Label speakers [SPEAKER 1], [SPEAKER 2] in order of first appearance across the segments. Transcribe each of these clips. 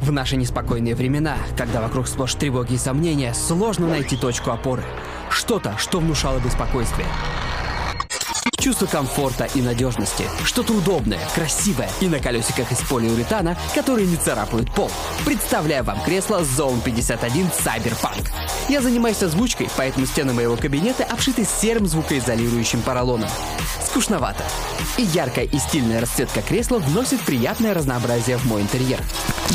[SPEAKER 1] В наши неспокойные времена, когда вокруг сплошь тревоги и сомнения, сложно найти точку опоры. Что-то, что внушало бы спокойствие. Чувство комфорта и надежности. Что-то удобное, красивое и на колесиках из полиуретана, которые не царапают пол. Представляю вам кресло Zone 51 Cyberpunk. Я занимаюсь озвучкой, поэтому стены моего кабинета обшиты серым звукоизолирующим поролоном. Скучновато. И яркая и стильная расцветка кресла вносит приятное разнообразие в мой интерьер.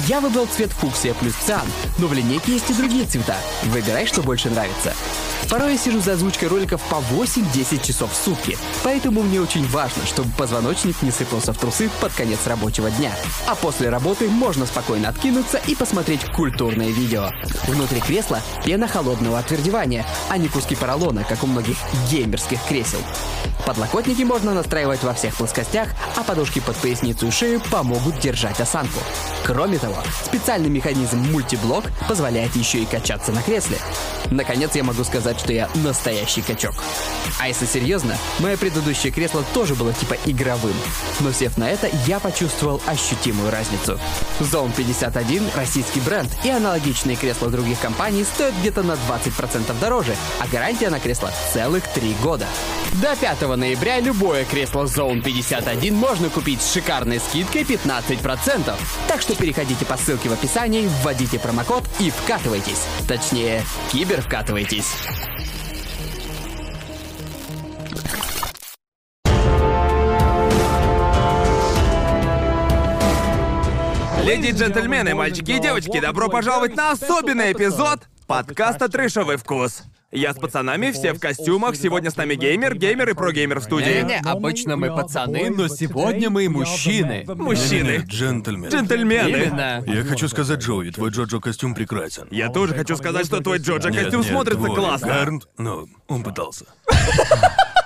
[SPEAKER 1] Я выбрал цвет фуксия плюс циан, но в линейке есть и другие цвета. Выбирай, что больше нравится. Порой я сижу за озвучкой роликов по 8-10 часов в сутки, поэтому мне очень важно, чтобы позвоночник не сыпался в трусы под конец рабочего дня. А после работы можно спокойно откинуться и посмотреть культурные видео. Внутри кресла пена холодного отвердевания, а не куски поролона, как у многих геймерских кресел. Подлокотники можно настраивать во всех плоскостях, а подушки под поясницу и шею помогут держать осанку. Кроме того, специальный механизм мультиблок позволяет еще и качаться на кресле. Наконец, я могу сказать, что я настоящий качок. А если серьезно, мое предыдущее кресло тоже было типа игровым. Но сев на это, я почувствовал ощутимую разницу. Zone 51 – российский бренд, и аналогичные кресла других компаний стоят где-то на 20% дороже, а гарантия на кресло – целых 3 года. До 5 ноября любое кресло Zone 51 можно купить с шикарной скидкой 15%. Так что переходите по ссылке в описании, вводите промокод и вкатывайтесь. Точнее, кибервкатывайтесь.
[SPEAKER 2] Леди и джентльмены, мальчики и девочки, добро пожаловать на особенный эпизод подкаста «Трэшевый вкус». Я с пацанами, все в костюмах, сегодня с нами геймер, геймер и прогеймер в студии.
[SPEAKER 3] Не-не, Э, обычно мы пацаны, но сегодня мы мужчины.
[SPEAKER 2] Мужчины.
[SPEAKER 4] Джентльмен.
[SPEAKER 2] Джентльмены.
[SPEAKER 3] Именно.
[SPEAKER 4] Я хочу сказать, Джоуи, твой Джоджо костюм прекрасен.
[SPEAKER 2] Я тоже хочу сказать, что твой Джоджа
[SPEAKER 4] Нет,
[SPEAKER 2] костюм
[SPEAKER 4] нет,
[SPEAKER 2] смотрится
[SPEAKER 4] твой
[SPEAKER 2] классно.
[SPEAKER 4] Гарнт, ну, он пытался.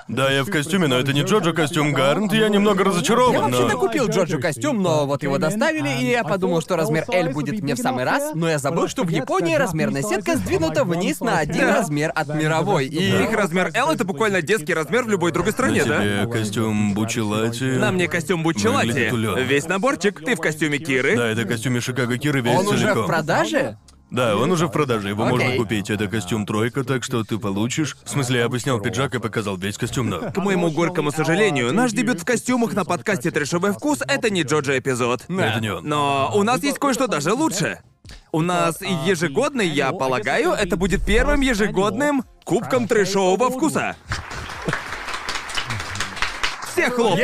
[SPEAKER 4] Да, я в костюме, но это не Джоджо костюм Гарнт, я немного
[SPEAKER 3] Я
[SPEAKER 4] разочарован,
[SPEAKER 3] вообще-то
[SPEAKER 4] но...
[SPEAKER 3] купил Джорджу костюм, но вот его доставили, и я подумал, что размер L будет мне в самый раз, но я забыл, что в Японии размерная сетка сдвинута вниз на один размер от мировой,
[SPEAKER 2] И
[SPEAKER 3] и...
[SPEAKER 2] их размер L это буквально детский размер в любой другой
[SPEAKER 4] На
[SPEAKER 2] стране, да?
[SPEAKER 4] тебе костюм Бучелати.
[SPEAKER 2] На мне костюм Бучелати.
[SPEAKER 4] Выглядит улётно.
[SPEAKER 2] Весь наборчик. Ты в костюме
[SPEAKER 4] Да,
[SPEAKER 2] Киры.
[SPEAKER 4] это костюме Шикаго Киры весь
[SPEAKER 3] Он уже
[SPEAKER 4] целиком.
[SPEAKER 3] в продаже?
[SPEAKER 4] Да, он уже в продаже, его
[SPEAKER 3] Окей.
[SPEAKER 4] можно купить. Это костюм тройка, так что ты получишь. В смысле, я бы снял пиджак и показал весь костюм, но...
[SPEAKER 2] К моему горькому сожалению, наш дебют в костюмах на подкасте «Трэшевый вкус» — это не Джоджа эпизод.
[SPEAKER 4] Это не он.
[SPEAKER 2] Но у нас есть кое-что даже лучше. У нас ежегодный, я полагаю, это будет первым ежегодным кубком трешового вкуса. Все хлопают.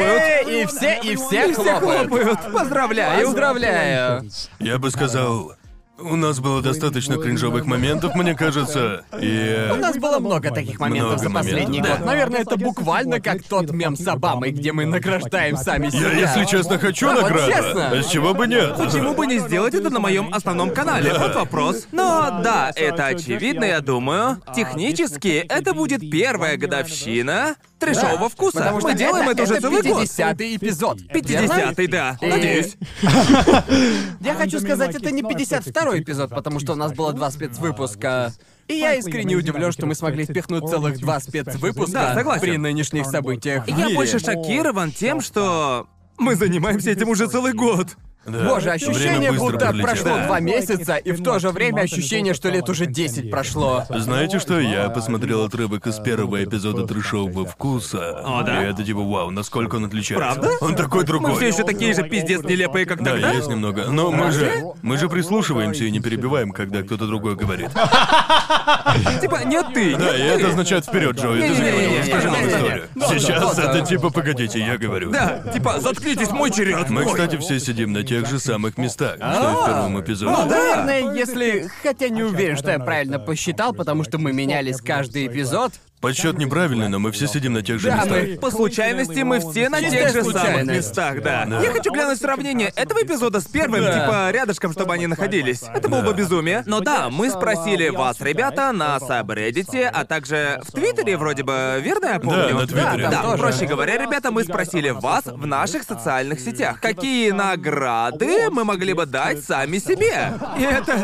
[SPEAKER 3] Э, И все, и все
[SPEAKER 2] И все
[SPEAKER 3] хлопают.
[SPEAKER 2] хлопают. Поздравляю.
[SPEAKER 3] Поздравляю.
[SPEAKER 4] Я бы сказал, у нас было достаточно кринжовых моментов, мне кажется, и...
[SPEAKER 3] У нас было много таких моментов за
[SPEAKER 4] Много
[SPEAKER 3] последний
[SPEAKER 4] моментов,
[SPEAKER 3] год.
[SPEAKER 4] да.
[SPEAKER 3] Наверное, это буквально как тот мем с Обамой, где мы награждаем сами себя.
[SPEAKER 4] Я, если честно, хочу
[SPEAKER 3] Да, вот
[SPEAKER 4] награду.
[SPEAKER 3] честно.
[SPEAKER 4] А с чего бы нет?
[SPEAKER 2] Почему бы не сделать это на моем основном канале? Вот вопрос. Но да, это очевидно, я думаю. Технически, это будет первая годовщина трешового вкуса.
[SPEAKER 3] Потому что
[SPEAKER 2] Мы делаем это, Э, уже целый год.
[SPEAKER 3] 50-й эпизод.
[SPEAKER 2] 50-й, да.
[SPEAKER 3] И-
[SPEAKER 2] Надеюсь.
[SPEAKER 3] Я хочу сказать, это не 52-й эпизод, потому что у нас было два спецвыпуска. И я искренне удивлен, что мы смогли впихнуть целых два спецвыпуска
[SPEAKER 2] Да, согласен.
[SPEAKER 3] при нынешних событиях. в
[SPEAKER 2] Я
[SPEAKER 3] мире.
[SPEAKER 2] больше шокирован тем, что мы занимаемся этим уже целый год.
[SPEAKER 4] Да.
[SPEAKER 3] Боже,
[SPEAKER 4] Время
[SPEAKER 3] ощущение,
[SPEAKER 4] быстро
[SPEAKER 3] будто
[SPEAKER 4] пролетело.
[SPEAKER 3] прошло
[SPEAKER 4] Да.
[SPEAKER 3] два месяца, и в то же время ощущение, что лет уже 10 прошло.
[SPEAKER 4] Знаете что, я посмотрел отрывок из первого эпизода трешового вкуса.
[SPEAKER 2] О, да?
[SPEAKER 4] И это типа вау, насколько он отличается.
[SPEAKER 2] Правда?
[SPEAKER 4] Он такой другой.
[SPEAKER 2] Мы все еще такие же пиздец нелепые, как
[SPEAKER 4] Да,
[SPEAKER 2] тогда.
[SPEAKER 4] есть немного. Но мы же. Мы же прислушиваемся и не перебиваем, когда кто-то другой говорит.
[SPEAKER 2] Типа, нет ты,
[SPEAKER 4] Да,
[SPEAKER 2] нет
[SPEAKER 4] и
[SPEAKER 2] ты.
[SPEAKER 4] это означает вперед, Джоуи, ты за
[SPEAKER 2] Не-не-не-не-не.
[SPEAKER 4] него расскажи нам историю.
[SPEAKER 3] Да,
[SPEAKER 4] Сейчас
[SPEAKER 3] да, да.
[SPEAKER 4] это типа погодите, я говорю.
[SPEAKER 2] Да, типа, заткнитесь, мой черед.
[SPEAKER 4] Мы,
[SPEAKER 2] мой.
[SPEAKER 4] кстати, все сидим на тех же самых местах, что и в первом
[SPEAKER 3] Ну,
[SPEAKER 4] эпизоде.
[SPEAKER 3] наверное, если... Хотя не уверен, что я правильно посчитал, потому что мы менялись каждый эпизод.
[SPEAKER 4] Подсчет неправильный, но мы все сидим на тех же
[SPEAKER 3] Да,
[SPEAKER 4] местах.
[SPEAKER 3] мы-
[SPEAKER 2] По случайности мы все на
[SPEAKER 3] Чистая
[SPEAKER 2] тех же самых
[SPEAKER 3] случайность.
[SPEAKER 2] местах, да.
[SPEAKER 4] Да.
[SPEAKER 2] Я хочу глянуть сравнение этого эпизода с первым,
[SPEAKER 3] Да.
[SPEAKER 2] типа рядышком, чтобы они находились. Это было бы
[SPEAKER 4] Да.
[SPEAKER 2] безумие. Но да, мы спросили вас, ребята, на сабреддите, а также в Твиттере вроде бы, верно я помню?
[SPEAKER 4] на Твиттере.
[SPEAKER 2] Да,
[SPEAKER 3] Да, тоже.
[SPEAKER 2] проще говоря, ребята, мы спросили вас в наших социальных сетях, какие награды мы могли бы дать сами себе. И это...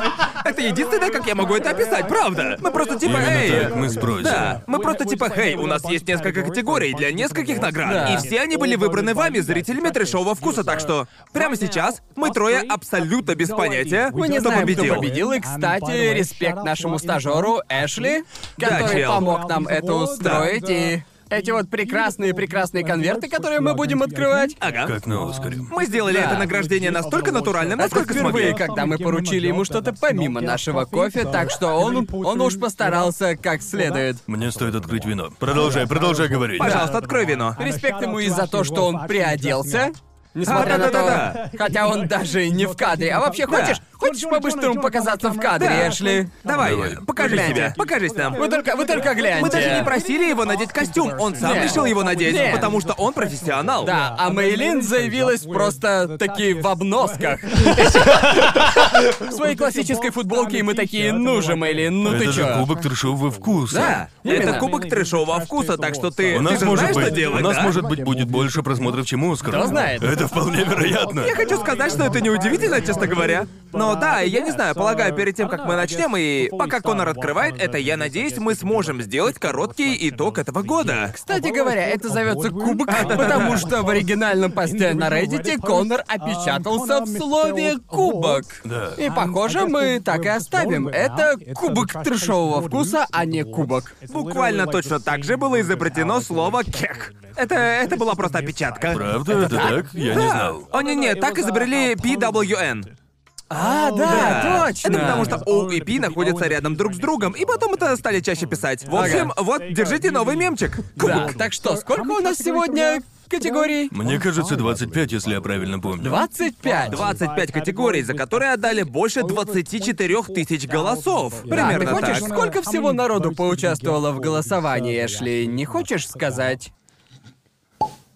[SPEAKER 2] Это единственное, как я могу это описать, правда. Мы просто типа,
[SPEAKER 4] Именно
[SPEAKER 2] эй,
[SPEAKER 4] так мы спросим.
[SPEAKER 2] да, мы просто типа, хей, у нас есть несколько категорий для нескольких наград.
[SPEAKER 1] Да.
[SPEAKER 2] И все они были выбраны вами, зрителями трешового вкуса, так что прямо сейчас мы трое абсолютно без понятия,
[SPEAKER 1] Мы не
[SPEAKER 2] кто
[SPEAKER 1] знаем,
[SPEAKER 2] победил.
[SPEAKER 1] кто победил. И, кстати, респект нашему стажеру Эшли,
[SPEAKER 2] Да,
[SPEAKER 1] который
[SPEAKER 2] чел.
[SPEAKER 1] помог нам это устроить и... Эти вот прекрасные-прекрасные конверты, которые мы будем открывать.
[SPEAKER 2] Ага.
[SPEAKER 4] Как на Оскаре.
[SPEAKER 2] Мы сделали это награждение настолько натурально, насколько
[SPEAKER 1] это А впервые,
[SPEAKER 2] смогли.
[SPEAKER 1] когда мы поручили ему что-то помимо нашего кофе, так что он, он уж постарался как
[SPEAKER 2] Ну
[SPEAKER 1] следует.
[SPEAKER 4] Мне стоит открыть вино. Продолжай, продолжай говорить.
[SPEAKER 2] Пожалуйста, открой вино.
[SPEAKER 1] Респект ему и за то, что он приоделся. Несмотря
[SPEAKER 2] А,
[SPEAKER 1] на то,
[SPEAKER 2] да-да-да-да.
[SPEAKER 1] хотя он даже и не в кадре. А вообще,
[SPEAKER 2] Да.
[SPEAKER 1] хочешь, хочешь по-быстрому показаться в кадре, Эшли?
[SPEAKER 2] Давай,
[SPEAKER 4] Давай.
[SPEAKER 2] покажи
[SPEAKER 1] Гляньте.
[SPEAKER 2] себя, покажись нам.
[SPEAKER 1] Вы только, вы только гляньте.
[SPEAKER 2] Мы даже не просили его надеть костюм, он сам
[SPEAKER 1] Нет.
[SPEAKER 2] решил его надеть,
[SPEAKER 1] Нет.
[SPEAKER 2] потому что он профессионал.
[SPEAKER 1] Да, а Мейлин заявилась просто таки в обносках. В своей классической футболке, и мы такие,
[SPEAKER 2] а
[SPEAKER 1] ну же, Мейлин, ну ты
[SPEAKER 4] Это же
[SPEAKER 1] чё?
[SPEAKER 4] кубок трешового вкуса.
[SPEAKER 2] Да,
[SPEAKER 1] Именно.
[SPEAKER 2] это кубок трешового вкуса, так что ты,
[SPEAKER 4] У нас
[SPEAKER 2] ты же
[SPEAKER 4] может
[SPEAKER 2] знаешь,
[SPEAKER 4] быть,
[SPEAKER 2] что делать,
[SPEAKER 4] у нас
[SPEAKER 2] да?
[SPEAKER 4] может быть будет больше просмотров, чем у Оскара.
[SPEAKER 1] Кто знает?
[SPEAKER 4] Это вполне вероятно.
[SPEAKER 2] Я хочу сказать, что это неудивительно, честно говоря. Но да, я не знаю, полагаю, перед тем, как мы начнем, и пока Конор открывает это, я надеюсь, мы сможем сделать короткий итог этого года.
[SPEAKER 1] Кстати говоря, это зовется кубок, потому что в оригинальном посте на Reddit Конор опечатался в слове «кубок».
[SPEAKER 4] Да.
[SPEAKER 1] И похоже, мы так и оставим. Это кубок трешового вкуса, а не кубок.
[SPEAKER 2] Буквально точно так же было изобретено слово «кек». Это, это была просто опечатка.
[SPEAKER 4] Правда, это так? Я не знал.
[SPEAKER 1] Ну
[SPEAKER 2] О, не-не, так изобрели PWN.
[SPEAKER 1] А, да, точно.
[SPEAKER 2] Это потому что O и P находятся рядом друг с другом, и потом это стали чаще писать. В общем, вот, держите новый мемчик.
[SPEAKER 1] Да,
[SPEAKER 2] Кубок.
[SPEAKER 1] так что, сколько у нас сегодня категорий?
[SPEAKER 4] Мне кажется, 25, если я правильно помню.
[SPEAKER 1] 25.
[SPEAKER 2] 25 категорий, за которые отдали больше 24 тысяч голосов.
[SPEAKER 1] Да, ты
[SPEAKER 2] Примерно
[SPEAKER 1] хочешь,
[SPEAKER 2] так.
[SPEAKER 1] сколько всего народу поучаствовало в голосовании, Эшли? Не хочешь сказать?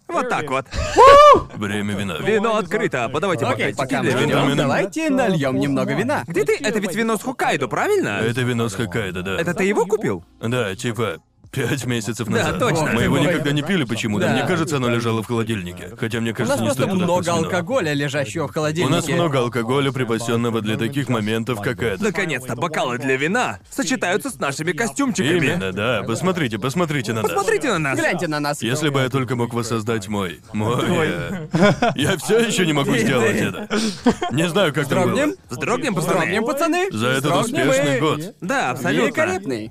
[SPEAKER 2] Вот так вот.
[SPEAKER 4] Время вина.
[SPEAKER 2] Вино открыто. Подавайте
[SPEAKER 1] Окей,
[SPEAKER 2] бокальчики
[SPEAKER 1] пока мы
[SPEAKER 2] для
[SPEAKER 4] ждём.
[SPEAKER 2] вина.
[SPEAKER 1] ждем,
[SPEAKER 4] Минуту.
[SPEAKER 1] давайте нальем немного вина.
[SPEAKER 2] Где ты? Это ведь вино с Хукайдо, правильно?
[SPEAKER 4] Это вино с Хоккайдо, да.
[SPEAKER 2] Это ты его купил?
[SPEAKER 4] Да, типа пять месяцев назад.
[SPEAKER 2] точно.
[SPEAKER 4] Мы его
[SPEAKER 2] Ой.
[SPEAKER 4] никогда не пили почему-то.
[SPEAKER 1] Да.
[SPEAKER 4] Мне кажется, оно лежало в холодильнике. Хотя
[SPEAKER 1] У
[SPEAKER 4] мне
[SPEAKER 1] нас
[SPEAKER 4] кажется, не
[SPEAKER 1] просто
[SPEAKER 4] стоит Ну, туда
[SPEAKER 1] много
[SPEAKER 4] класть вино.
[SPEAKER 1] алкоголя, лежащего в
[SPEAKER 4] У
[SPEAKER 1] холодильнике.
[SPEAKER 4] нас много алкоголя, припасенного для таких моментов, как этот.
[SPEAKER 2] Наконец-то бокалы для вина сочетаются с нашими костюмчиками.
[SPEAKER 4] Именно, да. Посмотрите, посмотрите на нас.
[SPEAKER 2] Посмотрите на нас.
[SPEAKER 1] Гляньте на нас.
[SPEAKER 4] Если бы я только мог воссоздать мой. Мой. э, Я все еще не могу сделать это. Не знаю, как там было.
[SPEAKER 1] Вздрогнем?
[SPEAKER 2] Вздрогнем,
[SPEAKER 1] Вздрогнем,
[SPEAKER 2] пацаны.
[SPEAKER 1] пацаны.
[SPEAKER 4] За этот
[SPEAKER 1] Вздрогнем
[SPEAKER 4] успешный
[SPEAKER 1] и-
[SPEAKER 4] год.
[SPEAKER 2] Да, абсолютно.
[SPEAKER 1] Великолепный.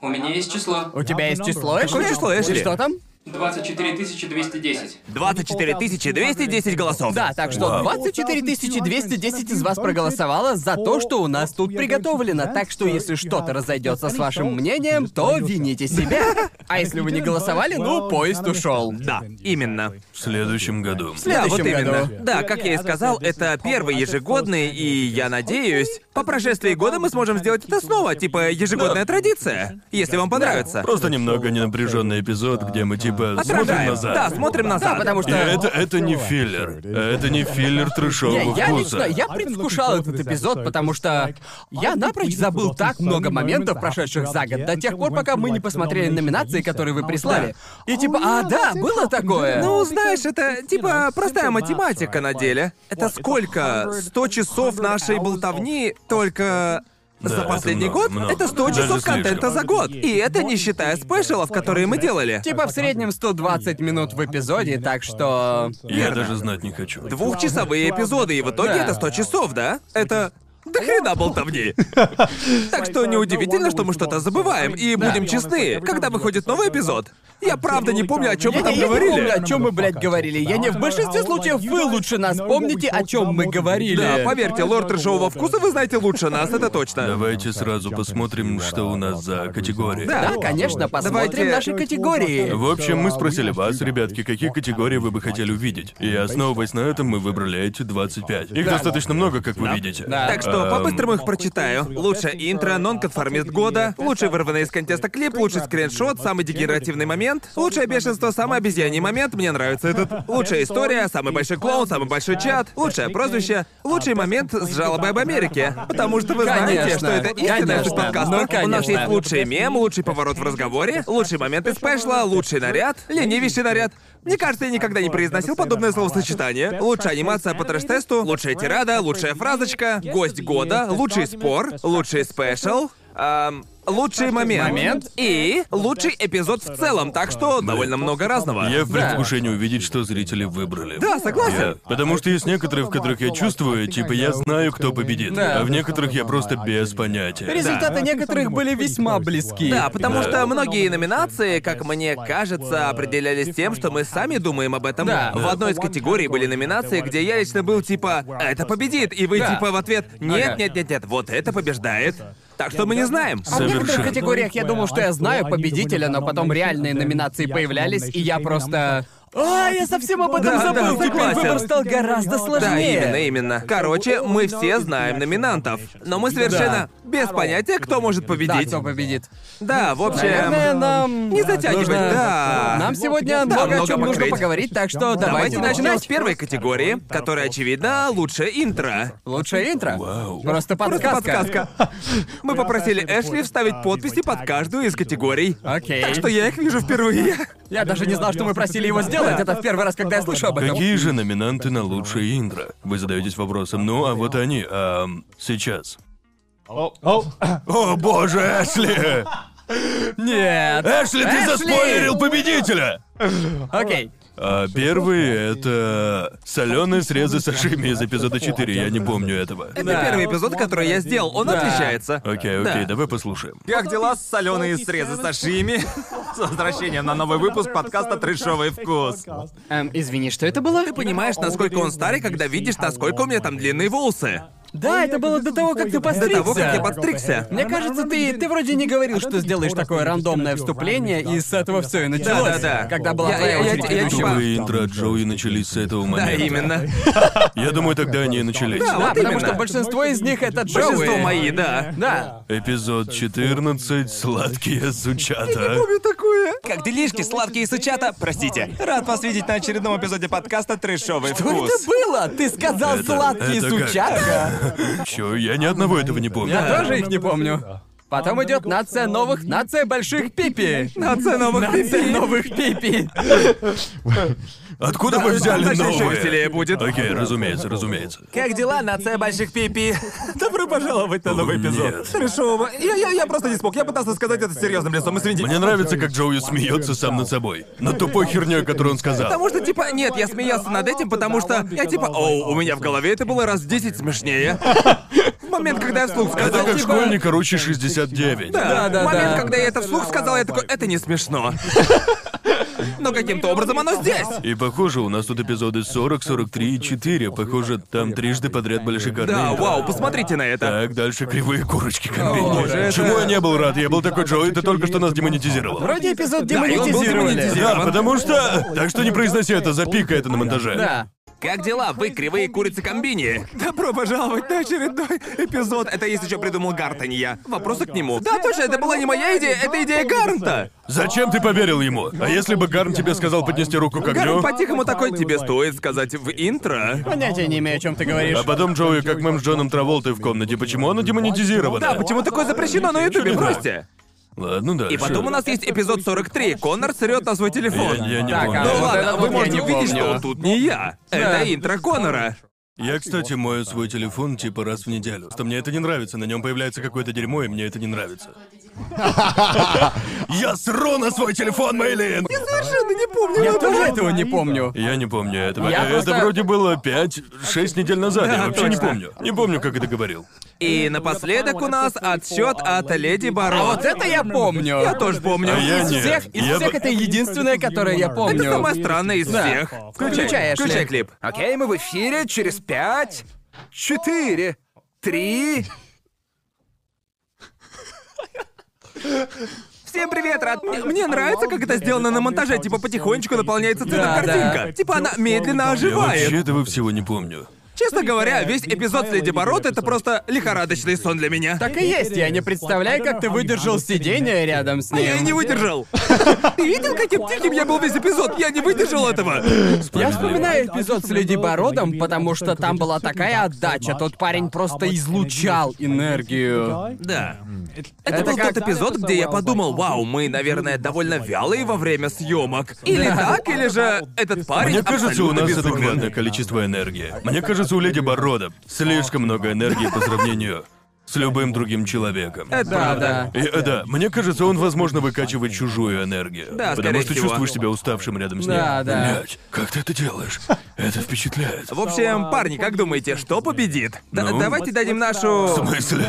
[SPEAKER 5] У меня есть число.
[SPEAKER 1] У тебя есть число, Эшли?
[SPEAKER 2] Какое число, Эшли?
[SPEAKER 1] И Что там?
[SPEAKER 5] 24 210.
[SPEAKER 2] 24 210 голосов.
[SPEAKER 1] Да, так что 24 210 из вас проголосовало за то, что у нас тут приготовлено. Так что если что-то разойдется с вашим мнением, то вините себя. А если вы не голосовали, ну поезд ушел.
[SPEAKER 2] Да, именно.
[SPEAKER 4] В следующем году.
[SPEAKER 2] Да, вот
[SPEAKER 1] следующем
[SPEAKER 2] именно.
[SPEAKER 1] году.
[SPEAKER 2] Да, как я и сказал, это первый ежегодный, и я надеюсь, по прошествии года мы сможем сделать это снова, типа ежегодная традиция, если вам понравится.
[SPEAKER 4] Просто немного ненапряженный эпизод, где мы типа смотрим
[SPEAKER 2] Отражаем.
[SPEAKER 4] назад.
[SPEAKER 2] Да, смотрим назад.
[SPEAKER 1] Да, потому
[SPEAKER 4] И
[SPEAKER 1] что...
[SPEAKER 4] это, это не филлер. Это не филлер
[SPEAKER 1] Не,
[SPEAKER 4] трешового
[SPEAKER 1] я
[SPEAKER 4] вкуса.
[SPEAKER 1] лично, я предвкушал этот эпизод, потому что я напрочь забыл так много моментов, прошедших за год, до тех пор, пока мы не посмотрели номинации, которые вы прислали. И типа, а да, было такое.
[SPEAKER 2] Ну, знаешь, это типа простая математика на деле. Это сколько? 100 часов нашей болтовни только
[SPEAKER 4] Да,
[SPEAKER 2] за
[SPEAKER 4] это
[SPEAKER 2] последний
[SPEAKER 4] много,
[SPEAKER 2] год?
[SPEAKER 4] много.
[SPEAKER 2] Это 100
[SPEAKER 4] Даже
[SPEAKER 2] часов
[SPEAKER 4] слишком.
[SPEAKER 2] контента за год. И это не считая спешалов, которые мы делали.
[SPEAKER 1] Типа в среднем 120 минут в эпизоде, так а что...
[SPEAKER 4] Я даже знать не хочу.
[SPEAKER 2] Двухчасовые эпизоды, и в итоге
[SPEAKER 1] Да.
[SPEAKER 2] это 100 часов, да? Это... Да хрена болтовни. Так что неудивительно, что мы что-то забываем, и будем честны, когда выходит новый эпизод. Я правда не помню, о чем мы
[SPEAKER 1] ну, Я
[SPEAKER 2] там
[SPEAKER 1] не помню,
[SPEAKER 2] говорили.
[SPEAKER 1] о чем мы, блядь, говорили. Я не в большинстве случаев вы лучше нас помните, о чем мы говорили.
[SPEAKER 2] Да, поверьте, лорд трешового вкуса вы знаете лучше нас, это точно.
[SPEAKER 4] Давайте сразу посмотрим, что у нас за категории.
[SPEAKER 2] Да.
[SPEAKER 1] Да, конечно, посмотрим
[SPEAKER 2] Давайте-
[SPEAKER 1] наши категории.
[SPEAKER 4] В общем, мы спросили вас, ребятки, какие категории вы бы хотели увидеть. И основываясь на этом, мы выбрали эти 25. Их достаточно много, как вы видите.
[SPEAKER 1] Да.
[SPEAKER 2] Так что по-быстрому
[SPEAKER 4] Эм,
[SPEAKER 2] их прочитаю. Лучше интро, нонконформист года, лучший вырванный из контекста клип, лучший скриншот, самый дегенеративный момент, лучшее бешенство, самый обезьяний момент, мне нравится этот. Лучшая история, самый большой клоун, самый большой чат, лучшее прозвище, лучший момент с жалобой об Америке. Потому что вы знаете,
[SPEAKER 1] Конечно,
[SPEAKER 2] что это истина
[SPEAKER 1] конечно,
[SPEAKER 2] из подкаста.
[SPEAKER 1] ну,
[SPEAKER 2] У нас
[SPEAKER 1] конечно.
[SPEAKER 2] есть лучший мем, лучший поворот в разговоре, лучший момент из пэшла, лучший наряд, ленивейший наряд. Мне кажется, я никогда не произносил подобное словосочетание. Лучшая анимация по трэш-тесту, лучшая тирада, лучшая фразочка, гость года, лучший спор, лучший спешл. Ам, лучший момент.
[SPEAKER 1] Момент.
[SPEAKER 2] И лучший эпизод в целом, так что довольно много разного.
[SPEAKER 4] Я в предвкушении увидеть, что зрители выбрали.
[SPEAKER 2] Да, согласен.
[SPEAKER 4] Я- Потому что есть некоторые, в которых я чувствую, типа я знаю, кто победит,
[SPEAKER 1] Да.
[SPEAKER 4] а в некоторых я просто без понятия.
[SPEAKER 1] Результаты некоторых были весьма близки.
[SPEAKER 2] Да, потому
[SPEAKER 4] Да.
[SPEAKER 2] что многие номинации, как мне кажется, определялись тем, что мы сами думаем об этом.
[SPEAKER 1] Да.
[SPEAKER 2] В одной из категорий были номинации, где я лично был типа «это победит», и вы
[SPEAKER 1] Да.
[SPEAKER 2] типа в ответ «нет,
[SPEAKER 1] Ага.
[SPEAKER 2] нет, нет, нет, вот это побеждает». Так что мы не знаем.
[SPEAKER 1] А в некоторых
[SPEAKER 4] Совершенно.
[SPEAKER 1] категориях я думал, что я знаю победителя, но потом реальные номинации появлялись, и я просто... А, я совсем об этом
[SPEAKER 2] Да, да,
[SPEAKER 1] забыл. Типа, Теперь
[SPEAKER 2] согласен.
[SPEAKER 1] выбор стал гораздо
[SPEAKER 2] Да,
[SPEAKER 1] сложнее.
[SPEAKER 2] именно, именно. Короче, мы все знаем номинантов, но мы совершенно без понятия, кто может
[SPEAKER 1] Да,
[SPEAKER 2] победить.
[SPEAKER 1] кто победит?
[SPEAKER 2] Да, в общем...
[SPEAKER 1] Наверное, нам
[SPEAKER 2] Не затягивать,
[SPEAKER 1] нужно-
[SPEAKER 2] да.
[SPEAKER 1] Нам сегодня
[SPEAKER 2] Да,
[SPEAKER 1] много о
[SPEAKER 2] много
[SPEAKER 1] чем нужно
[SPEAKER 2] поговорить.
[SPEAKER 1] поговорить, так что
[SPEAKER 2] Давайте
[SPEAKER 1] давайте
[SPEAKER 2] начнем с
[SPEAKER 1] начинать.
[SPEAKER 2] первой категории, которая, очевидно, лучшее интро.
[SPEAKER 1] Лучшее интро.
[SPEAKER 4] Вау.
[SPEAKER 1] Просто подсказка.
[SPEAKER 2] Подсказка. Мы попросили Эшли вставить подписи под каждую из категорий.
[SPEAKER 1] Окей.
[SPEAKER 2] Так что я их вижу впервые.
[SPEAKER 1] Я даже не знал, что мы просили его сделать. Это в первый раз, когда я слышу об этом.
[SPEAKER 4] Какие же номинанты на лучшее интро? Вы задаетесь вопросом, ну а вот они, ам, сейчас. О боже, Эшли!
[SPEAKER 1] Нет.
[SPEAKER 4] Эшли, ты
[SPEAKER 1] Эшли!
[SPEAKER 4] заспойлерил победителя!
[SPEAKER 1] Окей.
[SPEAKER 4] А первый это соленые срезы сашими из эпизода 4, я не помню этого.
[SPEAKER 2] Это первый эпизод, который я сделал. Он
[SPEAKER 1] Да.
[SPEAKER 2] отличается.
[SPEAKER 4] Окей,
[SPEAKER 2] Да.
[SPEAKER 4] окей, давай послушаем.
[SPEAKER 3] Как дела с соленые срезы сашими? С возвращением на новый выпуск подкаста «Трешовый вкус».
[SPEAKER 1] Эм, извини, что это было?
[SPEAKER 2] Ты понимаешь, насколько он старый, когда видишь, насколько у меня там длинные волосы.
[SPEAKER 1] Да, это было до того, как ты
[SPEAKER 2] До
[SPEAKER 1] постригся.
[SPEAKER 2] того, как я подстригся.
[SPEAKER 1] Мне кажется, ты, ты вроде не говорил, что сделаешь такое рандомное вступление, и с этого все и началось.
[SPEAKER 2] Да-да-да.
[SPEAKER 1] Когда была
[SPEAKER 2] Я-
[SPEAKER 1] твоя
[SPEAKER 2] я- я-
[SPEAKER 1] очередь
[SPEAKER 2] я- я-
[SPEAKER 1] ведущего.
[SPEAKER 2] типа-
[SPEAKER 4] Ключевые интро от Джоуи начались с этого
[SPEAKER 2] Да,
[SPEAKER 4] момента.
[SPEAKER 2] именно.
[SPEAKER 4] Я думаю, тогда они и начались.
[SPEAKER 2] Да,
[SPEAKER 1] Да,
[SPEAKER 2] вот
[SPEAKER 1] потому
[SPEAKER 2] именно.
[SPEAKER 1] что большинство из них это Джоуи.
[SPEAKER 2] Большинство мои, да.
[SPEAKER 1] Да.
[SPEAKER 4] Эпизод 14 «Сладкие сучата».
[SPEAKER 2] такое.
[SPEAKER 3] Как делишки, сладкие сучата? Простите, рад вас видеть на очередном эпизоде подкаста «Трешовый
[SPEAKER 1] Что
[SPEAKER 3] вкус».
[SPEAKER 1] это было? Ты сказал
[SPEAKER 4] Это-
[SPEAKER 1] сладкие
[SPEAKER 4] это как?
[SPEAKER 1] сучата?
[SPEAKER 4] Чё, я ни одного этого не помню.
[SPEAKER 1] Я тоже их не помню. Потом идет нация новых, нация больших пипи.
[SPEAKER 2] Нация новых
[SPEAKER 1] Нация
[SPEAKER 2] пипи.
[SPEAKER 1] новых пипи.
[SPEAKER 4] Откуда вы взяли
[SPEAKER 2] значит, ещё
[SPEAKER 4] новые?
[SPEAKER 2] веселее будет.
[SPEAKER 4] Окей, разумеется, разумеется.
[SPEAKER 3] Как дела, нация больших пипи? Добро пожаловать на новый эпизод.
[SPEAKER 4] Нет.
[SPEAKER 3] Трешового... Я, я, я просто не смог, я пытался сказать это с серьезным лицом, извините.
[SPEAKER 4] Мне нравится, как Джоуи смеется сам над собой. Над тупой херней, которую он сказал.
[SPEAKER 2] Потому что, типа, нет, я смеялся над этим, потому что я типа, оу, у меня в голове это было раз в 10 смешнее. В момент, когда я вслух сказал,
[SPEAKER 4] Это как
[SPEAKER 2] типа,
[SPEAKER 4] школьник, короче, 69.
[SPEAKER 2] Да,
[SPEAKER 1] Да, да,
[SPEAKER 2] момент,
[SPEAKER 1] да.
[SPEAKER 2] когда я это вслух сказал, я такой, это не смешно. Но каким-то образом оно здесь.
[SPEAKER 4] И похоже, у нас тут эпизоды 40, 43 и 4. Похоже, там трижды подряд были шикарные.
[SPEAKER 2] Да,
[SPEAKER 4] игры.
[SPEAKER 2] вау, посмотрите на это.
[SPEAKER 4] Так, дальше кривые курочки комбини.
[SPEAKER 2] боже,
[SPEAKER 4] Чему
[SPEAKER 2] это-
[SPEAKER 4] я не был рад? Я был такой, Джоуи, ты только что нас демонетизировал.
[SPEAKER 1] Вроде эпизод
[SPEAKER 2] Да, и он был
[SPEAKER 1] демонетизировали.
[SPEAKER 2] демонетизирован.
[SPEAKER 4] Да, потому что... Так что не произноси это, запикай это на монтаже.
[SPEAKER 1] Да.
[SPEAKER 2] Как дела? Вы кривые курицы комбини. Добро пожаловать на очередной эпизод. Это если еще придумал Гартон я. Вопросы к нему. Да, точно, это была не моя идея, это идея Гарнта.
[SPEAKER 4] Зачем ты поверил ему? А если бы Гарн тебе сказал поднести руку к
[SPEAKER 2] Гарн
[SPEAKER 4] огню?
[SPEAKER 2] по-тихому такой тебе стоит сказать в интро.
[SPEAKER 1] Понятия не имею, о чем ты говоришь.
[SPEAKER 4] А потом Джоуи, как мы с Джоном Траволтой в комнате, почему оно демонетизировано?
[SPEAKER 2] Да, почему такое запрещено на Ютубе? Бросьте.
[SPEAKER 4] Ладно, да.
[SPEAKER 2] И потом у нас есть эпизод 43. Коннор срет на свой телефон.
[SPEAKER 4] Я, я не
[SPEAKER 1] Так, а
[SPEAKER 4] помню.
[SPEAKER 2] Ну
[SPEAKER 1] вот
[SPEAKER 2] ладно,
[SPEAKER 1] этот
[SPEAKER 2] вы
[SPEAKER 1] вот я
[SPEAKER 2] можете
[SPEAKER 1] не
[SPEAKER 2] увидеть,
[SPEAKER 1] помню.
[SPEAKER 2] что он тут не я. Это интро Коннора.
[SPEAKER 4] Я, кстати, мою свой телефон типа раз в неделю. Что мне это не нравится, на нем появляется какое-то дерьмо, и мне это не нравится. Я сру на свой телефон, Мэйлин!
[SPEAKER 2] Совершенно не помню.
[SPEAKER 1] Я тоже этого не помню.
[SPEAKER 4] Я не помню этого.
[SPEAKER 1] Я
[SPEAKER 4] это
[SPEAKER 1] просто-
[SPEAKER 4] вроде было 5-6 недель назад, я
[SPEAKER 2] Да,
[SPEAKER 4] вообще не
[SPEAKER 2] точно.
[SPEAKER 4] помню. Не помню, как это говорил.
[SPEAKER 2] И напоследок у нас отсчет от Леди Барон.
[SPEAKER 1] А вот это я помню.
[SPEAKER 2] Я тоже помню.
[SPEAKER 4] А я
[SPEAKER 1] Из
[SPEAKER 4] нет.
[SPEAKER 1] всех, из
[SPEAKER 4] Я
[SPEAKER 1] всех
[SPEAKER 4] бы-
[SPEAKER 1] это единственное, которое я помню.
[SPEAKER 2] Это самое странное из всех.
[SPEAKER 1] Включай, Эшли.
[SPEAKER 2] включай клип.
[SPEAKER 6] Окей, мы в эфире через пять, четыре, три.
[SPEAKER 2] Всем привет, Рад. Мне, мне нравится, как это сделано на монтаже. Типа потихонечку наполняется цветом
[SPEAKER 1] Да, да.
[SPEAKER 2] картинка. Типа она медленно
[SPEAKER 4] Я вообще
[SPEAKER 2] оживает.
[SPEAKER 4] этого всего не помню.
[SPEAKER 2] Честно говоря, весь эпизод с Леди Барот это просто лихорадочный сон для меня.
[SPEAKER 1] Так и есть, я не представляю, как ты выдержал сидение рядом с
[SPEAKER 2] А я и не
[SPEAKER 1] ним.
[SPEAKER 2] выдержал. Ты видел, каким тихим я был весь эпизод? Я не выдержал этого.
[SPEAKER 1] Я вспоминаю эпизод с Леди Бородом, потому что там была такая отдача. Тот парень просто излучал энергию.
[SPEAKER 2] Да. Это,
[SPEAKER 1] Это
[SPEAKER 2] был
[SPEAKER 1] как-
[SPEAKER 2] тот эпизод, где я подумал, вау, мы, наверное, довольно вялые во время съемок. Или
[SPEAKER 1] Да.
[SPEAKER 2] так, или же этот парень
[SPEAKER 4] Мне кажется, у
[SPEAKER 2] абсолютно
[SPEAKER 4] нас это
[SPEAKER 2] безумен.
[SPEAKER 4] огромное количество энергии. Мне кажется, у Леди Борода слишком много энергии по сравнению с с любым другим человеком.
[SPEAKER 2] Это
[SPEAKER 1] Правда.
[SPEAKER 2] правда.
[SPEAKER 4] И, э, да, мне кажется, он, возможно, выкачивает чужую энергию.
[SPEAKER 2] Да,
[SPEAKER 4] потому
[SPEAKER 2] скорее
[SPEAKER 4] что
[SPEAKER 2] всего.
[SPEAKER 4] чувствуешь себя уставшим рядом с ним.
[SPEAKER 1] Да, да.
[SPEAKER 4] Блядь, как ты это делаешь? Это впечатляет.
[SPEAKER 2] В общем, парни, как думаете, что победит? Да-
[SPEAKER 4] Ну?
[SPEAKER 2] давайте дадим
[SPEAKER 4] В
[SPEAKER 2] нашу...
[SPEAKER 4] смысле?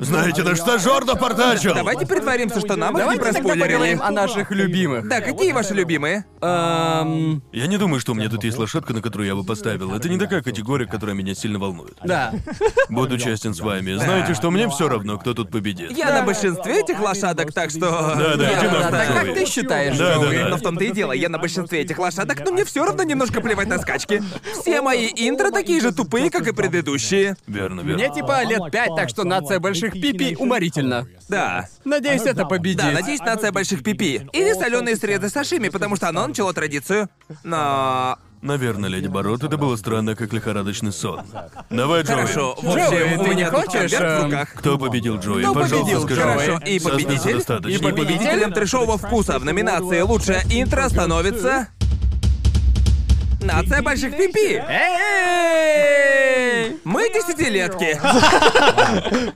[SPEAKER 4] Знаете, наш стажер напортачил!
[SPEAKER 2] Давайте притворимся, что нам их не
[SPEAKER 1] Давайте тогда
[SPEAKER 2] проспойлерили.
[SPEAKER 1] поговорим о наших любимых.
[SPEAKER 2] Да, какие ваши любимые?
[SPEAKER 1] Эм,
[SPEAKER 4] Я не думаю, что у меня тут есть лошадка, на которую я бы поставил. Это не такая категория, которая меня сильно волнует.
[SPEAKER 1] да.
[SPEAKER 4] Буду честен с вами. Знаете, что мне все равно, кто тут победит.
[SPEAKER 2] Я на большинстве этих лошадок, так что...
[SPEAKER 4] Да, да,
[SPEAKER 2] Я-
[SPEAKER 4] ты наш
[SPEAKER 2] так
[SPEAKER 4] такой.
[SPEAKER 2] как ты считаешь,
[SPEAKER 4] Да,
[SPEAKER 2] Джоуи?
[SPEAKER 4] да, да.
[SPEAKER 2] Но в том-то и дело, я на большинстве этих лошадок, но мне все равно немножко плевать на скачки. Все мои интро такие же тупые, как и предыдущие.
[SPEAKER 4] Верно,
[SPEAKER 1] Мне
[SPEAKER 4] верно.
[SPEAKER 1] типа лет пять, так что нация больших пипи уморительно.
[SPEAKER 2] Да.
[SPEAKER 1] Надеюсь, это победит.
[SPEAKER 2] Да, надеюсь, нация больших пипи. Или соленые срезы сашими, потому что оно начало традицию. Но...
[SPEAKER 4] Наверное, Леди Борот, это было странно, как лихорадочный сон. Давай, Джоуи.
[SPEAKER 2] Хорошо, в
[SPEAKER 1] Джоуи,
[SPEAKER 2] общем, у
[SPEAKER 1] ты не
[SPEAKER 2] меня тут
[SPEAKER 1] хочешь,
[SPEAKER 2] конверт в
[SPEAKER 1] эм,
[SPEAKER 2] руках.
[SPEAKER 4] Кто победил Джои?
[SPEAKER 2] Кто
[SPEAKER 4] Пожалуйста,
[SPEAKER 2] победил?
[SPEAKER 4] скажи.
[SPEAKER 2] Хорошо, и
[SPEAKER 4] Со сна
[SPEAKER 2] победитель,
[SPEAKER 4] достаточно.
[SPEAKER 2] и победителем трешового вкуса А в номинации «Лучшее интро» становится... Нация больших пипи! Эй! Мы десятилетки!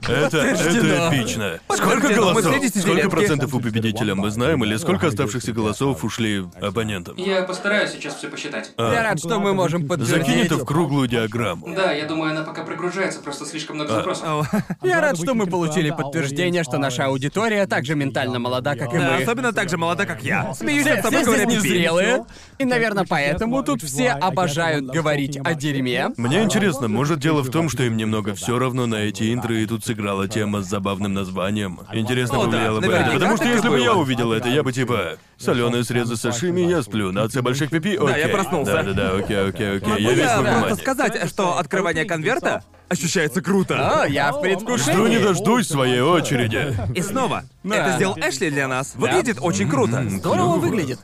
[SPEAKER 4] Это, это эпично. Сколько
[SPEAKER 2] Подтверждено, мы
[SPEAKER 4] голосов?
[SPEAKER 2] среди
[SPEAKER 4] Сколько
[SPEAKER 2] десятилетки.
[SPEAKER 4] процентов у победителя мы знаем, или сколько оставшихся голосов ушли оппонентам?
[SPEAKER 5] Я постараюсь сейчас все посчитать.
[SPEAKER 1] Я рад, что мы можем
[SPEAKER 4] Закинь
[SPEAKER 1] подтвердить.
[SPEAKER 4] это в круглую диаграмму.
[SPEAKER 5] Да, я думаю, она пока прогружается, просто слишком много запросов.
[SPEAKER 1] Я рад, что мы получили подтверждение, что наша аудитория так же ментально молода, как и
[SPEAKER 2] Да,
[SPEAKER 1] мы.
[SPEAKER 2] особенно так же молода, как я. Смеюсь
[SPEAKER 1] Все, все
[SPEAKER 2] над собой,
[SPEAKER 1] здесь
[SPEAKER 2] говоря пипи.
[SPEAKER 1] незрелые. И, наверное, поэтому тут все обожают говорить о дерьме.
[SPEAKER 4] Мне интересно, может дело в том, что им немного все равно на эти интро, и тут сыграла тема с забавным названием. Интересно
[SPEAKER 2] О, да,
[SPEAKER 4] повлияло бы это,
[SPEAKER 2] наверняка
[SPEAKER 4] потому что
[SPEAKER 2] так и
[SPEAKER 4] если бы я
[SPEAKER 2] было.
[SPEAKER 4] увидел это, я бы типа соленые срезы сашими, я сплю, нация больших пипи, окей.
[SPEAKER 2] я проснулся.
[SPEAKER 4] Да-да-да, окей, окей, окей,
[SPEAKER 2] Могу
[SPEAKER 4] я весь
[SPEAKER 2] я
[SPEAKER 4] на
[SPEAKER 2] просто
[SPEAKER 4] внимании.
[SPEAKER 2] сказать, что открывание конверта ощущается
[SPEAKER 1] О,
[SPEAKER 2] круто.
[SPEAKER 1] я в
[SPEAKER 4] Жду не
[SPEAKER 1] предвкушении.
[SPEAKER 4] дождусь своей очереди.
[SPEAKER 2] И снова,
[SPEAKER 1] Да.
[SPEAKER 2] это сделал Эшли для нас. Выглядит очень круто.
[SPEAKER 1] Здорово выглядит.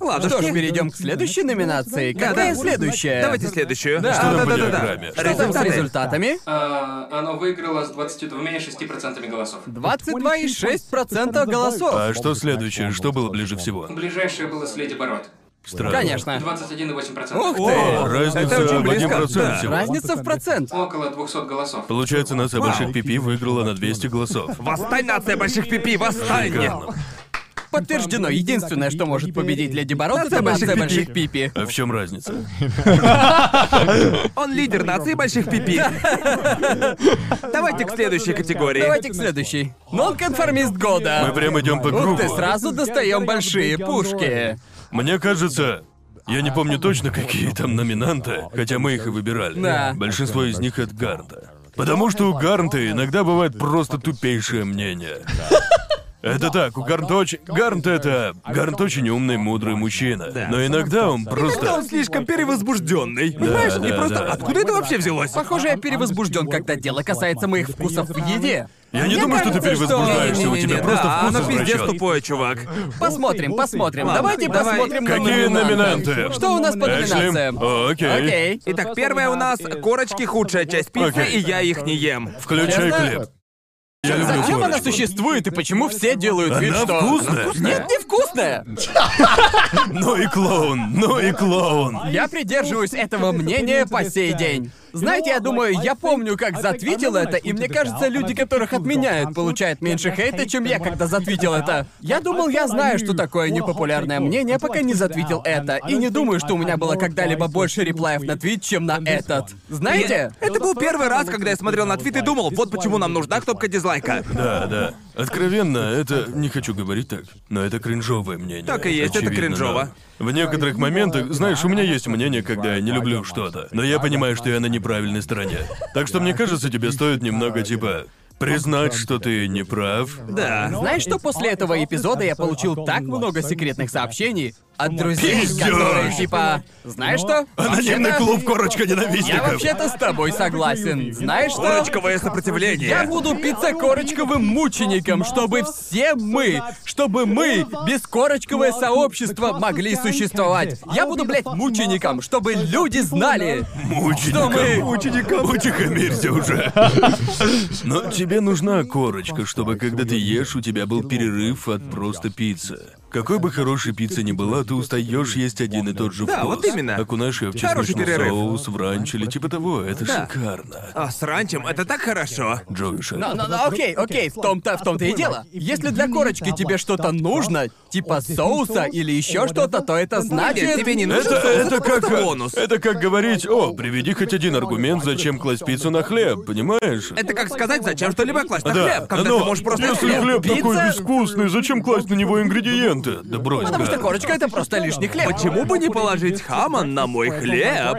[SPEAKER 2] Ладно,
[SPEAKER 1] Что ж, перейдем к следующей номинации.
[SPEAKER 2] Да,
[SPEAKER 1] Какая
[SPEAKER 2] да.
[SPEAKER 1] следующая?
[SPEAKER 2] Давайте следующую.
[SPEAKER 1] Э, Да.
[SPEAKER 2] А,
[SPEAKER 4] Что там по
[SPEAKER 2] да-да-да-да.
[SPEAKER 4] диаграмме?
[SPEAKER 1] Что там с
[SPEAKER 2] Результаты.
[SPEAKER 1] результатами?
[SPEAKER 5] А, оно выиграло с 22,6% голосов.
[SPEAKER 1] 22,6% голосов.
[SPEAKER 4] А что следующее? Что было ближе всего?
[SPEAKER 5] Ближайшее было с Леди Бород.
[SPEAKER 4] Странно.
[SPEAKER 1] Конечно.
[SPEAKER 5] 21,8%.
[SPEAKER 1] Ух ты!
[SPEAKER 4] О, разница
[SPEAKER 2] Это очень
[SPEAKER 4] в один
[SPEAKER 2] близко,
[SPEAKER 4] процент
[SPEAKER 2] да.
[SPEAKER 4] всего.
[SPEAKER 1] Разница в процент.
[SPEAKER 5] Около 200 голосов.
[SPEAKER 4] Получается, нация больших пипи выиграла на 200 голосов.
[SPEAKER 2] Восстань, нация больших пипи, восстань!
[SPEAKER 1] Подтверждено. Единственное, что может победить Леди Барот, это нация больших пипи.
[SPEAKER 4] А в чем разница?
[SPEAKER 2] Он лидер нации больших пипи. Давайте к следующей категории.
[SPEAKER 1] Давайте к следующей. Нонконформист года.
[SPEAKER 4] Мы прям идем по
[SPEAKER 1] Ух ты,
[SPEAKER 4] кругу.
[SPEAKER 1] сразу достаем большие пушки.
[SPEAKER 4] Мне кажется, я не помню точно, какие там номинанты, хотя мы их и выбирали.
[SPEAKER 1] Да.
[SPEAKER 4] Большинство из них от Гарнта. Потому что у Гарнта иногда бывает просто тупейшее мнение. Это так, у Гарнта очень... Гарнт это... Гарнт очень умный, мудрый мужчина. Но иногда он
[SPEAKER 2] Иногда
[SPEAKER 4] просто...
[SPEAKER 2] он слишком перевозбужденный. Понимаешь? И
[SPEAKER 4] да,
[SPEAKER 2] просто
[SPEAKER 4] да.
[SPEAKER 2] откуда это вообще взялось?
[SPEAKER 1] Похоже, я перевозбужден, когда дело касается моих вкусов в еде.
[SPEAKER 4] Я не думаю, что ты
[SPEAKER 1] кажется, что- А, ну,
[SPEAKER 4] перевозбуждаешься, у
[SPEAKER 2] Не-не-не,
[SPEAKER 4] тебя просто
[SPEAKER 2] да,
[SPEAKER 4] вкус
[SPEAKER 2] оно пиздец
[SPEAKER 4] извращен.
[SPEAKER 2] тупое, чувак.
[SPEAKER 1] Посмотрим, посмотрим.
[SPEAKER 2] Ладно,
[SPEAKER 1] Давайте
[SPEAKER 2] давай.
[SPEAKER 1] посмотрим на
[SPEAKER 4] Какие номинанты?
[SPEAKER 1] Что у нас по
[SPEAKER 4] Эшли?
[SPEAKER 1] номинациям?
[SPEAKER 4] О, окей.
[SPEAKER 1] Окей.
[SPEAKER 2] Итак, первое у нас корочки худшая часть пиццы, и
[SPEAKER 4] Окей.
[SPEAKER 2] я их не ем.
[SPEAKER 4] Включай
[SPEAKER 1] Честно?
[SPEAKER 4] клип. Я люблю
[SPEAKER 1] Зачем она
[SPEAKER 4] корочку.
[SPEAKER 1] существует и почему все делают вид,
[SPEAKER 4] Она
[SPEAKER 1] что...
[SPEAKER 4] вкусная.
[SPEAKER 1] Нет, невкусная!
[SPEAKER 4] Ну и клоун, ну и клоун.
[SPEAKER 1] Я придерживаюсь этого мнения по сей день. Знаете, я думаю, я помню, как затвитил это, и мне кажется, люди, которых отменяют, получают меньше хейта, чем я, когда затвитил это. Я думал, я знаю, что такое непопулярное мнение, пока не затвитил это, и не думаю, что у меня было когда-либо больше реплаев на твит, чем на этот. Знаете?
[SPEAKER 2] Это был первый раз, когда я смотрел на твит и думал, вот почему нам нужна кнопка дизлайка.
[SPEAKER 4] Да, да. Откровенно, это... Не хочу говорить так, но это кринжовое мнение.
[SPEAKER 2] Так и есть, это
[SPEAKER 4] Очевидно,
[SPEAKER 2] кринжово.
[SPEAKER 4] да. В некоторых моментах, знаешь, у меня есть мнение, когда я не люблю что-то, но я понимаю, что я на неправильной стороне. Так что мне кажется, тебе стоит немного, типа, признать, что ты не прав.
[SPEAKER 2] Да.
[SPEAKER 1] Знаешь, что после этого эпизода я получил так много секретных сообщений от друзей,
[SPEAKER 4] Пиздёж!
[SPEAKER 1] которые типа... Знаешь что?
[SPEAKER 4] Анонимный
[SPEAKER 1] Вообще-то-
[SPEAKER 4] клуб «Корочка
[SPEAKER 1] Я
[SPEAKER 4] ненавистников».
[SPEAKER 1] вообще-то с тобой согласен. Знаешь что?
[SPEAKER 2] Корочковое сопротивление.
[SPEAKER 1] Я буду биться корочковым мучеником, чтобы все мы, чтобы мы, бескорочковое сообщество, могли существовать. Я буду, блядь, мучеником, чтобы люди знали.
[SPEAKER 4] Мучеником.
[SPEAKER 1] мы-
[SPEAKER 4] Мучеником. Утихомирься уже. Но тебе нужна корочка, чтобы когда ты ешь, у тебя был перерыв от просто пиццы. Какой бы хорошей пиццы ни была, ты устаешь есть один и тот же
[SPEAKER 2] Да,
[SPEAKER 4] вкус.
[SPEAKER 2] вот именно.
[SPEAKER 4] Окунаешь её в
[SPEAKER 2] Хороший
[SPEAKER 4] чесночный
[SPEAKER 2] перерыв.
[SPEAKER 4] соус, в ранч или типа того. Это шикарно.
[SPEAKER 2] А с ранчем это так хорошо.
[SPEAKER 4] Джоуи Шер.
[SPEAKER 1] Ну, ну, ну, окей, окей, в том-то, в том-то и дело. Если для корочки тебе что-то нужно, типа соуса или еще что-то, то это значит...
[SPEAKER 2] Нет, тебе не нужно.
[SPEAKER 4] Это,
[SPEAKER 2] соус,
[SPEAKER 4] это
[SPEAKER 2] просто
[SPEAKER 4] как...
[SPEAKER 2] бонус.
[SPEAKER 4] Это как говорить, о, приведи хоть один аргумент, зачем класть пиццу на хлеб, понимаешь?
[SPEAKER 2] Это как сказать, зачем что-либо класть на
[SPEAKER 4] Да,
[SPEAKER 2] хлеб, когда
[SPEAKER 4] но
[SPEAKER 2] ты можешь просто
[SPEAKER 4] если
[SPEAKER 2] хлеб.
[SPEAKER 4] хлеб такой
[SPEAKER 1] Пицца?
[SPEAKER 4] безвкусный, зачем класть на него ингредиенты? Да брось,
[SPEAKER 1] Потому что
[SPEAKER 4] Гарн.
[SPEAKER 1] корочка это просто лишний хлеб.
[SPEAKER 2] Почему бы не положить хама на мой хлеб?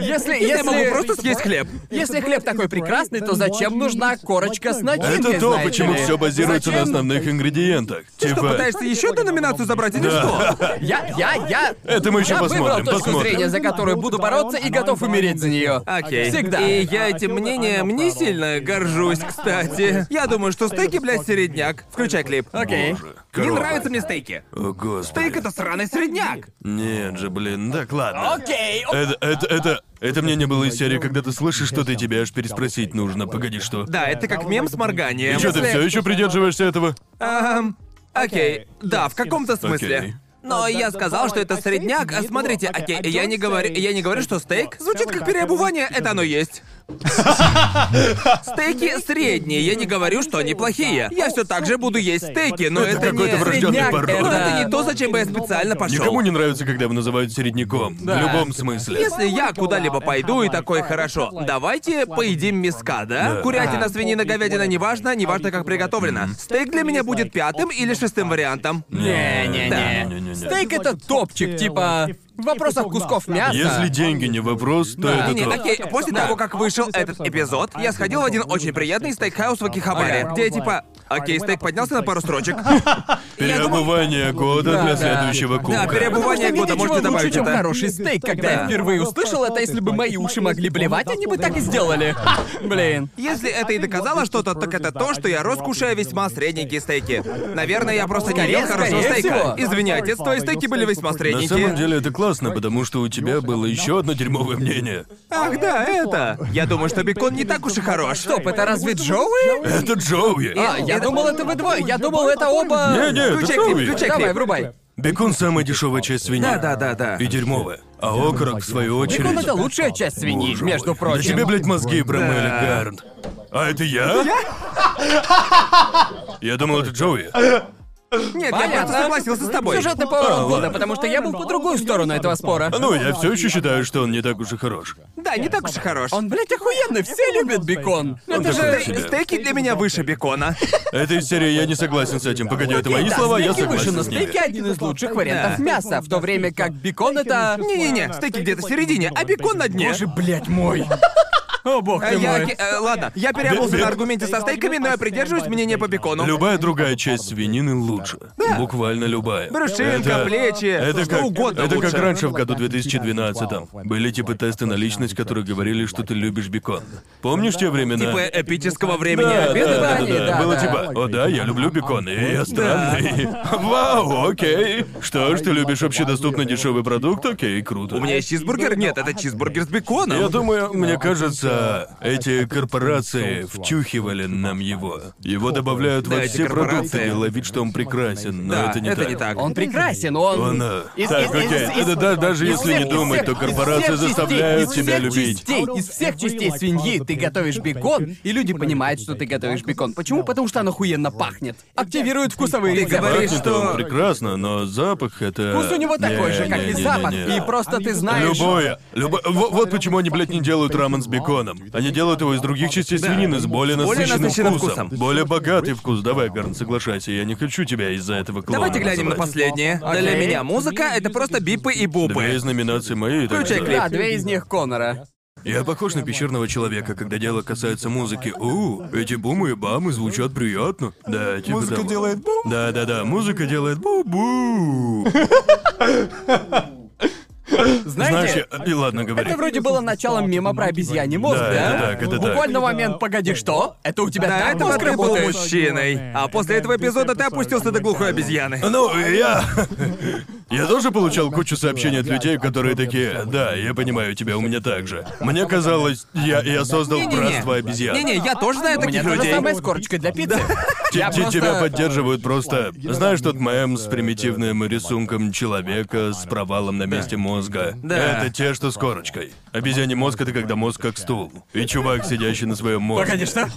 [SPEAKER 1] Если, если...
[SPEAKER 2] Я могу просто съесть хлеб.
[SPEAKER 1] Если хлеб такой прекрасный, то зачем нужна корочка с начинкой,
[SPEAKER 4] Это то,
[SPEAKER 1] знаете
[SPEAKER 4] почему
[SPEAKER 1] ли?
[SPEAKER 4] все базируется на
[SPEAKER 1] Зачем?
[SPEAKER 4] основных ингредиентах.
[SPEAKER 2] Ты что,
[SPEAKER 4] Типа,
[SPEAKER 2] пытаешься еще одну номинацию забрать или что?
[SPEAKER 1] Я, я, я...
[SPEAKER 4] Это мы еще
[SPEAKER 1] я выбрал
[SPEAKER 4] посмотрим,
[SPEAKER 1] точку
[SPEAKER 4] посмотрим.
[SPEAKER 1] зрения, за которую буду бороться и готов умереть за нее.
[SPEAKER 2] Окей.
[SPEAKER 1] Всегда.
[SPEAKER 2] И я этим мнением не сильно горжусь, кстати. Я думаю, что стейки, блядь, середняк. Включай клип.
[SPEAKER 1] Окей.
[SPEAKER 2] Не
[SPEAKER 4] Корова.
[SPEAKER 2] нравятся мне стейки.
[SPEAKER 4] о господи.
[SPEAKER 2] Стейк это сраный средняк.
[SPEAKER 4] Нет же, блин, так ладно.
[SPEAKER 1] Окей,
[SPEAKER 4] Это, это, это, это мне не было из серии, когда ты слышишь что-то, и тебе аж переспросить нужно. Погоди, что?
[SPEAKER 2] Да, это как мем с морганием.
[SPEAKER 4] И что, ты
[SPEAKER 2] Если-
[SPEAKER 4] все еще придерживаешься этого?
[SPEAKER 2] Эм, окей, да, в каком-то
[SPEAKER 4] Окей.
[SPEAKER 2] смысле. Но я сказал, что это средняк. А смотрите, окей, я не говорю, я не говорю, что стейк звучит как переобувание, это оно есть. Стейки средние, я не говорю, что они плохие. Я все так же буду есть стейки, но
[SPEAKER 4] Это
[SPEAKER 2] это
[SPEAKER 4] какой-то
[SPEAKER 2] не...
[SPEAKER 4] врождённый
[SPEAKER 1] средняк,
[SPEAKER 4] порог.
[SPEAKER 2] Но это
[SPEAKER 1] Да.
[SPEAKER 2] не то, зачем бы я специально
[SPEAKER 4] Никому
[SPEAKER 2] пошел.
[SPEAKER 4] не нравится, когда его называют середняком. В любом смысле.
[SPEAKER 2] Если я куда-либо пойду и такой, хорошо, давайте поедим миска, да? Курятина, свинина, говядина, неважно, неважно, как приготовлено. Стейк для меня будет пятым или шестым вариантом.
[SPEAKER 1] Не-не-не.
[SPEAKER 4] Не-не-не.
[SPEAKER 1] Стейк это топчик, типа... В вопросах кусков мяса.
[SPEAKER 4] Если деньги не вопрос, то это
[SPEAKER 2] Не,
[SPEAKER 4] то.
[SPEAKER 2] окей, после того, как вышел этот эпизод, я сходил в один очень приятный стейкхаус в Акихабаре,
[SPEAKER 1] Ага.
[SPEAKER 2] где я типа, окей, стейк поднялся на пару строчек.
[SPEAKER 4] Переобувание года для следующего
[SPEAKER 2] Да,
[SPEAKER 4] кубка.
[SPEAKER 2] переобувание
[SPEAKER 1] Потому что нет ничего
[SPEAKER 2] года, можете
[SPEAKER 1] лучше,
[SPEAKER 2] добавить
[SPEAKER 1] чем
[SPEAKER 2] это.
[SPEAKER 1] хороший стейк. Когда я
[SPEAKER 2] Да.
[SPEAKER 1] впервые услышал это, если бы мои уши могли блевать, они бы так и сделали. Блин.
[SPEAKER 2] Если это и доказало что-то, так это то, что я рос, кушая весьма средненькие стейки. Наверное, я просто не
[SPEAKER 1] Скорее,
[SPEAKER 2] ел хорошего
[SPEAKER 1] скорее
[SPEAKER 2] стейка.
[SPEAKER 1] всего.
[SPEAKER 2] Извиняйте, твои стейки были весьма
[SPEAKER 4] На самом
[SPEAKER 2] средненькие.
[SPEAKER 4] деле это классно, потому что у тебя было еще одно дерьмовое мнение.
[SPEAKER 2] Ах да, это. Я думаю, что бекон не так уж и хорош.
[SPEAKER 1] Стоп, это разве Джоуи?
[SPEAKER 4] Это Джоуи. А,
[SPEAKER 1] А, я думал, это вы двое. Я думал, это оба...
[SPEAKER 4] Не, не, это
[SPEAKER 2] Включай клип,
[SPEAKER 4] Джоуи.
[SPEAKER 2] включай
[SPEAKER 1] Давай,
[SPEAKER 2] клип.
[SPEAKER 1] врубай.
[SPEAKER 4] Бекон самая дешевая часть свиньи.
[SPEAKER 2] Да, да, да, да.
[SPEAKER 4] И дерьмовая. А окорок, в свою очередь.
[SPEAKER 1] Бекон — это лучшая часть свиньи,
[SPEAKER 4] Боже
[SPEAKER 1] между
[SPEAKER 4] мой. Да тебе,
[SPEAKER 1] прочим.
[SPEAKER 4] блядь, мозги промыли, Гарнт. А это я? Я думал, это Джоуи.
[SPEAKER 2] Нет, я
[SPEAKER 1] Понятно.
[SPEAKER 2] просто согласился с тобой.
[SPEAKER 1] Сюжетный поворот года, потому что я был по другую сторону этого спора.
[SPEAKER 4] А ну, я все еще считаю, что он не так уж и хорош.
[SPEAKER 2] Да, не так уж и хорош.
[SPEAKER 1] Он, блядь, охуенный, все любят бекон.
[SPEAKER 4] Он
[SPEAKER 1] Это
[SPEAKER 4] такой
[SPEAKER 1] же...
[SPEAKER 4] себе.
[SPEAKER 2] Стейки для меня выше бекона.
[SPEAKER 4] Это из серии «Я не согласен с этим». Погоди, это мои
[SPEAKER 1] Да,
[SPEAKER 4] слова, я
[SPEAKER 1] стейки выше,
[SPEAKER 4] согласен
[SPEAKER 1] но
[SPEAKER 4] с ними.
[SPEAKER 1] стейки один из лучших вариантов
[SPEAKER 2] Да.
[SPEAKER 1] мяса, в то время как бекон это...
[SPEAKER 2] Не-не-не, стейки где-то в середине, а бекон на дне.
[SPEAKER 1] Боже, блядь мой. О, бог ты
[SPEAKER 2] Я,
[SPEAKER 1] мой.
[SPEAKER 2] э, ладно, я переобулся
[SPEAKER 4] Бе-
[SPEAKER 2] на аргументе со стейками, но я придерживаюсь мнения по бекону.
[SPEAKER 4] Любая другая часть свинины лучше. Буквально любая.
[SPEAKER 2] Брюшинка,
[SPEAKER 4] Это-
[SPEAKER 2] плечи,
[SPEAKER 4] Это
[SPEAKER 2] что
[SPEAKER 4] как,
[SPEAKER 2] угодно
[SPEAKER 4] это
[SPEAKER 2] лучше.
[SPEAKER 4] как раньше в году 2012 были типа тесты на личность, которые говорили, что ты любишь бекон. Помнишь те времена?
[SPEAKER 2] Типа эпического времени
[SPEAKER 4] Да,
[SPEAKER 2] обеда,
[SPEAKER 4] да,
[SPEAKER 2] да?
[SPEAKER 4] да, да, да.
[SPEAKER 1] да,
[SPEAKER 4] Было
[SPEAKER 1] да.
[SPEAKER 4] типа, о да, я люблю бекон, и я странный. Вау, окей. Что ж, ты любишь общедоступно дешевый продукт? Окей, круто.
[SPEAKER 2] У меня есть чизбургер? Нет, это чизбургер с беконом.
[SPEAKER 4] Я думаю, мне кажется, эти корпорации втюхивали нам его. Его добавляют
[SPEAKER 2] Да,
[SPEAKER 4] во
[SPEAKER 2] эти
[SPEAKER 4] все продукты
[SPEAKER 2] корпорации.
[SPEAKER 4] и ловить, что он прекрасен, но
[SPEAKER 2] да,
[SPEAKER 4] это не так.
[SPEAKER 2] так.
[SPEAKER 1] Он прекрасен, он...
[SPEAKER 4] Он, э,
[SPEAKER 1] Из- из-
[SPEAKER 4] так,
[SPEAKER 1] из-
[SPEAKER 4] окей.
[SPEAKER 1] из-
[SPEAKER 4] да, да, даже
[SPEAKER 1] из
[SPEAKER 4] если
[SPEAKER 1] всех-
[SPEAKER 4] не
[SPEAKER 1] из
[SPEAKER 4] думать,
[SPEAKER 1] всех-
[SPEAKER 4] то
[SPEAKER 1] из
[SPEAKER 4] корпорации
[SPEAKER 1] всех частей-
[SPEAKER 4] заставляют
[SPEAKER 1] из
[SPEAKER 4] тебя
[SPEAKER 1] всех
[SPEAKER 4] любить.
[SPEAKER 1] Частей, из всех частей свиньи ты готовишь бекон, и люди понимают, что ты готовишь бекон. Почему? Потому что он охуенно пахнет. Активирует вкусовые
[SPEAKER 2] Ты
[SPEAKER 1] рецепторы.
[SPEAKER 2] говоришь,
[SPEAKER 4] Пахнет
[SPEAKER 2] что-
[SPEAKER 4] он прекрасно, но запах это.
[SPEAKER 1] Вкус у него такой же, как и
[SPEAKER 4] Не-не-не-не-не.
[SPEAKER 1] запах. И просто ты знаешь...
[SPEAKER 4] Любое. Любо... во- Вот почему они, блядь, не делают рамен с беконом. Они делают его из других частей свинины с более
[SPEAKER 2] Более
[SPEAKER 4] насыщенным,
[SPEAKER 2] насыщенным
[SPEAKER 4] вкусом.
[SPEAKER 2] вкусом.
[SPEAKER 4] Более богатый вкус. Давай, Гарн, соглашайся, я не хочу тебя из-за этого клоуна
[SPEAKER 2] Давайте глянем на
[SPEAKER 4] называть.
[SPEAKER 2] последнее. Для меня музыка — это просто бипы и
[SPEAKER 4] Две
[SPEAKER 2] бубы.
[SPEAKER 4] из номинаций мои, так
[SPEAKER 2] Включай
[SPEAKER 4] что-
[SPEAKER 2] клип.
[SPEAKER 1] Да, две из них Конора.
[SPEAKER 4] Я похож на пещерного человека, когда дело касается музыки. У, эти бумы и бамы звучат приятно. Да, типа Музыка делает бу. Да, да, да, музыка делает бу-бу. Знаешь,
[SPEAKER 1] Знаете,
[SPEAKER 4] я- и ладно, говори.
[SPEAKER 1] это вроде было началом мема про обезьяний мозг, да?
[SPEAKER 4] Да, это так, это так.
[SPEAKER 1] Буквально момент, погоди, что? Это у тебя
[SPEAKER 2] До
[SPEAKER 1] так
[SPEAKER 2] этого
[SPEAKER 1] мозг
[SPEAKER 2] ты был
[SPEAKER 1] работает?
[SPEAKER 2] мужчиной, а после этого эпизода ты опустился до глухой обезьяны.
[SPEAKER 4] Ну, я... Я тоже получал кучу сообщений от людей, которые такие, да, я понимаю тебя, у меня так же. Мне казалось, я, я создал
[SPEAKER 2] Не-не-не.
[SPEAKER 4] братство обезьян.
[SPEAKER 2] Не-не, я тоже знаю
[SPEAKER 1] У меня
[SPEAKER 2] таких
[SPEAKER 1] та же
[SPEAKER 2] людей.
[SPEAKER 1] самая скорочка для пиццы.
[SPEAKER 4] Те-
[SPEAKER 1] Я
[SPEAKER 4] те-
[SPEAKER 1] просто- э,
[SPEAKER 4] Тебя поддерживают просто... Знаешь тот мем с примитивным
[SPEAKER 1] э,
[SPEAKER 4] рисунком человека с провалом на месте мозга? Да. Это те, что с корочкой. Обезьяний мозг — это когда мозг как стул. И чувак, сидящий на своем мозге.
[SPEAKER 1] Конечно.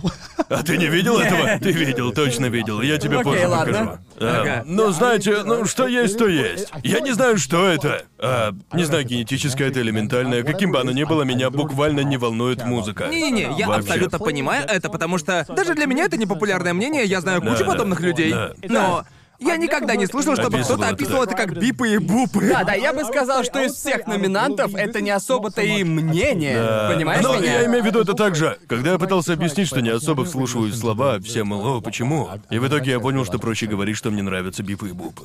[SPEAKER 4] А ты не видел этого? Ты видел, точно видел. Я тебе
[SPEAKER 1] Окей,
[SPEAKER 4] позже
[SPEAKER 1] ладно.
[SPEAKER 4] покажу. А, Ну, знаете, ну что есть, то есть. Я не знаю, что это. А, не знаю, генетическое это или ментальное. Каким бы оно ни было, меня буквально не волнует музыка.
[SPEAKER 2] Не-не-не, я
[SPEAKER 4] Вообще.
[SPEAKER 2] абсолютно понимаю это, потому что даже для меня это непопулярное мнение, я знаю кучу
[SPEAKER 4] Да, да,
[SPEAKER 2] подобных людей.
[SPEAKER 4] да.
[SPEAKER 2] Но я никогда не слышал, чтобы
[SPEAKER 4] Описывал
[SPEAKER 2] кто-то
[SPEAKER 4] это,
[SPEAKER 2] описывал
[SPEAKER 4] да.
[SPEAKER 2] это как бипы и бупы.
[SPEAKER 1] Да, да, я бы сказал, что из всех номинантов это не особо-то и мнение. Понимаешь
[SPEAKER 4] Но
[SPEAKER 1] меня?
[SPEAKER 4] Э, ну, я имею в виду это так же. Когда я пытался объяснить, что не особо вслушиваюсь в слова, все мало, почему? И в итоге я понял, что проще говорить, что мне нравятся бипы и бупы.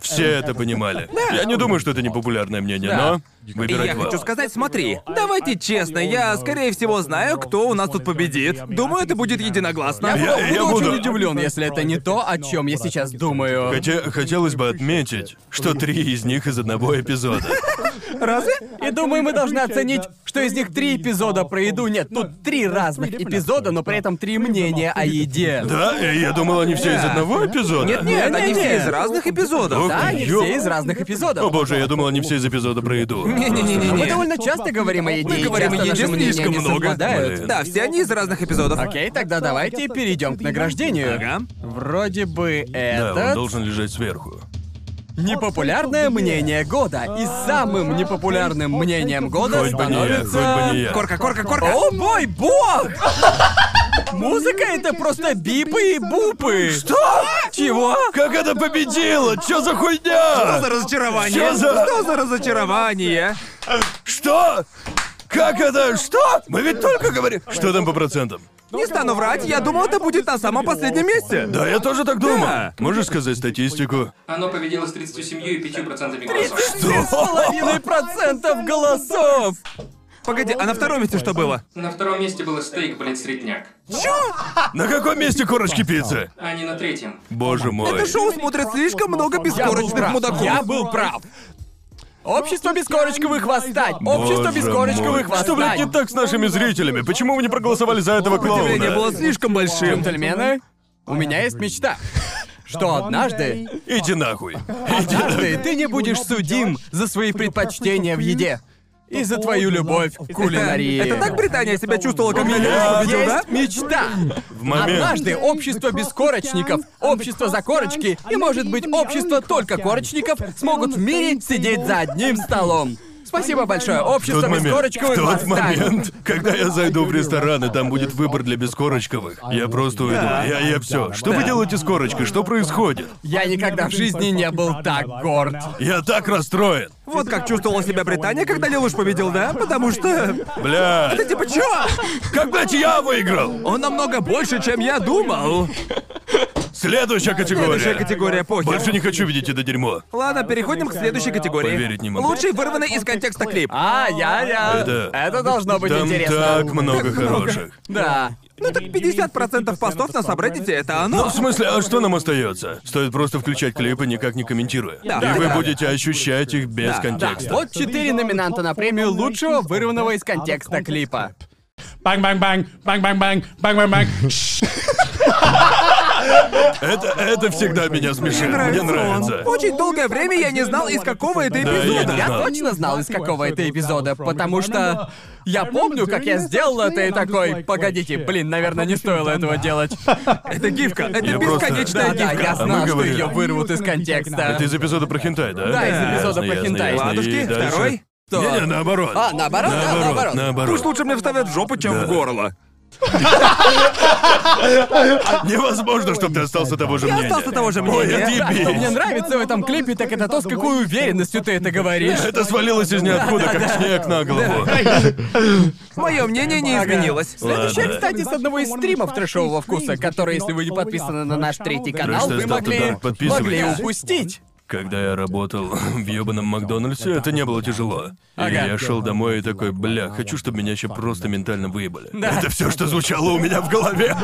[SPEAKER 4] Все это понимали. Я не думаю, что это непопулярное мнение,
[SPEAKER 2] Да.
[SPEAKER 4] но
[SPEAKER 2] И
[SPEAKER 4] выбирать
[SPEAKER 2] я
[SPEAKER 4] вам.
[SPEAKER 2] хочу сказать, смотри, давайте честно, я, скорее всего, знаю, кто у нас тут победит. Думаю, это будет единогласно.
[SPEAKER 4] Я-
[SPEAKER 1] буду,
[SPEAKER 4] я
[SPEAKER 1] очень
[SPEAKER 4] буду.
[SPEAKER 1] удивлен, если это не то, о чем я сейчас думаю.
[SPEAKER 4] Хотя хотелось бы отметить, что три из них из одного эпизода.
[SPEAKER 1] Разве? И думаю, мы должны оценить, что из них три эпизода про еду. Нет, тут три разных эпизода, но при этом три мнения о еде.
[SPEAKER 4] Да, э, я думал, они все из одного эпизода.
[SPEAKER 2] Нет, они
[SPEAKER 1] Не-не-не.
[SPEAKER 2] все из разных эпизодов.
[SPEAKER 4] Ох,
[SPEAKER 1] Да, они
[SPEAKER 4] ё-
[SPEAKER 1] А, все из разных
[SPEAKER 4] О
[SPEAKER 1] эпизодов.
[SPEAKER 4] боже, я думал, они все из эпизода про еду.
[SPEAKER 2] Не-не-не-не.
[SPEAKER 1] Мы довольно часто говорим о еде,
[SPEAKER 2] Мы
[SPEAKER 1] и
[SPEAKER 2] говорим о
[SPEAKER 1] часто
[SPEAKER 2] еде
[SPEAKER 1] наши мнения
[SPEAKER 2] слишком
[SPEAKER 1] не
[SPEAKER 2] много.
[SPEAKER 1] совпадают.
[SPEAKER 4] Блин.
[SPEAKER 2] Да, все они из разных эпизодов.
[SPEAKER 1] Окей, тогда давайте перейдем к награждению.
[SPEAKER 2] Ага.
[SPEAKER 1] Вроде бы э,
[SPEAKER 4] Да,
[SPEAKER 1] это
[SPEAKER 4] он должен лежать сверху.
[SPEAKER 1] непопулярное мнение года. И самым непопулярным мнением года
[SPEAKER 4] Хоть бы не я, хоть
[SPEAKER 1] становится...
[SPEAKER 4] бы не я.
[SPEAKER 2] Корка, корка, корка.
[SPEAKER 1] О мой бог! Музыка это просто бипы и бупы. Что? Чего?
[SPEAKER 4] Как это победило? Чё
[SPEAKER 2] Что
[SPEAKER 4] за
[SPEAKER 2] за
[SPEAKER 4] хуйня?
[SPEAKER 2] разочарование?
[SPEAKER 4] Что за-
[SPEAKER 2] Что за разочарование?
[SPEAKER 4] Что? Как это? Что? Мы ведь только говорим... Что там по процентам?
[SPEAKER 2] Не стану врать, я думал, это будет на самом последнем месте.
[SPEAKER 4] Да, я тоже так думал.
[SPEAKER 2] Да.
[SPEAKER 4] Можешь сказать статистику?
[SPEAKER 5] Оно победило с 37,5% голосов.
[SPEAKER 1] С половиной процентов голосов.
[SPEAKER 2] Погоди, а на втором месте что было?
[SPEAKER 5] На втором месте было стейк, блядь, средняк.
[SPEAKER 4] На каком месте корочки пиццы?
[SPEAKER 5] А не на третьем.
[SPEAKER 4] Боже мой.
[SPEAKER 2] Это шоу смотрит слишком много бескорочных мудаков.
[SPEAKER 1] Я был прав. Общество бескорочковых восстань. Общество
[SPEAKER 4] Боже
[SPEAKER 1] бескорочковых
[SPEAKER 4] мой. Что, блядь, не
[SPEAKER 1] восстань.
[SPEAKER 4] так с нашими зрителями? Почему вы не проголосовали за этого
[SPEAKER 2] Удивление было
[SPEAKER 4] клоуна?
[SPEAKER 2] слишком большим.
[SPEAKER 1] Джентльмены, у меня есть мечта. Что однажды,
[SPEAKER 4] Иди нахуй.
[SPEAKER 1] однажды ты не будешь судим за свои предпочтения в еде и за твою любовь к кулинарии.
[SPEAKER 2] Это так Британия себя чувствовала, когда
[SPEAKER 4] меня
[SPEAKER 2] я
[SPEAKER 1] Есть
[SPEAKER 2] победил, да?
[SPEAKER 1] мечта.
[SPEAKER 4] В момент...
[SPEAKER 1] Однажды общество бескорочников, общество за корочки и, может быть, общество только корочников смогут в мире сидеть за одним столом. Спасибо большое,
[SPEAKER 4] В
[SPEAKER 1] общество
[SPEAKER 4] тот, момент, в
[SPEAKER 1] бескорочковых
[SPEAKER 4] тот
[SPEAKER 1] восстань.
[SPEAKER 4] момент, когда я зайду в ресторан, и там будет выбор для бескорочковых, я просто уйду. Я, я все. Что вы делаете с корочкой? Что происходит?
[SPEAKER 1] Я никогда в жизни не был так горд.
[SPEAKER 4] Я так расстроен.
[SPEAKER 2] Вот как чувствовала себя Британия, когда Лелуш победил, да? Потому что...
[SPEAKER 4] Бля,
[SPEAKER 2] Типа, чё?
[SPEAKER 4] как, блядь, я выиграл?
[SPEAKER 2] Он намного больше, чем я думал.
[SPEAKER 4] Следующая категория.
[SPEAKER 2] Следующая категория похер.
[SPEAKER 4] Больше не хочу видеть это дерьмо.
[SPEAKER 2] Ладно, переходим к следующей категории.
[SPEAKER 4] Поверить не могу.
[SPEAKER 2] Лучший вырванный из контекста клип.
[SPEAKER 1] А, я, я.
[SPEAKER 4] Это-
[SPEAKER 1] должно быть
[SPEAKER 4] Там
[SPEAKER 1] интересно.
[SPEAKER 4] так много хороших.
[SPEAKER 1] Да.
[SPEAKER 2] Ну так 50% постов на Сабреддите — это
[SPEAKER 4] Ну,
[SPEAKER 2] оно.
[SPEAKER 4] в смысле, а что нам остается? Стоит просто включать клипы, никак не комментируя.
[SPEAKER 2] Да,
[SPEAKER 4] и
[SPEAKER 2] да,
[SPEAKER 4] вы
[SPEAKER 2] да.
[SPEAKER 4] будете ощущать их без
[SPEAKER 1] Да,
[SPEAKER 4] контекста.
[SPEAKER 1] вот четыре номинанта на премию лучшего вырванного из контекста клипа.
[SPEAKER 7] Bang, bang, bang, bang, bang, bang, bang, bang, bang.
[SPEAKER 4] Это, это всегда меня смешит. Мне
[SPEAKER 2] Нравится он.
[SPEAKER 4] нравится.
[SPEAKER 2] Очень долгое время я не знал, из какого это
[SPEAKER 4] Да, я
[SPEAKER 2] эпизода.
[SPEAKER 4] не
[SPEAKER 1] Я
[SPEAKER 4] знал.
[SPEAKER 1] точно знал, из какого это эпизода, потому что я помню, как я сделал это и такой, погодите, блин, наверное, не стоило этого делать.
[SPEAKER 2] Это гифка, это
[SPEAKER 4] Я просто-
[SPEAKER 2] бесконечная
[SPEAKER 1] Да, да,
[SPEAKER 2] гифка.
[SPEAKER 1] я
[SPEAKER 4] А мы
[SPEAKER 1] знал, что
[SPEAKER 4] говорили.
[SPEAKER 1] ее вырвут из контекста.
[SPEAKER 4] Это из эпизода про хентай, да?
[SPEAKER 1] Да, из эпизода про хентай.
[SPEAKER 2] Ладушки, второй?
[SPEAKER 4] Не-не, наоборот.
[SPEAKER 1] А, наоборот, да, наоборот.
[SPEAKER 4] наоборот.
[SPEAKER 2] Пусть лучше мне вставят в жопу, чем в горло.
[SPEAKER 4] Невозможно, чтобы ты остался того же
[SPEAKER 2] Я
[SPEAKER 4] мнения.
[SPEAKER 2] остался того же
[SPEAKER 4] Ой,
[SPEAKER 2] мнения.
[SPEAKER 1] Да, что мне
[SPEAKER 4] отъебись.
[SPEAKER 1] нравится в этом клипе, так это то, с какой уверенностью ты это говоришь.
[SPEAKER 4] Это свалилось из ниоткуда, как снег на голову.
[SPEAKER 2] Мое мнение не изменилось.
[SPEAKER 1] Следующая,
[SPEAKER 4] Ладно.
[SPEAKER 1] кстати, с одного из стримов трэшового вкуса, который, если вы не подписаны на наш третий канал,
[SPEAKER 4] Трэш
[SPEAKER 1] вы
[SPEAKER 4] Тест
[SPEAKER 1] могли,
[SPEAKER 4] Автодарт, подписывайтесь.
[SPEAKER 1] могли упустить.
[SPEAKER 4] Когда я работал в ёбаном Макдональдсе, это не было тяжело. И
[SPEAKER 1] Ага.
[SPEAKER 4] я шел домой и такой, бля, хочу, чтобы меня еще просто ментально выебали. Это все, что звучало у меня в голове.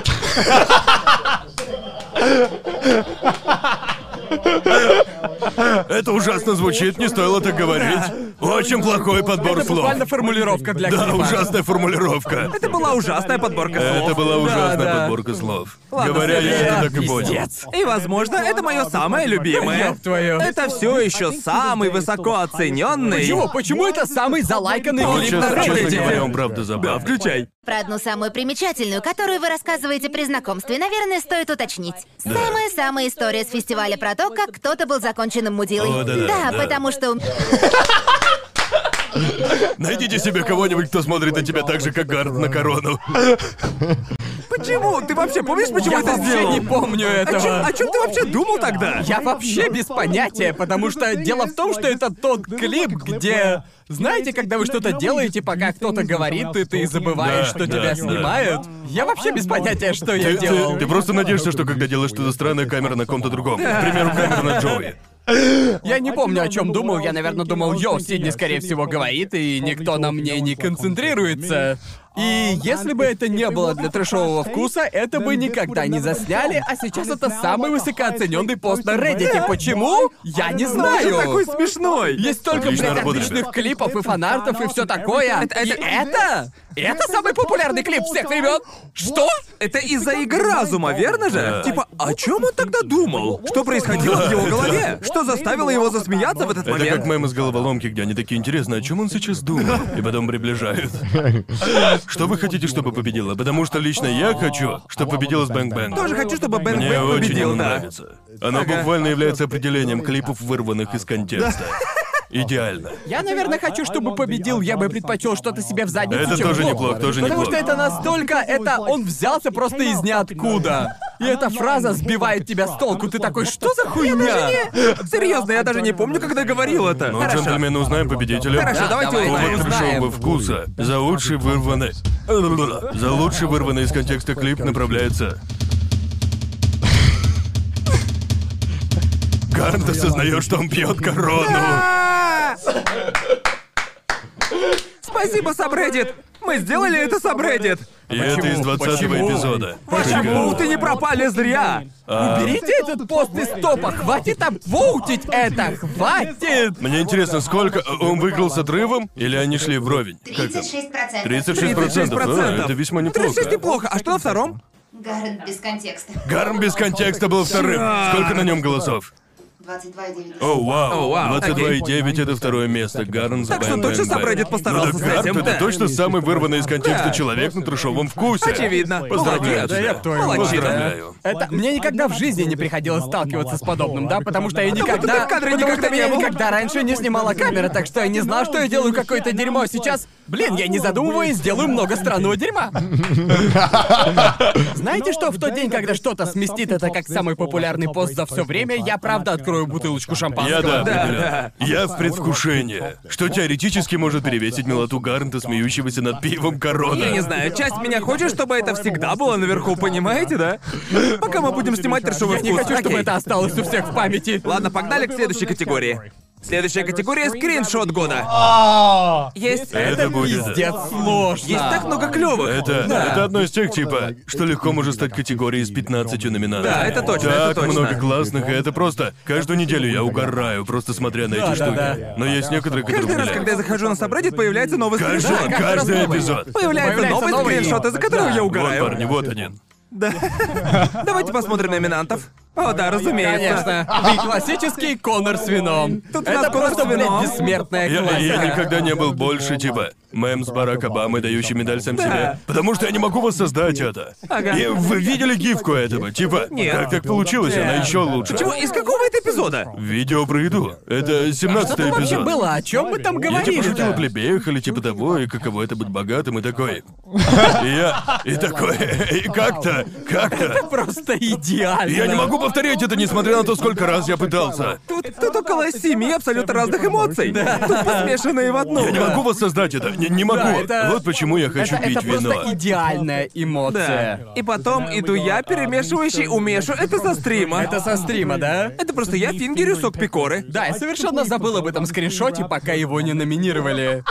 [SPEAKER 4] Это ужасно звучит, не стоило так говорить. Очень плохой подбор
[SPEAKER 2] Это
[SPEAKER 4] слов.
[SPEAKER 2] буквально формулировка для
[SPEAKER 4] Да,
[SPEAKER 2] клипа.
[SPEAKER 4] ужасная формулировка.
[SPEAKER 2] Это была ужасная подборка слов.
[SPEAKER 4] Э, Это была ужасная
[SPEAKER 2] да.
[SPEAKER 4] подборка слов.
[SPEAKER 2] Ладно,
[SPEAKER 4] Говоря, я
[SPEAKER 2] следующая.
[SPEAKER 4] это так и понял.
[SPEAKER 2] Пиздец. И, возможно, это мое самое любимое.
[SPEAKER 1] Ёб твою.
[SPEAKER 2] Это все еще самый высоко оцененный.
[SPEAKER 1] Чего? Почему это самый залайканный
[SPEAKER 4] Вот
[SPEAKER 1] клип
[SPEAKER 4] Ну, честно-
[SPEAKER 1] на
[SPEAKER 4] честно
[SPEAKER 1] Reddit?
[SPEAKER 4] говоря, он правда
[SPEAKER 2] Да,
[SPEAKER 4] забавный.
[SPEAKER 2] включай.
[SPEAKER 8] Про одну самую примечательную, которую вы рассказываете при знакомстве, наверное, стоит уточнить. Самая-самая история с фестиваля про то, как кто-то был законченным мудилой.
[SPEAKER 4] О, да-да, да.
[SPEAKER 8] потому что...
[SPEAKER 4] Найдите себе кого-нибудь, кто смотрит на тебя так же, как Гард на корону.
[SPEAKER 2] А Почему? Ты вообще помнишь, почему
[SPEAKER 1] Я
[SPEAKER 2] это
[SPEAKER 1] вообще
[SPEAKER 2] сделал?
[SPEAKER 1] не помню
[SPEAKER 2] О чем,
[SPEAKER 1] этого. А
[SPEAKER 2] о чем ты вообще думал тогда?
[SPEAKER 1] Я вообще без понятия, потому что дело в том, что это тот клип, где... Знаете, когда вы что-то делаете, пока кто-то говорит, и ты забываешь,
[SPEAKER 4] Да,
[SPEAKER 1] что
[SPEAKER 4] да,
[SPEAKER 1] тебя
[SPEAKER 4] да.
[SPEAKER 1] снимают? Я вообще без понятия, что я
[SPEAKER 4] Ты,
[SPEAKER 1] делал.
[SPEAKER 4] ты- ты просто надеешься, что когда делаешь что-то странное, камера на ком-то другом. К примеру, камера на Джоуи.
[SPEAKER 1] Я не помню, о чем думал. Я, наверное, думал, йоу, Сидни, скорее всего, говорит, и никто на мне не концентрируется. И если бы это не было для трэшового вкуса, это бы никогда не засняли, а сейчас это самый высокооцененный пост на Reddit. И Почему? Я не
[SPEAKER 2] Ты такой
[SPEAKER 1] знаю.
[SPEAKER 2] смешной.
[SPEAKER 1] Есть только,
[SPEAKER 4] Отличная
[SPEAKER 1] блядь,
[SPEAKER 4] работа,
[SPEAKER 1] отличных
[SPEAKER 4] ребят.
[SPEAKER 1] клипов и фанартов и все такое.
[SPEAKER 2] Это-
[SPEAKER 1] И
[SPEAKER 2] это-
[SPEAKER 1] это? Это самый популярный клип всех времен? Что?
[SPEAKER 2] Это из-за игры разума, верно же? Типа, о чем он тогда думал? Что происходило в его голове? Что заставило его засмеяться в этот
[SPEAKER 4] Это как
[SPEAKER 2] момент?
[SPEAKER 4] мемы с головоломки, где они такие, интересно, о чем он сейчас думал? И потом приближают. Что вы хотите, чтобы победила? Потому что лично я хочу, чтобы победила с Бэнк Бэнк.
[SPEAKER 2] Тоже хочу, чтобы Бен
[SPEAKER 4] Мне
[SPEAKER 2] Бен
[SPEAKER 4] очень
[SPEAKER 2] победил,
[SPEAKER 4] оно
[SPEAKER 2] да.
[SPEAKER 4] нравится. Оно буквально является определением клипов, вырванных из контекста. Идеально.
[SPEAKER 1] Я, наверное, хочу, чтобы победил, я бы предпочел что-то себе в задницу.
[SPEAKER 4] Это
[SPEAKER 1] чем
[SPEAKER 4] тоже
[SPEAKER 1] попу.
[SPEAKER 4] неплохо, тоже
[SPEAKER 1] Потому
[SPEAKER 4] неплохо.
[SPEAKER 1] что это настолько,
[SPEAKER 2] А,
[SPEAKER 1] это он взялся просто из ниоткуда. И эта фраза сбивает тебя с толку. Ты такой, что за хуйня?
[SPEAKER 2] Серьезно, я даже не помню, когда говорил это.
[SPEAKER 4] Ну, джентльмены, узнаем победителя.
[SPEAKER 2] Хорошо,
[SPEAKER 1] Да,
[SPEAKER 2] давайте
[SPEAKER 1] давай,
[SPEAKER 2] узнаем.
[SPEAKER 1] давай.
[SPEAKER 4] Повод трешового вкуса. За лучший вырванный... За лучший вырванный из контекста клип направляется...
[SPEAKER 1] Ну,
[SPEAKER 4] Гарнт осознает, что он пьет корону.
[SPEAKER 2] А! Спасибо, Сабреддит! Мы сделали это, Сабреддит!
[SPEAKER 4] И это из 20 эпизода.
[SPEAKER 2] Ваши
[SPEAKER 4] Прикольно.
[SPEAKER 2] боуты не пропали зря!
[SPEAKER 1] Уберите этот пост из топа, хватит обвоутить это, хватит!
[SPEAKER 4] Мне интересно, сколько э, он выиграл с отрывом, или они шли вровень? Как там?
[SPEAKER 8] 36%.
[SPEAKER 4] 36 процентов. это весьма неплохо.
[SPEAKER 2] 36 неплохо, а что на втором?
[SPEAKER 8] Гаррет без контекста.
[SPEAKER 4] Гарм без контекста был вторым. Сколько на нем голосов?
[SPEAKER 8] 22,9.
[SPEAKER 4] О, вау.
[SPEAKER 2] О, вау,
[SPEAKER 4] 22,9 это второе место. Гарн за
[SPEAKER 2] Так что
[SPEAKER 4] Бэм
[SPEAKER 2] точно
[SPEAKER 4] Бэм Бэм.
[SPEAKER 2] Subreddit постарался
[SPEAKER 4] ну,
[SPEAKER 2] с
[SPEAKER 4] так Гарн
[SPEAKER 2] этим,
[SPEAKER 4] это
[SPEAKER 2] да.
[SPEAKER 4] точно самый вырванный из контекста
[SPEAKER 2] Да.
[SPEAKER 4] человек на трешовом вкусе.
[SPEAKER 2] Очевидно.
[SPEAKER 4] Поздравляю.
[SPEAKER 2] Молодец, да,
[SPEAKER 4] тебя.
[SPEAKER 2] я твою мать.
[SPEAKER 4] Поздравляю.
[SPEAKER 1] Это мне никогда в жизни не приходилось сталкиваться с подобным, да, потому что я
[SPEAKER 3] Потому что
[SPEAKER 1] никогда,
[SPEAKER 2] ты в кадре
[SPEAKER 1] потому
[SPEAKER 2] никогда
[SPEAKER 1] что
[SPEAKER 2] не
[SPEAKER 1] меня
[SPEAKER 2] был.
[SPEAKER 1] никогда раньше не снимала камера, так что я не знал, что я делаю какое-то дерьмо. Сейчас, блин, я не задумываясь сделаю много странного дерьма. Знаете что, в тот день, когда что-то сместит это как самый популярный пост за все время, я правда открою бутылочку
[SPEAKER 4] Я да,
[SPEAKER 1] шампанского.
[SPEAKER 4] определенно. Я в предвкушении, что теоретически может перевесить милоту Гарнта, смеющегося над пивом корона.
[SPEAKER 2] Я не знаю, часть меня хочет, чтобы это всегда было наверху, понимаете, да? Пока мы будем снимать трешовый
[SPEAKER 1] Я
[SPEAKER 2] вкус.
[SPEAKER 1] не хочу, чтобы
[SPEAKER 2] Окей.
[SPEAKER 1] это осталось у всех в памяти.
[SPEAKER 2] Ладно, погнали к следующей категории. Следующая категория — скриншот года.
[SPEAKER 3] А,
[SPEAKER 2] Есть...
[SPEAKER 4] Это будет.
[SPEAKER 1] Пиздец, сложно.
[SPEAKER 2] Есть так много клёвых.
[SPEAKER 4] Это,
[SPEAKER 2] Да.
[SPEAKER 4] это одно из тех, типа, что легко может стать категорией с 15 номинантами.
[SPEAKER 2] Да, это точно,
[SPEAKER 4] Так
[SPEAKER 2] это точно.
[SPEAKER 4] много классных, и это просто... Каждую неделю я угораю, просто смотря на эти
[SPEAKER 1] Да, да,
[SPEAKER 4] штуки.
[SPEAKER 1] да.
[SPEAKER 4] Но есть некоторые, которые...
[SPEAKER 2] Каждый раз,
[SPEAKER 4] блядь,
[SPEAKER 2] когда я захожу на Subreddit, появляется новый
[SPEAKER 4] Каждый,
[SPEAKER 2] скриншот.
[SPEAKER 1] каждый раз
[SPEAKER 4] каждый
[SPEAKER 1] новый.
[SPEAKER 4] эпизод.
[SPEAKER 2] Появляется
[SPEAKER 1] Появляется
[SPEAKER 2] новый
[SPEAKER 1] новый.
[SPEAKER 2] скриншот, из-за которого я
[SPEAKER 4] Вот,
[SPEAKER 2] угораю.
[SPEAKER 4] парни, вот один.
[SPEAKER 2] Давайте посмотрим номинантов. О, да, разумеется.
[SPEAKER 1] Конечно. И классический Конор с вином.
[SPEAKER 2] Тут у нас
[SPEAKER 1] это
[SPEAKER 2] Конор
[SPEAKER 1] просто,
[SPEAKER 2] с вином.
[SPEAKER 1] блядь, бессмертная
[SPEAKER 4] Я, я
[SPEAKER 1] классика.
[SPEAKER 4] никогда не был больше, типа, мем с Барак Обамой, дающий медаль сам
[SPEAKER 2] Да.
[SPEAKER 4] себе. Потому что я не могу воссоздать это.
[SPEAKER 2] Ага.
[SPEAKER 4] И вы видели гифку этого? Типа,
[SPEAKER 2] Нет.
[SPEAKER 4] как так получилось? Она еще лучше.
[SPEAKER 2] Почему? Из какого это эпизода?
[SPEAKER 4] Видео про еду. Это 17
[SPEAKER 1] А Что вообще
[SPEAKER 4] эпизод.
[SPEAKER 1] было? О чем мы там
[SPEAKER 4] Я типа
[SPEAKER 1] говорили?
[SPEAKER 4] шутил о плебеях или типа того, и каково это быть богатым, и такой. И я, и такой, и как-то, как-то.
[SPEAKER 1] Просто идеально.
[SPEAKER 4] Я не могу повторить это, несмотря на то, сколько раз я пытался.
[SPEAKER 2] Тут, тут около семи абсолютно разных эмоций. Тут посмешанные в одну.
[SPEAKER 4] Я не могу воссоздать это, не, не
[SPEAKER 1] Да,
[SPEAKER 4] могу.
[SPEAKER 1] это-
[SPEAKER 4] Вот почему я
[SPEAKER 1] Это,
[SPEAKER 4] хочу
[SPEAKER 1] это
[SPEAKER 4] пить
[SPEAKER 1] просто
[SPEAKER 4] вино.
[SPEAKER 1] идеальная эмоция.
[SPEAKER 2] Да. И потом иду я, перемешивающий умешу это со стрима.
[SPEAKER 1] Это со стрима, да?
[SPEAKER 2] Это просто я фингерю сок пикоры.
[SPEAKER 1] Да, я совершенно забыл об этом скриншоте, пока его не номинировали.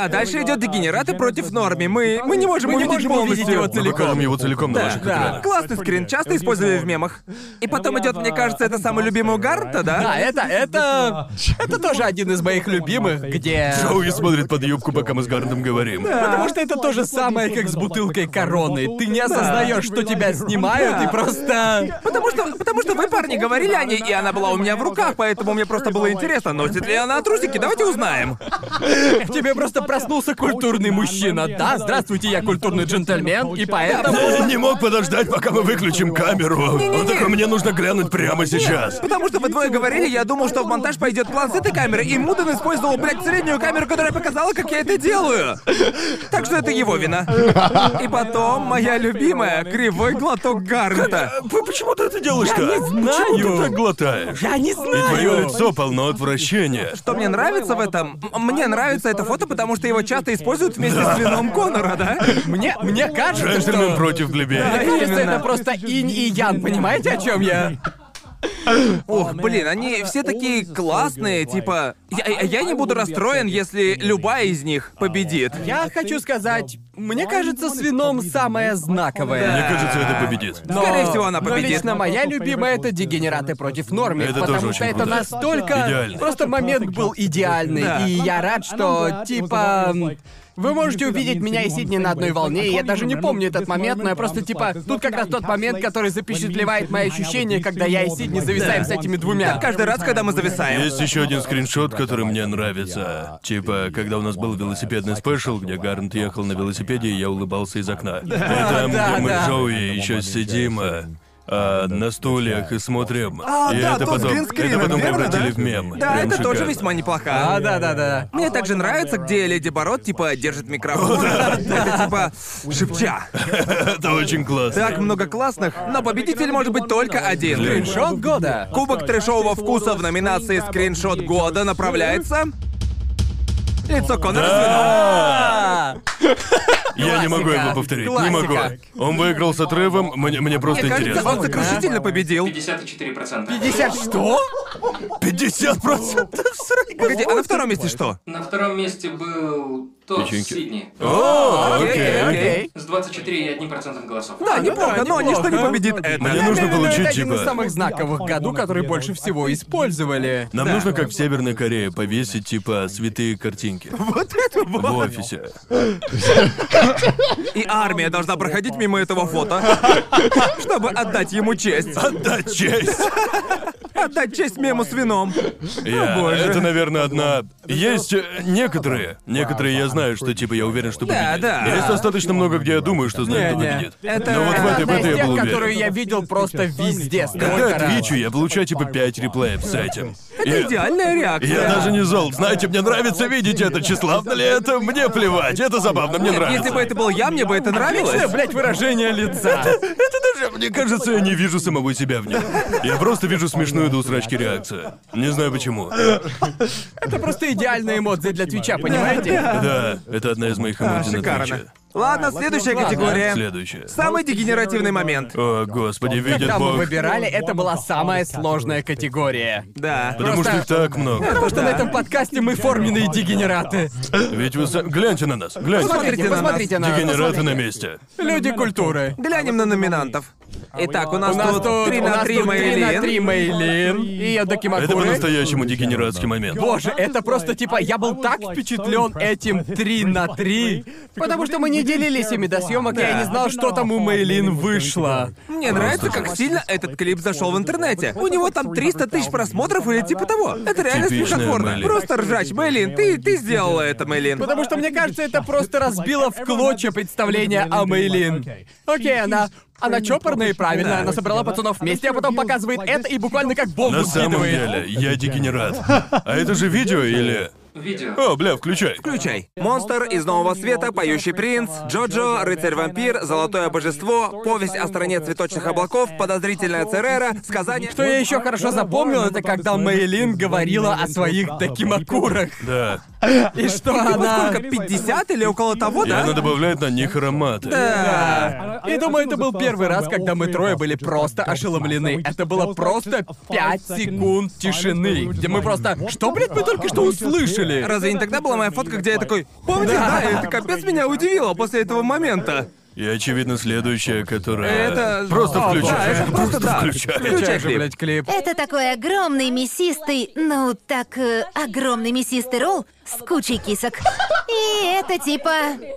[SPEAKER 2] А дальше идет дегенераты против норми. Мы, мы не можем
[SPEAKER 9] Мы не
[SPEAKER 2] увидеть
[SPEAKER 9] можем увидеть
[SPEAKER 2] полностью.
[SPEAKER 9] его
[SPEAKER 4] Мы покажем его целиком на
[SPEAKER 2] Да,
[SPEAKER 4] ваших
[SPEAKER 2] да.
[SPEAKER 4] экранах.
[SPEAKER 2] Классный скрин, часто используя в мемах. И потом идет, мне кажется, это самый любимый у Гарнта, да?
[SPEAKER 1] Да, это, это... Это тоже один из моих любимых, где...
[SPEAKER 4] Джоуи смотрит под юбку, пока мы с Гарнтом говорим.
[SPEAKER 1] Потому что это то же самое, как с бутылкой короны. Ты не осознаешь, что тебя снимают, и просто...
[SPEAKER 2] Потому что, потому что вы, парни, говорили о ней, и она была у меня в руках, поэтому мне просто было интересно, носит ли она трусики. Давайте узнаем.
[SPEAKER 1] В тебе просто проснулся культурный мужчина. Да, здравствуйте, я культурный джентльмен, и поэтому...
[SPEAKER 4] Я не мог подождать, пока мы выключим камеру. Он такой, мне нужно глянуть прямо сейчас.
[SPEAKER 2] Потому что вы двое говорили, я думал, что в монтаж пойдет план с этой камеры, и Муден использовал, блядь, среднюю камеру, которая показала, как я это делаю. Так что это его вина. И потом, моя любимая, кривой глоток Гарнта.
[SPEAKER 4] П- Почему ты это делаешь-то? Я не знаю. Почему ты так глотаешь?
[SPEAKER 1] Я не
[SPEAKER 4] И твое
[SPEAKER 1] знаю!
[SPEAKER 4] лицо полно отвращения.
[SPEAKER 2] Что мне нравится в этом? М- Мне нравится это фото, потому что его часто используют вместе с вином Конора, да?
[SPEAKER 1] Мне, мне кажется,
[SPEAKER 4] Джентльмен
[SPEAKER 1] что...
[SPEAKER 4] против
[SPEAKER 1] Мне
[SPEAKER 4] плебея.
[SPEAKER 1] кажется,
[SPEAKER 2] Именно.
[SPEAKER 1] это просто инь и ян, понимаете, о чем я?
[SPEAKER 2] Ох, блин,
[SPEAKER 1] а
[SPEAKER 2] они все такие классные, типа... Я, я не буду расстроен, если любая из них
[SPEAKER 1] А,
[SPEAKER 2] победит.
[SPEAKER 1] Я хочу сказать, мне кажется, с вином самое
[SPEAKER 4] Мне
[SPEAKER 1] знаковое.
[SPEAKER 4] кажется, это победит.
[SPEAKER 1] Но-
[SPEAKER 2] Скорее всего, она
[SPEAKER 1] но
[SPEAKER 2] победит.
[SPEAKER 1] лично моя любимая это дегенераты против нормы,
[SPEAKER 4] Это
[SPEAKER 1] потому
[SPEAKER 4] тоже
[SPEAKER 1] что
[SPEAKER 4] очень
[SPEAKER 1] это
[SPEAKER 4] круто.
[SPEAKER 1] настолько
[SPEAKER 4] Идеально.
[SPEAKER 1] просто момент был идеальный,
[SPEAKER 2] Да.
[SPEAKER 1] и я рад, что типа вы можете увидеть меня и Сидни на одной
[SPEAKER 2] А
[SPEAKER 1] волне, и я даже не помню этот момент, но я просто типа... Тут как раз тот момент, который запечатлевает мои
[SPEAKER 2] А
[SPEAKER 1] ощущения, когда я и Сидни зависаем с этими двумя.
[SPEAKER 2] Каждый раз, когда мы зависаем.
[SPEAKER 4] Есть еще один скриншот, который мне нравится. Типа, когда у нас был велосипедный спешл, где Гарнт ехал на велосипеде, и я улыбался из окна. И там,
[SPEAKER 1] Да,
[SPEAKER 4] где мы
[SPEAKER 1] да.
[SPEAKER 4] с Джоуи еще сидим э, а, на стульях и смотрим.
[SPEAKER 2] А,
[SPEAKER 4] и
[SPEAKER 2] да,
[SPEAKER 4] это
[SPEAKER 2] тот с
[SPEAKER 4] потом, это
[SPEAKER 2] гринскрином,
[SPEAKER 4] потом
[SPEAKER 2] верно,
[SPEAKER 4] превратили
[SPEAKER 2] да?
[SPEAKER 4] в мем.
[SPEAKER 2] Да,
[SPEAKER 4] Прям
[SPEAKER 2] это тоже
[SPEAKER 4] шикарно.
[SPEAKER 2] весьма неплохо.
[SPEAKER 1] А, да, да, да.
[SPEAKER 2] Мне также нравится, где Леди Бород, типа, держит микрофон. Это типа шепча.
[SPEAKER 4] Это очень классно.
[SPEAKER 2] Так много классных, но победитель может быть только один.
[SPEAKER 1] Скриншот года.
[SPEAKER 2] Кубок трешового вкуса в номинации «Скриншот года» направляется... Лицо Конора с вином.
[SPEAKER 4] Я не могу его повторить, не могу.
[SPEAKER 1] Классика.
[SPEAKER 4] Он выиграл с отрывом, мне, мне просто
[SPEAKER 2] Мне кажется, он
[SPEAKER 4] интересно.
[SPEAKER 2] сокрушительно победил.
[SPEAKER 5] 54%.
[SPEAKER 1] 50 что?
[SPEAKER 4] 50%!
[SPEAKER 2] Погоди, а на втором месте что?
[SPEAKER 5] На втором месте был Тодд
[SPEAKER 4] Печеньки.
[SPEAKER 5] Сидни.
[SPEAKER 4] О, окей, окей.
[SPEAKER 5] С 24 и 1% голосов.
[SPEAKER 2] А, Да, неплохо, но ничто не
[SPEAKER 1] неплохо.
[SPEAKER 2] победит это.
[SPEAKER 4] Мне нужно
[SPEAKER 1] Наверное,
[SPEAKER 4] получить,
[SPEAKER 1] это один
[SPEAKER 4] типа-
[SPEAKER 1] из самых знаковых году, который больше всего использовали.
[SPEAKER 4] Нам нужно, как в Северной Корее, повесить, типа, святые картинки.
[SPEAKER 2] Вот это
[SPEAKER 4] В
[SPEAKER 2] было.
[SPEAKER 4] офисе.
[SPEAKER 2] И армия должна проходить мимо этого фото, чтобы отдать ему честь.
[SPEAKER 4] Отдать честь!
[SPEAKER 2] Отдать честь мему с вином.
[SPEAKER 4] Я-
[SPEAKER 2] О, боже.
[SPEAKER 4] Это, наверное, одна... Есть э, некоторые. Некоторые я знаю, что, типа, я уверен, что
[SPEAKER 2] Да,
[SPEAKER 4] победит.
[SPEAKER 2] да.
[SPEAKER 4] Есть достаточно много, где я думаю, что знаю, кто
[SPEAKER 1] Не-не.
[SPEAKER 4] победит.
[SPEAKER 2] Это-
[SPEAKER 4] Но вот в
[SPEAKER 1] Это
[SPEAKER 4] этой, в
[SPEAKER 1] одна из
[SPEAKER 4] этой я
[SPEAKER 1] А, тех,
[SPEAKER 4] был
[SPEAKER 1] которую
[SPEAKER 4] уверен.
[SPEAKER 1] я видел просто везде,
[SPEAKER 4] Когда
[SPEAKER 1] столько
[SPEAKER 4] я
[SPEAKER 1] раз.
[SPEAKER 4] твичу, я получаю, типа, 5 реплеев с этим. И-
[SPEAKER 2] Идеальная реакция.
[SPEAKER 4] Я даже не зол. Знаете, мне нравится видеть это. Тщеславно ли это? Мне плевать. Это забавно, мне нравится.
[SPEAKER 2] Если бы это был я, мне бы это
[SPEAKER 1] Отличное,
[SPEAKER 2] нравилось.
[SPEAKER 1] блядь, выражение лица.
[SPEAKER 4] Это даже... Мне кажется, я не вижу самого себя в нем. Я просто вижу смешную до усрачки реакцию. Не знаю почему.
[SPEAKER 1] Это просто идеальные эмоции для твича, понимаете?
[SPEAKER 4] Да, это одна из моих эмоций на Твиче.
[SPEAKER 2] Шикарно. Ладно, следующая категория.
[SPEAKER 4] Следующее.
[SPEAKER 2] Самый дегенеративный момент.
[SPEAKER 4] О, господи, видит
[SPEAKER 1] Когда мы
[SPEAKER 4] Бог.
[SPEAKER 1] выбирали, это была самая сложная категория.
[SPEAKER 2] Да.
[SPEAKER 4] Потому что их так много.
[SPEAKER 1] Потому что на этом подкасте мы форменные дегенераты.
[SPEAKER 4] Ведь вы са- Гляньте на нас, гляньте.
[SPEAKER 2] Посмотрите на нас.
[SPEAKER 1] посмотрите на нас.
[SPEAKER 4] Дегенераты на месте.
[SPEAKER 1] Люди культуры.
[SPEAKER 2] Глянем на номинантов. Итак,
[SPEAKER 1] А
[SPEAKER 2] у
[SPEAKER 1] У
[SPEAKER 2] нас
[SPEAKER 1] нас
[SPEAKER 2] тут
[SPEAKER 1] тут
[SPEAKER 2] 3
[SPEAKER 1] у нас
[SPEAKER 2] на
[SPEAKER 1] тут
[SPEAKER 2] 3
[SPEAKER 1] три на три
[SPEAKER 2] Мэйлин.
[SPEAKER 1] Мэйлин. И Эдоки
[SPEAKER 4] Это по-настоящему дегенератский момент.
[SPEAKER 1] Боже, это просто типа, я был так впечатлен этим 3 на 3. Потому что мы не делились ими до съемок, и я не знал, что там у Мейлин вышло.
[SPEAKER 2] Мне нравится, как сильно этот клип зашел в интернете. У него там 300 тысяч просмотров или типа того. Это реально
[SPEAKER 4] Типичная
[SPEAKER 2] смехотворно.
[SPEAKER 4] Мэйлин.
[SPEAKER 2] Просто ржач, Мэйлин, ты, ты сделала это, Мэйлин.
[SPEAKER 1] Потому что, мне кажется, это просто разбило в клочья представление о Мейлин. Окей, она... Она чопорная и правильная, она собрала пацанов вместе, а потом показывает это и буквально как бомбу
[SPEAKER 4] На самом
[SPEAKER 1] скидывает.
[SPEAKER 4] деле, я дегенерат. А это же видео или...
[SPEAKER 5] Видео.
[SPEAKER 4] О, бля, включай.
[SPEAKER 2] Включай. Монстр из Нового Света, Поющий Принц, Джоджо, Рыцарь-вампир, Золотое Божество, Повесть о стране цветочных облаков, Подозрительная Церера, Сказание...
[SPEAKER 1] Что я еще хорошо запомнил, это когда Мейлин говорила о своих дакимакурах.
[SPEAKER 4] Да.
[SPEAKER 2] И что, она... Сколько, 50 или около того,
[SPEAKER 4] И
[SPEAKER 2] да?
[SPEAKER 4] она добавляет на них ароматы.
[SPEAKER 3] Да. И думаю, это был первый раз, когда мы трое были просто ошеломлены. Это было просто 5 секунд тишины, где мы просто... Что, блядь, мы только что услышали?
[SPEAKER 2] Разве не тогда была моя фотка, где я такой... Помните, да, это капец меня удивило после этого момента.
[SPEAKER 4] И, очевидно, следующая, которая...
[SPEAKER 2] Это-
[SPEAKER 4] Просто
[SPEAKER 2] О,
[SPEAKER 4] включай.
[SPEAKER 2] да, это просто да.
[SPEAKER 4] включай.
[SPEAKER 2] Включай
[SPEAKER 3] Включай же,
[SPEAKER 2] клип.
[SPEAKER 3] блядь, клип.
[SPEAKER 8] Это такой огромный мясистый, ну так, э, огромный мясистый ролл с кучей кисок. И это типа...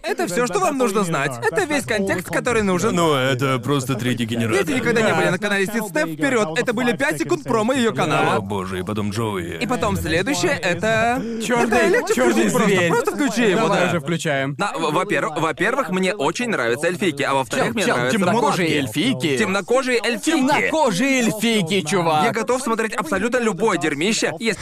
[SPEAKER 2] Это все, что вам нужно знать. Это весь контекст, который нужен.
[SPEAKER 4] Ну, это просто третий
[SPEAKER 2] Если
[SPEAKER 4] генератор.
[SPEAKER 2] никогда не
[SPEAKER 3] Да.
[SPEAKER 2] были на канале Сид Степ, вперед! Это были 5 секунд промо ее
[SPEAKER 4] О,
[SPEAKER 2] канала.
[SPEAKER 4] боже, и потом Джоуи.
[SPEAKER 2] И потом следующее это.
[SPEAKER 3] Чёрный-
[SPEAKER 2] Это легче
[SPEAKER 3] чёрный
[SPEAKER 2] включить просто.
[SPEAKER 3] зверь.
[SPEAKER 2] Просто включи его,
[SPEAKER 3] Давай
[SPEAKER 2] да.
[SPEAKER 3] уже включаем.
[SPEAKER 1] На- в- во-первых, во-первых, мне очень нравятся эльфийки, а во-вторых, мне
[SPEAKER 3] Чел,
[SPEAKER 1] нравятся
[SPEAKER 3] темнокожие
[SPEAKER 1] мулатки.
[SPEAKER 3] эльфийки.
[SPEAKER 1] Темнокожие эльфийки.
[SPEAKER 3] Темнокожие эльфийки, чувак.
[SPEAKER 1] Я готов смотреть абсолютно любое дерьмище, если...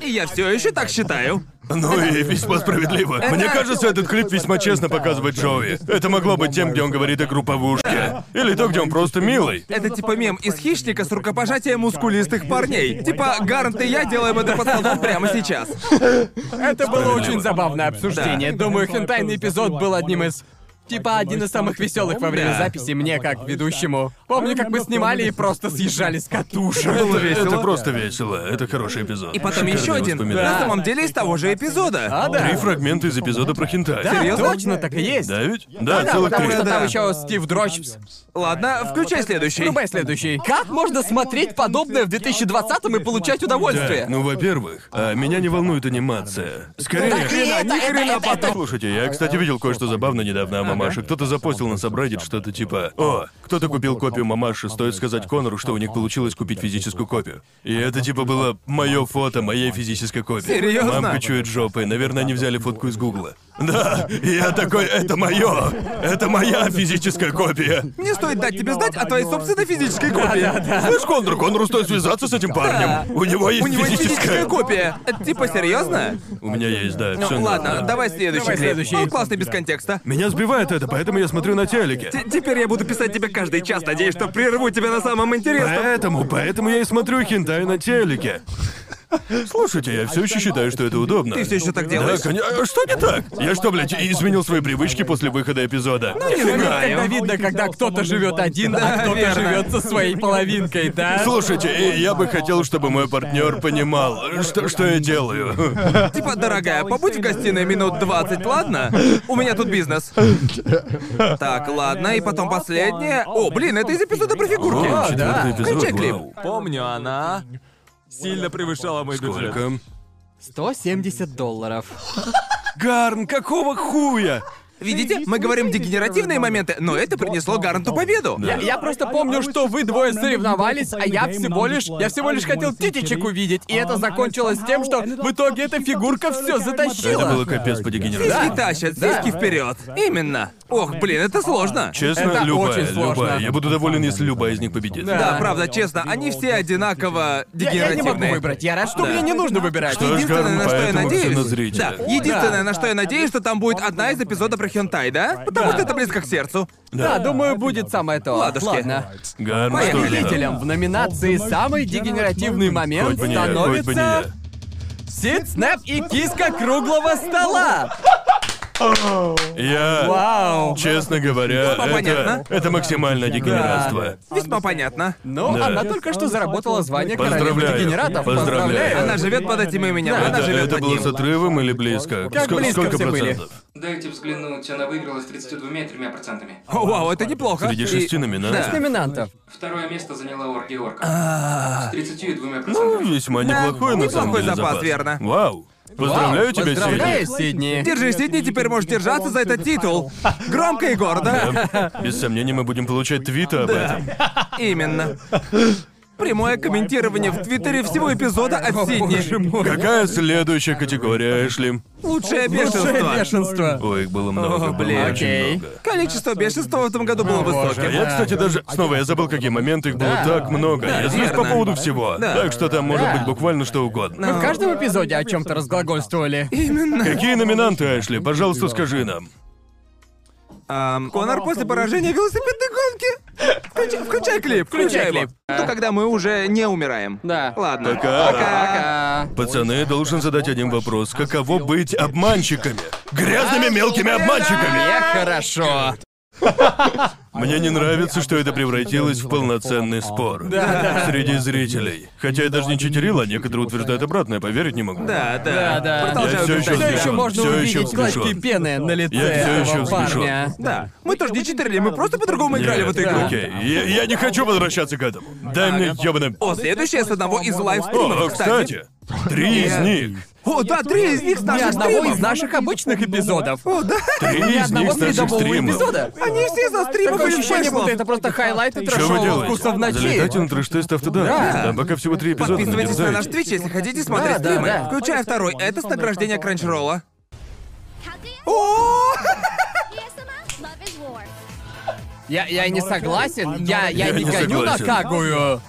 [SPEAKER 2] И я все еще так считаю.
[SPEAKER 4] Ну и весьма справедливо. Мне кажется, этот клип весьма честно показывает Джоуи. Это могло быть тем, где он говорит о групповушке. Или то, где он просто милый.
[SPEAKER 2] Это типа мем из хищника с рукопожатием мускулистых парней. Типа Гарнт и я делаем это под столом прямо сейчас.
[SPEAKER 3] Это было очень забавное обсуждение. Думаю, хентайный эпизод был одним из... Типа один из самых веселых во время
[SPEAKER 10] Да.
[SPEAKER 3] записи мне, как ведущему. Помню, как мы снимали и просто съезжали с катушек.
[SPEAKER 4] Это, это просто весело. Это хороший эпизод.
[SPEAKER 2] И потом еще один. На
[SPEAKER 4] Да.
[SPEAKER 2] самом деле из того же эпизода.
[SPEAKER 3] А, да.
[SPEAKER 4] Три фрагмента из эпизода про хентай.
[SPEAKER 3] Да,
[SPEAKER 2] Серьёзно?
[SPEAKER 3] точно так и есть.
[SPEAKER 4] Да ведь?
[SPEAKER 2] А,
[SPEAKER 4] Да,
[SPEAKER 3] Да,
[SPEAKER 4] целых
[SPEAKER 3] потому
[SPEAKER 4] три.
[SPEAKER 3] что там
[SPEAKER 2] Да.
[SPEAKER 3] еще Стив Дрочпс.
[SPEAKER 2] Ладно, включай следующий.
[SPEAKER 3] Врубай следующий. Как можно смотреть подобное в 2020 и получать
[SPEAKER 4] Да,
[SPEAKER 3] удовольствие?
[SPEAKER 4] ну, во-первых, а, меня не волнует анимация. Скорее...
[SPEAKER 3] Так и это, это, это, это-
[SPEAKER 4] А, Слушайте, я, кстати, видел кое-что забавное недавно о мамаше. Кто-то запостил на Собрадит что-то типа «О, кто-то купил копию мамаши, стоит сказать Конору, что у них получилось купить физическую копию». И это типа было мое фото моей физической копии.
[SPEAKER 2] Серьёзно?
[SPEAKER 4] Мамка чует жопы. Наверное, они взяли фотку из Гугла. Да, и я такой «Это мое! Это моя физическая копия!»
[SPEAKER 2] Не стоит дать тебе знать о твоей собственной физической копии.
[SPEAKER 4] Слышь, Конор, Конору стоит связаться с этим парнем. У него есть
[SPEAKER 2] У него есть физическая
[SPEAKER 4] физическая...
[SPEAKER 2] копия. Это типа серьезно?
[SPEAKER 4] У меня есть, да,
[SPEAKER 2] Ну
[SPEAKER 4] всё
[SPEAKER 2] ладно,
[SPEAKER 4] нормально.
[SPEAKER 2] давай следующий
[SPEAKER 3] Давай
[SPEAKER 2] клип.
[SPEAKER 3] следующий.
[SPEAKER 2] Он классный без контекста.
[SPEAKER 4] Меня сбивает это, поэтому я смотрю на телеке.
[SPEAKER 2] Т- Теперь я буду писать тебе каждый час, надеюсь, что прерву тебя на самом интересном.
[SPEAKER 4] Поэтому, поэтому я и смотрю хентай на телеке. Слушайте, я все еще считаю, что это удобно. Ты
[SPEAKER 2] всё ещё так делаешь?
[SPEAKER 4] Да, коня- А Что не так? Я что, блядь, изменил свои привычки после выхода эпизода?
[SPEAKER 2] Ну,
[SPEAKER 3] Когда видно, когда кто-то живет один, а кто-то живет со своей половинкой, да?
[SPEAKER 4] Слушайте, э, я бы хотел, чтобы мой партнер понимал, э, что, что я делаю.
[SPEAKER 2] Типа, дорогая, побудь в гостиной минут 20, ладно? У меня тут бизнес. Так, ладно, и потом последнее. О, блин, это из эпизода про фигурки.
[SPEAKER 4] О, четвёртый эпизод,
[SPEAKER 2] Включай клип.
[SPEAKER 4] вау.
[SPEAKER 1] Помню, она сильно превышала мой бюджет.
[SPEAKER 4] Сколько?
[SPEAKER 3] 170 долларов.
[SPEAKER 4] Гарн, какого хуя?
[SPEAKER 2] Видите, мы говорим дегенеративные моменты, но это принесло Гаранту победу.
[SPEAKER 3] Я, я просто помню, что вы двое соревновались, а я всего лишь... Я всего лишь хотел титичек увидеть, и это закончилось тем, что в итоге эта фигурка все
[SPEAKER 4] Это было
[SPEAKER 3] затащила.
[SPEAKER 4] капец по дегенерации.
[SPEAKER 2] Сиськи тащат, сиськи вперед. Именно. Ох, блин, это сложно.
[SPEAKER 4] Честно,
[SPEAKER 3] Это
[SPEAKER 4] любая,
[SPEAKER 3] очень сложно.
[SPEAKER 4] любая. Я буду доволен, если любая из них победит.
[SPEAKER 2] Да, правда, честно, они все одинаково
[SPEAKER 3] Я, я
[SPEAKER 2] дегенеративные.
[SPEAKER 3] не могу выбрать, я рад, что
[SPEAKER 2] Да.
[SPEAKER 3] мне не нужно выбирать.
[SPEAKER 4] Что ж,
[SPEAKER 2] Единственное, на
[SPEAKER 4] Гарн,
[SPEAKER 2] что я
[SPEAKER 4] поэтому всё
[SPEAKER 2] надеюсь...
[SPEAKER 4] на зрителя.
[SPEAKER 2] Да, единственное, на что я надеюсь, что там будет одна из эпизодов про Хентай, да? Потому что это близко к сердцу.
[SPEAKER 3] Да, думаю, будет самое то.
[SPEAKER 2] Ладушки.
[SPEAKER 3] Ладно.
[SPEAKER 4] Гарн, что же там?
[SPEAKER 3] Победителем в номинации «Самый дегенеративный момент»
[SPEAKER 4] Хоть бы не я, хоть бы не я.
[SPEAKER 3] становится... Сид, Снэп и киска круглого стола!
[SPEAKER 4] Я...
[SPEAKER 3] Вау!
[SPEAKER 4] Честно говоря,
[SPEAKER 2] Весьма понятно.
[SPEAKER 4] это, это максимальное дегенератство.
[SPEAKER 2] Весьма понятно.
[SPEAKER 3] Ну,
[SPEAKER 4] Да.
[SPEAKER 3] она только что заработала звание королевы
[SPEAKER 4] Поздравляю.
[SPEAKER 3] дегенератов.
[SPEAKER 4] Поздравляю.
[SPEAKER 2] Она живет под этим именем,
[SPEAKER 3] Да.
[SPEAKER 2] она
[SPEAKER 4] Это,
[SPEAKER 2] живет
[SPEAKER 4] это
[SPEAKER 2] под
[SPEAKER 4] было
[SPEAKER 2] ним.
[SPEAKER 4] с отрывом или близко?
[SPEAKER 3] Как
[SPEAKER 4] Ск-
[SPEAKER 3] близко
[SPEAKER 4] Сколько
[SPEAKER 3] все были?
[SPEAKER 4] процентов?
[SPEAKER 5] Дайте взглянуть, она выиграла с 32,3%.
[SPEAKER 2] О, вау, это неплохо.
[SPEAKER 4] Среди
[SPEAKER 2] А, И-
[SPEAKER 4] шести номинаций?
[SPEAKER 2] Да.
[SPEAKER 3] Номинантов.
[SPEAKER 5] Второе место заняла Орги Орка. С 32%.
[SPEAKER 4] А. Ну, весьма неплохой, на самом
[SPEAKER 2] неплохой
[SPEAKER 4] деле,
[SPEAKER 2] запас, верно.
[SPEAKER 4] Вау. Поздравляю
[SPEAKER 3] Вау,
[SPEAKER 4] тебя,
[SPEAKER 3] Поздравляю,
[SPEAKER 4] Сидни.
[SPEAKER 3] Сидни.
[SPEAKER 2] Держи, Сидни, теперь можешь держаться за этот титул. Громко и гордо.
[SPEAKER 4] Без сомнения, мы будем получать твиты об этом.
[SPEAKER 2] Именно. Прямое комментирование в Твиттере всего эпизода от Сидни.
[SPEAKER 4] Какая следующая категория, Эшли?
[SPEAKER 2] Лучшее
[SPEAKER 3] Лучшее
[SPEAKER 2] бешенство.
[SPEAKER 3] бешенство.
[SPEAKER 4] Ой, их было много, было
[SPEAKER 2] блин.
[SPEAKER 4] очень
[SPEAKER 3] Окей.
[SPEAKER 4] много.
[SPEAKER 2] Количество бешенства в этом году было
[SPEAKER 4] А
[SPEAKER 2] высоким.
[SPEAKER 4] я, кстати, даже... Снова я забыл, какие моменты, их было так много. я злюсь по
[SPEAKER 2] верно.
[SPEAKER 4] поводу всего. Так что там может
[SPEAKER 3] Да.
[SPEAKER 4] быть буквально что угодно.
[SPEAKER 3] Мы в каждом эпизоде о чем-то разглагольствовали.
[SPEAKER 4] Какие номинанты, Эшли? Пожалуйста, скажи нам.
[SPEAKER 2] Эм, Конор после поражения в велосипедной гонки. Включай, включай клип, включай
[SPEAKER 1] клип.
[SPEAKER 2] клип. Ну, когда мы уже не умираем.
[SPEAKER 1] Да.
[SPEAKER 2] Ладно.
[SPEAKER 4] Пока.
[SPEAKER 1] Пока.
[SPEAKER 4] Пацаны, я должен задать один вопрос. Каково быть обманщиками? Грязными мелкими обманщиками!
[SPEAKER 1] Я хорошо.
[SPEAKER 4] Мне не нравится, что это превратилось в полноценный спор. Среди зрителей. Хотя я даже не читерил, а некоторые утверждают обратное, поверить не могу.
[SPEAKER 2] Да,
[SPEAKER 1] Да,
[SPEAKER 2] да.
[SPEAKER 1] да.
[SPEAKER 4] Я
[SPEAKER 2] Продолжаю
[SPEAKER 4] все еще
[SPEAKER 2] утверждать.
[SPEAKER 1] Что еще
[SPEAKER 4] взбешен.
[SPEAKER 1] можно
[SPEAKER 4] Все еще
[SPEAKER 1] увидеть? Клочки
[SPEAKER 4] взбешен.
[SPEAKER 1] пены на лице
[SPEAKER 4] Я всё
[SPEAKER 1] этого
[SPEAKER 4] еще взбешен.
[SPEAKER 1] парня.
[SPEAKER 2] Да. Мы тоже не читерили, мы просто по-другому
[SPEAKER 4] Нет,
[SPEAKER 2] играли в эту игру.
[SPEAKER 4] Окей, я, я не хочу возвращаться к этому. Дай мне ёбаный...
[SPEAKER 2] О, следующее с одного из
[SPEAKER 4] О,
[SPEAKER 2] лайвстримов, кстати.
[SPEAKER 4] кстати, три из них.
[SPEAKER 2] О, да, три из них с
[SPEAKER 1] Ни
[SPEAKER 2] наших
[SPEAKER 1] одного
[SPEAKER 2] стримов.
[SPEAKER 1] из наших обычных эпизодов. О, да.
[SPEAKER 2] ну,
[SPEAKER 4] Три из них
[SPEAKER 1] Одного
[SPEAKER 4] с наших
[SPEAKER 1] средового
[SPEAKER 4] стримов.
[SPEAKER 1] эпизода.
[SPEAKER 2] Они все со стримов
[SPEAKER 1] Такое
[SPEAKER 2] или
[SPEAKER 1] ощущение,
[SPEAKER 2] смыслов.
[SPEAKER 1] будто это просто хайлайты
[SPEAKER 4] Что вы
[SPEAKER 1] трэшового
[SPEAKER 4] делаете?
[SPEAKER 1] вкуса в ночи.
[SPEAKER 4] Залетайте на трэш-тест автодар. Там пока всего три эпизода.
[SPEAKER 2] Подписывайтесь на наш
[SPEAKER 4] надерзайте.
[SPEAKER 2] Twitch, если хотите смотреть
[SPEAKER 1] Да, да,
[SPEAKER 2] стримы.
[SPEAKER 1] да.
[SPEAKER 2] Включая второй. Это с награждения Кранчролла. О!
[SPEAKER 1] Я, я не согласен. Я, я,
[SPEAKER 4] Я
[SPEAKER 1] не
[SPEAKER 4] не
[SPEAKER 1] гоню на
[SPEAKER 4] согласен.
[SPEAKER 1] Кагую.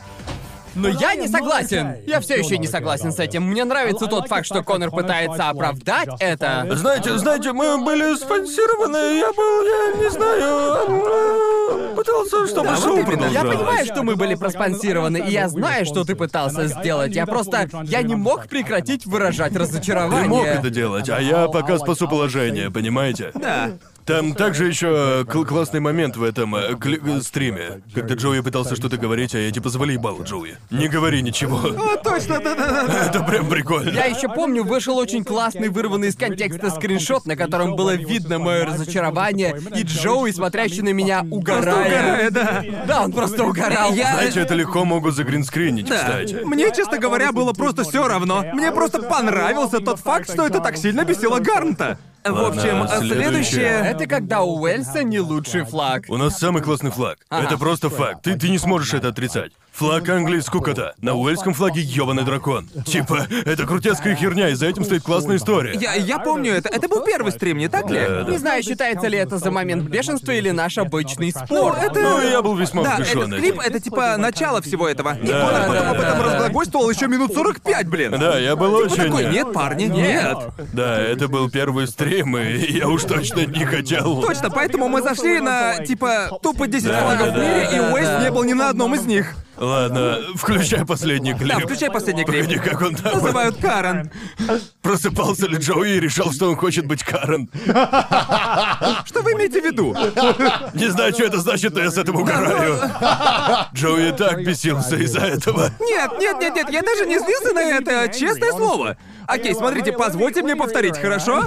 [SPEAKER 1] Но Ну, я не согласен. Я все еще не согласен с этим. Мне нравится тот факт, что Конор пытается оправдать это.
[SPEAKER 4] Знаете, знаете, мы были спонсированы, я был, я не знаю, э, пытался, чтобы
[SPEAKER 2] Да,
[SPEAKER 4] шоу
[SPEAKER 2] вот именно.
[SPEAKER 4] продолжалось.
[SPEAKER 1] Я
[SPEAKER 2] Да.
[SPEAKER 1] понимаю, что мы были проспонсированы, и я знаю, что ты пытался сделать. Я просто... Я не мог прекратить выражать разочарование.
[SPEAKER 4] Ты мог это делать, а я пока спасу положение, понимаете?
[SPEAKER 2] Да.
[SPEAKER 4] Там также еще кл- классный момент в этом э, кли- э, стриме, когда Джоуи пытался что-то говорить, а я типа заебал, Джоуи. Не говори ничего.
[SPEAKER 2] Точно, да-да-да.
[SPEAKER 4] Это прям
[SPEAKER 1] Я
[SPEAKER 4] прикольно.
[SPEAKER 1] еще помню, вышел очень классный, вырванный из контекста скриншот, на котором было видно мое разочарование, и Джоуи, смотрящий на меня, угорая.
[SPEAKER 2] Угорает, да.
[SPEAKER 1] Да, он просто угорал.
[SPEAKER 4] Знаете, это легко могут загринскринить, кстати.
[SPEAKER 2] Мне, честно говоря, было просто все равно. Мне просто понравился тот факт, что это так сильно бесило Гарнта. В
[SPEAKER 4] Ладно,
[SPEAKER 2] общем, следующее...
[SPEAKER 4] следующее.
[SPEAKER 1] Это когда у Уэльса не лучший флаг.
[SPEAKER 4] У нас самый классный флаг.
[SPEAKER 1] Ага.
[SPEAKER 4] Это просто факт. Ты, ты не сможешь это отрицать. Флаг Англии скукота. На уэльском флаге ёбаный дракон. Типа, это крутецкая херня, и за этим стоит классная история.
[SPEAKER 2] Я, я помню это. Это был первый стрим, не так ли?
[SPEAKER 4] Да, да.
[SPEAKER 1] Не знаю, считается ли это за момент бешенства или наш обычный
[SPEAKER 2] Ну,
[SPEAKER 1] спор.
[SPEAKER 2] это...
[SPEAKER 4] Ну, я был весьма
[SPEAKER 2] Да, этот
[SPEAKER 4] взбешён этим.
[SPEAKER 2] клип — это типа начало всего этого. И
[SPEAKER 4] Да,
[SPEAKER 2] Конор
[SPEAKER 4] да,
[SPEAKER 2] потом об
[SPEAKER 1] да,
[SPEAKER 2] этом
[SPEAKER 1] да.
[SPEAKER 2] разглагольствовал еще минут 45, блин.
[SPEAKER 4] Да, я был
[SPEAKER 2] Ты
[SPEAKER 4] очень...
[SPEAKER 2] Типа
[SPEAKER 4] э,
[SPEAKER 2] такой, нет, парни, нет.
[SPEAKER 4] Да, это был первый стрим, и я уж точно не хотел...
[SPEAKER 2] Точно, поэтому мы зашли на, типа, тупо 10
[SPEAKER 4] Да,
[SPEAKER 2] флагов в
[SPEAKER 4] да,
[SPEAKER 2] мире,
[SPEAKER 1] да,
[SPEAKER 2] и Уэйс
[SPEAKER 1] да.
[SPEAKER 2] не был ни на одном из них.
[SPEAKER 4] Ладно, включай последний клип.
[SPEAKER 2] Да, включай последний клип.
[SPEAKER 4] Погоди, как он там?
[SPEAKER 2] Называют Карен.
[SPEAKER 4] Просыпался ли Джоуи и решил, что он хочет быть Карен?
[SPEAKER 2] Что вы имеете в виду?
[SPEAKER 4] Не знаю, что это значит, но я с этого угораю. Джоуи так бесился из-за этого.
[SPEAKER 2] Нет, нет, нет, нет, я даже не злился на это, честное слово. Окей, смотрите, позвольте мне повторить, хорошо?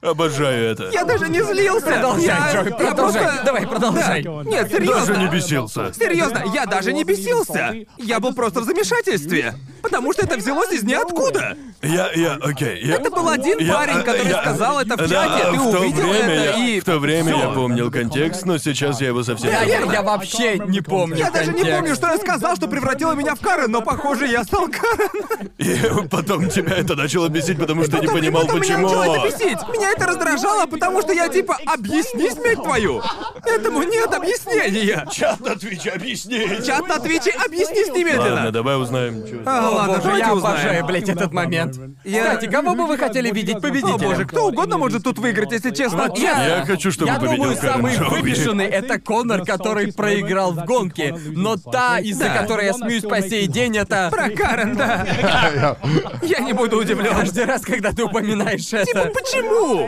[SPEAKER 4] Обожаю это.
[SPEAKER 2] Я даже не злился.
[SPEAKER 1] Продолжай,
[SPEAKER 2] я,
[SPEAKER 1] Джой,
[SPEAKER 2] я
[SPEAKER 1] продолжай.
[SPEAKER 2] просто-
[SPEAKER 1] Давай, продолжай.
[SPEAKER 2] Да. Нет, серьезно.
[SPEAKER 4] Даже не бесился.
[SPEAKER 2] Серьезно, я даже не бесился. Я был просто в замешательстве. Потому что это взялось из ниоткуда.
[SPEAKER 4] Я, я, окей. я-
[SPEAKER 2] Это был один
[SPEAKER 4] я-
[SPEAKER 2] парень,
[SPEAKER 4] а,
[SPEAKER 2] который
[SPEAKER 4] я-
[SPEAKER 2] сказал это в
[SPEAKER 4] да,
[SPEAKER 2] чате. Ты
[SPEAKER 4] в то
[SPEAKER 2] увидел
[SPEAKER 4] время
[SPEAKER 2] это
[SPEAKER 4] я-
[SPEAKER 2] и...
[SPEAKER 4] В то время я
[SPEAKER 2] всё.
[SPEAKER 4] помнил контекст, но сейчас я его совсем
[SPEAKER 1] Я,
[SPEAKER 4] не
[SPEAKER 1] я-
[SPEAKER 4] помню.
[SPEAKER 1] я вообще не помню.
[SPEAKER 2] Я даже не
[SPEAKER 1] контекст.
[SPEAKER 2] помню, что я сказал, что превратило меня в Карен, но, похоже, я стал Карен.
[SPEAKER 4] И потом тебя это начало бесить, потому что не понимал,
[SPEAKER 2] Потом
[SPEAKER 4] почему.
[SPEAKER 2] Меня начало это бесить. Меня это раздражало, потому что я типа «Объясни, смерть твою!» Этому нет объяснения.
[SPEAKER 4] Чат на Твиче, объясни.
[SPEAKER 2] Чат на Твиче, объяснись
[SPEAKER 4] Ладно,
[SPEAKER 2] немедленно.
[SPEAKER 4] давай узнаем, что...
[SPEAKER 2] А,
[SPEAKER 1] О,
[SPEAKER 2] ладно,
[SPEAKER 1] боже,
[SPEAKER 2] давайте
[SPEAKER 1] я
[SPEAKER 2] узнаем.
[SPEAKER 1] обожаю, блядь, этот момент. Кстати, кого бы вы хотели видеть победителем?
[SPEAKER 2] О боже, кто угодно может тут выиграть, если честно.
[SPEAKER 4] Я хочу, чтобы
[SPEAKER 1] Я
[SPEAKER 4] победил
[SPEAKER 1] думаю,
[SPEAKER 4] Карен
[SPEAKER 1] самый
[SPEAKER 4] Джоуи.
[SPEAKER 1] выбешенный это Конор, который проиграл в гонке. Но та, из-за
[SPEAKER 11] Да.
[SPEAKER 1] которой я смеюсь по сей день, это...
[SPEAKER 2] Про Карен, да. Я не буду удивлен.
[SPEAKER 1] Каждый раз, когда ты упоминаешь это.
[SPEAKER 2] Типа, почему?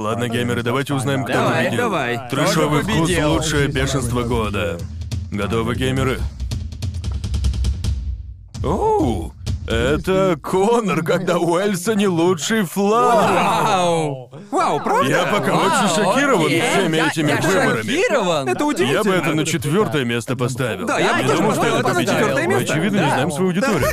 [SPEAKER 4] Ладно, геймеры, давайте узнаем, кто
[SPEAKER 2] Давай,
[SPEAKER 4] победил.
[SPEAKER 2] давай.
[SPEAKER 4] Трэшовый
[SPEAKER 1] Кто
[SPEAKER 4] вкус
[SPEAKER 1] победил?
[SPEAKER 4] лучшее бешенство года. Готовы, геймеры? Оу, это Конор, когда у Эльса не лучший флаг.
[SPEAKER 1] Вау!
[SPEAKER 2] Вау, правда?
[SPEAKER 4] Я пока
[SPEAKER 1] Вау,
[SPEAKER 4] очень шокирован
[SPEAKER 1] окей.
[SPEAKER 4] всеми
[SPEAKER 1] Я-
[SPEAKER 4] этими
[SPEAKER 1] я
[SPEAKER 4] выборами.
[SPEAKER 1] шокирован.
[SPEAKER 2] Это
[SPEAKER 4] Я бы
[SPEAKER 2] удивительно.
[SPEAKER 4] это на четвертое место поставил.
[SPEAKER 2] Да, я бы тоже
[SPEAKER 4] думаю, что
[SPEAKER 2] поставил
[SPEAKER 4] это
[SPEAKER 2] это на
[SPEAKER 4] победитель.
[SPEAKER 2] четвёртое
[SPEAKER 4] Мы,
[SPEAKER 2] место.
[SPEAKER 4] очевидно, не знаем свою аудиторию.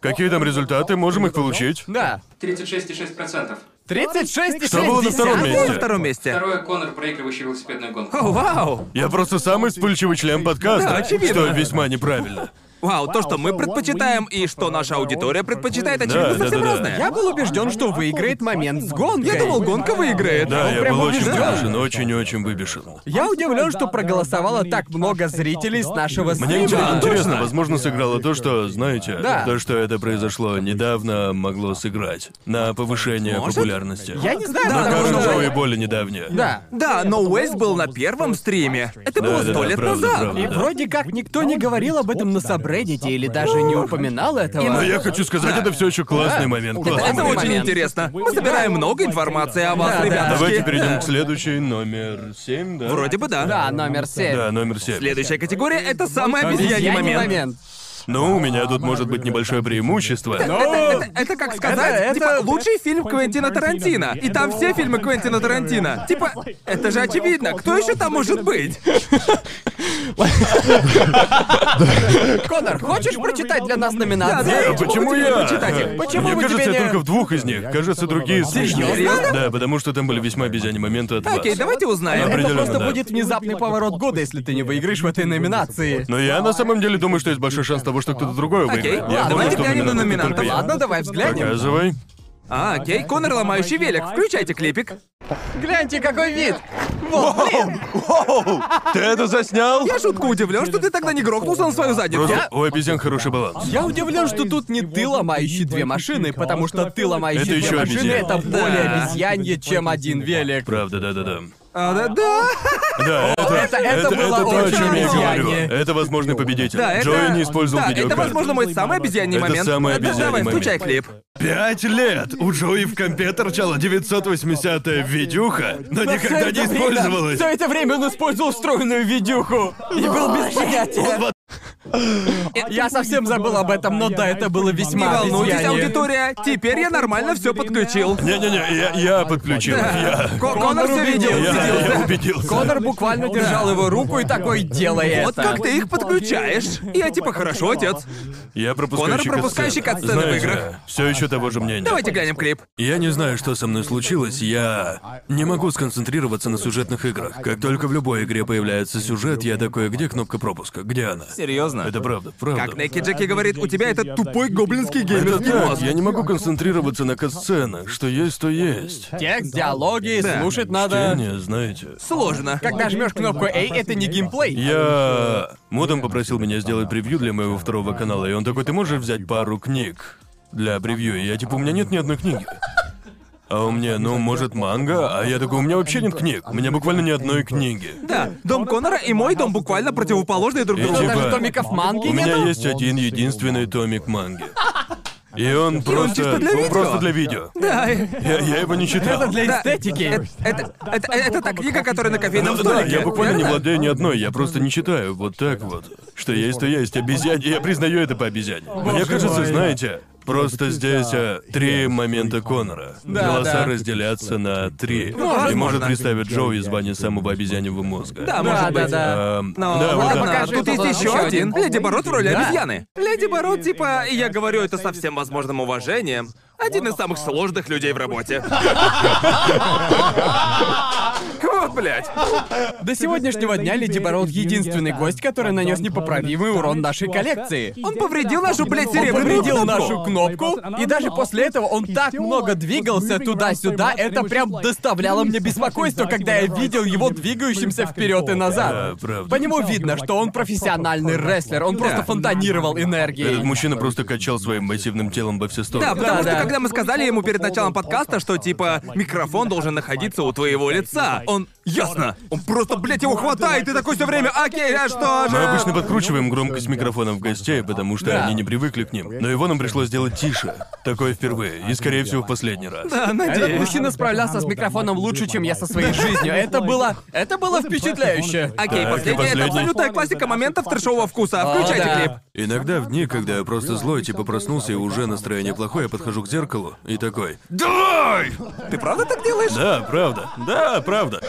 [SPEAKER 4] Какие там результаты? Можем их получить?
[SPEAKER 1] Да.
[SPEAKER 5] 36,6%.
[SPEAKER 1] 36,6.
[SPEAKER 4] Что было на втором
[SPEAKER 2] Какой на
[SPEAKER 4] месте?
[SPEAKER 2] втором месте?
[SPEAKER 5] Второе Конор, проигрывающий велосипедную гонку.
[SPEAKER 2] О, вау!
[SPEAKER 4] Я просто самый вспыльчивый член подкаста,
[SPEAKER 2] Да, очевидно.
[SPEAKER 4] что весьма неправильно.
[SPEAKER 2] Вау, то, что мы предпочитаем и что наша аудитория предпочитает, очевидно,
[SPEAKER 4] Да, да,
[SPEAKER 2] совсем
[SPEAKER 4] да, да.
[SPEAKER 2] разное.
[SPEAKER 1] Я был убежден, что выиграет момент с гонкой.
[SPEAKER 2] Я думал, гонка выиграет.
[SPEAKER 4] Да,
[SPEAKER 1] Он
[SPEAKER 4] я
[SPEAKER 1] прям
[SPEAKER 4] был очень
[SPEAKER 1] убежден.
[SPEAKER 4] выбешен, очень-очень выбешен.
[SPEAKER 1] Я удивлен, что проголосовало так много зрителей с нашего
[SPEAKER 4] Мне
[SPEAKER 1] стрима.
[SPEAKER 4] интер- интересно,
[SPEAKER 2] точно.
[SPEAKER 4] возможно, сыграло то, что, знаете,
[SPEAKER 1] Да.
[SPEAKER 4] то, что это произошло недавно, могло сыграть на повышение популярности.
[SPEAKER 1] Я не знаю,
[SPEAKER 4] На
[SPEAKER 1] потому
[SPEAKER 4] Карл
[SPEAKER 1] что-
[SPEAKER 4] Джо и боли недавнее.
[SPEAKER 1] Да.
[SPEAKER 2] Да, но Уэйс был на первом стриме. Это
[SPEAKER 4] Да,
[SPEAKER 2] было
[SPEAKER 4] да,
[SPEAKER 2] сто
[SPEAKER 4] да,
[SPEAKER 2] лет
[SPEAKER 4] правда,
[SPEAKER 2] назад.
[SPEAKER 4] правда.
[SPEAKER 1] И вроде как никто не говорил об этом на сабреддите или даже не упоминал этого.
[SPEAKER 4] Но Ну, я хочу сказать, это все еще классный момент. классный
[SPEAKER 2] Это
[SPEAKER 4] момент.
[SPEAKER 2] очень
[SPEAKER 1] момент.
[SPEAKER 2] интересно. Мы собираем много информации о вас,
[SPEAKER 1] Да, да.
[SPEAKER 2] ребятушки.
[SPEAKER 4] Давайте перейдем к следующей, номер семь, да?
[SPEAKER 2] Вроде бы да.
[SPEAKER 1] Да, номер семь.
[SPEAKER 4] Да, номер семь.
[SPEAKER 2] Следующая категория — это самый
[SPEAKER 1] Обезьянный
[SPEAKER 2] обезьяний момент.
[SPEAKER 1] момент.
[SPEAKER 4] Ну, у меня тут может быть небольшое преимущество.
[SPEAKER 2] Это, это- это как сказать,
[SPEAKER 1] Это-
[SPEAKER 2] типа,
[SPEAKER 1] это-
[SPEAKER 2] лучший фильм Квентина Тарантино. И там все фильмы Квентина Тарантино. Типа, это же очевидно, кто еще там может быть?
[SPEAKER 1] Конор, хочешь прочитать для нас номинации?
[SPEAKER 2] Да, да,
[SPEAKER 1] Почему
[SPEAKER 4] Почему
[SPEAKER 1] бы тебе
[SPEAKER 4] я?
[SPEAKER 1] не прочитать их? Почему
[SPEAKER 4] Мне
[SPEAKER 1] бы
[SPEAKER 4] кажется,
[SPEAKER 1] тебе
[SPEAKER 4] я
[SPEAKER 1] не-
[SPEAKER 4] только в двух из них. Кажется, другие скучные.
[SPEAKER 2] Серьёзно?
[SPEAKER 4] Да, потому что там были весьма обезьяне моменты от вас.
[SPEAKER 2] Окей, давайте узнаем.
[SPEAKER 4] Определенно.
[SPEAKER 1] Это просто
[SPEAKER 4] да.
[SPEAKER 1] будет внезапный поворот года, если ты не выиграешь в этой номинации.
[SPEAKER 4] Но я на самом деле думаю, что есть большой шанс того, что кто-то другой выиграет.
[SPEAKER 2] Окей,
[SPEAKER 4] Я
[SPEAKER 2] ладно,
[SPEAKER 4] думаю,
[SPEAKER 2] давайте
[SPEAKER 4] что
[SPEAKER 2] глянем на
[SPEAKER 4] номинанты
[SPEAKER 2] номинантов.
[SPEAKER 4] только я.
[SPEAKER 1] Ладно, давай взглянем.
[SPEAKER 4] Показывай.
[SPEAKER 2] А, окей, Конор, ломающий велик. Включайте клипик.
[SPEAKER 1] Гляньте, какой вид!
[SPEAKER 4] Ты это заснял?
[SPEAKER 2] Я шутку удивлен, что ты тогда не грохнулся на свою задницу.
[SPEAKER 4] Просто у обезьян хороший баланс.
[SPEAKER 1] Я удивлен, что тут не ты ломающий две машины, потому что ты ломающий
[SPEAKER 4] Это
[SPEAKER 1] две
[SPEAKER 4] еще
[SPEAKER 1] машины,
[SPEAKER 4] обезьян.
[SPEAKER 1] это более
[SPEAKER 2] Да.
[SPEAKER 1] обезьянье, чем один велик.
[SPEAKER 4] Правда, да-да-да.
[SPEAKER 2] А, да, да.
[SPEAKER 4] Да, это,
[SPEAKER 1] это- это было
[SPEAKER 4] то, о
[SPEAKER 1] очень
[SPEAKER 4] чем я говорю.
[SPEAKER 1] обезьянье.
[SPEAKER 4] Это возможный победитель.
[SPEAKER 2] Да, это...
[SPEAKER 4] Джои не использовал
[SPEAKER 2] да, это,
[SPEAKER 4] видеокарту.
[SPEAKER 2] возможно, мой самый обезьянный
[SPEAKER 4] Это
[SPEAKER 2] момент.
[SPEAKER 4] самый
[SPEAKER 2] Да, Давай,
[SPEAKER 4] обезьянный
[SPEAKER 2] включай
[SPEAKER 4] момент.
[SPEAKER 2] клип.
[SPEAKER 4] Пять лет! У Джои в компе торчала 980-я видюха, но никогда не использовалась.
[SPEAKER 1] Все это время он использовал встроенную видюху и был без понятия. Я совсем забыл об этом, но да, это было
[SPEAKER 2] Не
[SPEAKER 1] весьма
[SPEAKER 2] волнуйтесь,
[SPEAKER 1] обезьянье.
[SPEAKER 2] аудитория. Теперь я нормально все подключил.
[SPEAKER 4] Не-не-не, я, я подключил. Я,
[SPEAKER 2] Ко- Конор все видел.
[SPEAKER 4] я,
[SPEAKER 2] сидел,
[SPEAKER 4] я
[SPEAKER 2] да.
[SPEAKER 4] убедился.
[SPEAKER 1] Конор буквально держал его руку и такой делай
[SPEAKER 2] Вот
[SPEAKER 1] это.
[SPEAKER 2] как ты их подключаешь. Я типа хорошо, отец.
[SPEAKER 4] Я пропускающий
[SPEAKER 2] Конор пропускающий катсцены в играх.
[SPEAKER 4] все еще того же мнения.
[SPEAKER 2] Давайте глянем клип.
[SPEAKER 4] Я не знаю, что со мной случилось, я не могу сконцентрироваться на сюжетных играх. Как только в любой игре появляется сюжет, я такой, где кнопка пропуска? Где она?
[SPEAKER 2] Серьезно.
[SPEAKER 4] Это правда, правда.
[SPEAKER 2] Как Неки Джеки говорит, у тебя этот тупой гоблинский
[SPEAKER 4] Это
[SPEAKER 2] геймерский
[SPEAKER 4] так,
[SPEAKER 2] мозг.
[SPEAKER 4] я не могу концентрироваться на катсценах. Что есть, то есть.
[SPEAKER 1] Текст, диалоги, слушать надо.
[SPEAKER 4] Чтение, знаете.
[SPEAKER 2] Сложно.
[SPEAKER 1] Когда жмешь кнопку «Эй», это не
[SPEAKER 3] А
[SPEAKER 1] геймплей.
[SPEAKER 4] Я... Модом попросил меня сделать превью для моего второго канала, и он такой, ты можешь взять пару книг для превью? И я типа, у меня нет ни одной книги. А у меня, ну, может, манга? А я такой, у меня вообще нет книг. У меня буквально ни одной книги.
[SPEAKER 2] Да, дом Конора и мой дом буквально противоположные друг
[SPEAKER 4] И
[SPEAKER 2] другу.
[SPEAKER 4] типа,
[SPEAKER 1] Даже томиков манги
[SPEAKER 4] У меня
[SPEAKER 1] нету?
[SPEAKER 4] есть один единственный томик манги. И он просто...
[SPEAKER 2] чисто для
[SPEAKER 4] он
[SPEAKER 2] видео.
[SPEAKER 4] просто для видео.
[SPEAKER 2] Да,
[SPEAKER 4] Я, я его не читал.
[SPEAKER 1] Для
[SPEAKER 2] да.
[SPEAKER 1] эстетики.
[SPEAKER 2] Это, это, это та книга, которая на
[SPEAKER 4] Да,
[SPEAKER 2] кофейном
[SPEAKER 4] да, да,
[SPEAKER 2] столике.
[SPEAKER 4] я буквально не
[SPEAKER 2] Верно?
[SPEAKER 4] владею ни одной, я просто не читаю, вот так вот. Что есть, то есть, обезьянь, я признаю это по обезьяне. Мне кажется, знаете, просто здесь э, три момента Конора. Голоса
[SPEAKER 1] да.
[SPEAKER 4] разделятся на три. И
[SPEAKER 2] возможно.
[SPEAKER 4] может представить Джоуи звание самого обезьяньего мозга.
[SPEAKER 2] Да,
[SPEAKER 1] Да,
[SPEAKER 2] может
[SPEAKER 1] да,
[SPEAKER 2] быть.
[SPEAKER 1] да.
[SPEAKER 4] Эм,
[SPEAKER 2] Но
[SPEAKER 4] да, вот
[SPEAKER 2] ладно,
[SPEAKER 4] да.
[SPEAKER 1] покажи,
[SPEAKER 2] тут есть
[SPEAKER 1] что
[SPEAKER 2] еще
[SPEAKER 1] там.
[SPEAKER 2] один. Леди Бород в роли
[SPEAKER 1] Да.
[SPEAKER 2] обезьяны. Леди Бород, типа, и я говорю это со всем возможным уважением. Один из самых сложных людей в работе. Вот, блядь.
[SPEAKER 1] До сегодняшнего дня Леди Бород единственный гость, который нанес непоправимый урон нашей коллекции.
[SPEAKER 2] Он повредил нашу, блядь,
[SPEAKER 1] Он
[SPEAKER 2] серебряную
[SPEAKER 1] повредил
[SPEAKER 2] кнопку.
[SPEAKER 1] нашу кнопку, и даже после этого он так много двигался туда-сюда, это прям доставляло мне беспокойство, когда я видел его двигающимся вперед и
[SPEAKER 4] Да,
[SPEAKER 1] назад. По
[SPEAKER 4] правда.
[SPEAKER 1] нему видно, что он профессиональный рестлер, он просто
[SPEAKER 2] Да.
[SPEAKER 1] фонтанировал
[SPEAKER 4] Этот
[SPEAKER 1] энергией.
[SPEAKER 4] мужчина просто качал своим массивным телом во все стороны.
[SPEAKER 2] Да, потому что
[SPEAKER 1] да.
[SPEAKER 2] когда мы сказали ему перед началом подкаста, что типа микрофон должен находиться у твоего лица, он ясно, он просто, блядь, его хватает, и такой все время, окей, а что же?
[SPEAKER 4] Мы обычно подкручиваем громкость микрофонов гостей, потому что
[SPEAKER 1] Да.
[SPEAKER 4] они не привыкли к ним. Но его нам пришлось делать тише. Такое впервые. И, скорее всего, в последний раз.
[SPEAKER 2] Да,
[SPEAKER 1] Этот
[SPEAKER 2] надеюсь.
[SPEAKER 1] мужчина справлялся с микрофоном лучше, чем я со своей жизнью. Это было... Это было впечатляюще.
[SPEAKER 2] Окей,
[SPEAKER 4] Да, это
[SPEAKER 2] последний, это
[SPEAKER 4] последний.
[SPEAKER 2] абсолютная классика моментов трешового вкуса. Включайте
[SPEAKER 1] да.
[SPEAKER 2] клип.
[SPEAKER 4] Иногда в дни, когда я просто злой, типа проснулся и уже настроение плохое, я подхожу к зеркалу и такой «Давай!»
[SPEAKER 2] Ты правда так делаешь?
[SPEAKER 4] Да, правда. Да, правда.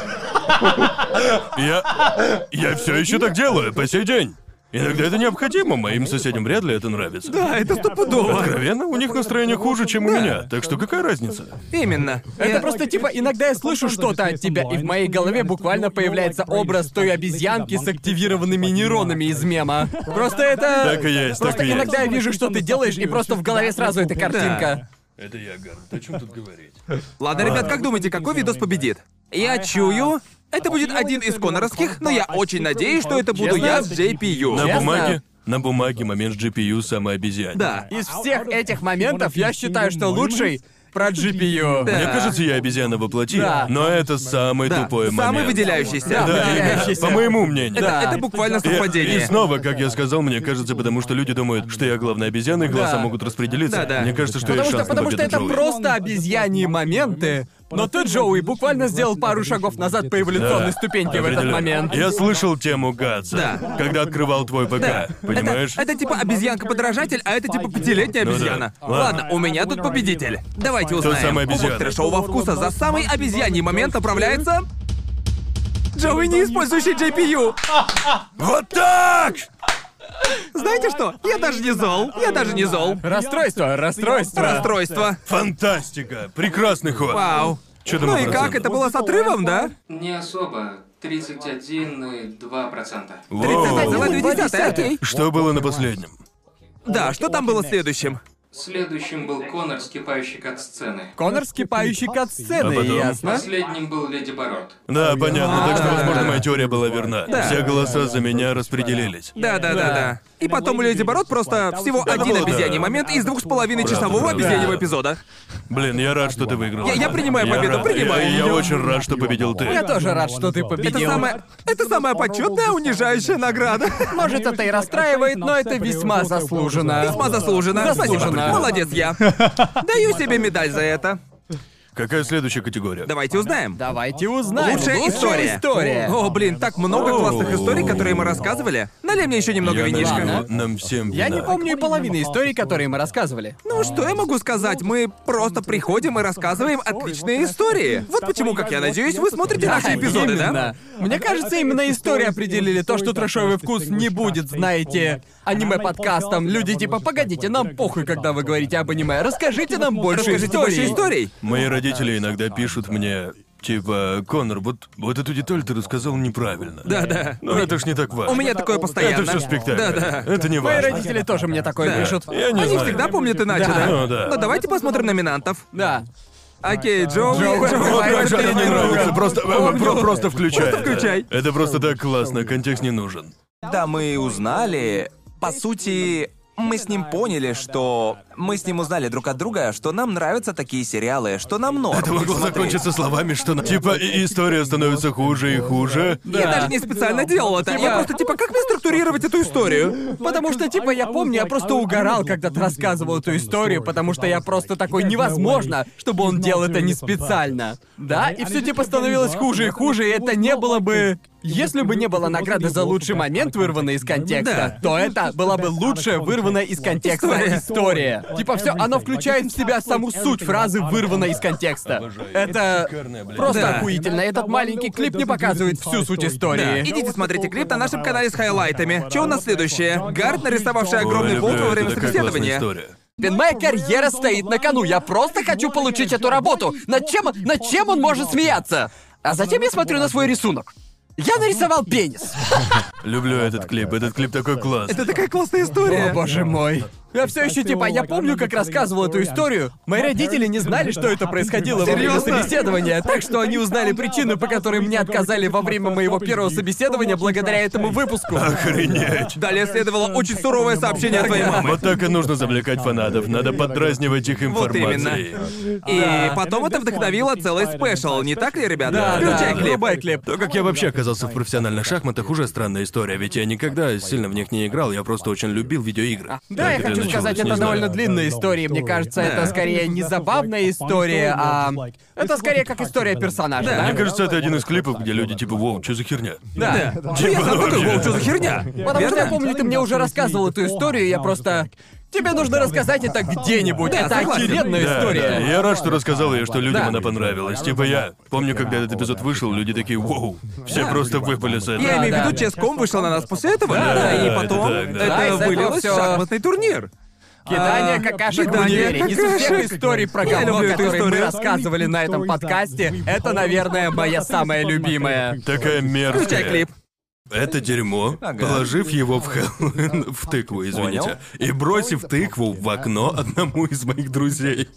[SPEAKER 4] Я... Я все еще так делаю по сей день. Иногда это необходимо, моим соседям вряд ли это нравится.
[SPEAKER 3] Да, это стопудово.
[SPEAKER 4] Откровенно, у них настроение хуже, чем у меня, так что какая разница?
[SPEAKER 3] Именно.
[SPEAKER 1] Это
[SPEAKER 2] Э,
[SPEAKER 3] Я-
[SPEAKER 1] просто типа иногда я слышу что-то от тебя, и в моей голове буквально появляется образ той обезьянки с активированными нейронами из мема. Просто это.
[SPEAKER 4] Так и есть,
[SPEAKER 1] Просто
[SPEAKER 4] так и
[SPEAKER 1] иногда я
[SPEAKER 4] есть.
[SPEAKER 1] вижу, что ты делаешь, и просто в голове сразу эта картинка.
[SPEAKER 4] Это я, Гарнт, о чем тут говорить?
[SPEAKER 3] Ладно, ребят, как думаете, какой видос победит? Я чую. Это будет один из коноровских, но я очень надеюсь, что это буду я с
[SPEAKER 4] На
[SPEAKER 3] JPU.
[SPEAKER 1] Честно?
[SPEAKER 4] бумаге, на бумаге момент GPU самая обезьяна.
[SPEAKER 3] Да.
[SPEAKER 1] Из всех этих моментов я считаю, что лучший про GPU.
[SPEAKER 3] Да.
[SPEAKER 4] Мне кажется, я обезьяна воплоти,
[SPEAKER 1] Да.
[SPEAKER 4] но это самый
[SPEAKER 3] Да,
[SPEAKER 4] тупой момент.
[SPEAKER 3] Самый выделяющийся.
[SPEAKER 4] Да, именно, по моему мнению.
[SPEAKER 3] Это, это буквально
[SPEAKER 4] И- И,
[SPEAKER 3] совпадение.
[SPEAKER 4] снова, как я сказал, мне кажется, потому что люди думают, что я главная обезьяна, и голоса
[SPEAKER 1] Да.
[SPEAKER 4] могут распределиться.
[SPEAKER 3] Да, да.
[SPEAKER 4] Мне кажется, что
[SPEAKER 1] Потому
[SPEAKER 4] есть
[SPEAKER 1] что,
[SPEAKER 4] шанс
[SPEAKER 1] потому
[SPEAKER 4] на
[SPEAKER 1] что
[SPEAKER 4] победу
[SPEAKER 1] это
[SPEAKER 4] Джоуи.
[SPEAKER 1] просто обезьяньи моменты. Но ты, Джоуи, буквально сделал пару шагов назад по эволюционной
[SPEAKER 4] Да,
[SPEAKER 1] ступеньке в этот
[SPEAKER 4] э, определенно.
[SPEAKER 1] момент.
[SPEAKER 4] Я слышал тему Гадса,
[SPEAKER 3] Да.
[SPEAKER 4] когда открывал твой ПК,
[SPEAKER 3] Это,
[SPEAKER 4] понимаешь?
[SPEAKER 3] это типа обезьянка-подражатель, а это типа пятилетняя
[SPEAKER 4] Ну да.
[SPEAKER 3] обезьяна.
[SPEAKER 4] Ладно.
[SPEAKER 3] Ладно, у меня тут победитель. Давайте узнаем.
[SPEAKER 4] самый
[SPEAKER 3] Кубок
[SPEAKER 4] обезьяна?
[SPEAKER 3] трэшового вкуса за самый обезьяний момент отправляется... Джоуи, не использующий JPU.
[SPEAKER 4] Вот так!
[SPEAKER 3] Знаете что? Я даже не зол. Я даже не зол.
[SPEAKER 1] Расстройство, расстройство.
[SPEAKER 3] Расстройство.
[SPEAKER 4] Фантастика! Прекрасный ход!
[SPEAKER 3] Вау.
[SPEAKER 4] Чё там
[SPEAKER 3] Ну и
[SPEAKER 4] процент?
[SPEAKER 3] как, это было с отрывом, да?
[SPEAKER 5] Не особо. 31,2%.
[SPEAKER 4] Воу.
[SPEAKER 3] 31,2, окей.
[SPEAKER 4] Что было на последнем?
[SPEAKER 3] Да, что там было следующим?
[SPEAKER 5] Следующим был Конор, скипающий кат-сцены.
[SPEAKER 1] Конор скипающий кат-сцены,
[SPEAKER 4] А потом?
[SPEAKER 1] ясно?
[SPEAKER 5] Последним был Леди Бород.
[SPEAKER 4] Да, понятно, так что,
[SPEAKER 3] да,
[SPEAKER 4] возможно,
[SPEAKER 3] да.
[SPEAKER 4] моя теория была верна. Все голоса за меня распределились.
[SPEAKER 3] Да, да, да, да. И потом у Леди Бород просто всего один
[SPEAKER 4] было, да.
[SPEAKER 3] обезьяний момент из двух с половиной часового
[SPEAKER 4] Правда, правда.
[SPEAKER 3] обезьяньего эпизода.
[SPEAKER 4] Блин, я рад, что ты выиграл.
[SPEAKER 3] Я- я принимаю победу,
[SPEAKER 4] рад.
[SPEAKER 3] принимаю.
[SPEAKER 4] Я, я очень рад, что победил ты.
[SPEAKER 1] Я тоже рад, что ты
[SPEAKER 3] Это
[SPEAKER 1] победил.
[SPEAKER 3] самая, это самая почетная унижающая награда.
[SPEAKER 1] Может, это и расстраивает, но это весьма заслуженно.
[SPEAKER 3] Весьма заслуженно. Спасибо.
[SPEAKER 1] Заслуженно.
[SPEAKER 3] Молодец я. Даю себе медаль за это.
[SPEAKER 4] Какая следующая категория?
[SPEAKER 3] Давайте узнаем.
[SPEAKER 1] Давайте узнаем.
[SPEAKER 3] Лучшая история.
[SPEAKER 1] история.
[SPEAKER 3] О, блин, так много классных
[SPEAKER 4] Оу.
[SPEAKER 3] историй, которые мы рассказывали. Налей мне еще немного
[SPEAKER 4] Я
[SPEAKER 3] винишка.
[SPEAKER 4] налью нам всем
[SPEAKER 1] Я
[SPEAKER 4] вина.
[SPEAKER 1] не помню и половины историй, которые мы рассказывали.
[SPEAKER 3] Ну что я могу сказать? Мы просто приходим и рассказываем отличные истории. Вот почему, как я надеюсь, вы смотрите наши А, эпизоды, да?
[SPEAKER 1] именно. Мне кажется, именно истории определили то, что трэшовый вкус не будет, знаете, аниме-подкастом. Люди типа, погодите, нам похуй, когда вы говорите об аниме. Расскажите нам больше
[SPEAKER 3] Расскажите больше историй.
[SPEAKER 4] Мои родители иногда пишут мне, типа, Конор, вот, вот эту деталь ты рассказал неправильно.
[SPEAKER 3] Да-да.
[SPEAKER 4] Ну это ж не так важно.
[SPEAKER 3] У меня такое
[SPEAKER 4] Это
[SPEAKER 3] постоянно.
[SPEAKER 4] все спектакль.
[SPEAKER 3] Да-да.
[SPEAKER 4] Это не
[SPEAKER 1] Мои
[SPEAKER 4] важно.
[SPEAKER 1] родители тоже мне такое
[SPEAKER 3] Да.
[SPEAKER 1] пишут.
[SPEAKER 4] Я не
[SPEAKER 3] Они
[SPEAKER 4] знаю.
[SPEAKER 3] всегда помнят иначе, да?
[SPEAKER 4] Ну да.
[SPEAKER 3] Но давайте посмотрим номинантов.
[SPEAKER 1] Да.
[SPEAKER 3] Окей, Джоуи,
[SPEAKER 1] Джоуи,
[SPEAKER 3] Джоуи,
[SPEAKER 4] Вот
[SPEAKER 1] Давай,
[SPEAKER 4] так же
[SPEAKER 3] Джоуи,
[SPEAKER 4] это не
[SPEAKER 3] Джоуи.
[SPEAKER 4] нравится. Просто, э, про- просто включай.
[SPEAKER 3] Просто включай.
[SPEAKER 4] Это просто так классно, контекст не нужен.
[SPEAKER 2] Да, мы узнали. По сути, мы с ним поняли, что мы с ним узнали друг от друга, что нам нравятся такие сериалы, что нам норм.
[SPEAKER 4] Это могло
[SPEAKER 2] Смотри.
[SPEAKER 4] закончиться словами, что... на- Типа, и- история становится хуже и хуже.
[SPEAKER 3] Я даже не специально делал это. Я просто типа, как мне структурировать эту историю?
[SPEAKER 1] Потому что, типа, я помню, я просто угорал, когда ты рассказывал эту историю, потому что я просто такой невозможно, чтобы он делал это не специально. Да, и все типа становилось хуже и хуже, и это не было бы. Если бы не было награды за лучший момент, вырванный из контекста,
[SPEAKER 7] Да.
[SPEAKER 1] то это была бы лучшая вырванная из контекста история.
[SPEAKER 7] История.
[SPEAKER 1] Типа все, оно включает в себя саму суть фразы вырванная из контекста. Это просто
[SPEAKER 3] Да.
[SPEAKER 1] охуительно. Этот маленький клип не показывает всю суть
[SPEAKER 3] Да.
[SPEAKER 1] истории.
[SPEAKER 3] Идите смотрите клип на нашем канале с хайлайтами. Че у нас следующее? Гард, нарисовавший
[SPEAKER 4] Ой,
[SPEAKER 3] огромный
[SPEAKER 4] люблю,
[SPEAKER 3] болт во
[SPEAKER 4] это
[SPEAKER 3] время
[SPEAKER 4] такая классная
[SPEAKER 3] собеседования.
[SPEAKER 4] история.
[SPEAKER 1] Блин, моя карьера стоит на кону. Я просто хочу получить эту работу. Над чем, над чем он может смеяться? А затем я смотрю на свой рисунок. Я нарисовал пенис.
[SPEAKER 4] Люблю этот клип, этот клип такой классный.
[SPEAKER 3] Это такая классная история.
[SPEAKER 1] О, боже мой. Я все еще типа, я помню, как рассказывал эту историю. Мои родители не знали, что это происходило во время
[SPEAKER 3] Серьезно?
[SPEAKER 1] собеседования, так что они узнали причину, по которой мне отказали во время моего первого собеседования благодаря этому выпуску.
[SPEAKER 4] Охренеть.
[SPEAKER 3] Далее следовало очень суровое сообщение от твоей мамы.
[SPEAKER 4] Вот так и нужно завлекать фанатов, надо поддразнивать их
[SPEAKER 3] Вот
[SPEAKER 4] информацией.
[SPEAKER 3] И потом это вдохновило целый спешл, не так ли, ребята?
[SPEAKER 1] Да, да,
[SPEAKER 3] Включай клип.
[SPEAKER 1] врубай клип.
[SPEAKER 4] То, как я вообще оказался в профессиональных шахматах, уже странная история, ведь я никогда сильно в них не играл, я просто очень любил
[SPEAKER 3] А,
[SPEAKER 4] видеоигры.
[SPEAKER 1] Да, я
[SPEAKER 4] Как это
[SPEAKER 1] хочу сказать,
[SPEAKER 4] началось, не
[SPEAKER 1] это
[SPEAKER 4] знаю.
[SPEAKER 1] довольно длинная история. Мне кажется, это скорее не забавная история, а... Это скорее как история персонажа,
[SPEAKER 3] Да.
[SPEAKER 1] да?
[SPEAKER 4] Мне кажется, это один из клипов, где люди типа «Воу, что за херня?»
[SPEAKER 3] Да. Ну, я
[SPEAKER 4] Типа,
[SPEAKER 3] запутал,
[SPEAKER 4] вообще.
[SPEAKER 3] «Воу, что за херня?
[SPEAKER 1] Потому что я
[SPEAKER 3] Верно?
[SPEAKER 1] помню, ты мне уже рассказывал эту историю, и я просто... Тебе нужно рассказать это где-нибудь.
[SPEAKER 2] Да,
[SPEAKER 1] это
[SPEAKER 2] согласен.
[SPEAKER 1] охеренная
[SPEAKER 4] Да, да,
[SPEAKER 1] история.
[SPEAKER 4] я рад, что рассказал ей, что людям
[SPEAKER 1] Да.
[SPEAKER 4] она понравилась. Типа я помню, когда этот эпизод вышел, люди такие, вау, все просто выпали с
[SPEAKER 3] Я
[SPEAKER 4] этого.
[SPEAKER 3] имею в виду,
[SPEAKER 1] да.
[SPEAKER 3] Ческом вышел на нас после этого,
[SPEAKER 4] Да,
[SPEAKER 3] да,
[SPEAKER 4] да,
[SPEAKER 3] и
[SPEAKER 4] это
[SPEAKER 3] потом
[SPEAKER 4] так,
[SPEAKER 3] это,
[SPEAKER 4] да.
[SPEAKER 1] Да, из этого
[SPEAKER 3] вылилось
[SPEAKER 1] всё.
[SPEAKER 3] в шахматный турнир.
[SPEAKER 1] Кидание
[SPEAKER 3] А,
[SPEAKER 1] какашек в
[SPEAKER 3] кидание
[SPEAKER 1] универе. Из всех
[SPEAKER 3] какашек.
[SPEAKER 1] историй про
[SPEAKER 3] Я
[SPEAKER 1] говно,
[SPEAKER 3] люблю эту
[SPEAKER 1] которые мы
[SPEAKER 3] историю.
[SPEAKER 1] рассказывали на этом подкасте, это, наверное, моя самая любимая.
[SPEAKER 4] Такая мерзкая.
[SPEAKER 3] Включай клип.
[SPEAKER 4] Это дерьмо,
[SPEAKER 2] Ага.
[SPEAKER 4] положив его в, хел- в тыкву, извините, и бросив тыкву в окно одному из моих друзей.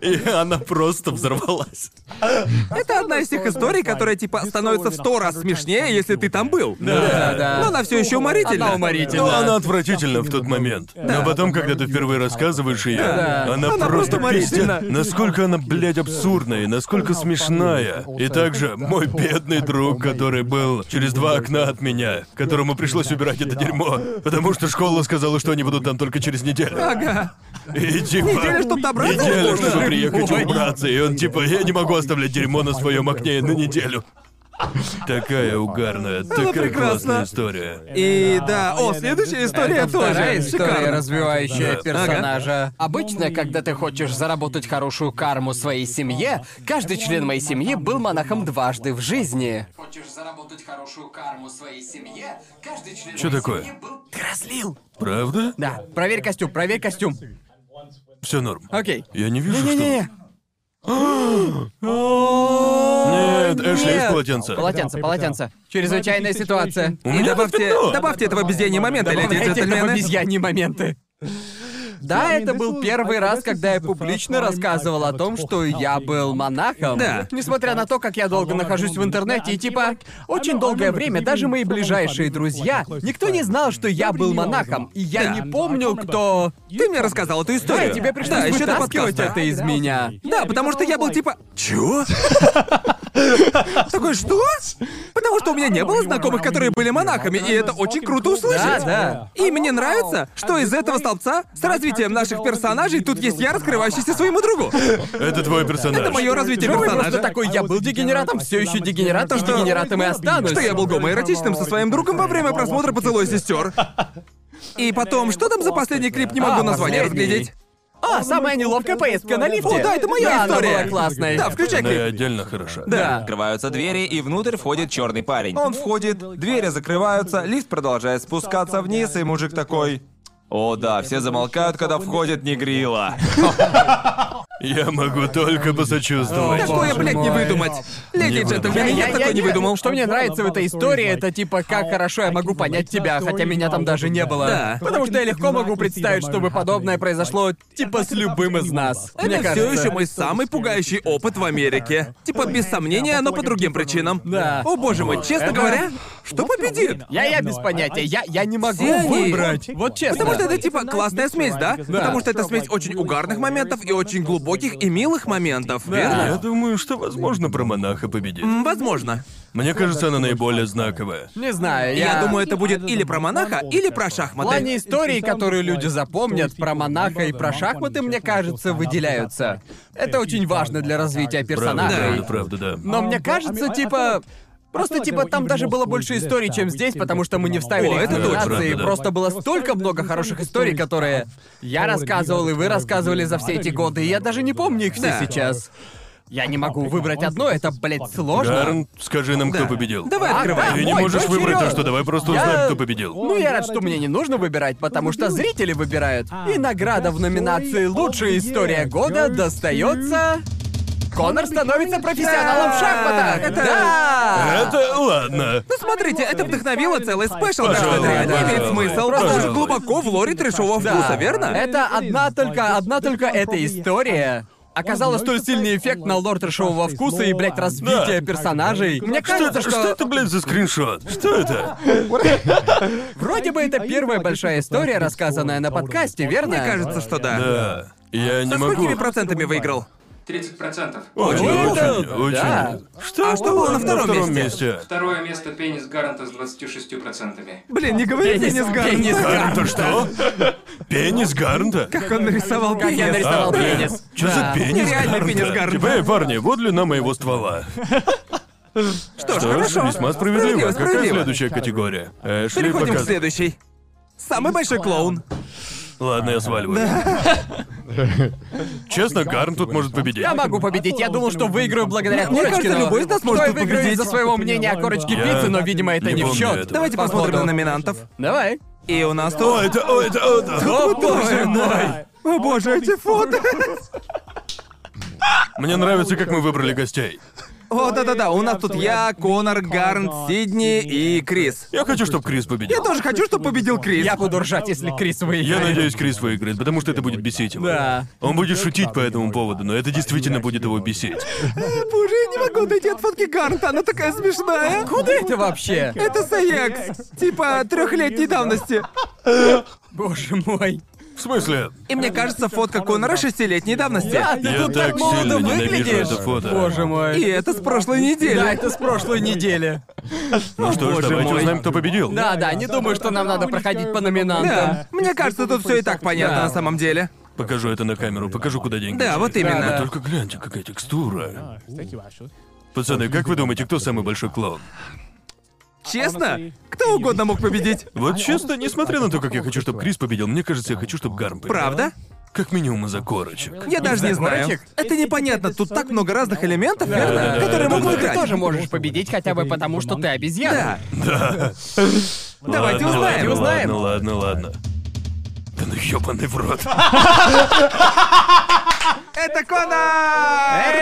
[SPEAKER 4] И она просто взорвалась.
[SPEAKER 3] Это одна из тех историй, которая типа становится в сто раз смешнее, если ты там был.
[SPEAKER 1] Да, да.
[SPEAKER 3] Но она все еще уморительна.
[SPEAKER 1] Она
[SPEAKER 4] Ну,
[SPEAKER 1] уморительна.
[SPEAKER 4] она отвратительна в тот момент. Но потом, когда ты впервые рассказываешь ее, она,
[SPEAKER 3] Она
[SPEAKER 4] просто
[SPEAKER 3] просто
[SPEAKER 4] пиздец.
[SPEAKER 3] уморительна.
[SPEAKER 4] Насколько она, блядь, абсурдная, и насколько смешная. И также мой бедный друг, который был через два окна от меня, которому пришлось убирать это дерьмо, потому что школа сказала, что они будут там только через неделю.
[SPEAKER 3] Ага.
[SPEAKER 4] И типа...
[SPEAKER 3] Неделю, чтоб добраться?
[SPEAKER 4] Неделю,
[SPEAKER 3] Боже
[SPEAKER 4] чтобы
[SPEAKER 3] мой.
[SPEAKER 4] приехать и убраться. И он типа, я не могу оставлять дерьмо на своем окне на неделю. Такая угарная, такая
[SPEAKER 3] прекрасно.
[SPEAKER 4] классная история.
[SPEAKER 3] И да, о, следующая история
[SPEAKER 1] Вторая
[SPEAKER 3] тоже.
[SPEAKER 1] история,
[SPEAKER 3] Шикарно.
[SPEAKER 1] развивающая
[SPEAKER 4] Да.
[SPEAKER 1] персонажа. Обычно, когда ты хочешь заработать хорошую карму своей семье, каждый член моей семьи был монахом дважды в жизни.
[SPEAKER 12] Хочешь заработать хорошую карму своей семье? Каждый член
[SPEAKER 4] Чё моей такое? семьи
[SPEAKER 1] Ты разлил.
[SPEAKER 4] Правда?
[SPEAKER 1] Да. Проверь костюм, проверь костюм.
[SPEAKER 4] Все норм.
[SPEAKER 1] Окей.
[SPEAKER 4] Я не вижу, что...
[SPEAKER 1] Не-не-не.
[SPEAKER 4] Нет, Эшли из
[SPEAKER 1] нет.
[SPEAKER 4] полотенца.
[SPEAKER 1] Полотенце, полотенце. Чрезвычайная ситуация.
[SPEAKER 4] У
[SPEAKER 3] И
[SPEAKER 4] меня
[SPEAKER 3] добавьте,
[SPEAKER 4] пятно.
[SPEAKER 3] добавьте этого безделья момента, леди и
[SPEAKER 1] Добавляйте этого
[SPEAKER 3] джентльмены.
[SPEAKER 1] обезьяньи моменты. Да, это был первый раз, когда я публично рассказывал о том, что я был монахом.
[SPEAKER 3] Да.
[SPEAKER 1] Несмотря на то, как я долго нахожусь в интернете, и типа, очень долгое время даже мои ближайшие друзья, никто не знал, что я был монахом. И я
[SPEAKER 3] Да.
[SPEAKER 1] не помню, кто...
[SPEAKER 3] Ты мне рассказал эту историю.
[SPEAKER 1] Да, тебе пришлось
[SPEAKER 3] да, еще до
[SPEAKER 1] вытаскивать
[SPEAKER 3] подкаста.
[SPEAKER 1] это из меня.
[SPEAKER 3] Да, потому что я был типа... Чё? Такой, что? Потому что у меня не было знакомых, которые были монахами, и это очень круто услышать.
[SPEAKER 1] Да, да.
[SPEAKER 3] И мне нравится, что из этого столбца с развитием наших персонажей тут есть я, раскрывающийся своему другу.
[SPEAKER 4] Это твой персонаж.
[SPEAKER 3] Это мое развитие
[SPEAKER 1] Живой
[SPEAKER 3] персонажа.
[SPEAKER 1] просто такой, я был дегенератом, все еще дегенератом,
[SPEAKER 3] Что-
[SPEAKER 1] дегенератом и останусь.
[SPEAKER 3] Что я был гомоэротичным со своим другом во время просмотра «Поцелуй сестер». И потом, что там за последний клип, не могу
[SPEAKER 1] А,
[SPEAKER 3] название
[SPEAKER 1] последний.
[SPEAKER 3] разглядеть.
[SPEAKER 1] А, самая неловкая поездка на лифте.
[SPEAKER 3] О, да, это моя
[SPEAKER 1] Да, она
[SPEAKER 3] история.
[SPEAKER 1] была классной.
[SPEAKER 3] Да, включай
[SPEAKER 4] Она и
[SPEAKER 3] клип.
[SPEAKER 4] отдельно хороша.
[SPEAKER 1] Да.
[SPEAKER 2] Открываются двери, и внутрь входит черный парень. Он входит, двери закрываются, лифт продолжает спускаться вниз, и мужик такой... О да, все замолкают, когда входит Негрила.
[SPEAKER 4] Я могу только посочувствовать.
[SPEAKER 3] Такое,
[SPEAKER 1] Боже
[SPEAKER 3] блядь, не
[SPEAKER 1] мой.
[SPEAKER 3] выдумать. Леди и джентльмены,
[SPEAKER 1] Я,
[SPEAKER 3] я такое не выдумал.
[SPEAKER 1] Что мне нравится в этой истории, это типа, как хорошо я могу понять тебя, хотя меня там даже не было.
[SPEAKER 3] Да.
[SPEAKER 1] Потому что я легко могу представить, чтобы подобное произошло типа с любым из нас.
[SPEAKER 3] Это
[SPEAKER 1] мне
[SPEAKER 3] все
[SPEAKER 1] кажется.
[SPEAKER 3] еще мой самый пугающий опыт в Америке. Типа, без сомнения, но по другим причинам.
[SPEAKER 1] Да.
[SPEAKER 3] О боже мой, честно
[SPEAKER 1] Это-
[SPEAKER 3] говоря, что победит?
[SPEAKER 1] Я, я без понятия, я, я не могу
[SPEAKER 3] Все они-
[SPEAKER 1] выбрать. Вот честно.
[SPEAKER 3] Потому что это типа классная смесь, да? Потому что это смесь очень угарных моментов и очень глубоких и милых моментов, верно?
[SPEAKER 4] Я думаю, что возможно про монаха победит.
[SPEAKER 3] М, Возможно.
[SPEAKER 4] Мне кажется, она наиболее знаковая.
[SPEAKER 1] Не знаю, я...
[SPEAKER 3] Я думаю, это будет или про монаха, или про
[SPEAKER 1] В
[SPEAKER 3] шахматы.
[SPEAKER 1] плане истории, которые люди запомнят про монаха и про шахматы, мне кажется, выделяются. Это очень важно для развития
[SPEAKER 4] Правда,
[SPEAKER 1] персонажей.
[SPEAKER 4] правда, правда, да.
[SPEAKER 1] Но мне кажется, типа... Просто типа там даже было больше историй, чем здесь, потому что мы не вставили
[SPEAKER 3] О, это
[SPEAKER 1] их номинации.
[SPEAKER 4] точно, правда, да.
[SPEAKER 1] Просто было столько много хороших историй, которые я рассказывал и вы рассказывали за все эти годы, и я даже не помню их все
[SPEAKER 3] Да.
[SPEAKER 1] сейчас. Я не могу выбрать одно, это, блядь, сложно.
[SPEAKER 4] Гарн, скажи нам, кто победил.
[SPEAKER 3] Давай
[SPEAKER 1] А,
[SPEAKER 3] открывай.
[SPEAKER 4] Ты не
[SPEAKER 1] Ой,
[SPEAKER 4] можешь
[SPEAKER 1] да,
[SPEAKER 4] выбрать, а
[SPEAKER 1] серьёзно?
[SPEAKER 4] что давай просто
[SPEAKER 1] Я-
[SPEAKER 4] узнаем, кто победил.
[SPEAKER 1] Ну, я рад, что мне не нужно выбирать, потому что зрители выбирают. И награда в номинации «Лучшая история года» достается... Конор становится профессионалом в шахматах!
[SPEAKER 3] Это-
[SPEAKER 1] Да!
[SPEAKER 4] Это ладно.
[SPEAKER 3] Ну смотрите, это вдохновило целый спешл, так
[SPEAKER 4] Пожалуй,
[SPEAKER 3] что да, это
[SPEAKER 4] пожалуй.
[SPEAKER 3] имеет смысл.
[SPEAKER 1] Пожалуй.
[SPEAKER 3] Даже глубоко в лоре трешового вкуса, верно?
[SPEAKER 1] Это одна только, одна только эта история оказала столь сильный эффект на лор трэшового вкуса и, блядь, развитие
[SPEAKER 4] Да.
[SPEAKER 1] персонажей. Мне кажется,
[SPEAKER 4] Что
[SPEAKER 1] что
[SPEAKER 4] это, блядь, за скриншот? Что это?
[SPEAKER 1] вроде бы это первая большая история, рассказанная на подкасте, верно?
[SPEAKER 3] Мне кажется, что да.
[SPEAKER 4] Да. Я не
[SPEAKER 3] Со
[SPEAKER 4] могу.
[SPEAKER 3] сколькими процентами выиграл?
[SPEAKER 5] 30%.
[SPEAKER 4] Очень,
[SPEAKER 1] Это-
[SPEAKER 4] очень,
[SPEAKER 1] да.
[SPEAKER 4] очень. Что?
[SPEAKER 3] А что было на втором месте?
[SPEAKER 4] месте?
[SPEAKER 5] Второе место пенис Гаранта с 26%.
[SPEAKER 3] Блин, не говори
[SPEAKER 1] Пенис-
[SPEAKER 3] Денис Гарн.
[SPEAKER 1] пенис
[SPEAKER 4] Гарнта что? Пенис Гарнта?
[SPEAKER 3] Как он нарисовал
[SPEAKER 1] Как я
[SPEAKER 3] пенис.
[SPEAKER 1] нарисовал
[SPEAKER 4] блин.
[SPEAKER 1] пенис.
[SPEAKER 4] Что за
[SPEAKER 1] Да.
[SPEAKER 4] пенис
[SPEAKER 3] Нереальный
[SPEAKER 4] Гарнта?
[SPEAKER 3] пенис Гарнта.
[SPEAKER 4] Типа, «Эй, парни, вот длина моего ствола.
[SPEAKER 3] Что ж,
[SPEAKER 4] Что ж,
[SPEAKER 3] хорошо.
[SPEAKER 4] весьма справедливо. Какая
[SPEAKER 3] справедливо.
[SPEAKER 4] следующая категория? Э, Эшли
[SPEAKER 3] Переходим к
[SPEAKER 4] показывает.
[SPEAKER 3] следующей. Самый большой клоун.
[SPEAKER 4] Ладно, я сваливаю. Честно, Гарн тут может победить.
[SPEAKER 1] Я могу победить. Я думал, что выиграю благодаря
[SPEAKER 12] Мне
[SPEAKER 1] корочке.
[SPEAKER 12] кажется,
[SPEAKER 1] но
[SPEAKER 12] любой из нас
[SPEAKER 1] кто
[SPEAKER 12] может
[SPEAKER 1] выиграет
[SPEAKER 12] победить.
[SPEAKER 1] за своего мнения о корочке
[SPEAKER 4] Я
[SPEAKER 1] пиццы, но, видимо, это
[SPEAKER 4] не
[SPEAKER 1] не в
[SPEAKER 4] помню
[SPEAKER 1] счет.
[SPEAKER 4] этого.
[SPEAKER 3] Давайте посмотрим на номинантов.
[SPEAKER 1] Давай.
[SPEAKER 3] И у нас
[SPEAKER 4] О,
[SPEAKER 3] тут...
[SPEAKER 4] это, о, это, о, это.
[SPEAKER 1] О, боже мой.
[SPEAKER 3] О боже, эти фото!
[SPEAKER 4] Мне нравится, как мы выбрали гостей.
[SPEAKER 3] О, да-да-да, у нас тут я, Конор, Гарн, Сидни и Крис.
[SPEAKER 4] Я хочу, чтобы Крис победил.
[SPEAKER 3] Я тоже хочу, чтобы победил Крис.
[SPEAKER 1] Я буду ржать, если Крис
[SPEAKER 4] Я
[SPEAKER 1] выиграет.
[SPEAKER 4] надеюсь, Крис выиграет, потому что это будет бесить его.
[SPEAKER 1] Да.
[SPEAKER 4] Он будет шутить по этому поводу, но это действительно будет его бесить.
[SPEAKER 3] Боже, я не могу отойти от фотки Гарнта, она такая смешная.
[SPEAKER 1] Куда это вообще?
[SPEAKER 3] Это Саекс, типа трехлетней давности.
[SPEAKER 1] Боже мой.
[SPEAKER 4] В смысле?
[SPEAKER 3] И мне кажется, фотка Конора шестилетней давности.
[SPEAKER 1] Да, ты
[SPEAKER 4] Я
[SPEAKER 1] тут так
[SPEAKER 4] так
[SPEAKER 1] молодо
[SPEAKER 4] сильно ненавижу
[SPEAKER 1] выглядишь.
[SPEAKER 4] это фото.
[SPEAKER 1] Боже мой.
[SPEAKER 3] И это с прошлой
[SPEAKER 1] Да,
[SPEAKER 3] недели.
[SPEAKER 1] это с прошлой недели.
[SPEAKER 4] Ну что ж,
[SPEAKER 3] боже
[SPEAKER 4] давайте
[SPEAKER 3] мой.
[SPEAKER 4] узнаем, кто победил.
[SPEAKER 1] Да, да, не думаю, что нам надо проходить по номинантам.
[SPEAKER 3] Да, мне кажется, тут все и так понятно
[SPEAKER 1] Да.
[SPEAKER 3] на самом деле.
[SPEAKER 1] А
[SPEAKER 4] Покажу это на камеру, покажу, куда деньги.
[SPEAKER 3] Да,
[SPEAKER 4] ушли.
[SPEAKER 3] вот именно.
[SPEAKER 4] Вы Только гляньте, какая текстура. Пацаны, как вы думаете, кто самый большой клоун?
[SPEAKER 3] Честно, кто угодно мог победить.
[SPEAKER 4] Вот честно, несмотря на то, как я хочу, чтобы Крис победил, мне кажется, я хочу, чтобы Гарм победил.
[SPEAKER 3] Правда?
[SPEAKER 4] Как минимум из-за корочек.
[SPEAKER 3] Я даже не знаю.
[SPEAKER 1] Закорочек?
[SPEAKER 3] Это А непонятно, тут так много разных элементов, верно?
[SPEAKER 4] да,
[SPEAKER 3] Которые
[SPEAKER 4] да,
[SPEAKER 3] могут
[SPEAKER 4] да.
[SPEAKER 1] Ты
[SPEAKER 3] играть.
[SPEAKER 1] тоже можешь победить хотя бы потому, что ты обезьяна.
[SPEAKER 3] Да. Давайте
[SPEAKER 4] Ладно,
[SPEAKER 3] узнаем.
[SPEAKER 4] ладно,
[SPEAKER 1] узнаем.
[SPEAKER 4] Ладно, ладно, ладно. Да ну ёбаный в рот.
[SPEAKER 3] Это Конор!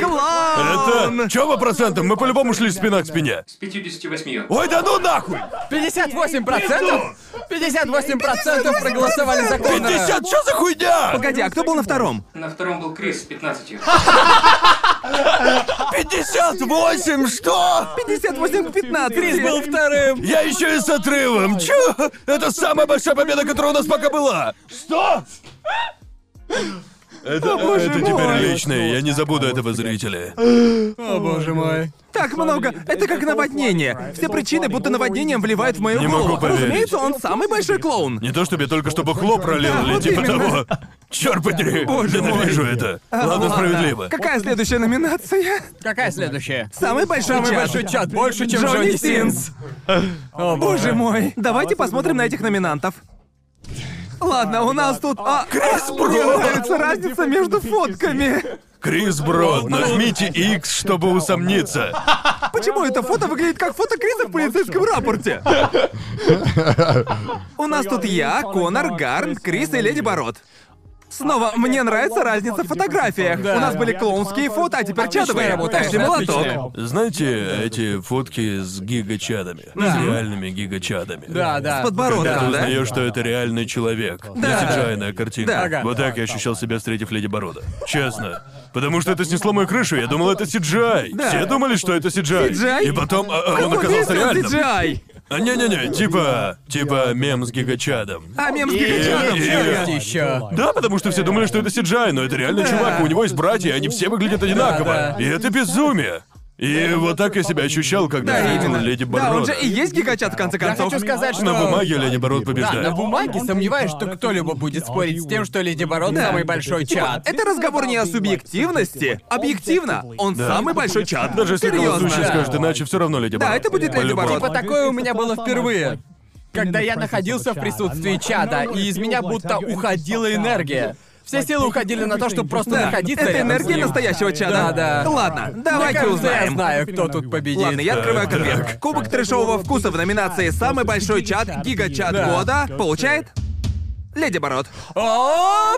[SPEAKER 3] Клоун!
[SPEAKER 4] Это... Чё по процентам? Мы по-любому шли спина к спине.
[SPEAKER 5] С 58.
[SPEAKER 4] Ой, да ну нахуй!
[SPEAKER 1] 58%? 58% проголосовали
[SPEAKER 4] ну
[SPEAKER 1] за Конора.
[SPEAKER 4] 50, чё за хуйня?
[SPEAKER 3] Погоди, а кто был на втором?
[SPEAKER 5] На втором был Крис с 15.
[SPEAKER 4] 58, что?
[SPEAKER 3] 58 к 15. Крис был
[SPEAKER 1] вторым.
[SPEAKER 4] Я еще и с отрывом. Чё? Это самая большая победа, которая у нас пока была. Что? Это, это теперь личное, я не забуду этого зрителя.
[SPEAKER 1] О, боже мой.
[SPEAKER 3] так много. Это как наводнение. Все причины будто наводнением вливают в мою
[SPEAKER 4] Не
[SPEAKER 3] голову.
[SPEAKER 4] могу поверить.
[SPEAKER 3] Разумеется, он самый большой клоун.
[SPEAKER 4] Не то чтобы только что бухло пролил или
[SPEAKER 3] вот
[SPEAKER 4] типа
[SPEAKER 3] именно.
[SPEAKER 4] того. Черт подери, ненавижу это. Ладно, справедливо.
[SPEAKER 3] Какая следующая номинация?
[SPEAKER 1] Какая следующая?
[SPEAKER 3] Самый большой
[SPEAKER 1] Самый
[SPEAKER 3] чат.
[SPEAKER 1] большой чат, больше, чем
[SPEAKER 3] Джонни
[SPEAKER 1] Джонни
[SPEAKER 3] Синс.
[SPEAKER 1] Синс. О,
[SPEAKER 3] Боже мой. Давайте посмотрим на этих номинантов. Ладно, у нас тут... А, Крис Мне нравится разница между фотками.
[SPEAKER 4] Крис Брод, нажмите X, чтобы усомниться.
[SPEAKER 3] Почему это фото выглядит как фото Криса в полицейском рапорте? У нас тут я, Конор, Гарн, Крис и Леди Бород. Снова, мне нравится разница в фотографиях. У нас были клоунские фото, а теперь
[SPEAKER 1] Отличная
[SPEAKER 3] чадовые.
[SPEAKER 1] работа,
[SPEAKER 3] Так же молоток.
[SPEAKER 1] отличная.
[SPEAKER 4] Знаете, эти фотки с гигачадами? С реальными гигачадами.
[SPEAKER 1] Да, да.
[SPEAKER 3] С подбородком, да?
[SPEAKER 4] Узнаешь, что это реальный человек. Не CGI-ная картина.
[SPEAKER 3] Да.
[SPEAKER 1] Ага.
[SPEAKER 4] Вот так я ощущал себя, встретив Леди Борода. Честно. Потому что это снесло мою крышу, я думал, это CGI. Все думали, что это CGI.
[SPEAKER 3] CGI?
[SPEAKER 4] И потом а, а, он
[SPEAKER 3] Вот есть
[SPEAKER 4] оказался
[SPEAKER 3] он,
[SPEAKER 4] реальным.
[SPEAKER 3] CGI.
[SPEAKER 4] А, не-не-не, типа... Типа мем с гигачадом.
[SPEAKER 3] А мем с
[SPEAKER 4] Э,
[SPEAKER 3] гигачадом.
[SPEAKER 4] э,
[SPEAKER 1] Есть еще.
[SPEAKER 4] Да, потому что все думали, что это Сиджай, но это реально чувак, у него есть братья, и они все выглядят одинаково.
[SPEAKER 1] да.
[SPEAKER 4] И это безумие. И вот так я себя ощущал, когда
[SPEAKER 3] Да,
[SPEAKER 4] я видел
[SPEAKER 3] именно.
[SPEAKER 4] Леди
[SPEAKER 3] Да, он
[SPEAKER 4] Борода.
[SPEAKER 3] же и есть гигачат в конце
[SPEAKER 1] Я
[SPEAKER 3] концов.
[SPEAKER 1] хочу сказать, что...
[SPEAKER 4] На бумаге Леди Бород
[SPEAKER 1] Да,
[SPEAKER 4] побеждает.
[SPEAKER 1] на бумаге сомневаюсь, что кто-либо будет спорить с тем, что Леди Бород самый большой чат.
[SPEAKER 3] Это разговор не о субъективности. Объективно, он самый большой чат.
[SPEAKER 4] Даже если
[SPEAKER 3] Серьезно.
[SPEAKER 4] голосующие
[SPEAKER 1] да.
[SPEAKER 4] скажут иначе, все равно Леди
[SPEAKER 3] Да,
[SPEAKER 4] Бород.
[SPEAKER 3] это будет Леди
[SPEAKER 4] По-любому.
[SPEAKER 3] Бород.
[SPEAKER 1] Типа такое у меня было впервые. Когда я находился в присутствии чада, и из меня будто уходила энергия. Все силы уходили на то, чтобы просто
[SPEAKER 3] Да,
[SPEAKER 1] находиться
[SPEAKER 3] это
[SPEAKER 1] рядом с
[SPEAKER 3] энергия
[SPEAKER 1] ним.
[SPEAKER 3] настоящего чада.
[SPEAKER 1] Да, да.
[SPEAKER 3] Ладно,
[SPEAKER 1] Мне
[SPEAKER 3] давайте
[SPEAKER 1] кажется, я
[SPEAKER 3] узнаем.
[SPEAKER 1] знаю, кто тут победит.
[SPEAKER 3] Ладно, я открываю конверт. Кубок трешового вкуса в номинации «Самый большой чат гигачат
[SPEAKER 1] Да.
[SPEAKER 3] года» получает... Леди Бород.
[SPEAKER 1] О,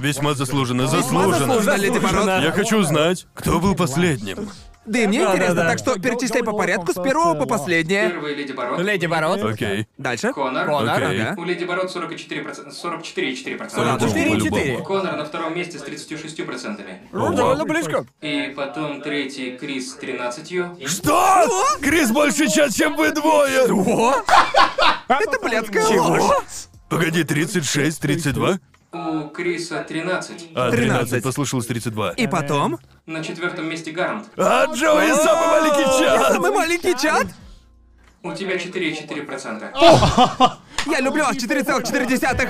[SPEAKER 4] Весьма заслуженно,
[SPEAKER 3] Весьма заслуженно,
[SPEAKER 4] заслуженно.
[SPEAKER 3] Леди Бород.
[SPEAKER 4] Я хочу узнать, кто был последним.
[SPEAKER 3] Да и мне
[SPEAKER 1] Да,
[SPEAKER 3] интересно,
[SPEAKER 1] да, да.
[SPEAKER 3] так что перечисляй по порядку с первого по последнее.
[SPEAKER 5] Первый Леди Бород.
[SPEAKER 1] Леди Бород.
[SPEAKER 4] Окей.
[SPEAKER 3] Дальше.
[SPEAKER 5] Конор.
[SPEAKER 1] Конор.
[SPEAKER 4] Окей.
[SPEAKER 3] Ага.
[SPEAKER 5] У Леди Бород 44%. 44%.
[SPEAKER 3] Ладно.
[SPEAKER 4] По-любому.
[SPEAKER 1] 4-4.
[SPEAKER 5] Конор на втором месте с 36%.
[SPEAKER 1] Ну, довольно близко.
[SPEAKER 5] И потом третий Крис с 13.
[SPEAKER 4] Что? Крис больше чат, чем вы двое!
[SPEAKER 1] О,
[SPEAKER 3] Это блядская ложь.
[SPEAKER 4] Погоди, 36, 32?
[SPEAKER 5] У Криса 13.
[SPEAKER 4] А, 13,
[SPEAKER 3] 13.
[SPEAKER 4] послышалось 32.
[SPEAKER 3] И потом...
[SPEAKER 5] На четвертом месте Гарант.
[SPEAKER 4] А Джои самый маленький Э, чат!
[SPEAKER 3] Самый маленький чат?
[SPEAKER 5] У тебя 4,4%.
[SPEAKER 3] Я люблю вас 4,4.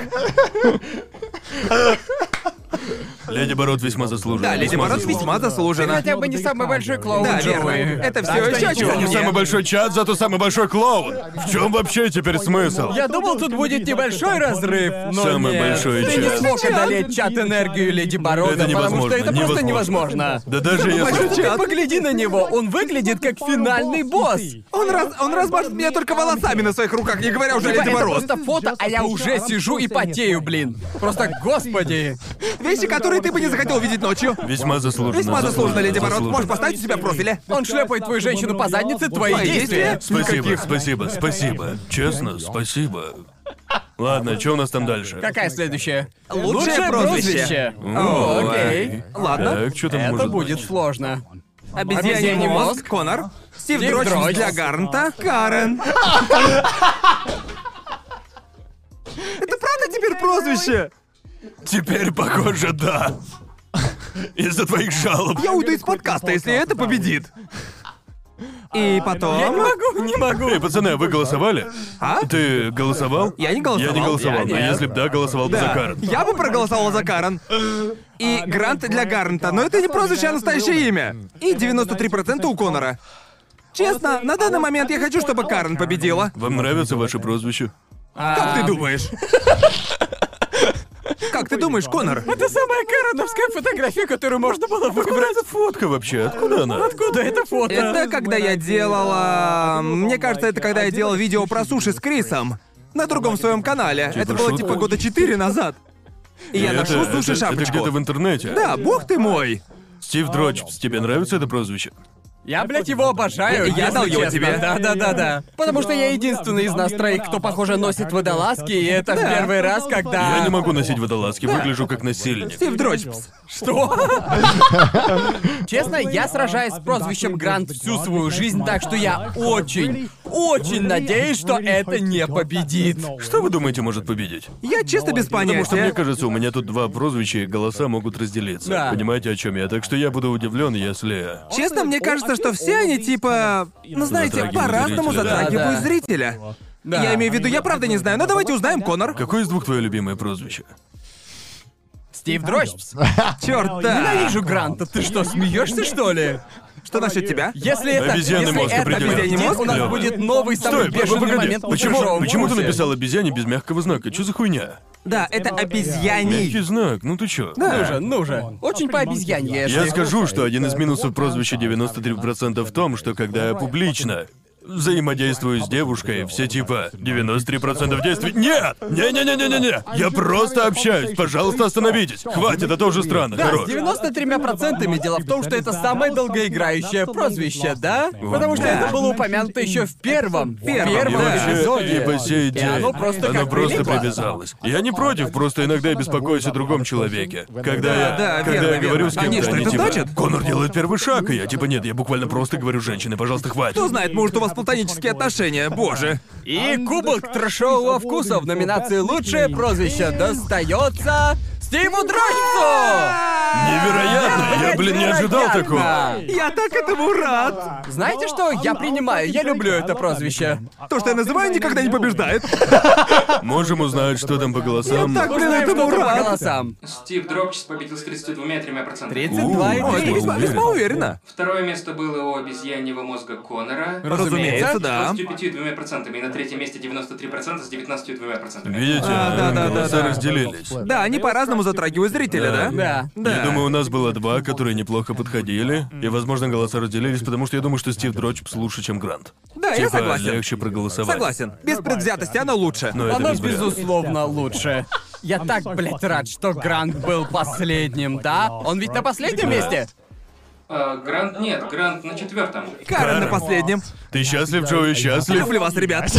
[SPEAKER 4] Леди Бород весьма заслуженно.
[SPEAKER 3] Да, Леди
[SPEAKER 4] весьма
[SPEAKER 3] Бород
[SPEAKER 4] заслуженно.
[SPEAKER 3] весьма заслуженно.
[SPEAKER 1] Хотя бы не самый большой клоун,
[SPEAKER 3] Да,
[SPEAKER 1] Джоуи.
[SPEAKER 3] верно. Это
[SPEAKER 1] Так
[SPEAKER 3] все
[SPEAKER 1] что
[SPEAKER 3] еще
[SPEAKER 1] ничего
[SPEAKER 3] чего
[SPEAKER 4] Не
[SPEAKER 3] мне.
[SPEAKER 4] самый большой чат, зато самый большой клоун. В чем вообще теперь смысл?
[SPEAKER 1] Я думал, тут будет небольшой разрыв, но
[SPEAKER 4] Самый
[SPEAKER 1] нет.
[SPEAKER 4] большой
[SPEAKER 1] Ты не
[SPEAKER 4] чат.
[SPEAKER 1] смог одолеть чат энергию Леди Борода,
[SPEAKER 4] Это
[SPEAKER 1] потому что
[SPEAKER 4] невозможно,
[SPEAKER 1] это просто невозможно.
[SPEAKER 4] невозможно. Да даже если...
[SPEAKER 1] Ты погляди на него, он выглядит как финальный босс.
[SPEAKER 3] Он, раз, он размажет меня только волосами на своих руках, не говоря уже о
[SPEAKER 1] Типа,
[SPEAKER 3] Леди
[SPEAKER 1] это
[SPEAKER 3] Бород.
[SPEAKER 1] просто фото, а я уже сижу и потею, блин. Просто господи.
[SPEAKER 3] Вещи, которые ты бы не захотел видеть ночью.
[SPEAKER 4] Весьма заслуженно.
[SPEAKER 3] Весьма заслуженно, Леди Бород.
[SPEAKER 4] заслуженно.
[SPEAKER 3] Можешь поставить у себя в профиле.
[SPEAKER 1] Он шлепает твою женщину по заднице, твои
[SPEAKER 3] Твои
[SPEAKER 1] действия.
[SPEAKER 3] действия?
[SPEAKER 4] Спасибо, спасибо, спасибо. Честно, спасибо. Ладно, что у нас там дальше?
[SPEAKER 1] Какая следующая?
[SPEAKER 3] Лучшее прозвище.
[SPEAKER 1] О, окей.
[SPEAKER 3] Ладно.
[SPEAKER 4] Так, что там
[SPEAKER 1] Это
[SPEAKER 4] может
[SPEAKER 1] будет
[SPEAKER 4] быть?
[SPEAKER 1] сложно.
[SPEAKER 3] Обезьяний мозг, Конор. Стив
[SPEAKER 1] Стив
[SPEAKER 3] Дрочь
[SPEAKER 1] Дрочь.
[SPEAKER 3] для Гарнта, Карен. Это правда теперь прозвище?
[SPEAKER 4] Теперь, похоже, да. Из-за твоих жалоб.
[SPEAKER 3] Я уйду из подкаста, если это победит. И потом...
[SPEAKER 1] Я не могу, не могу.
[SPEAKER 4] Эй, пацаны, а вы голосовали?
[SPEAKER 3] А?
[SPEAKER 4] Ты голосовал?
[SPEAKER 3] Я не голосовал.
[SPEAKER 4] Я не голосовал,
[SPEAKER 3] Я
[SPEAKER 4] но
[SPEAKER 3] нет.
[SPEAKER 4] если бы да, голосовал бы за
[SPEAKER 3] Да.
[SPEAKER 4] Карен.
[SPEAKER 3] Я бы проголосовал за Карен.
[SPEAKER 1] А,
[SPEAKER 3] И Грант для Гарнта, но это не прозвище, а настоящее имя. И 93% у Конора. Честно, на данный момент я хочу, чтобы Карен победила.
[SPEAKER 4] Вам нравится ваше прозвище?
[SPEAKER 3] Как ты думаешь? Как ты думаешь, Конор?
[SPEAKER 1] Это самая короновская фотография, которую можно было выбрать.
[SPEAKER 4] Фотка вообще, откуда она?
[SPEAKER 1] Откуда это фото?
[SPEAKER 3] Это когда я
[SPEAKER 4] А,
[SPEAKER 3] делала...
[SPEAKER 4] ну,
[SPEAKER 3] Мне кажется, это когда я делал видео про суши с Крисом. На другом своем канале. Это было
[SPEAKER 4] шутка?
[SPEAKER 3] типа года четыре назад. И я
[SPEAKER 4] Это-
[SPEAKER 3] ношу
[SPEAKER 4] это- Это где-то в
[SPEAKER 3] суши-шапочку.
[SPEAKER 4] интернете.
[SPEAKER 3] Да, бог ты мой!
[SPEAKER 4] Стив Дрочпс, тебе нравится это прозвище?
[SPEAKER 1] Я, блядь, его обожаю.
[SPEAKER 3] Я
[SPEAKER 1] если
[SPEAKER 3] дал его
[SPEAKER 1] честно.
[SPEAKER 3] тебе.
[SPEAKER 1] Да, да, да, да. Потому что я единственный из нас троих, кто, похоже, носит водолазки, и это в первый раз, когда...
[SPEAKER 4] Я не могу носить водолазки, выгляжу как насильник.
[SPEAKER 3] А. Стив Дрочпс.
[SPEAKER 1] Что? Честно, я сражаюсь с прозвищем Грант всю свою жизнь, так что я очень, очень надеюсь, что это не победит.
[SPEAKER 4] Что вы думаете может победить?
[SPEAKER 3] Я честно без
[SPEAKER 4] Потому что мне
[SPEAKER 3] понятия.
[SPEAKER 4] кажется, у меня тут два прозвища, и голоса могут разделиться.
[SPEAKER 1] Да.
[SPEAKER 4] Понимаете, о чем я? Так что я буду удивлен, если...
[SPEAKER 3] Честно, мне кажется, что все они типа... Ну, знаете,
[SPEAKER 4] Затрагивают
[SPEAKER 3] по-разному
[SPEAKER 4] зрителя, да.
[SPEAKER 1] Да,
[SPEAKER 3] затрагивают
[SPEAKER 1] да.
[SPEAKER 3] зрителя. Я имею в виду, я правда не знаю, но давайте узнаем, Конор.
[SPEAKER 4] Какое из двух твое любимое прозвище?
[SPEAKER 1] Стив Дрочпс.
[SPEAKER 3] Черт, да.
[SPEAKER 1] Ненавижу Гранта. Ты что, смеешься, что ли?
[SPEAKER 3] Что насчет тебя?
[SPEAKER 1] Если это,
[SPEAKER 4] Обезьянный
[SPEAKER 1] если
[SPEAKER 4] мозг
[SPEAKER 1] это
[SPEAKER 4] определенно.
[SPEAKER 1] победит,
[SPEAKER 4] Обезьянный
[SPEAKER 1] у нас
[SPEAKER 4] мозг?
[SPEAKER 1] будет новый самый
[SPEAKER 4] Стой,
[SPEAKER 1] бешеный
[SPEAKER 4] погоди,
[SPEAKER 1] момент у
[SPEAKER 4] почему,
[SPEAKER 1] чужого
[SPEAKER 4] почему ты
[SPEAKER 1] мозга.
[SPEAKER 4] написал обезьяне без мягкого знака? Что за хуйня?
[SPEAKER 3] Да, это обезьяний.
[SPEAKER 4] Мягкий знак, ну ты чё?
[SPEAKER 1] Ну же, ну же. Очень по обезьянье,
[SPEAKER 4] Я
[SPEAKER 1] Эшли.
[SPEAKER 4] скажу, что один из минусов прозвища 93% в том, что когда я публично взаимодействую с девушкой, все типа 93% действий. Нет! Не-не-не-не-не-не! Я просто общаюсь, пожалуйста, остановитесь! Хватит, это уже странно,
[SPEAKER 1] Да,
[SPEAKER 4] хорош.
[SPEAKER 1] с 93% дело в том, что это самое долгоиграющее прозвище, да? Потому что это было упомянуто еще в первом, в
[SPEAKER 4] И
[SPEAKER 1] первом
[SPEAKER 4] вообще, и по
[SPEAKER 1] эпизоде.
[SPEAKER 4] сей
[SPEAKER 1] И
[SPEAKER 4] день.
[SPEAKER 1] оно просто
[SPEAKER 4] оно
[SPEAKER 1] как
[SPEAKER 4] просто
[SPEAKER 1] прилипло.
[SPEAKER 4] привязалось. Я не против, просто иногда я беспокоюсь о другом человеке. Когда я,
[SPEAKER 3] да,
[SPEAKER 4] когда
[SPEAKER 3] верно,
[SPEAKER 4] я говорю
[SPEAKER 3] верно.
[SPEAKER 4] с кем-то,
[SPEAKER 3] Они что, это
[SPEAKER 4] типа,
[SPEAKER 3] значит?
[SPEAKER 4] Конор делает первый шаг, и я типа, нет, я буквально просто говорю, женщины, пожалуйста, хватит.
[SPEAKER 3] Кто знает, может, у вас платонические отношения, боже.
[SPEAKER 1] И кубок трэшового вкуса в номинации «Лучшее прозвище» достается Стиву Дрочцу!
[SPEAKER 4] Невероятно! Я, блин, не ожидал
[SPEAKER 1] Невероятно!
[SPEAKER 4] такого.
[SPEAKER 3] Я так этому рад!
[SPEAKER 1] Знаете что? Я принимаю, я люблю это прозвище.
[SPEAKER 3] То, что я называю, никогда не побеждает.
[SPEAKER 4] Можем узнать, что там по голосам.
[SPEAKER 3] Так, блин,
[SPEAKER 1] Знаете,
[SPEAKER 3] этому
[SPEAKER 1] кто по
[SPEAKER 3] рад!
[SPEAKER 1] голосам.
[SPEAKER 5] Стив Дропчис победил с 32,3%.
[SPEAKER 4] О,
[SPEAKER 3] О, это весьма,
[SPEAKER 4] уверен.
[SPEAKER 3] весьма уверенно.
[SPEAKER 5] Второе место было у обезьяньего мозга Конора.
[SPEAKER 3] Разумеется, да.
[SPEAKER 5] С 25,2%. И на третьем месте 93% с 19,2%.
[SPEAKER 4] Видите,
[SPEAKER 3] да, да,
[SPEAKER 4] голоса
[SPEAKER 3] да, да.
[SPEAKER 4] разделились.
[SPEAKER 3] Да, они по-разному затрагивают зрителя, да?
[SPEAKER 1] Да.
[SPEAKER 4] Я думаю, у нас было два, которые неплохо подходили, и, возможно, голоса разделились, потому что я думаю, что Стив Дрочпс лучше, чем Грант.
[SPEAKER 3] Да, я
[SPEAKER 4] Типа,
[SPEAKER 3] согласен.
[SPEAKER 4] легче проголосовать.
[SPEAKER 3] Согласен. Без предвзятости оно лучше.
[SPEAKER 4] Но это
[SPEAKER 1] Оно,
[SPEAKER 4] без вариантов.
[SPEAKER 1] безусловно, лучше. Я так, блядь, рад, что Грант был последним, да? Он ведь на последнем месте?
[SPEAKER 5] А, Грант нет, Грант на четвертом.
[SPEAKER 3] Карен на последнем.
[SPEAKER 4] Ты счастлив, Джоуи, счастлив?
[SPEAKER 3] Люблю вас, ребят.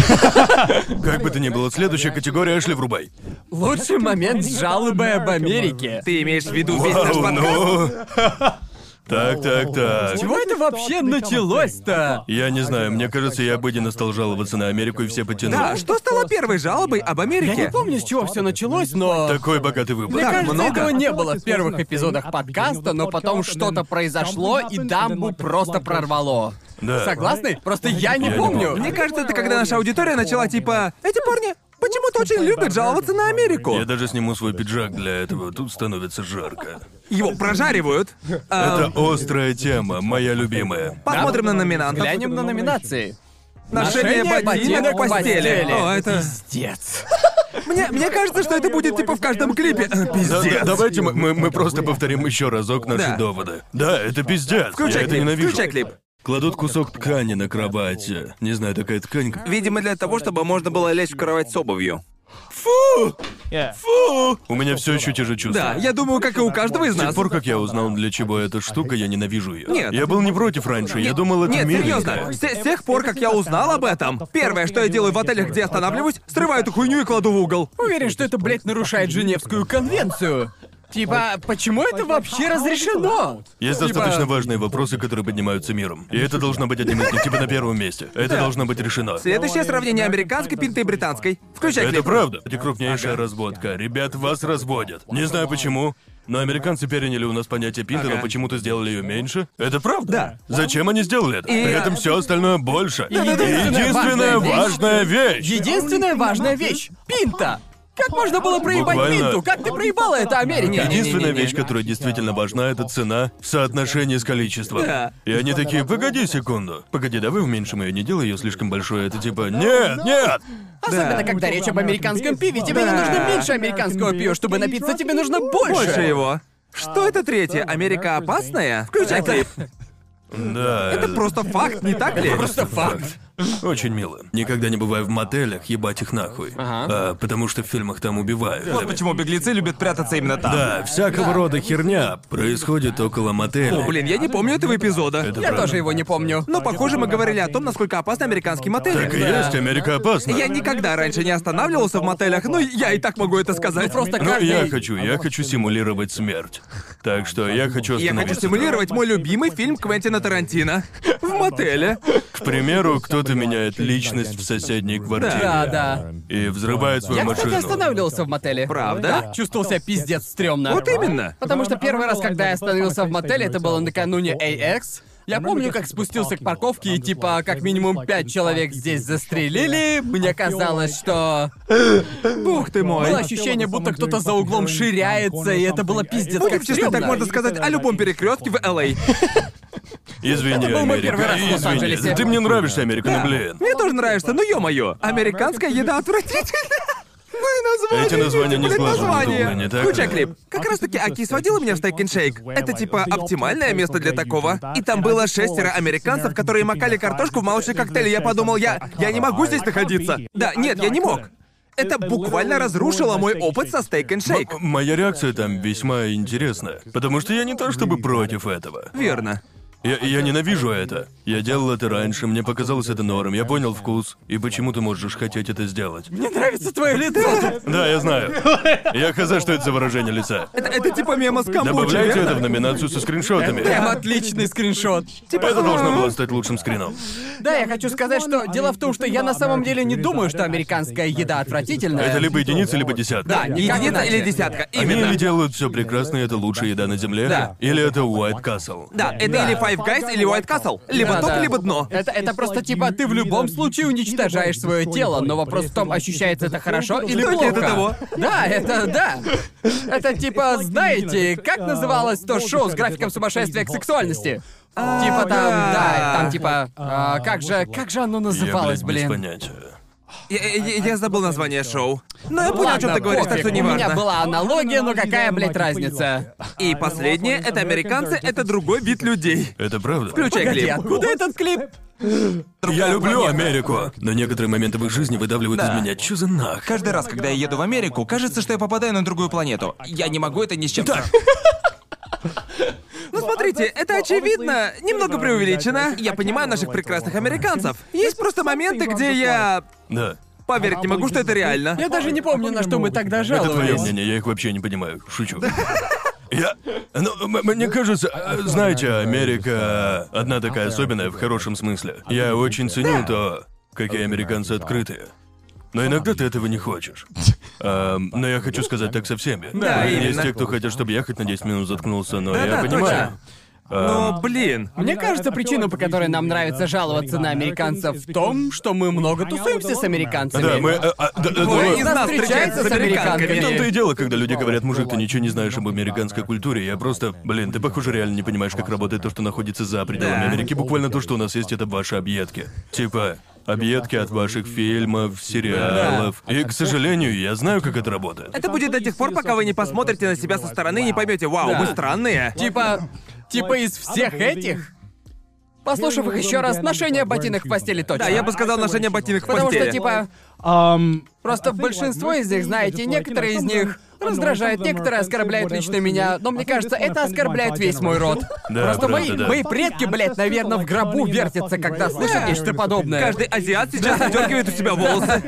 [SPEAKER 4] Как бы то ни было, следующая категория Эшли врубай.
[SPEAKER 1] Лучший момент с жалобой об Америке.
[SPEAKER 3] Ты имеешь в виду весь наш
[SPEAKER 4] Вау,
[SPEAKER 3] подкаст?
[SPEAKER 4] ну. Так, так, так.
[SPEAKER 1] Чего это вообще началось-то?
[SPEAKER 4] Я не знаю, мне кажется, я обыденно стал жаловаться на Америку и все потянули.
[SPEAKER 3] Да, что стало первой жалобой об
[SPEAKER 1] Я не
[SPEAKER 3] Америке?
[SPEAKER 1] помню, с чего все началось, но...
[SPEAKER 4] Такой богатый выбор.
[SPEAKER 1] Мне
[SPEAKER 3] так
[SPEAKER 1] кажется,
[SPEAKER 3] много.
[SPEAKER 1] этого не было в первых
[SPEAKER 3] а
[SPEAKER 1] эпизодах подкаста, но потом что-то произошло, и дамбу просто прорвало.
[SPEAKER 4] Да.
[SPEAKER 1] Согласны? Просто я не
[SPEAKER 4] Я не
[SPEAKER 1] помню.
[SPEAKER 4] помню.
[SPEAKER 3] Мне кажется, это когда наша аудитория начала типа «Эти парни почему-то очень любят жаловаться на Америку».
[SPEAKER 4] Я даже сниму свой пиджак для этого, тут становится жарко.
[SPEAKER 3] Его прожаривают. А,
[SPEAKER 4] Это острая тема, моя любимая.
[SPEAKER 3] Посмотрим на номинантов.
[SPEAKER 1] Глянем на номинации.
[SPEAKER 3] Ношение
[SPEAKER 1] Ношение
[SPEAKER 3] ботинок
[SPEAKER 1] ботинок
[SPEAKER 3] в постели.
[SPEAKER 1] постели.
[SPEAKER 3] О, это...
[SPEAKER 1] Пиздец.
[SPEAKER 3] Мне, мне кажется, что это будет типа в каждом клипе. Э,
[SPEAKER 4] Да- да-
[SPEAKER 3] Пиздец.
[SPEAKER 4] давайте мы, мы- мы просто повторим еще разок наши
[SPEAKER 3] Да.
[SPEAKER 4] доводы. Да, это пиздец.
[SPEAKER 3] Включай
[SPEAKER 4] я это
[SPEAKER 3] клип,
[SPEAKER 4] ненавижу.
[SPEAKER 3] включай клип.
[SPEAKER 4] Кладут кусок ткани на кровать. Не знаю, такая ткань. как-
[SPEAKER 3] Видимо, для того, чтобы можно было лечь в кровать с обувью.
[SPEAKER 4] У меня все еще те же
[SPEAKER 3] Да,
[SPEAKER 4] чувства.
[SPEAKER 3] я думаю, как и у каждого из
[SPEAKER 4] С тех
[SPEAKER 3] нас.
[SPEAKER 4] пор, как я узнал, для чего эта штука, я ненавижу ее.
[SPEAKER 3] Нет.
[SPEAKER 4] Я был не против раньше, я думал, это
[SPEAKER 3] Нет, серьезно.
[SPEAKER 4] миленько.
[SPEAKER 3] С с тех пор, как я узнал об этом, первое, что я делаю в отелях, где останавливаюсь, срываю эту хуйню и кладу в угол.
[SPEAKER 1] Уверен, что это, блядь, нарушает Женевскую конвенцию. Типа, почему это вообще разрешено?
[SPEAKER 4] Есть
[SPEAKER 1] Типа-
[SPEAKER 4] достаточно важные вопросы, которые поднимаются миром. И это должно быть одним из них, типа на первом месте. Это должно быть решено.
[SPEAKER 3] Следующее сравнение американской пинты и британской. Включай
[SPEAKER 4] Это
[SPEAKER 3] клип.
[SPEAKER 4] правда. Это крупнейшая разводка. Ребят, вас разводят. Не знаю почему, но американцы переняли у нас понятие пинты, но
[SPEAKER 3] Ага.
[SPEAKER 4] почему-то сделали ее меньше. Это правда? Да. Зачем они сделали это?
[SPEAKER 3] И-
[SPEAKER 4] При этом все остальное больше. И
[SPEAKER 1] да, да,
[SPEAKER 4] единственная
[SPEAKER 1] единственная
[SPEAKER 4] важная
[SPEAKER 1] важная
[SPEAKER 4] вещь.
[SPEAKER 1] Единственная важная вещь — пинта. Как можно было проебать
[SPEAKER 4] Буквально.
[SPEAKER 1] пинту? Как ты проебала это Америка?
[SPEAKER 4] Единственная
[SPEAKER 3] Не-не-не-не.
[SPEAKER 4] вещь, которая действительно важна, это цена в соотношении с количеством.
[SPEAKER 3] Да.
[SPEAKER 4] И они такие, погоди секунду. Погоди, давай уменьшим ее, не делай ее слишком большой. Это типа, нет, нет!
[SPEAKER 1] Особенно, когда речь об американском пиве. Тебе не
[SPEAKER 3] Да.
[SPEAKER 1] нужно меньше американского пива, чтобы напиться, тебе нужно больше.
[SPEAKER 3] Больше его. Что это третье? Америка опасная? Включай клип.
[SPEAKER 4] Да.
[SPEAKER 3] Это просто факт, не так ли?
[SPEAKER 4] Просто факт. Очень мило. Никогда не бываю в мотелях, ебать их нахуй. А, потому что в фильмах там убивают.
[SPEAKER 2] Вот почему беглецы любят прятаться именно там.
[SPEAKER 4] Да, всякого рода херня происходит около мотеля.
[SPEAKER 3] О, блин, я не помню этого эпизода.
[SPEAKER 4] Это
[SPEAKER 1] Я
[SPEAKER 4] правда.
[SPEAKER 1] тоже его не помню.
[SPEAKER 3] Но, похоже, мы говорили о том, насколько опасны американские мотели.
[SPEAKER 4] Так и есть, Америка опасна.
[SPEAKER 3] Я никогда раньше не останавливался в мотелях, но я и так могу это сказать.
[SPEAKER 1] просто
[SPEAKER 4] Ну, я
[SPEAKER 1] каждый-
[SPEAKER 4] хочу, я хочу симулировать смерть. Так что я хочу
[SPEAKER 3] Я хочу
[SPEAKER 4] остановиться.
[SPEAKER 3] стимулировать мой любимый фильм Квентина Тарантино в мотеле.
[SPEAKER 4] К примеру, кто-то меняет личность в соседней квартире.
[SPEAKER 1] Да, да.
[SPEAKER 4] И взрывает свою
[SPEAKER 1] Я, кстати,
[SPEAKER 4] машину.
[SPEAKER 1] останавливался в мотеле.
[SPEAKER 3] Правда?
[SPEAKER 1] Да, чувствовал себя пиздец стрёмно.
[SPEAKER 3] Вот именно.
[SPEAKER 1] Потому что первый раз, когда я остановился в мотеле, это было накануне AX. Я помню, как спустился к парковке, и типа, как минимум пять человек здесь застрелили. Мне казалось, что...
[SPEAKER 3] Ух ты мой.
[SPEAKER 1] Было ощущение, будто кто-то за углом ширяется, и это было пиздец
[SPEAKER 3] Будем
[SPEAKER 1] как
[SPEAKER 3] честны, Ну, так
[SPEAKER 1] стрёмно.
[SPEAKER 3] можно сказать о любом перекрестке в А. Л.А.
[SPEAKER 4] Извини,
[SPEAKER 1] был мой
[SPEAKER 4] Америка,
[SPEAKER 1] первый раз в
[SPEAKER 4] извини.
[SPEAKER 1] Лос-Анджелесе.
[SPEAKER 4] Ты мне нравишься, Америка, ну блин.
[SPEAKER 3] Мне тоже нравится, но ё-моё, американская еда отвратительна. Ну и название.
[SPEAKER 4] Эти названия не
[SPEAKER 3] блин,
[SPEAKER 4] сглажены,
[SPEAKER 3] название.
[SPEAKER 4] думаю, не так
[SPEAKER 3] Включай
[SPEAKER 4] ли?
[SPEAKER 3] клип. Как раз таки Аки сводила меня в стейк н шейк. Это типа оптимальное место для такого. И там было шестеро американцев, которые макали картошку в молочный коктейль. И Я подумал, я, я не могу здесь находиться. Да, нет, я не мог. Это буквально разрушило мой опыт со стейк н шейк.
[SPEAKER 4] М- Моя реакция там весьма интересная, потому что я не то чтобы против этого.
[SPEAKER 3] Верно.
[SPEAKER 4] Я, я ненавижу это. Я делал это раньше, мне показалось это норм, я понял вкус, и почему ты можешь хотеть это сделать.
[SPEAKER 1] Мне нравится твое лицо.
[SPEAKER 4] Да, я знаю. Я хз, что это за выражение лица.
[SPEAKER 3] Это, это типа мема с камбучи,
[SPEAKER 4] Добавляйте это
[SPEAKER 3] верно?
[SPEAKER 4] в номинацию со скриншотами.
[SPEAKER 1] Прям отличный скриншот.
[SPEAKER 4] Это должно было стать лучшим скрином.
[SPEAKER 1] Да, я хочу сказать, что дело в том, что я на самом деле не думаю, что американская еда отвратительная.
[SPEAKER 4] А Это либо единица, либо десятка.
[SPEAKER 1] Да, никак
[SPEAKER 3] Единица
[SPEAKER 1] иначе.
[SPEAKER 3] или десятка?
[SPEAKER 4] Они или
[SPEAKER 3] Именно.
[SPEAKER 4] делают все прекрасно, и это лучшая еда на земле,
[SPEAKER 3] Да.
[SPEAKER 4] или это White Castle.
[SPEAKER 3] Да, это или Five Guys, или White Castle. Либо
[SPEAKER 1] Да,
[SPEAKER 3] топ,
[SPEAKER 1] да.
[SPEAKER 3] либо дно.
[SPEAKER 1] Это, это просто типа ты в любом случае уничтожаешь свое тело, но вопрос в том, ощущается это хорошо или
[SPEAKER 3] Или
[SPEAKER 1] плохо.
[SPEAKER 3] нет того.
[SPEAKER 1] Да, это да. Это типа, знаете, как называлось то шоу с графиком сумасшествия к сексуальности? Типа там,
[SPEAKER 3] А, да.
[SPEAKER 1] да, там типа, а, как же, как же оно
[SPEAKER 4] Я,
[SPEAKER 1] называлось,
[SPEAKER 4] блядь, без
[SPEAKER 1] блин?
[SPEAKER 4] понятия.
[SPEAKER 3] Я, я- я забыл название шоу. Но я понял, о чем
[SPEAKER 1] Ладно,
[SPEAKER 3] ты говоришь, так
[SPEAKER 1] пофиг,
[SPEAKER 3] что не
[SPEAKER 1] У меня
[SPEAKER 3] важно.
[SPEAKER 1] была аналогия, но какая, блядь, разница?
[SPEAKER 3] И последнее — это американцы, это другой вид людей.
[SPEAKER 4] Это правда?
[SPEAKER 3] Включай
[SPEAKER 1] Погоди,
[SPEAKER 3] клип.
[SPEAKER 1] откуда этот клип?
[SPEAKER 4] Я люблю Америку. Но некоторые моменты в их жизни выдавливают из меня. Чё за нах?
[SPEAKER 2] Каждый раз, когда я еду в Америку, кажется, что я попадаю на другую планету. Я не могу это ни с чем.
[SPEAKER 3] Ну смотрите, это очевидно, немного преувеличено. Я понимаю наших прекрасных американцев. Есть просто моменты, где я...
[SPEAKER 4] Да.
[SPEAKER 3] Поверить не могу, что это реально.
[SPEAKER 1] Я даже не А помню, на что мы тогда
[SPEAKER 4] Это твое
[SPEAKER 1] жаловались.
[SPEAKER 4] мнение, я их вообще не понимаю. Шучу. Я... Ну, м- мне кажется, э, знаете, Америка одна такая особенная в хорошем смысле. Я очень ценю то, какие американцы открытые. Но иногда ты этого не хочешь. Эм, но я хочу сказать так со всеми.
[SPEAKER 3] Да,
[SPEAKER 4] Есть
[SPEAKER 3] именно.
[SPEAKER 4] те, кто хотят, чтобы я хоть на 10 минут заткнулся, но я
[SPEAKER 3] Да-да,
[SPEAKER 4] понимаю.
[SPEAKER 3] Но, блин,
[SPEAKER 1] Мне кажется, причина, по которой нам нравится жаловаться на американцев, в том, что мы много тусуемся с американцами.
[SPEAKER 4] Да, мы... а, а, да, да,
[SPEAKER 3] Ой,
[SPEAKER 4] мы-
[SPEAKER 3] из нас встречается с
[SPEAKER 4] В том-то
[SPEAKER 3] американками.
[SPEAKER 4] и дело, когда люди говорят, мужик, ты ничего не знаешь об американской культуре, я просто, блин, ты, похоже, реально не понимаешь, как работает то, что находится за пределами
[SPEAKER 3] Да.
[SPEAKER 4] Америки. Буквально то, что у нас есть, это ваши объедки. Типа, объедки от ваших фильмов, сериалов. И, к сожалению, я знаю, как это работает.
[SPEAKER 3] Это будет до тех пор, пока вы не посмотрите на себя со стороны и не поймете, вау, мы странные.
[SPEAKER 1] Типа, типа из всех этих? Послушав их еще раз, ношение ботинок в постели точно.
[SPEAKER 3] Да, я бы сказал ношение ботинок в
[SPEAKER 1] Потому что,
[SPEAKER 3] постели.
[SPEAKER 1] типа, просто большинство из них, знаете, некоторые из них раздражают, некоторые оскорбляют лично меня, но мне кажется, это оскорбляет весь мой род.
[SPEAKER 4] Да,
[SPEAKER 1] Просто
[SPEAKER 4] правда,
[SPEAKER 1] мои,
[SPEAKER 4] да.
[SPEAKER 1] мои предки, блядь, наверное, в гробу вертятся, когда слышат
[SPEAKER 3] Да.
[SPEAKER 1] нечто подобное.
[SPEAKER 3] Каждый азиат сейчас выдергивает у себя волосы.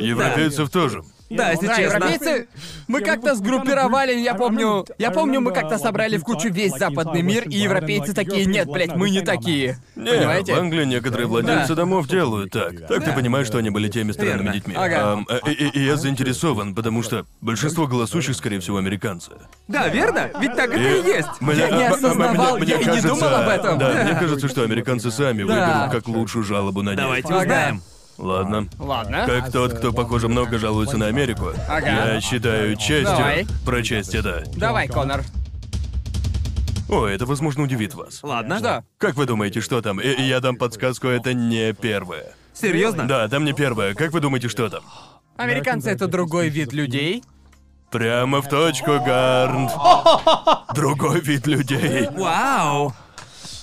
[SPEAKER 4] Европейцев тоже.
[SPEAKER 3] Да, если
[SPEAKER 1] Да,
[SPEAKER 3] честно.
[SPEAKER 1] европейцы, мы как-то сгруппировали, я помню, я помню, мы как-то собрали в кучу весь западный мир, и европейцы такие, нет, блядь, мы не такие.
[SPEAKER 4] Не,
[SPEAKER 1] Понимаете?
[SPEAKER 4] в Англии некоторые владельцы
[SPEAKER 1] Да.
[SPEAKER 4] домов делают так. Так ты понимаешь, что они были теми странными
[SPEAKER 3] Верно.
[SPEAKER 4] детьми.
[SPEAKER 1] Ага.
[SPEAKER 4] Ам, э, и, и я заинтересован, потому что большинство голосующих, скорее всего, американцы.
[SPEAKER 3] Да, верно? Ведь так это и есть.
[SPEAKER 4] Мне-
[SPEAKER 1] не
[SPEAKER 4] а, а, а,
[SPEAKER 1] осознавал, я и не думал об этом.
[SPEAKER 4] Да, мне кажется, что американцы сами выберут как лучшую жалобу на них.
[SPEAKER 3] Давайте
[SPEAKER 1] Ага.
[SPEAKER 3] узнаем.
[SPEAKER 4] Ладно.
[SPEAKER 1] Ладно.
[SPEAKER 4] Как тот, кто, похоже, много жалуется на Америку.
[SPEAKER 1] Ага.
[SPEAKER 4] Я считаю честью
[SPEAKER 1] Давай.
[SPEAKER 4] прочесть это.
[SPEAKER 1] Давай, Конор.
[SPEAKER 4] О, это, возможно, удивит вас.
[SPEAKER 3] Ладно.
[SPEAKER 1] Что?
[SPEAKER 4] Как вы думаете, что там? И- и я дам подсказку, это не первое.
[SPEAKER 3] Серьезно?
[SPEAKER 4] Да, там не первое. Как вы думаете, что там?
[SPEAKER 1] Американцы это другой вид людей.
[SPEAKER 4] Прямо в точку, Гарнт. Другой вид людей.
[SPEAKER 3] Вау!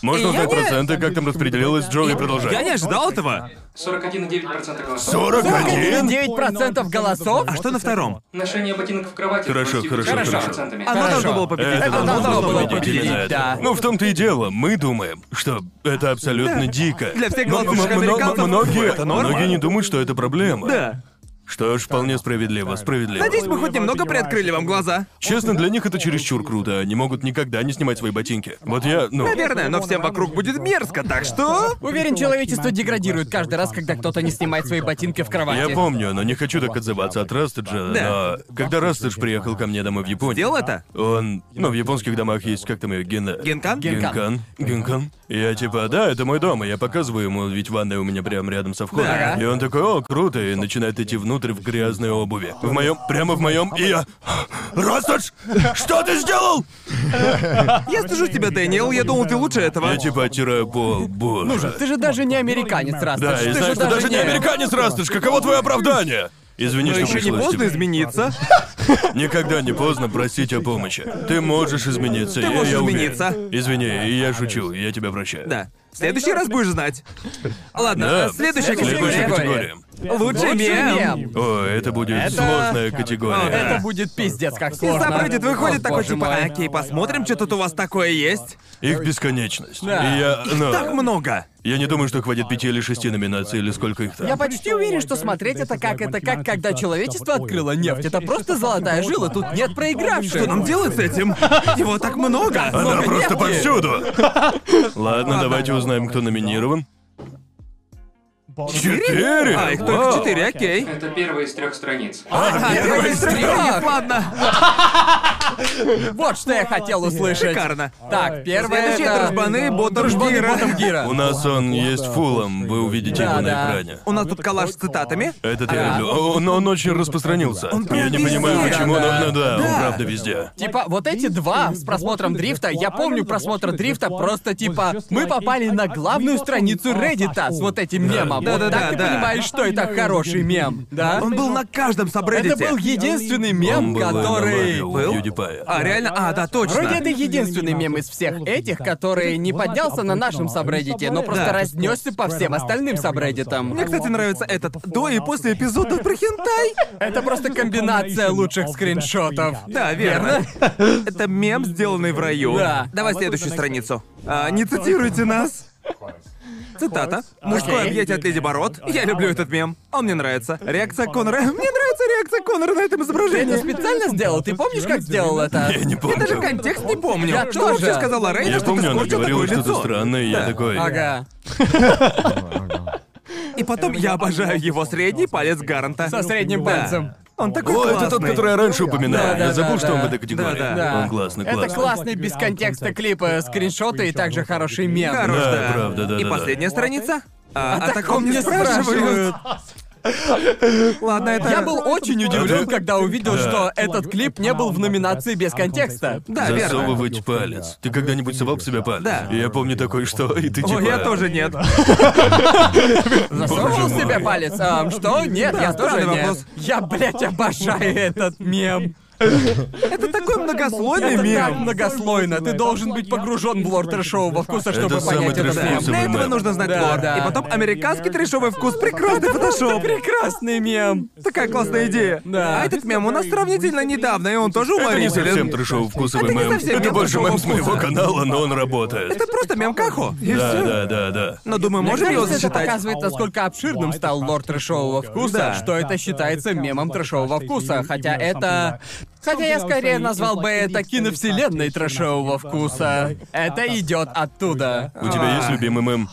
[SPEAKER 4] Можно
[SPEAKER 3] И я
[SPEAKER 4] узнать
[SPEAKER 3] не-
[SPEAKER 4] проценты, как там распределилось, Джоуи, продолжай.
[SPEAKER 3] Я не ожидал этого.
[SPEAKER 5] 41,9% голосов.
[SPEAKER 4] 41?
[SPEAKER 1] 9% голосов?
[SPEAKER 3] А что на втором?
[SPEAKER 5] Ношение ботинок в кровати
[SPEAKER 4] Хорошо,
[SPEAKER 5] с
[SPEAKER 4] хорошо,
[SPEAKER 5] 29%.
[SPEAKER 4] А,
[SPEAKER 3] Оно
[SPEAKER 4] ну
[SPEAKER 1] Хорошо.
[SPEAKER 3] должно было победить.
[SPEAKER 4] Это
[SPEAKER 1] должно
[SPEAKER 4] должно
[SPEAKER 1] было
[SPEAKER 4] было
[SPEAKER 1] победить,
[SPEAKER 4] победить, именно
[SPEAKER 1] да.
[SPEAKER 4] это. Ну, в том-то и дело. Мы думаем, что это абсолютно дико.
[SPEAKER 3] Для всех
[SPEAKER 4] М- м-
[SPEAKER 3] главных
[SPEAKER 4] мно-
[SPEAKER 3] американцев
[SPEAKER 4] Многие,
[SPEAKER 3] это норма.
[SPEAKER 4] многие не думают, что это проблема.
[SPEAKER 3] Да.
[SPEAKER 4] Что ж, вполне справедливо, справедливо.
[SPEAKER 3] Надеюсь, мы хоть немного приоткрыли вам глаза.
[SPEAKER 4] Честно, для них это чересчур круто. Они могут никогда не снимать свои ботинки. Вот я, ну...
[SPEAKER 3] Наверное, но всем вокруг будет мерзко, так что...
[SPEAKER 1] Уверен, человечество деградирует каждый раз, когда кто-то не снимает свои ботинки в кровати.
[SPEAKER 4] Я помню, но не хочу так отзываться от Растеджа,
[SPEAKER 3] Да.
[SPEAKER 4] но когда Растедж приехал ко мне домой в Японию...
[SPEAKER 3] Делал это?
[SPEAKER 4] Он... Ну, в японских домах есть, как там ее, ген...
[SPEAKER 3] Генкан?
[SPEAKER 4] Генкан. Генкан. И я типа, да, это мой дом, и я показываю ему, ведь ванная у меня прямо рядом со входом.
[SPEAKER 3] Да.
[SPEAKER 4] И он такой, о, круто, и начинает идти внутрь в грязной обуви. В моем, прямо в моем, и я... Растедж, что ты сделал?
[SPEAKER 3] Я стыжу тебя, Дэниел, я думал, ты лучше этого.
[SPEAKER 4] Я типа оттираю пол, боже.
[SPEAKER 3] Ну
[SPEAKER 1] Ты же даже не американец, раз.
[SPEAKER 4] Да,
[SPEAKER 1] ты
[SPEAKER 4] и
[SPEAKER 1] же
[SPEAKER 4] знаешь, ты даже не американец, Растыш, каково твое оправдание? Извини,
[SPEAKER 3] Но
[SPEAKER 4] что
[SPEAKER 3] Ну, еще не
[SPEAKER 4] пришлось
[SPEAKER 3] поздно
[SPEAKER 4] тебе.
[SPEAKER 3] измениться.
[SPEAKER 4] Никогда не поздно просить о помощи. Ты можешь измениться, я,
[SPEAKER 3] можешь
[SPEAKER 4] я уверен.
[SPEAKER 3] измениться.
[SPEAKER 4] Извини, я шучу, я тебя прощаю.
[SPEAKER 3] Да. В следующий раз будешь знать. Ладно,
[SPEAKER 4] Да.
[SPEAKER 3] а следующая
[SPEAKER 4] Следующая
[SPEAKER 3] категория.
[SPEAKER 4] категория.
[SPEAKER 3] Лучший мем.
[SPEAKER 1] мем.
[SPEAKER 4] О, это будет сложная категория.
[SPEAKER 1] Это будет пиздец, как
[SPEAKER 3] И
[SPEAKER 1] сложно.
[SPEAKER 3] Сабреддит выходит
[SPEAKER 1] О,
[SPEAKER 3] такой,
[SPEAKER 1] боже
[SPEAKER 3] типа,
[SPEAKER 1] мой.
[SPEAKER 3] окей, посмотрим, что тут у вас такое есть.
[SPEAKER 4] Их бесконечность.
[SPEAKER 1] Да.
[SPEAKER 4] И я, ну,
[SPEAKER 3] Так много.
[SPEAKER 4] я не думаю, что хватит пяти или шести номинаций, или сколько их там.
[SPEAKER 1] Я почти уверен, что смотреть это как это как когда человечество открыло нефть. Это просто золотая жила, тут нет проигравших.
[SPEAKER 3] Что нам делать с этим? Его так много.
[SPEAKER 4] Она
[SPEAKER 1] много
[SPEAKER 4] просто
[SPEAKER 1] нефти.
[SPEAKER 4] повсюду! Ладно, давайте узнаем, кто номинирован. Четыре?
[SPEAKER 3] А, их
[SPEAKER 4] Вау.
[SPEAKER 3] только четыре, окей.
[SPEAKER 5] Это первые из трех страниц.
[SPEAKER 3] А, первый из трех.
[SPEAKER 1] трех.
[SPEAKER 3] Ладно,
[SPEAKER 1] Вот что я хотел услышать.
[SPEAKER 3] шикарно.
[SPEAKER 1] Так, первое
[SPEAKER 3] Следующий это Рожбаны, Ботом,
[SPEAKER 1] Дружбаны
[SPEAKER 3] Гира.
[SPEAKER 1] Ботом Гира.
[SPEAKER 4] У нас он есть фулом, вы увидите
[SPEAKER 1] Да,
[SPEAKER 4] его
[SPEAKER 1] да.
[SPEAKER 4] на экране.
[SPEAKER 3] У нас тут коллаж с цитатами.
[SPEAKER 4] Этот я люблю. О, Но он очень распространился. Я
[SPEAKER 3] прям
[SPEAKER 4] не
[SPEAKER 3] везде,
[SPEAKER 4] понимаю, почему,
[SPEAKER 1] да.
[SPEAKER 4] но ну да, он правда везде.
[SPEAKER 1] Типа, вот эти два с просмотром дрифта, я помню просмотр дрифта, просто типа, мы попали на главную страницу Reddit с вот этим мемом.
[SPEAKER 3] Да,
[SPEAKER 1] Вот
[SPEAKER 3] да,
[SPEAKER 1] так
[SPEAKER 3] да,
[SPEAKER 1] ты
[SPEAKER 3] да.
[SPEAKER 1] понимаешь, что это хороший мем, да?
[SPEAKER 3] Он был на каждом
[SPEAKER 1] А? Это
[SPEAKER 3] сабреддите.
[SPEAKER 1] был единственный мем,
[SPEAKER 4] Он был
[SPEAKER 1] который...
[SPEAKER 4] аномалией у
[SPEAKER 3] был?
[SPEAKER 4] PewDiePie.
[SPEAKER 3] А, реально? А, да,
[SPEAKER 1] Вроде
[SPEAKER 3] точно.
[SPEAKER 1] это единственный мем из всех этих, который не поднялся на нашем сабреддите, но просто
[SPEAKER 3] Да.
[SPEAKER 1] разнесся по всем остальным сабреддитам.
[SPEAKER 3] Мне, кстати, нравится этот до и после эпизодов про хентай.
[SPEAKER 1] Это просто комбинация лучших скриншотов.
[SPEAKER 3] Да, верно. Это мем, сделанный в раю.
[SPEAKER 1] Да.
[SPEAKER 3] Давай следующую страницу. А, не цитируйте нас. Цитата. Мужское
[SPEAKER 1] Окей.
[SPEAKER 3] объятие от Леди Бород. Я люблю этот мем. Он мне нравится. Реакция Конора. Мне нравится реакция Конора на этом
[SPEAKER 1] Ты это
[SPEAKER 3] изображении.
[SPEAKER 1] специально сделал? Ты помнишь, как сделал это?
[SPEAKER 4] Я не
[SPEAKER 3] Я даже
[SPEAKER 4] помню.
[SPEAKER 3] контекст не помню.
[SPEAKER 1] Я
[SPEAKER 3] что
[SPEAKER 1] тоже.
[SPEAKER 3] вообще сказала Рейн,
[SPEAKER 4] Я
[SPEAKER 3] что ты
[SPEAKER 4] помню, она
[SPEAKER 3] скорчил
[SPEAKER 4] говорила
[SPEAKER 3] такое
[SPEAKER 4] что-то
[SPEAKER 3] лицо?
[SPEAKER 4] странное, и я такой...
[SPEAKER 1] Ага.
[SPEAKER 3] И потом я обожаю его средний палец Гаранта.
[SPEAKER 1] Со средним
[SPEAKER 3] Да.
[SPEAKER 1] пальцем.
[SPEAKER 3] Он такой
[SPEAKER 4] О, это тот,
[SPEAKER 3] классный.
[SPEAKER 4] который я раньше упоминал.
[SPEAKER 1] Да, да,
[SPEAKER 4] я забыл,
[SPEAKER 1] да,
[SPEAKER 4] что
[SPEAKER 1] да.
[SPEAKER 4] он в этой категории.
[SPEAKER 3] Да,
[SPEAKER 1] да.
[SPEAKER 4] Он классный, классный.
[SPEAKER 1] Это классный без контекста клипы, скриншоты и также хороший мем.
[SPEAKER 3] Хорош,
[SPEAKER 4] Да,
[SPEAKER 3] да.
[SPEAKER 4] правда, да,
[SPEAKER 3] И
[SPEAKER 4] да, да.
[SPEAKER 3] последняя страница? А, о таком
[SPEAKER 1] таком
[SPEAKER 3] не
[SPEAKER 1] не
[SPEAKER 3] спрашивают. Ладно, это...
[SPEAKER 1] Я был очень удивлен,
[SPEAKER 4] Да.
[SPEAKER 1] когда увидел,
[SPEAKER 4] Да.
[SPEAKER 1] что этот клип не был в номинации без контекста.
[SPEAKER 3] Да, верно.
[SPEAKER 4] Засовывать палец. Ты когда-нибудь совал к себе палец?
[SPEAKER 3] Да.
[SPEAKER 4] Я помню такой, что и ты типа...
[SPEAKER 3] О, я тоже нет.
[SPEAKER 1] Засовывал
[SPEAKER 4] Боже мой.
[SPEAKER 1] себе палец. Ам, что? Нет, я тоже
[SPEAKER 3] странный
[SPEAKER 1] нет.
[SPEAKER 3] вопрос.
[SPEAKER 1] Я, блядь, обожаю этот мем.
[SPEAKER 3] Это такой многослойный
[SPEAKER 1] Это так
[SPEAKER 3] мем.
[SPEAKER 1] многослойно. Ты должен быть погружен в лор трэшового вкуса,
[SPEAKER 4] Это
[SPEAKER 1] чтобы
[SPEAKER 4] самый
[SPEAKER 1] понять этот
[SPEAKER 4] трэшовый
[SPEAKER 1] мем.
[SPEAKER 3] Для этого
[SPEAKER 4] мем.
[SPEAKER 3] нужно знать
[SPEAKER 1] Да,
[SPEAKER 3] лор.
[SPEAKER 1] да.
[SPEAKER 3] И потом американский трешовый вкус прекрасный фотошоп.
[SPEAKER 1] Прекрасный мем.
[SPEAKER 3] Такая классная идея.
[SPEAKER 1] Да.
[SPEAKER 3] А этот мем у нас сравнительно недавно, и он тоже
[SPEAKER 4] Это не совсем
[SPEAKER 3] уморителен.
[SPEAKER 4] трешовый вкусовый
[SPEAKER 3] Это не
[SPEAKER 4] мем.
[SPEAKER 3] совсем
[SPEAKER 4] это
[SPEAKER 3] мем
[SPEAKER 4] больше
[SPEAKER 3] трэшового
[SPEAKER 4] мем с моего
[SPEAKER 3] вкуса.
[SPEAKER 4] канала, но он работает.
[SPEAKER 3] Это просто мем Кахо. И
[SPEAKER 4] да,
[SPEAKER 3] всё. Ну,
[SPEAKER 4] да, да, да.
[SPEAKER 3] Но думаю, можем его
[SPEAKER 1] Кажется, это
[SPEAKER 3] засчитать.
[SPEAKER 1] показывает, насколько обширным стал лор трэшового вкуса,
[SPEAKER 3] Да.
[SPEAKER 1] что это считается мемом трэшового вкуса, хотя это... Хотя я скорее назвал бы это киновселенной трэшового вкуса. Это идет оттуда.
[SPEAKER 4] У тебя
[SPEAKER 3] а.
[SPEAKER 4] есть любимый ММ? мем?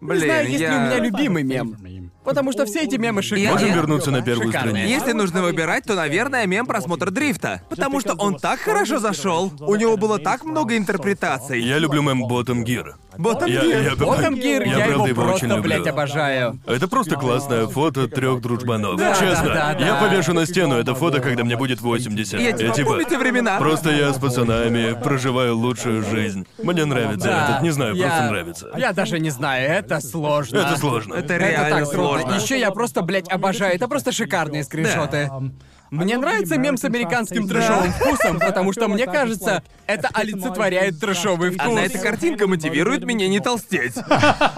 [SPEAKER 3] Блин,
[SPEAKER 1] Не знаю, есть ли Ну, у
[SPEAKER 3] я-
[SPEAKER 1] меня любимый мем. Потому что все эти мемы
[SPEAKER 4] Можем
[SPEAKER 3] я-
[SPEAKER 1] шикарные.
[SPEAKER 4] вернуться на первую
[SPEAKER 1] Шикарно.
[SPEAKER 4] страницу.
[SPEAKER 3] Если нужно выбирать, то, наверное, мем просмотр дрифта. Потому что он так хорошо зашел. У него было так много интерпретаций.
[SPEAKER 4] Я люблю мем Bottom Gear.
[SPEAKER 3] Bottom
[SPEAKER 4] я,
[SPEAKER 3] Gear.
[SPEAKER 4] я-
[SPEAKER 1] Ботом Гир,
[SPEAKER 4] я
[SPEAKER 1] я его
[SPEAKER 4] правда его очень
[SPEAKER 1] просто,
[SPEAKER 4] люблю.
[SPEAKER 1] блядь, обожаю.
[SPEAKER 4] Это просто классное фото трех дружбанов.
[SPEAKER 1] Да,
[SPEAKER 4] Честно,
[SPEAKER 1] да, да,
[SPEAKER 4] я
[SPEAKER 1] да.
[SPEAKER 4] повешу на стену это фото, когда мне будет 80.
[SPEAKER 3] Я типа, помните времена?
[SPEAKER 4] Просто я с пацанами проживаю лучшую жизнь. Мне нравится
[SPEAKER 1] Да,
[SPEAKER 4] этот, не знаю,
[SPEAKER 1] я-
[SPEAKER 4] просто нравится.
[SPEAKER 1] Я даже не знаю, это сложно.
[SPEAKER 4] Это сложно.
[SPEAKER 3] Это
[SPEAKER 1] Это
[SPEAKER 3] реально
[SPEAKER 1] так сложно.
[SPEAKER 3] сложно.
[SPEAKER 1] Еще я просто, блядь, обожаю. Это просто шикарные скриншоты. Мне нравится мем с американским трэшовым вкусом, потому что, мне кажется, это олицетворяет трэшовый
[SPEAKER 3] Одна
[SPEAKER 1] вкус.
[SPEAKER 3] эта картинка мотивирует меня не толстеть.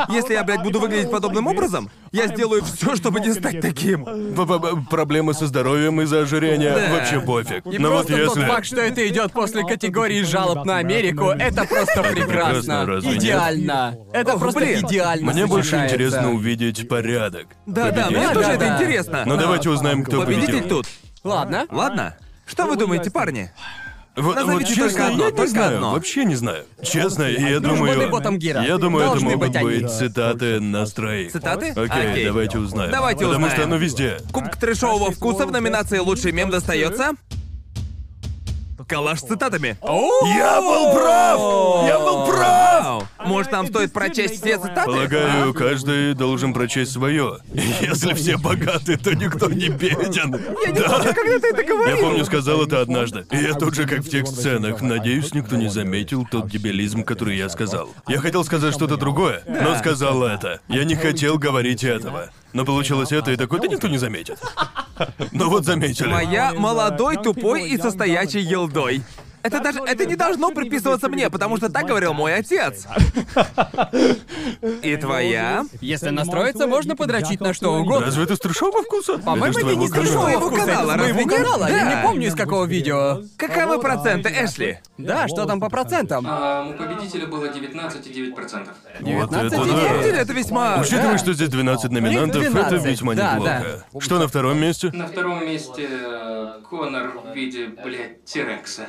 [SPEAKER 3] Если я, блядь, буду выглядеть подобным образом, я сделаю все, чтобы не стать таким.
[SPEAKER 4] П-п-п- Проблемы со здоровьем из-за ожирения
[SPEAKER 3] Да.
[SPEAKER 4] вообще пофиг.
[SPEAKER 1] И
[SPEAKER 4] Но Ну вот
[SPEAKER 1] просто
[SPEAKER 4] если.
[SPEAKER 1] тот факт, что это идет после категории жалоб на Америку, это просто
[SPEAKER 4] прекрасно,
[SPEAKER 1] прекрасно.
[SPEAKER 4] разве нет?
[SPEAKER 1] Идеально. Это
[SPEAKER 3] Ох,
[SPEAKER 1] просто
[SPEAKER 3] блин.
[SPEAKER 1] идеально
[SPEAKER 4] Мне больше
[SPEAKER 1] сочетается.
[SPEAKER 4] интересно увидеть порядок.
[SPEAKER 3] Да, да, мне
[SPEAKER 1] Да,
[SPEAKER 3] тоже
[SPEAKER 1] да,
[SPEAKER 3] это
[SPEAKER 1] да.
[SPEAKER 3] интересно.
[SPEAKER 4] Но Ну, давайте узнаем, кто
[SPEAKER 3] Победитель
[SPEAKER 4] победил.
[SPEAKER 3] тут.
[SPEAKER 1] Ладно.
[SPEAKER 3] Ладно. Что вы думаете, парни?
[SPEAKER 4] Вот, вот
[SPEAKER 3] Назовите только
[SPEAKER 4] честно,
[SPEAKER 3] одно,
[SPEAKER 4] я не
[SPEAKER 3] только
[SPEAKER 4] знаю,
[SPEAKER 3] одно. а
[SPEAKER 4] вообще не знаю. Честно, я
[SPEAKER 1] Дружбаны
[SPEAKER 4] думаю.
[SPEAKER 1] Ботом Гира.
[SPEAKER 4] Я думаю, это
[SPEAKER 1] Должны
[SPEAKER 4] могут
[SPEAKER 1] быть они.
[SPEAKER 4] быть цитаты нас троих.
[SPEAKER 3] Цитаты?
[SPEAKER 4] Окей,
[SPEAKER 3] Окей.
[SPEAKER 4] давайте узнаем.
[SPEAKER 3] Давайте
[SPEAKER 4] Потому
[SPEAKER 3] узнаем.
[SPEAKER 4] что оно везде.
[SPEAKER 3] Кубок трешового вкуса в номинации «Лучший мем» достается... Коллаж с цитатами.
[SPEAKER 4] Я был прав! Я был прав!
[SPEAKER 3] Вау. Может, нам стоит прочесть все цитаты?
[SPEAKER 4] Полагаю, каждый должен прочесть свое. Если все богаты, то никто не беден. Да.
[SPEAKER 3] Когда ты это
[SPEAKER 4] Я
[SPEAKER 3] говорил?
[SPEAKER 4] помню, сказал это однажды. И я тут же, как в тех сценах, надеюсь, никто не заметил тот дебилизм, который я сказал. Я хотел сказать что-то другое, но сказал это. Я не хотел говорить этого. Но получилось это, и такой, да никто не заметит. Но вот заметили.
[SPEAKER 3] Моя молодой, тупой и состоячий елдой. Это даже... Это не должно приписываться мне, потому что так говорил мой отец. И твоя...
[SPEAKER 1] Если настроиться, можно подрочить на что угодно.
[SPEAKER 4] Разве это с трешового вкуса?
[SPEAKER 1] По-моему,
[SPEAKER 4] Это
[SPEAKER 1] это,
[SPEAKER 4] ж
[SPEAKER 1] не
[SPEAKER 4] твоего
[SPEAKER 1] с
[SPEAKER 4] канала.
[SPEAKER 1] другого
[SPEAKER 3] Твоего
[SPEAKER 1] вкуса, это
[SPEAKER 3] канала,
[SPEAKER 1] с моего
[SPEAKER 3] разве нет?
[SPEAKER 1] канала. Я
[SPEAKER 3] Да.
[SPEAKER 1] не помню, из какого видео.
[SPEAKER 3] Каковы проценты, Эшли?
[SPEAKER 1] Да, что там по процентам?
[SPEAKER 5] А, у победителя было 19,9%.
[SPEAKER 4] Вот это
[SPEAKER 1] 19
[SPEAKER 4] да.
[SPEAKER 3] Видите, это весьма...
[SPEAKER 4] Учитывая, что здесь 12 номинантов,
[SPEAKER 1] 12,
[SPEAKER 4] это весьма
[SPEAKER 1] да,
[SPEAKER 4] неплохо. Что на втором месте?
[SPEAKER 5] На втором месте э, Конор в виде, блядь, Терекса.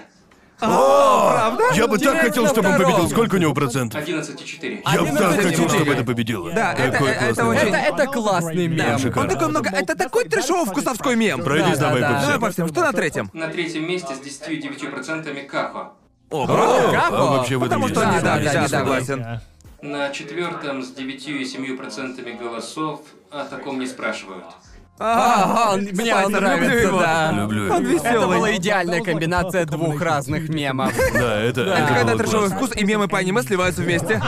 [SPEAKER 4] Я бы так
[SPEAKER 1] Теряется
[SPEAKER 4] хотел,
[SPEAKER 1] на
[SPEAKER 4] чтобы он
[SPEAKER 1] втором.
[SPEAKER 4] победил. Сколько у него процентов?
[SPEAKER 5] 11,4.
[SPEAKER 4] Я бы так
[SPEAKER 1] 11,4.
[SPEAKER 4] хотел, чтобы это победило.
[SPEAKER 3] Да, это-
[SPEAKER 4] Такой
[SPEAKER 3] это
[SPEAKER 4] классный
[SPEAKER 3] очень-
[SPEAKER 4] мем.
[SPEAKER 1] Это, это классный мем.
[SPEAKER 3] Он
[SPEAKER 4] шикарно.
[SPEAKER 3] такой много... Это такой трешово-вкусовской мем.
[SPEAKER 4] Пройдись
[SPEAKER 1] Да,
[SPEAKER 4] давай
[SPEAKER 1] да,
[SPEAKER 4] по
[SPEAKER 1] да.
[SPEAKER 4] всем.
[SPEAKER 3] Давай по всем. Что на третьем?
[SPEAKER 5] На третьем месте с 10,9% Кахо.
[SPEAKER 3] О,
[SPEAKER 4] О,
[SPEAKER 1] Как
[SPEAKER 4] а
[SPEAKER 1] он?
[SPEAKER 4] вообще в этом
[SPEAKER 3] Потому
[SPEAKER 4] есть
[SPEAKER 3] что он не
[SPEAKER 4] разница,
[SPEAKER 1] да,
[SPEAKER 3] так,
[SPEAKER 1] да, да.
[SPEAKER 3] да, согласен.
[SPEAKER 5] На четвертом с 9,7% голосов о таком не спрашивают.
[SPEAKER 1] Ага, он- мне он
[SPEAKER 3] Спайсер, люблю
[SPEAKER 1] нравится,
[SPEAKER 3] его.
[SPEAKER 1] да.
[SPEAKER 4] Люблю
[SPEAKER 3] Он
[SPEAKER 4] его.
[SPEAKER 3] веселый.
[SPEAKER 1] Это была идеальная комбинация двух разных мемов.
[SPEAKER 4] Да, это, это
[SPEAKER 3] Это когда
[SPEAKER 4] было
[SPEAKER 3] трешовый
[SPEAKER 4] классно.
[SPEAKER 3] вкус и мемы по аниме сливаются вместе.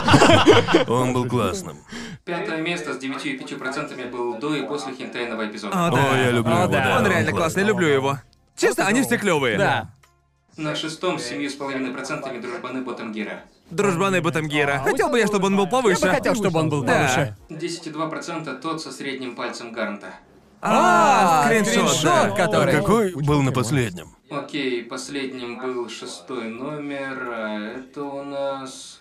[SPEAKER 4] Он был классным.
[SPEAKER 5] Пятое место с 9,5% был до и после хентайного эпизода.
[SPEAKER 3] О,
[SPEAKER 4] О,
[SPEAKER 3] да.
[SPEAKER 4] я люблю
[SPEAKER 1] О,
[SPEAKER 4] его,
[SPEAKER 1] да.
[SPEAKER 4] да.
[SPEAKER 3] Он реально
[SPEAKER 4] классный.
[SPEAKER 3] классный, люблю его. Честно, они все клевые.
[SPEAKER 1] Да.
[SPEAKER 5] На шестом с 7,5% дружбаны Ботангира.
[SPEAKER 3] Дружбаны Батамгира. Хотел бы я, чтобы он был
[SPEAKER 1] Я бы
[SPEAKER 3] повыше.
[SPEAKER 1] хотел, чтобы он был
[SPEAKER 3] Да.
[SPEAKER 1] повыше.
[SPEAKER 5] 10,2% тот со средним пальцем Гарнта.
[SPEAKER 3] А, скриншот,
[SPEAKER 1] Скриншот,
[SPEAKER 3] да.
[SPEAKER 4] А
[SPEAKER 1] который...
[SPEAKER 4] какой был на последнем?
[SPEAKER 5] Окей, последним был шестой номер. а Это у нас...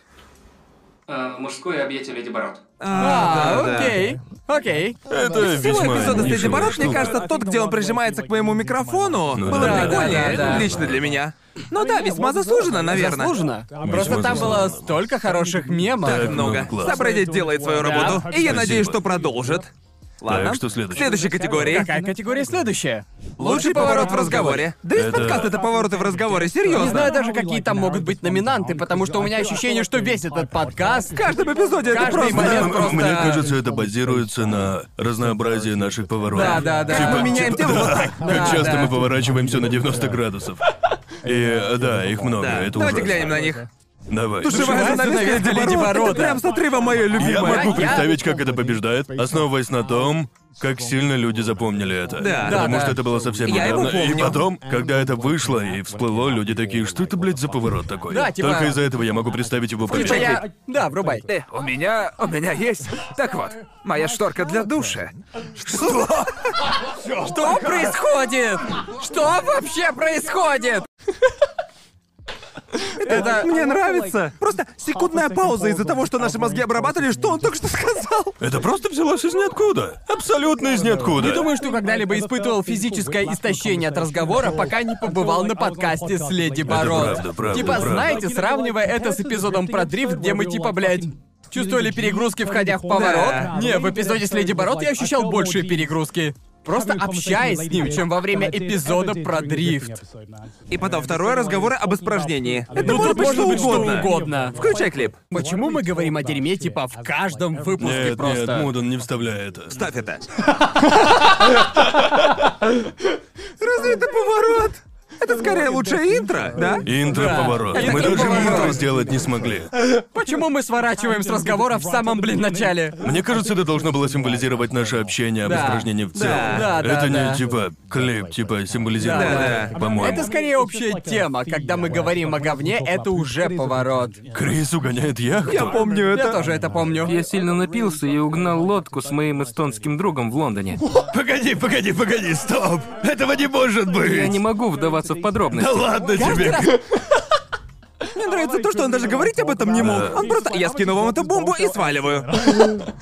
[SPEAKER 5] а, мужское объятие Леди Бород.
[SPEAKER 3] А, да, да.
[SPEAKER 1] А, окей. Окей.
[SPEAKER 4] Это
[SPEAKER 3] Всего
[SPEAKER 4] весьма
[SPEAKER 3] эпизода с Леди
[SPEAKER 4] нишевая
[SPEAKER 3] Бород, мне
[SPEAKER 4] штука.
[SPEAKER 3] кажется, тот, где он прижимается к моему микрофону,
[SPEAKER 4] Ну
[SPEAKER 3] было
[SPEAKER 4] да. Да,
[SPEAKER 3] прикольнее.
[SPEAKER 1] да, да.
[SPEAKER 3] Лично для меня. Ну да, весьма заслуженно, наверное.
[SPEAKER 1] Заслуженно.
[SPEAKER 3] Ну,
[SPEAKER 1] Просто
[SPEAKER 4] весьма
[SPEAKER 1] там было
[SPEAKER 4] заслуженно.
[SPEAKER 1] столько хороших мемов.
[SPEAKER 3] Так много.
[SPEAKER 4] классно.
[SPEAKER 3] Собреддит делает свою
[SPEAKER 1] Да.
[SPEAKER 3] работу, и я
[SPEAKER 4] Спасибо.
[SPEAKER 3] надеюсь, что продолжит. Ладно.
[SPEAKER 4] Так, что следующее?
[SPEAKER 3] Следующей категории.
[SPEAKER 1] Какая категория следующая?
[SPEAKER 3] Лучший поворот в разговоре. Да
[SPEAKER 4] Это-
[SPEAKER 3] из подкаста это повороты в разговоре, серьезно.
[SPEAKER 1] Не знаю даже, какие там могут быть номинанты, потому что у меня ощущение, что весь этот подкаст...
[SPEAKER 3] В каждом эпизоде это
[SPEAKER 1] Каждый
[SPEAKER 3] просто...
[SPEAKER 1] момент.
[SPEAKER 4] М-
[SPEAKER 1] просто-
[SPEAKER 4] Мне кажется, это базируется на разнообразии наших поворотов.
[SPEAKER 1] Да, да, да.
[SPEAKER 4] Типа-
[SPEAKER 1] Мы меняем
[SPEAKER 4] типа-
[SPEAKER 1] тему
[SPEAKER 4] да,
[SPEAKER 1] вот так.
[SPEAKER 4] Как
[SPEAKER 1] Да,
[SPEAKER 4] часто
[SPEAKER 1] да.
[SPEAKER 4] мы поворачиваемся на 90 градусов. И э, да, их много,
[SPEAKER 3] Да.
[SPEAKER 4] это
[SPEAKER 3] Давайте
[SPEAKER 4] ужасно.
[SPEAKER 3] глянем на них.
[SPEAKER 4] Давай.
[SPEAKER 3] Живая
[SPEAKER 1] Живая
[SPEAKER 3] занавеска
[SPEAKER 1] занавеска
[SPEAKER 3] для
[SPEAKER 1] Леди
[SPEAKER 3] оборота.
[SPEAKER 1] Ворота.
[SPEAKER 3] Это прям с отрыва мое
[SPEAKER 4] Я
[SPEAKER 3] любимое.
[SPEAKER 4] могу
[SPEAKER 1] я-
[SPEAKER 4] представить, как это побеждает, основываясь на том, как сильно люди запомнили это.
[SPEAKER 3] Да.
[SPEAKER 4] Потому
[SPEAKER 1] Да,
[SPEAKER 4] что
[SPEAKER 1] да.
[SPEAKER 4] это было совсем
[SPEAKER 3] Я его
[SPEAKER 4] недавно. И
[SPEAKER 3] помню.
[SPEAKER 4] потом, когда это вышло и всплыло, люди такие, что это, блядь, за поворот такой?
[SPEAKER 1] Да, типа-
[SPEAKER 4] Только из-за этого я могу представить его
[SPEAKER 1] Типа
[SPEAKER 4] почти.
[SPEAKER 1] я... Да, врубай.
[SPEAKER 13] Э, у меня... у меня есть. Так вот, моя шторка для душа.
[SPEAKER 1] Что происходит? Что вообще происходит? Это...
[SPEAKER 3] Мне нравится. Просто секундная пауза из-за того, что наши мозги обрабатывали, что он только что сказал.
[SPEAKER 4] Это просто взялось из ниоткуда. Абсолютно из ниоткуда.
[SPEAKER 1] Не думаю, что когда-либо испытывал физическое истощение от разговора, пока не побывал на подкасте с Леди Барон.
[SPEAKER 4] правда, правда,
[SPEAKER 1] типа,
[SPEAKER 4] правда.
[SPEAKER 1] знаете, сравнивая это с эпизодом про дрифт, где мы типа, блядь, чувствовали перегрузки, входя в поворот.
[SPEAKER 7] Да.
[SPEAKER 1] Не, в эпизоде с Леди Барон я ощущал большие перегрузки. Просто общаясь с ним, чем во время эпизода про дрифт.
[SPEAKER 3] И потом второй разговор об испражнении. Это
[SPEAKER 1] Ну, тут
[SPEAKER 3] может быть что
[SPEAKER 1] может быть что
[SPEAKER 3] угодно.
[SPEAKER 1] угодно.
[SPEAKER 3] Включай клип.
[SPEAKER 1] Почему мы говорим о дерьме, типа, в каждом выпуске
[SPEAKER 4] Нет,
[SPEAKER 1] просто?
[SPEAKER 4] нет, Мудан не вставляй это.
[SPEAKER 3] Ставь это. Разве это поворот? Это скорее лучшее интро, да?
[SPEAKER 4] Интро поворот.
[SPEAKER 1] Это
[SPEAKER 4] Мы
[SPEAKER 1] интро
[SPEAKER 4] даже
[SPEAKER 1] поворот.
[SPEAKER 4] интро сделать не смогли.
[SPEAKER 1] Почему мы сворачиваем с разговора в самом, блин, начале?
[SPEAKER 4] Мне кажется, это должно было символизировать наше общение об
[SPEAKER 1] Да.
[SPEAKER 4] испражнении в целом.
[SPEAKER 1] Да, да,
[SPEAKER 4] это не
[SPEAKER 1] да.
[SPEAKER 4] типа клип, типа символизирует,
[SPEAKER 3] Да, да.
[SPEAKER 4] по-моему.
[SPEAKER 1] Это скорее общая тема. Когда мы говорим о говне, это уже поворот.
[SPEAKER 4] Крис угоняет яхту.
[SPEAKER 3] Я помню это.
[SPEAKER 1] Я тоже это помню.
[SPEAKER 14] Я сильно напился и угнал лодку с моим эстонским другом в Лондоне.
[SPEAKER 4] Погоди, погоди, погоди, стоп! Этого не может быть!
[SPEAKER 14] Я не могу вдаваться в
[SPEAKER 4] Да
[SPEAKER 14] подробности.
[SPEAKER 4] ладно тебе!
[SPEAKER 3] Мне нравится то, что он даже говорить об этом не мог.
[SPEAKER 4] Да.
[SPEAKER 3] Он просто «я скину вам эту бомбу и сваливаю».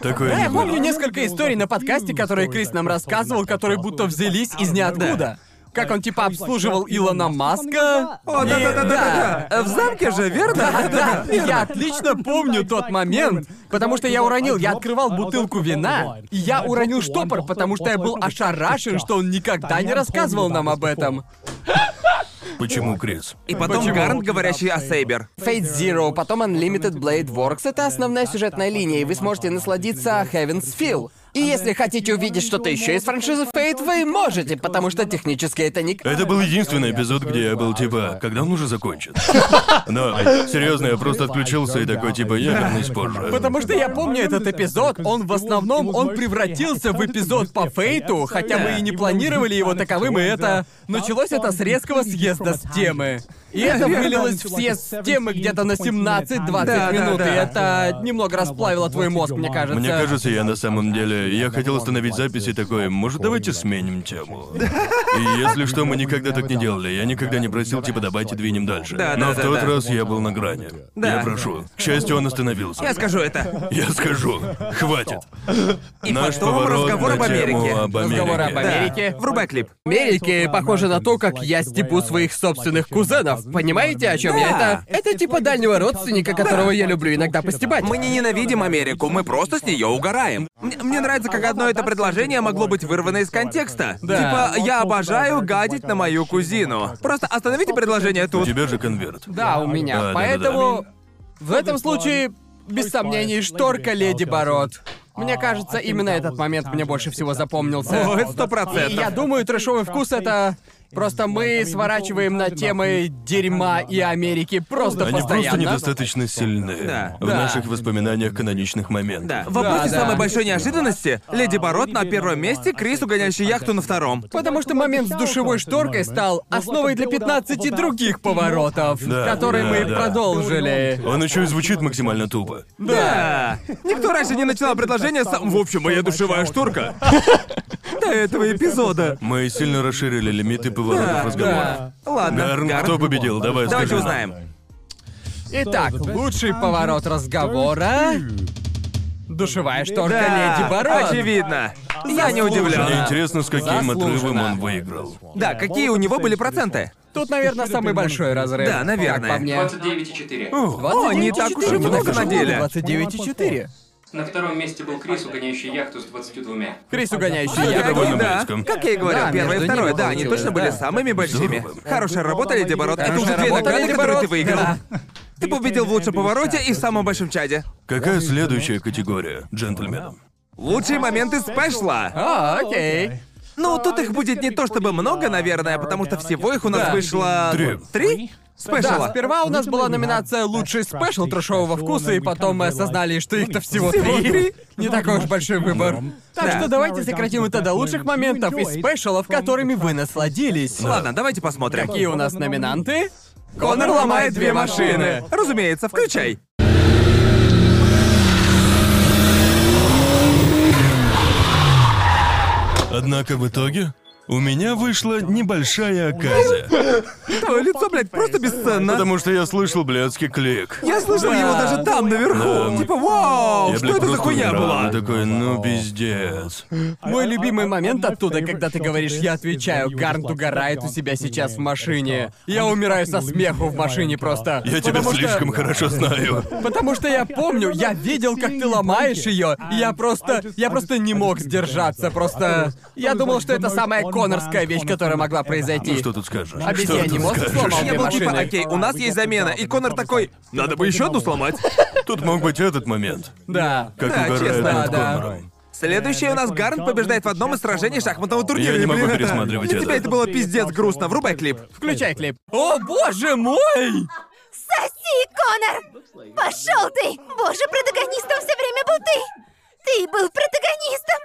[SPEAKER 4] Такое
[SPEAKER 1] Э, Я
[SPEAKER 4] не было.
[SPEAKER 1] помню несколько историй на подкасте, которые Крис нам рассказывал, которые будто взялись из ниоткуда. Как он типа обслуживал Илона Маска.
[SPEAKER 3] О,
[SPEAKER 1] И-
[SPEAKER 3] да-да-да-да-да. Э, В замке же, верно?
[SPEAKER 1] Да, я отлично помню тот момент, потому что я уронил, я открывал бутылку вина, и я уронил штопор, потому что я был ошарашен, что он никогда не рассказывал нам об этом.
[SPEAKER 4] Почему Крис?
[SPEAKER 3] И потом Гарнт, говорящий о Сейбер.
[SPEAKER 1] Fate Zero, потом Unlimited Blade Works — это основная сюжетная линия, и вы сможете насладиться Heaven's Feel. И если хотите увидеть что-то еще из франшизы Fate, вы можете, потому что технически это не...
[SPEAKER 4] Это был единственный эпизод, где я был типа, когда он уже закончит. Но, серьезно, я просто отключился и такой типа, я вернусь позже.
[SPEAKER 1] Потому что я помню этот эпизод, он в основном, он превратился в эпизод по Фейту, хотя мы и не планировали его таковым, и это... Началось это с резкого съезда с темы. И это вылилось в съезд с темы где-то на 17-20
[SPEAKER 3] Да, да,
[SPEAKER 1] минут, и
[SPEAKER 3] да.
[SPEAKER 1] это немного расплавило твой мозг, мне кажется.
[SPEAKER 4] Мне кажется, я на самом деле... Я хотел остановить запись и такой, может, давайте сменим тему. И если что, мы никогда так не делали. Я никогда не просил, типа, давайте двинем дальше.
[SPEAKER 3] Да,
[SPEAKER 4] Но
[SPEAKER 3] да,
[SPEAKER 4] в
[SPEAKER 3] да,
[SPEAKER 4] тот
[SPEAKER 3] да.
[SPEAKER 4] раз я был на грани. Я прошу. К счастью, он остановился.
[SPEAKER 3] Я скажу это.
[SPEAKER 4] Я скажу. Хватит. Наш
[SPEAKER 3] потом
[SPEAKER 4] поворот
[SPEAKER 3] разговор
[SPEAKER 4] на
[SPEAKER 3] об Америке.
[SPEAKER 4] тему об Америке.
[SPEAKER 1] Разговор об
[SPEAKER 3] Да.
[SPEAKER 1] Америке.
[SPEAKER 3] Врубай клип.
[SPEAKER 1] Мерики похоже на то, как я степу своих собственных кузенов. Понимаете, о чем я?
[SPEAKER 3] Да.
[SPEAKER 1] Это, это типа дальнего родственника, которого я люблю иногда постебать.
[SPEAKER 3] Мы не ненавидим Америку, мы просто с нее угораем. Мне, мне нравится, как одно это предложение могло быть вырвано из контекста.
[SPEAKER 1] Да.
[SPEAKER 3] Типа, я обожаю гадить на мою кузину. Просто остановите предложение
[SPEAKER 4] У
[SPEAKER 3] тут.
[SPEAKER 4] тебя же конверт.
[SPEAKER 1] Да, у меня.
[SPEAKER 4] Да, да, да,
[SPEAKER 1] Поэтому в этом случае без сомнений шторка леди Бород. Мне
[SPEAKER 7] Ah,
[SPEAKER 1] кажется, именно этот момент мне больше всего запомнился.
[SPEAKER 3] О, это сто
[SPEAKER 1] И я
[SPEAKER 3] процентов.
[SPEAKER 1] думаю, трэшовый вкус это просто мы сворачиваем на темы дерьма и Америки просто
[SPEAKER 4] Они просто
[SPEAKER 1] постоянно.
[SPEAKER 4] недостаточно сильны
[SPEAKER 3] Да.
[SPEAKER 4] в
[SPEAKER 3] Да.
[SPEAKER 4] наших воспоминаниях каноничных моментов.
[SPEAKER 3] Да. В вопросе
[SPEAKER 1] да.
[SPEAKER 3] самой большой неожиданности Леди Бород на первом месте, Крис, угоняющий яхту на втором.
[SPEAKER 1] Потому что момент с душевой шторкой стал основой для 15 других поворотов,
[SPEAKER 4] Да,
[SPEAKER 1] которые
[SPEAKER 4] да,
[SPEAKER 1] мы
[SPEAKER 4] да.
[SPEAKER 1] продолжили.
[SPEAKER 4] Он еще и звучит максимально тупо.
[SPEAKER 3] Да. Никто раньше не начинал предложение с... В общем, моя душевая шторка. До этого эпизода.
[SPEAKER 4] Мы сильно расширили лимиты поворотов
[SPEAKER 3] Да,
[SPEAKER 4] разговоров.
[SPEAKER 3] Ладно.
[SPEAKER 4] Гарн,
[SPEAKER 3] Гарн,
[SPEAKER 4] кто победил? Давай
[SPEAKER 3] Давайте
[SPEAKER 4] скажи.
[SPEAKER 3] узнаем.
[SPEAKER 1] Итак, лучший поворот разговора. Душевая шторка Леди Барон.
[SPEAKER 3] очевидно. Я не удивлен.
[SPEAKER 4] Мне интересно, с каким
[SPEAKER 1] Заслуженно.
[SPEAKER 4] отрывом он выиграл.
[SPEAKER 3] Да, какие у него были проценты?
[SPEAKER 1] Тут, наверное, самый большой разразрыв.
[SPEAKER 3] Да, наверное.
[SPEAKER 1] Как по мне.
[SPEAKER 5] 29,4.
[SPEAKER 3] О, не так уж
[SPEAKER 1] 29,4.
[SPEAKER 3] и много на деле.
[SPEAKER 1] 29,4.
[SPEAKER 5] На втором месте был Крис, угоняющий яхту с 22.
[SPEAKER 1] Крис угоняющий.
[SPEAKER 3] Это
[SPEAKER 1] я.
[SPEAKER 4] довольно
[SPEAKER 3] да.
[SPEAKER 4] близко.
[SPEAKER 3] Как я и говорил,
[SPEAKER 1] Да,
[SPEAKER 3] первое и
[SPEAKER 1] между ними
[SPEAKER 3] второе, да, они
[SPEAKER 1] получилось,
[SPEAKER 3] точно были
[SPEAKER 1] да.
[SPEAKER 3] самыми большими.
[SPEAKER 4] Здорово.
[SPEAKER 3] Хорошая работа, Леди Бород. Это уже
[SPEAKER 1] Хорошая
[SPEAKER 3] две
[SPEAKER 1] работа,
[SPEAKER 3] награды,
[SPEAKER 1] Леди
[SPEAKER 3] которые ты
[SPEAKER 1] Бород.
[SPEAKER 3] выиграл.
[SPEAKER 1] Да.
[SPEAKER 3] Ты победил в лучшем повороте и в самом большом чаде.
[SPEAKER 4] Какая следующая категория, джентльменам?
[SPEAKER 3] Лучшие моменты спешла.
[SPEAKER 1] А, окей.
[SPEAKER 3] Ну, тут их будет не то чтобы много, наверное, потому что всего их у нас
[SPEAKER 1] Да.
[SPEAKER 3] вышло...
[SPEAKER 4] Три.
[SPEAKER 3] Три?
[SPEAKER 1] Да,
[SPEAKER 3] Спешла.
[SPEAKER 1] сперва у нас была номинация «Лучший спешл трешового вкуса», и потом мы осознали, что их-то всего три. Не такой уж большой выбор. Так что давайте сократим это до лучших моментов и спешалов, которыми вы насладились.
[SPEAKER 3] Ладно, давайте посмотрим.
[SPEAKER 1] Какие у нас номинанты?
[SPEAKER 3] Конор ломает две машины. Разумеется, включай.
[SPEAKER 4] Однако в итоге у меня вышла небольшая оказия.
[SPEAKER 3] Твое лицо, блядь, просто бесценно.
[SPEAKER 4] Потому что я слышал блядский клик.
[SPEAKER 3] Я слышал его даже там, наверху. Типа, вау,
[SPEAKER 4] Я,
[SPEAKER 3] что
[SPEAKER 4] блядь,
[SPEAKER 3] это за
[SPEAKER 4] просто
[SPEAKER 3] хуйня
[SPEAKER 4] умирал.
[SPEAKER 3] была?
[SPEAKER 4] Я такой, ну пиздец.
[SPEAKER 1] Мой любимый момент оттуда, когда ты говоришь, я отвечаю, Гарнт угорает у себя сейчас в машине. Я умираю со смеху в машине просто.
[SPEAKER 4] Я тебя
[SPEAKER 1] Потому что-
[SPEAKER 4] слишком хорошо знаю.
[SPEAKER 1] Потому что я помню, я видел, как ты ломаешь ее, и я просто, я просто не мог сдержаться, просто... Я думал, что это самая конорская вещь, которая могла произойти.
[SPEAKER 4] Ну что тут скажешь? Что
[SPEAKER 1] Обезьяний
[SPEAKER 4] тут
[SPEAKER 1] мозг
[SPEAKER 4] скажешь?
[SPEAKER 1] сломал
[SPEAKER 3] Я
[SPEAKER 1] мне
[SPEAKER 3] был типа,
[SPEAKER 1] машины.
[SPEAKER 3] окей, у
[SPEAKER 1] А,
[SPEAKER 3] нас есть замена. И Конор такой, надо бы еще одну сломать.
[SPEAKER 4] Тут мог быть этот момент.
[SPEAKER 1] Да.
[SPEAKER 4] Как
[SPEAKER 3] Да,
[SPEAKER 4] угорает
[SPEAKER 3] честно,
[SPEAKER 4] над
[SPEAKER 1] да.
[SPEAKER 4] Конором.
[SPEAKER 3] Следующий у нас Гарн побеждает в одном из сражений шахматного турнира.
[SPEAKER 4] Я не могу
[SPEAKER 3] Блин, это-
[SPEAKER 4] пересматривать
[SPEAKER 3] Для
[SPEAKER 4] это.
[SPEAKER 3] тебя это было пиздец грустно. Врубай клип.
[SPEAKER 1] Включай клип. О, боже мой!
[SPEAKER 8] Соси, Конор! Пошел ты! Боже, протагонистом все время был ты! Ты был протагонистом!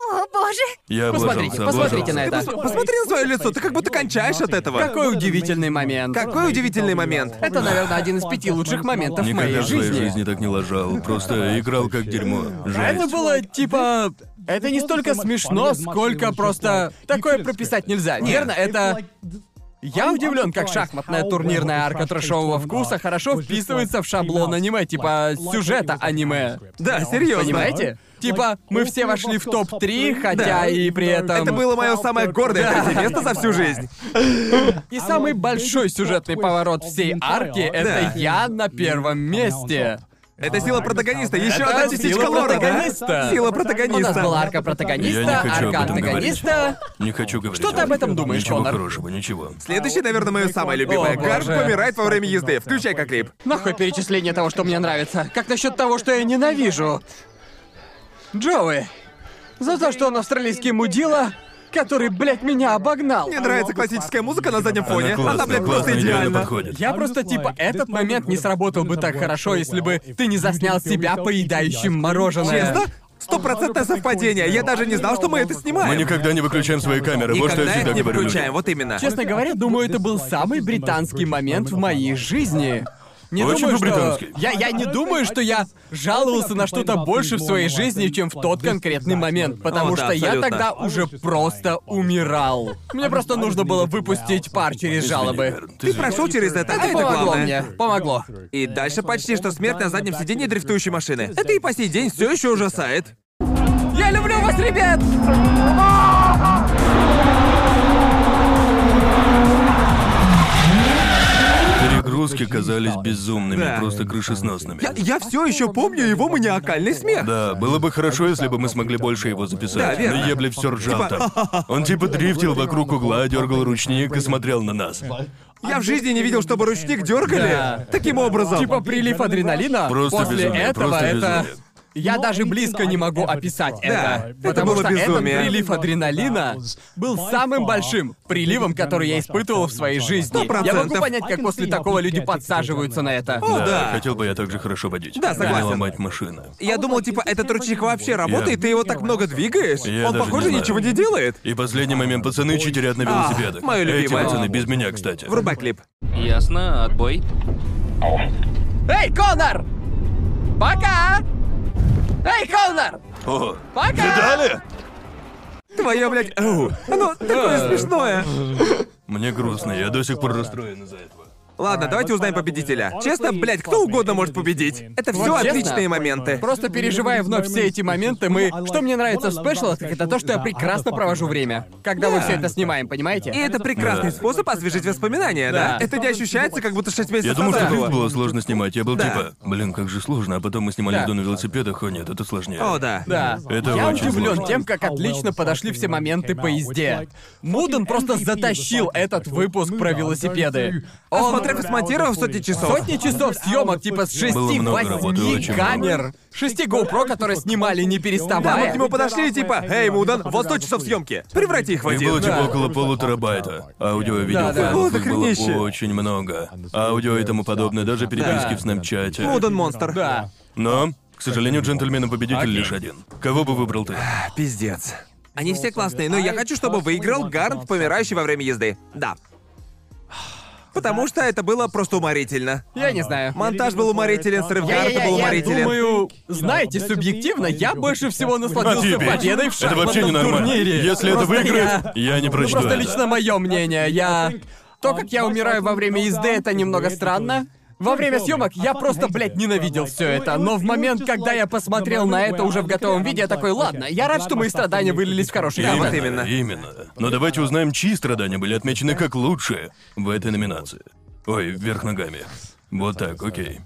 [SPEAKER 8] О, боже!
[SPEAKER 4] Я
[SPEAKER 1] Посмотрите,
[SPEAKER 4] облажался,
[SPEAKER 1] посмотрите
[SPEAKER 4] облажался.
[SPEAKER 1] на
[SPEAKER 3] Ты
[SPEAKER 1] это.
[SPEAKER 3] пос- посмотри на свое лицо, ты как будто кончаешь от этого.
[SPEAKER 1] Какой удивительный момент.
[SPEAKER 3] Какой удивительный момент.
[SPEAKER 1] Это, наверное, один из пяти лучших моментов в
[SPEAKER 4] Никогда
[SPEAKER 1] моей
[SPEAKER 4] в своей
[SPEAKER 1] жизни. А
[SPEAKER 4] жизни так не лажал. Просто играл как дерьмо.
[SPEAKER 1] Это
[SPEAKER 4] Жесть.
[SPEAKER 1] было типа... Это не столько смешно, сколько просто... Такое прописать нельзя, верно? Это... Я удивлен, как шахматная турнирная арка трэшового вкуса хорошо вписывается в шаблон аниме, типа сюжета аниме.
[SPEAKER 3] Да, серьезно.
[SPEAKER 1] Понимаете? Типа, мы все вошли в топ-3, хотя
[SPEAKER 3] Да.
[SPEAKER 1] и при этом...
[SPEAKER 3] Это было мое самое гордое
[SPEAKER 1] Да.
[SPEAKER 3] третье место за всю жизнь.
[SPEAKER 1] И самый большой сюжетный поворот всей арки — это я на первом месте.
[SPEAKER 3] Это сила протагониста, еще
[SPEAKER 1] Это
[SPEAKER 3] одна частичка
[SPEAKER 1] сила
[SPEAKER 3] лора, да?
[SPEAKER 1] протагониста.
[SPEAKER 3] Сила
[SPEAKER 1] У нас
[SPEAKER 3] протагониста.
[SPEAKER 1] была арка
[SPEAKER 4] Я не
[SPEAKER 1] протагониста,
[SPEAKER 4] хочу об
[SPEAKER 1] арка
[SPEAKER 4] этом говорить.
[SPEAKER 1] антагониста.
[SPEAKER 4] Не хочу говорить.
[SPEAKER 1] Что ты об этом думаешь,
[SPEAKER 4] Ничего
[SPEAKER 1] Конор?
[SPEAKER 4] хорошего, ничего.
[SPEAKER 3] Следующий, наверное, мое самое любимое.
[SPEAKER 1] О,
[SPEAKER 3] Гарн
[SPEAKER 1] боже.
[SPEAKER 3] помирает во время езды. Включай как клип.
[SPEAKER 1] Нахуй перечисление того, что мне нравится. Как насчет того, что я ненавижу? Джоуи. За то, что он австралийский мудила, который, блядь, меня обогнал.
[SPEAKER 3] Мне нравится классическая музыка на заднем фоне.
[SPEAKER 4] Она
[SPEAKER 3] Она,
[SPEAKER 4] классная,
[SPEAKER 3] блядь, просто
[SPEAKER 4] классная, идеально
[SPEAKER 3] идеальна.
[SPEAKER 4] подходит.
[SPEAKER 1] Я просто типа, этот момент не сработал бы так хорошо, если бы ты не заснял себя поедающим мороженое.
[SPEAKER 3] Честно? Стопроцентное совпадение. Я даже не знал, что мы это снимаем.
[SPEAKER 4] Мы никогда не выключаем свои камеры, вот что
[SPEAKER 3] Никогда
[SPEAKER 4] я всегда
[SPEAKER 3] их не
[SPEAKER 4] говорю.
[SPEAKER 3] включаем,
[SPEAKER 4] людям.
[SPEAKER 3] вот именно.
[SPEAKER 1] Честно говоря, думаю, это был самый британский момент в моей жизни. Не
[SPEAKER 4] Очень
[SPEAKER 1] думаю, что...
[SPEAKER 4] по-британски.
[SPEAKER 1] Я, я не думаю, что я жаловался на что-то больше в своей жизни, чем в тот конкретный момент, потому
[SPEAKER 3] О, да,
[SPEAKER 1] что я
[SPEAKER 3] абсолютно.
[SPEAKER 1] тогда уже просто умирал. Мне просто нужно было выпустить пар через жалобы.
[SPEAKER 4] Ты
[SPEAKER 3] Ты прошел через это, а
[SPEAKER 1] Это
[SPEAKER 3] это
[SPEAKER 1] помогло
[SPEAKER 3] главное.
[SPEAKER 1] мне, помогло.
[SPEAKER 3] И дальше почти что смерть на заднем сиденье дрифтующей машины. Это и по сей день все еще ужасает.
[SPEAKER 1] Я люблю вас, ребят!
[SPEAKER 4] Перегрузки казались безумными,
[SPEAKER 3] Да.
[SPEAKER 4] просто крышесносными.
[SPEAKER 3] Я, все еще помню его маниакальный смех.
[SPEAKER 4] Да, было бы хорошо, если бы мы смогли больше его
[SPEAKER 3] Да,
[SPEAKER 4] записать.
[SPEAKER 3] верно.
[SPEAKER 4] Но я, блядь, все ржал там. Он типа дрифтил вокруг угла, дергал ручник и смотрел на нас.
[SPEAKER 3] Я в жизни не видел, чтобы ручник дергали
[SPEAKER 1] Да.
[SPEAKER 3] таким образом.
[SPEAKER 1] Типа прилив адреналина.
[SPEAKER 4] Просто
[SPEAKER 1] После
[SPEAKER 4] безумие,
[SPEAKER 1] этого
[SPEAKER 4] просто
[SPEAKER 1] это.
[SPEAKER 4] безумие.
[SPEAKER 1] Я даже близко не могу описать это,
[SPEAKER 3] это
[SPEAKER 1] потому
[SPEAKER 3] было
[SPEAKER 1] что
[SPEAKER 3] безумие.
[SPEAKER 1] этот прилив адреналина был самым большим приливом, который я испытывал в своей жизни. Я могу
[SPEAKER 3] 100%.
[SPEAKER 1] понять, как после такого люди подсаживаются на это.
[SPEAKER 3] О, да.
[SPEAKER 4] хотел бы я так же хорошо водить.
[SPEAKER 3] Да, согласен.
[SPEAKER 4] Не ломать машину.
[SPEAKER 3] Я думал, типа, этот ручник вообще работает, ты его так много двигаешь.
[SPEAKER 4] Я
[SPEAKER 3] Он,
[SPEAKER 4] даже
[SPEAKER 3] похоже,
[SPEAKER 4] не знаю.
[SPEAKER 3] ничего не делает. А,
[SPEAKER 4] И последний момент, пацаны читерят на велосипедах.
[SPEAKER 3] моё
[SPEAKER 4] Эти
[SPEAKER 3] любимое.
[SPEAKER 4] пацаны без меня, кстати.
[SPEAKER 3] Врубай клип.
[SPEAKER 14] Ясно, отбой.
[SPEAKER 1] Эй, Конор! Пока! Эй, Конор!
[SPEAKER 4] О,
[SPEAKER 1] Пока!
[SPEAKER 4] видали?
[SPEAKER 3] Твое, блядь, оу. Оно такое смешное.
[SPEAKER 4] Мне грустно, я до сих пор расстроен из-за этого.
[SPEAKER 3] Ладно, давайте узнаем победителя. Честно, блядь, кто угодно может победить. Это все
[SPEAKER 1] Вот честно,
[SPEAKER 3] отличные моменты.
[SPEAKER 1] Просто переживая вновь все эти моменты, мы... Что мне нравится в спешлах, так это то, что я прекрасно провожу время. Когда мы все это снимаем, понимаете?
[SPEAKER 3] И это прекрасный
[SPEAKER 4] Да.
[SPEAKER 3] способ освежить воспоминания, да?
[SPEAKER 1] Да.
[SPEAKER 3] Это не ощущается, как будто 6
[SPEAKER 4] Я
[SPEAKER 3] месяцев
[SPEAKER 4] думал, что
[SPEAKER 3] назад
[SPEAKER 4] клип
[SPEAKER 3] было.
[SPEAKER 4] было сложно снимать. Я был типа, блин, как же сложно, а потом мы снимали
[SPEAKER 1] Да.
[SPEAKER 4] еду на велосипедах, о нет, это сложнее.
[SPEAKER 3] О, да.
[SPEAKER 1] Да.
[SPEAKER 4] Это
[SPEAKER 1] я
[SPEAKER 4] очень
[SPEAKER 1] удивлен
[SPEAKER 4] сложно.
[SPEAKER 1] тем, как отлично подошли все моменты по езде. Мудан просто затащил этот выпуск про велосипеды.
[SPEAKER 3] Он,
[SPEAKER 1] Он
[SPEAKER 3] смотрев, смонтировал в сотни часов.
[SPEAKER 1] сотни часов съемок, типа с шести,
[SPEAKER 4] Было много работы,
[SPEAKER 1] восьми
[SPEAKER 4] очень много.
[SPEAKER 1] камер, шести GoPro, которые снимали не
[SPEAKER 3] Да, мы
[SPEAKER 1] переставая.
[SPEAKER 3] к нему подошли и типа, «Эй, Мудан, вот 100 часов съемки, преврати их в
[SPEAKER 4] Их
[SPEAKER 3] один».
[SPEAKER 4] было типа
[SPEAKER 1] Да.
[SPEAKER 4] около полуторабайта. Аудио и видео
[SPEAKER 1] Да, да.
[SPEAKER 4] файлов
[SPEAKER 3] О,
[SPEAKER 4] их
[SPEAKER 3] дохренище.
[SPEAKER 4] было очень много. Аудио и тому подобное, даже переписки
[SPEAKER 1] Да.
[SPEAKER 4] в снапчате.
[SPEAKER 3] Мудан монстр.
[SPEAKER 1] Да.
[SPEAKER 4] Но, к сожалению, джентльменом победитель лишь один. Кого бы выбрал ты?
[SPEAKER 3] Пиздец. Они все классные, но я хочу, чтобы выиграл Гарнт, помирающий во время езды. Да. Потому что это было просто уморительно.
[SPEAKER 1] Я не знаю.
[SPEAKER 3] Монтаж был уморителен, срыв
[SPEAKER 1] Я, я,
[SPEAKER 3] Гарнта
[SPEAKER 1] я,
[SPEAKER 3] был
[SPEAKER 1] я
[SPEAKER 3] уморителен.
[SPEAKER 1] думаю, знаете, субъективно, я больше всего насладился
[SPEAKER 4] Матиби,
[SPEAKER 1] победой в
[SPEAKER 4] это вообще
[SPEAKER 1] шахматном
[SPEAKER 4] ненормально.
[SPEAKER 1] турнире.
[SPEAKER 4] Если это
[SPEAKER 1] Просто
[SPEAKER 4] выиграет,
[SPEAKER 1] я-
[SPEAKER 4] я не
[SPEAKER 1] Ну,
[SPEAKER 4] прочитаю.
[SPEAKER 1] просто лично мое мнение, я... То, как я умираю во время езды, это немного странно. Во время съемок я просто, блядь, ненавидел все это, но в момент, когда я посмотрел на это уже в готовом виде, я такой, ладно, я рад, что мои страдания вылились в хороший
[SPEAKER 3] Да,
[SPEAKER 1] контент».
[SPEAKER 3] вот именно.
[SPEAKER 4] Именно. Но давайте узнаем, чьи страдания были отмечены как лучшие в этой номинации. Ой, вверх ногами. Вот так, окей.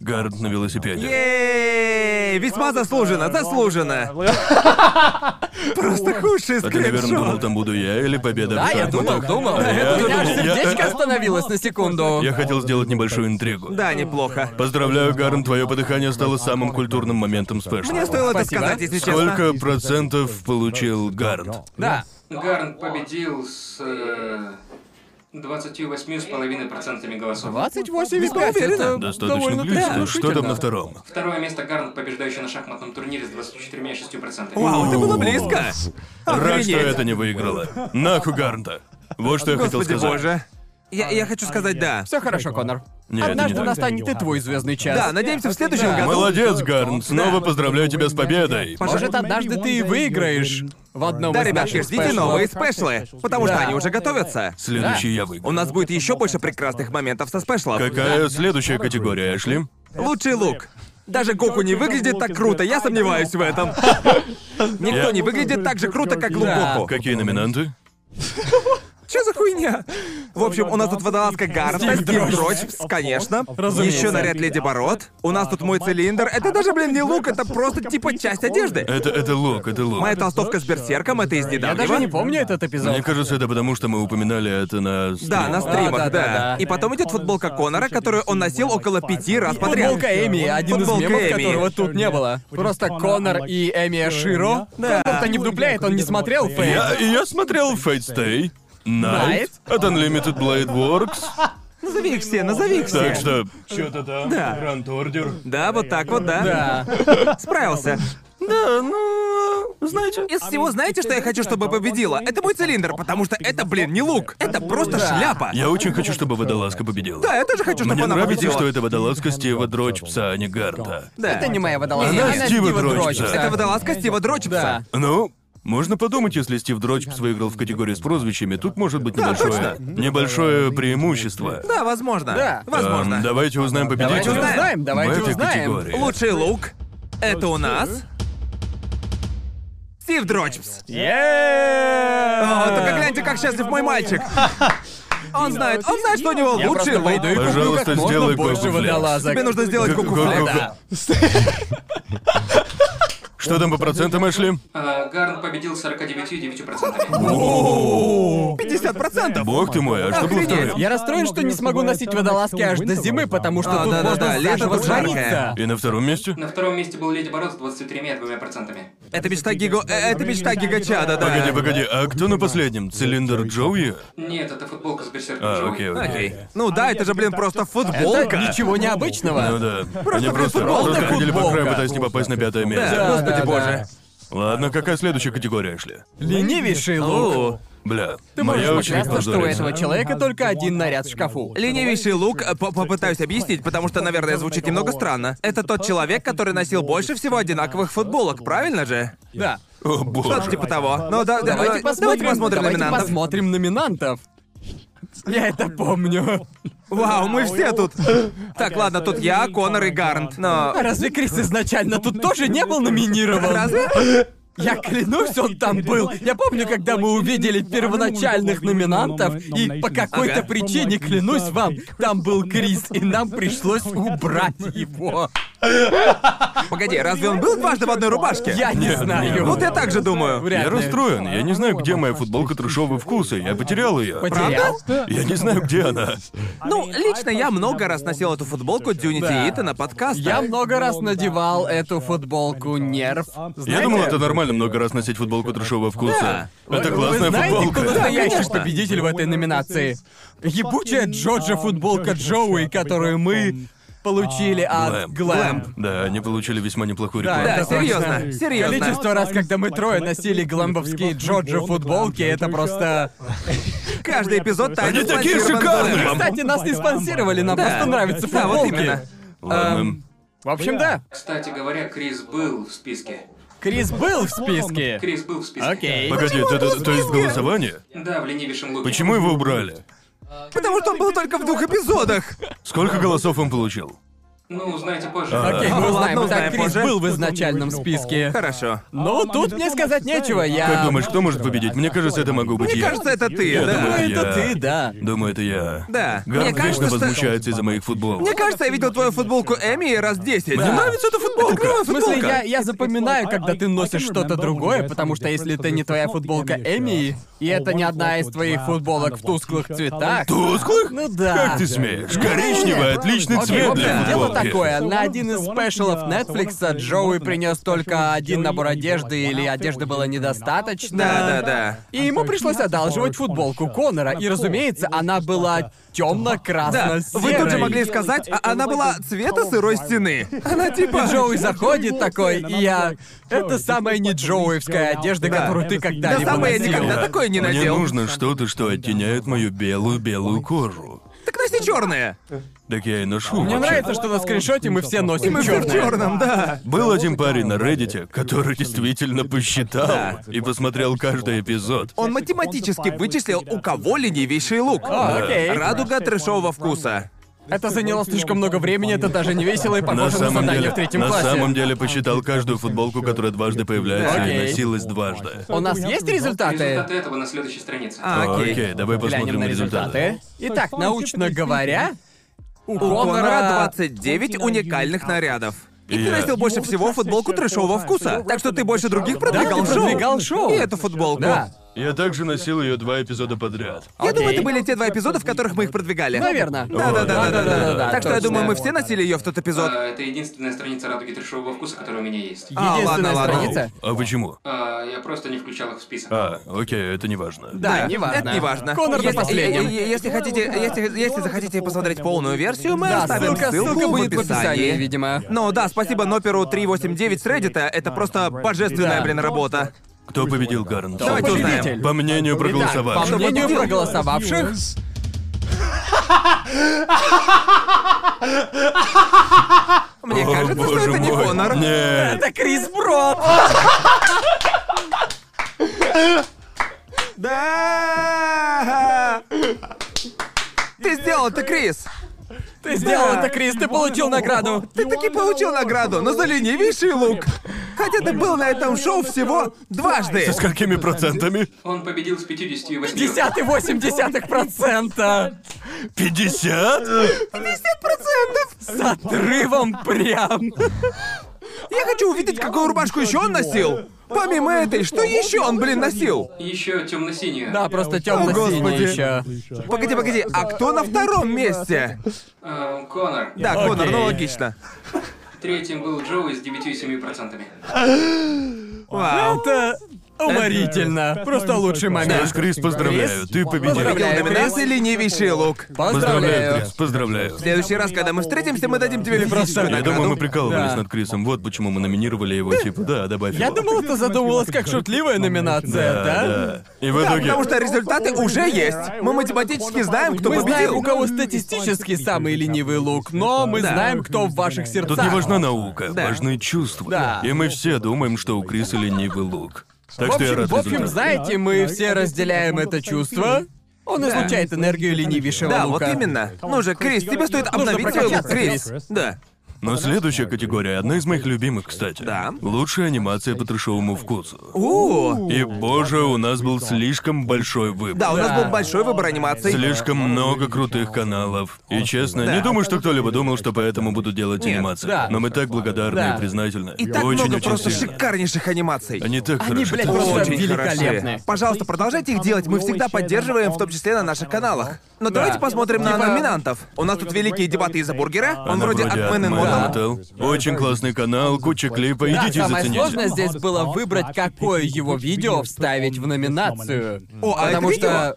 [SPEAKER 4] Гард на велосипеде.
[SPEAKER 3] Ей, весьма заслуженно, заслуженно. Просто худший А
[SPEAKER 4] А ты, наверное, думал,
[SPEAKER 3] скриншот.
[SPEAKER 4] там буду я или победа в
[SPEAKER 1] Да, я думал,
[SPEAKER 4] шахматах?
[SPEAKER 1] думал. У
[SPEAKER 4] я
[SPEAKER 1] меня аж
[SPEAKER 4] думал, я-
[SPEAKER 1] сердечко остановилось на секунду.
[SPEAKER 4] Я хотел сделать небольшую интригу.
[SPEAKER 3] Да, неплохо.
[SPEAKER 4] Поздравляю, Гарн, твое подыхание стало самым культурным моментом спешла.
[SPEAKER 3] Мне стоило это
[SPEAKER 1] Спасибо.
[SPEAKER 3] сказать, если честно.
[SPEAKER 4] Сколько процентов получил Гард?
[SPEAKER 1] Да.
[SPEAKER 5] Гарн победил с э, 28,5% голосов.
[SPEAKER 1] 28,5. это
[SPEAKER 4] Достаточно
[SPEAKER 1] довольно
[SPEAKER 4] близко. Ну,
[SPEAKER 1] так
[SPEAKER 4] Что там
[SPEAKER 1] внушительно.
[SPEAKER 4] на втором?
[SPEAKER 5] Второе место Гарн, побеждающий на шахматном турнире с 24,6%.
[SPEAKER 3] Вау, Ну, это было близко.
[SPEAKER 4] Рад,
[SPEAKER 3] Охренеть.
[SPEAKER 4] что это не выиграла. Нахуй Гарнта. Вот что я хотел
[SPEAKER 3] Господи
[SPEAKER 4] сказать.
[SPEAKER 3] боже. Я, я хочу сказать да.
[SPEAKER 1] Все А хорошо, Конор.
[SPEAKER 4] Не, это не
[SPEAKER 1] Однажды
[SPEAKER 4] так.
[SPEAKER 1] настанет и твой звездный час.
[SPEAKER 3] Да, надеемся, в следующем
[SPEAKER 1] Да.
[SPEAKER 3] году...
[SPEAKER 4] Молодец, Гарн. Снова поздравляю тебя с победой.
[SPEAKER 1] Может, однажды ты и выиграешь в одном
[SPEAKER 3] Да,
[SPEAKER 1] из
[SPEAKER 3] ребятки,
[SPEAKER 1] наших
[SPEAKER 3] ждите
[SPEAKER 1] спешлов.
[SPEAKER 3] новые спешлы, потому что
[SPEAKER 1] Да.
[SPEAKER 3] они уже готовятся.
[SPEAKER 4] Следующий я выиграл.
[SPEAKER 3] У нас будет еще больше прекрасных моментов со спешлов.
[SPEAKER 4] Какая следующая категория, Эшли?
[SPEAKER 3] Лучший лук. Даже Гоку не выглядит так круто, я сомневаюсь в этом. Никто не выглядит так же круто, как лук
[SPEAKER 1] Да.
[SPEAKER 3] Гоку.
[SPEAKER 4] Какие номинанты?
[SPEAKER 3] Че за хуйня? В общем, у нас тут водолазка Гарнта, Стив Дрочпс, конечно.
[SPEAKER 1] Разумеется.
[SPEAKER 3] Еще наряд Леди Бород. У нас тут мой цилиндр. Это даже, блин, не лук, это просто типа часть одежды.
[SPEAKER 4] Это, это лук, это лук.
[SPEAKER 3] Моя толстовка с берсерком, это из
[SPEAKER 1] Я даже не
[SPEAKER 3] недавнего.
[SPEAKER 1] помню этот
[SPEAKER 4] Мне
[SPEAKER 1] эпизод.
[SPEAKER 4] кажется, это потому, что мы упоминали это на...
[SPEAKER 3] Да,
[SPEAKER 4] стримах.
[SPEAKER 3] на стримах,
[SPEAKER 1] Да,
[SPEAKER 3] да,
[SPEAKER 1] да, да.
[SPEAKER 3] И потом идет футболка Конора, которую он носил около пяти раз подряд.
[SPEAKER 1] Футболка Эми, один из
[SPEAKER 3] Футболка
[SPEAKER 1] мемов,
[SPEAKER 3] Эми.
[SPEAKER 1] которого тут не было. Просто Конор и Эми Широ. Да. Конор-то не вдупляет, он не смотрел Фейт.
[SPEAKER 4] Я, я смотрел Fate Stay, Night, от Unlimited Blade Works,
[SPEAKER 3] Назови их все, назови их все.
[SPEAKER 4] так что... Чё-то там,
[SPEAKER 3] Да.
[SPEAKER 4] Grand Order.
[SPEAKER 3] Да, вот так вот, да.
[SPEAKER 1] Да.
[SPEAKER 3] Справился. Да, ну... Знаете, из
[SPEAKER 1] А
[SPEAKER 3] всего знаете, что я хочу, чтобы победила? Это мой цилиндр, потому что это, блин, не лук. Это просто шляпа.
[SPEAKER 4] Я очень хочу, чтобы водолазка победила.
[SPEAKER 3] Да, я тоже хочу, чтобы
[SPEAKER 4] Мне
[SPEAKER 3] она
[SPEAKER 4] нравится,
[SPEAKER 3] победила.
[SPEAKER 4] что это водолазка Стива Дрочпса, а не Гарта.
[SPEAKER 3] Да.
[SPEAKER 1] Это не моя водолазка.
[SPEAKER 4] Она Стива Дрочпса.
[SPEAKER 3] Это водолазка Стива Дрочепса.
[SPEAKER 1] Да.
[SPEAKER 4] Ну, можно подумать, если Стив Дрочпс выиграл в категории с прозвищами, тут может быть небольшое, небольшое преимущество.
[SPEAKER 3] Да, возможно.
[SPEAKER 1] Да.
[SPEAKER 3] Возможно.
[SPEAKER 4] Эм, давайте узнаем победителя.
[SPEAKER 1] Давайте узнаем, давайте
[SPEAKER 4] в этой
[SPEAKER 1] узнаем.
[SPEAKER 4] категории.
[SPEAKER 3] Лучший лук. Это у нас... Стив Дрочпс. О, только гляньте, как счастлив мой мальчик. Он знает, он знает, что у него
[SPEAKER 1] Я
[SPEAKER 3] лучший
[SPEAKER 1] просто
[SPEAKER 3] лук.
[SPEAKER 1] пойду и куплю
[SPEAKER 4] Пожалуйста,
[SPEAKER 1] Ну, как можно
[SPEAKER 4] сделай
[SPEAKER 1] больше
[SPEAKER 4] кокуфляж.
[SPEAKER 1] водолазок.
[SPEAKER 3] Тебе нужно сделать
[SPEAKER 4] Ку- ку- ку-
[SPEAKER 3] кукуфляж.
[SPEAKER 4] ку-
[SPEAKER 1] Да.
[SPEAKER 4] Что там по процентам, Эшли?
[SPEAKER 5] А, Гарн победил 49,9%.
[SPEAKER 3] 50%.
[SPEAKER 4] Бог ты мой, а что было
[SPEAKER 3] Охренеть.
[SPEAKER 4] вторым?
[SPEAKER 1] Я расстроен, что не смогу носить водолазки аж до зимы, потому что
[SPEAKER 3] А,
[SPEAKER 1] тут
[SPEAKER 3] да-да-да,
[SPEAKER 1] можно
[SPEAKER 3] лето
[SPEAKER 1] заживо
[SPEAKER 3] тут жаркое.
[SPEAKER 1] сжариться.
[SPEAKER 4] И на втором месте?
[SPEAKER 5] На втором месте был Леди Бород с 23,2%.
[SPEAKER 3] Это мечта Гиго... э, Это мечта Гигачада, да.
[SPEAKER 4] Погоди, погоди, а кто на последнем? Цилиндр Джоуи?
[SPEAKER 5] Нет, это футболка с берсерком
[SPEAKER 4] А,
[SPEAKER 5] Джоуи.
[SPEAKER 4] окей, окей.
[SPEAKER 3] Окей. Ну да, это же, блин, просто
[SPEAKER 1] Это
[SPEAKER 3] футболка.
[SPEAKER 1] ничего необычного.
[SPEAKER 4] Ну да. Они просто,
[SPEAKER 1] футболка.
[SPEAKER 4] просто ходили по краю,
[SPEAKER 1] Футболка.
[SPEAKER 4] пытаясь не попасть на пятое место.
[SPEAKER 3] Да, господи
[SPEAKER 1] да,
[SPEAKER 3] боже.
[SPEAKER 4] Ладно, какая следующая категория, Эшли?
[SPEAKER 1] Ленивейший лук.
[SPEAKER 3] О,
[SPEAKER 4] Бля,
[SPEAKER 1] Ты
[SPEAKER 4] моя
[SPEAKER 1] можешь
[SPEAKER 4] очередь
[SPEAKER 1] поклясться, что у
[SPEAKER 4] позориться.
[SPEAKER 1] этого человека только один наряд в шкафу.
[SPEAKER 3] Ленивейший лук, э, по- попытаюсь объяснить, потому что, наверное, звучит немного странно. Это тот человек, который носил больше всего одинаковых футболок, правильно же?
[SPEAKER 1] Да.
[SPEAKER 4] О, боже.
[SPEAKER 3] Что-то типа того. Ну да, да,
[SPEAKER 1] Давайте
[SPEAKER 3] э, давайте
[SPEAKER 1] посмотрим,
[SPEAKER 3] посмотрим
[SPEAKER 1] давайте
[SPEAKER 3] номинантов.
[SPEAKER 1] посмотрим номинантов. Я это помню.
[SPEAKER 3] Вау, мы все тут. Так, ладно, тут я, Конор и Гарнт. Но...
[SPEAKER 1] А Разве Крис изначально тут тоже не был номинирован?
[SPEAKER 3] Разве?
[SPEAKER 1] Я клянусь, он там был. Я помню, когда мы увидели первоначальных номинантов, и по какой-то
[SPEAKER 3] Ага.
[SPEAKER 1] причине, клянусь вам, там был Крис, и нам пришлось убрать его.
[SPEAKER 3] Погоди, разве он был дважды в одной рубашке?
[SPEAKER 1] Я не знаю.
[SPEAKER 3] Вот я так же думаю.
[SPEAKER 1] Вряд
[SPEAKER 4] Я
[SPEAKER 1] ли.
[SPEAKER 4] расстроен, я не знаю, где моя футболка трешового вкуса, я потерял ее.
[SPEAKER 1] Потерял?
[SPEAKER 4] Я не знаю, где она.
[SPEAKER 3] Ну, лично я много раз носил эту футболку Дюнити
[SPEAKER 1] Да.
[SPEAKER 3] и Итана подкаста.
[SPEAKER 1] Я много раз надевал эту футболку нерв.
[SPEAKER 4] Я думал, это нормально много раз носить футболку трешового вкуса. Это классная
[SPEAKER 1] Вы знаете, кто
[SPEAKER 4] футболка.
[SPEAKER 1] настоящий
[SPEAKER 3] конечно.
[SPEAKER 1] победитель в этой номинации? Ебучая
[SPEAKER 3] um,
[SPEAKER 1] Джорджа футболка Джоуи, которую мы получили от
[SPEAKER 4] Глэм.
[SPEAKER 1] Глэм.
[SPEAKER 4] Да, они получили весьма неплохую
[SPEAKER 1] Да,
[SPEAKER 4] рекламу.
[SPEAKER 3] Да,
[SPEAKER 1] это
[SPEAKER 3] серьезно,
[SPEAKER 1] точно.
[SPEAKER 3] серьезно.
[SPEAKER 1] Количество раз, когда мы трое носили гламбовские Джорджа футболки, это просто...
[SPEAKER 3] Каждый эпизод тайно
[SPEAKER 4] Они такие
[SPEAKER 3] спонсирован
[SPEAKER 4] шикарные!
[SPEAKER 3] Дональдом.
[SPEAKER 1] Кстати, нас не спонсировали, нам
[SPEAKER 3] Да.
[SPEAKER 1] просто нравятся
[SPEAKER 3] Да, вот
[SPEAKER 1] футболки.
[SPEAKER 3] именно. Эм,
[SPEAKER 4] Ладно.
[SPEAKER 1] В общем, да.
[SPEAKER 5] Кстати говоря, Крис был в списке.
[SPEAKER 1] Крис был в списке.
[SPEAKER 5] Крис был в списке.
[SPEAKER 1] Окей.
[SPEAKER 4] Погоди, это- это- то есть голосование?
[SPEAKER 5] Да, в ленивейшем луке.
[SPEAKER 4] Почему его убрали?
[SPEAKER 3] Потому что он был только в двух эпизодах.
[SPEAKER 4] Сколько голосов он получил?
[SPEAKER 5] Ну, узнаете позже.
[SPEAKER 4] А,
[SPEAKER 1] Окей,
[SPEAKER 3] Ладно,
[SPEAKER 1] мы узнаем. Итак,
[SPEAKER 3] узнаем
[SPEAKER 1] Крис
[SPEAKER 3] позже.
[SPEAKER 1] был в изначальном списке.
[SPEAKER 3] Хорошо.
[SPEAKER 1] Ну, тут мне сказать нечего, я...
[SPEAKER 4] Как думаешь, кто может победить? Мне кажется, это могу быть
[SPEAKER 3] Мне
[SPEAKER 4] я.
[SPEAKER 3] кажется, это ты,
[SPEAKER 4] Я
[SPEAKER 3] да?
[SPEAKER 1] Ну,
[SPEAKER 4] думаю,
[SPEAKER 1] это
[SPEAKER 4] я-
[SPEAKER 1] ты, да.
[SPEAKER 4] Думаю, это я.
[SPEAKER 3] Да. Мне
[SPEAKER 4] Гарн
[SPEAKER 3] кажется,
[SPEAKER 4] вечно
[SPEAKER 3] что...
[SPEAKER 4] возмущается из-за моих футболок.
[SPEAKER 3] Мне кажется, я видел твою футболку Эми раз 10.
[SPEAKER 4] Мне нравится эта
[SPEAKER 1] Это клевая
[SPEAKER 4] футболка.
[SPEAKER 1] В смысле, я, я запоминаю, когда ты носишь что-то другое, потому что если это не твоя футболка Эми, и это не одна из твоих футболок в тусклых цветах...
[SPEAKER 4] Тусклых?
[SPEAKER 1] Ну да.
[SPEAKER 4] Как ты смеешь? Коричневый отличный
[SPEAKER 1] Окей, в
[SPEAKER 4] цвет для
[SPEAKER 1] общем, дело
[SPEAKER 4] футболки.
[SPEAKER 1] такое. На один из спешалов Netflix а Джоуи принес только один набор одежды, или одежды было недостаточно.
[SPEAKER 3] Да, да, да.
[SPEAKER 1] И ему пришлось одалживать футболку Конора, и, разумеется, она была
[SPEAKER 3] Да,
[SPEAKER 1] темно-красно-серой.
[SPEAKER 3] вы тут же могли сказать, а она была цвета сырой стены. Она
[SPEAKER 1] И
[SPEAKER 3] типа...
[SPEAKER 1] Джоуи заходит такой, и я... Это самая не Джоуевская одежда,
[SPEAKER 3] Да.
[SPEAKER 1] которую ты
[SPEAKER 3] Да,
[SPEAKER 1] когда-либо
[SPEAKER 3] самое я
[SPEAKER 1] носил.
[SPEAKER 3] никогда такое не
[SPEAKER 4] Мне
[SPEAKER 3] надел.
[SPEAKER 4] нужно что-то, что оттеняет мою белую-белую кожу.
[SPEAKER 3] Так носи черные.
[SPEAKER 4] Так я и ношу.
[SPEAKER 1] Мне
[SPEAKER 4] вообще-то.
[SPEAKER 1] нравится, что на скриншоте мы все носим
[SPEAKER 3] Мы все в
[SPEAKER 1] чёрное.
[SPEAKER 3] черном, да.
[SPEAKER 4] Был один парень на Reddit, который действительно посчитал и посмотрел каждый эпизод.
[SPEAKER 3] Он математически вычислил, у кого ленивейший лук.
[SPEAKER 1] О, окей.
[SPEAKER 3] Радуга трешового вкуса.
[SPEAKER 1] Это заняло слишком много времени, это даже не весело и
[SPEAKER 4] На
[SPEAKER 1] похоже на,
[SPEAKER 4] самом,
[SPEAKER 1] задание
[SPEAKER 4] деле,
[SPEAKER 1] в третьем
[SPEAKER 4] на
[SPEAKER 1] классе. А,
[SPEAKER 4] самом деле посчитал каждую футболку, которая дважды появляется и
[SPEAKER 1] Окей.
[SPEAKER 4] носилась дважды.
[SPEAKER 1] У нас есть результаты?
[SPEAKER 5] Результаты этого на следующей странице.
[SPEAKER 3] А, окей.
[SPEAKER 4] Окей, давай посмотрим
[SPEAKER 1] Глянем на результаты. Итак, научно говоря, у
[SPEAKER 3] У Конора
[SPEAKER 1] Конора
[SPEAKER 3] 29 уникальных нарядов. И ты
[SPEAKER 4] Я-
[SPEAKER 3] носил больше всего футболку трешового вкуса. Так что ты больше других продвигал
[SPEAKER 1] ты
[SPEAKER 3] шоу.
[SPEAKER 1] продвигал шоу.
[SPEAKER 3] И эту футболку.
[SPEAKER 1] Да.
[SPEAKER 4] Я также носил ее два эпизода подряд.
[SPEAKER 3] Я думаю,
[SPEAKER 1] Окей.
[SPEAKER 3] это были те два эпизода, в которых мы их продвигали.
[SPEAKER 1] Наверное.
[SPEAKER 3] Да, да, да, да, да, да. Так что я
[SPEAKER 1] точно.
[SPEAKER 3] думаю, мы все носили ее в тот эпизод.
[SPEAKER 5] А, это единственная страница радуги трешового вкуса, которая у меня есть.
[SPEAKER 3] А,
[SPEAKER 1] Единственная
[SPEAKER 3] ладно, ладно.
[SPEAKER 1] страница.
[SPEAKER 4] А почему?
[SPEAKER 5] А, я просто не включал их в список.
[SPEAKER 4] А, окей, это не важно.
[SPEAKER 1] Да, не важно.
[SPEAKER 3] Это не важно.
[SPEAKER 1] Конор на
[SPEAKER 3] если,
[SPEAKER 1] последнем.
[SPEAKER 3] е- е- Если хотите, если, если захотите посмотреть полную версию, мы
[SPEAKER 1] Да,
[SPEAKER 3] оставим
[SPEAKER 1] ссылка,
[SPEAKER 3] ссылку,
[SPEAKER 1] ссылка
[SPEAKER 3] в
[SPEAKER 1] будет в описании,
[SPEAKER 3] описании.
[SPEAKER 1] видимо.
[SPEAKER 3] Ну да, спасибо Ноперу 389 с Reddit, это просто божественная,
[SPEAKER 1] Да.
[SPEAKER 3] блин, работа.
[SPEAKER 4] Кто победил Гарн?
[SPEAKER 3] Давайте узнаем.
[SPEAKER 1] победитель?
[SPEAKER 4] По мнению
[SPEAKER 1] По
[SPEAKER 4] проголосовавших.
[SPEAKER 1] мнению
[SPEAKER 3] победил?
[SPEAKER 1] проголосовавших,
[SPEAKER 3] Мне кажется,
[SPEAKER 4] Боже
[SPEAKER 3] что это не
[SPEAKER 4] мой.
[SPEAKER 3] Конор.
[SPEAKER 4] Нет.
[SPEAKER 1] это Крис Брод.
[SPEAKER 3] Да! Ты сделал это, Крис!
[SPEAKER 1] Ты сделал это, Крис, ты получил награду.
[SPEAKER 3] Ты таки получил награду, но за ленивейший лук! Хотя ты был на этом шоу всего дважды!
[SPEAKER 4] Со сколькими процентами?
[SPEAKER 5] Он победил с 58.
[SPEAKER 1] 58% Э,
[SPEAKER 4] 50?
[SPEAKER 3] 50%!
[SPEAKER 1] с отрывом прям.
[SPEAKER 3] Я хочу увидеть, какую рубашку еще он носил! Помимо этой, что еще он, блин, носил?
[SPEAKER 5] Еще темно-синюю.
[SPEAKER 1] Да, а просто
[SPEAKER 3] господи.
[SPEAKER 1] темно-синий еще.
[SPEAKER 3] Погоди, погоди, а кто на втором месте?
[SPEAKER 5] А, Конор.
[SPEAKER 3] Да, Конор,
[SPEAKER 1] Окей.
[SPEAKER 3] ну логично.
[SPEAKER 5] Третьим был Джоуи с 9,7%.
[SPEAKER 3] Вау.
[SPEAKER 1] Это уморительно. Просто лучший
[SPEAKER 4] Знаешь,
[SPEAKER 1] момент.
[SPEAKER 4] Крис, поздравляю, ты победил.
[SPEAKER 1] Поздравляю.
[SPEAKER 3] Победил в номинации ленивейший лук.
[SPEAKER 4] Поздравляю,
[SPEAKER 1] Поздравляю.
[SPEAKER 4] Крис, поздравляю.
[SPEAKER 3] В следующий раз, когда мы встретимся, мы дадим тебе лимфатическую
[SPEAKER 4] Я думаю, мы
[SPEAKER 3] награду.
[SPEAKER 4] прикалывались
[SPEAKER 1] Да.
[SPEAKER 4] над Крисом. Вот почему мы номинировали его, типа, да, добавь
[SPEAKER 1] Я
[SPEAKER 4] его.
[SPEAKER 1] думал, это задумывалось как шутливая номинация,
[SPEAKER 4] да,
[SPEAKER 1] да?
[SPEAKER 4] да. И в итоге...
[SPEAKER 3] Потому что результаты уже есть. Мы математически знаем, кто
[SPEAKER 1] Мы знаем, у
[SPEAKER 3] победил.
[SPEAKER 1] кого статистически самый ленивый лук, но мы
[SPEAKER 3] Да.
[SPEAKER 1] знаем, кто в ваших сердцах.
[SPEAKER 4] Тут не важна наука,
[SPEAKER 3] Да.
[SPEAKER 4] важны чувства.
[SPEAKER 1] Да.
[SPEAKER 4] И мы все думаем, что у Криса ленивый лук. Так
[SPEAKER 1] В
[SPEAKER 4] что я
[SPEAKER 1] общем,
[SPEAKER 4] рад
[SPEAKER 1] в общем,
[SPEAKER 4] результату.
[SPEAKER 1] знаете, мы все разделяем это чувство. Он
[SPEAKER 3] Да.
[SPEAKER 1] излучает энергию ленивейшего
[SPEAKER 3] Да,
[SPEAKER 1] лука.
[SPEAKER 3] вот именно. Ну же, Крис, тебе стоит
[SPEAKER 1] Нужно
[SPEAKER 3] обновить свой лук,
[SPEAKER 1] прокачаться,
[SPEAKER 3] Крис.
[SPEAKER 1] Крис.
[SPEAKER 3] Да.
[SPEAKER 4] Но следующая категория одна из моих любимых, кстати.
[SPEAKER 3] Да.
[SPEAKER 4] Лучшая анимация по трешовому вкусу.
[SPEAKER 3] У.
[SPEAKER 4] И боже, у нас был слишком большой выбор.
[SPEAKER 3] Да, у нас был большой выбор анимаций.
[SPEAKER 4] Слишком много крутых каналов. И честно,
[SPEAKER 3] Да.
[SPEAKER 4] не думаю, что кто-либо думал, что поэтому буду делать
[SPEAKER 3] Нет,
[SPEAKER 4] анимации.
[SPEAKER 1] да.
[SPEAKER 4] Но мы так благодарны
[SPEAKER 1] Да.
[SPEAKER 4] и признательны.
[SPEAKER 3] И так
[SPEAKER 4] очень,
[SPEAKER 3] много
[SPEAKER 4] очень
[SPEAKER 3] просто
[SPEAKER 4] сильно.
[SPEAKER 3] шикарнейших анимаций.
[SPEAKER 4] Они так
[SPEAKER 1] Они,
[SPEAKER 4] хорошо.
[SPEAKER 1] блядь,
[SPEAKER 4] так
[SPEAKER 1] просто
[SPEAKER 4] хорошо.
[SPEAKER 3] Очень
[SPEAKER 1] великолепные.
[SPEAKER 3] хороши. Пожалуйста, продолжайте их делать, мы всегда поддерживаем, в том числе на наших каналах. Но давайте посмотрим на
[SPEAKER 1] Типа-
[SPEAKER 3] номинантов. У нас тут великие дебаты из-за бургера. Он
[SPEAKER 4] Она
[SPEAKER 3] вроде от
[SPEAKER 4] Ant-Man
[SPEAKER 3] Man and
[SPEAKER 4] and
[SPEAKER 3] Model.
[SPEAKER 4] Model. Очень классный канал, куча клипа,
[SPEAKER 1] Да,
[SPEAKER 4] идите и
[SPEAKER 1] самое
[SPEAKER 4] зацените.
[SPEAKER 1] сложное здесь было выбрать, какое его видео вставить в номинацию.
[SPEAKER 3] О, а
[SPEAKER 1] Потому
[SPEAKER 3] это видео?
[SPEAKER 1] что...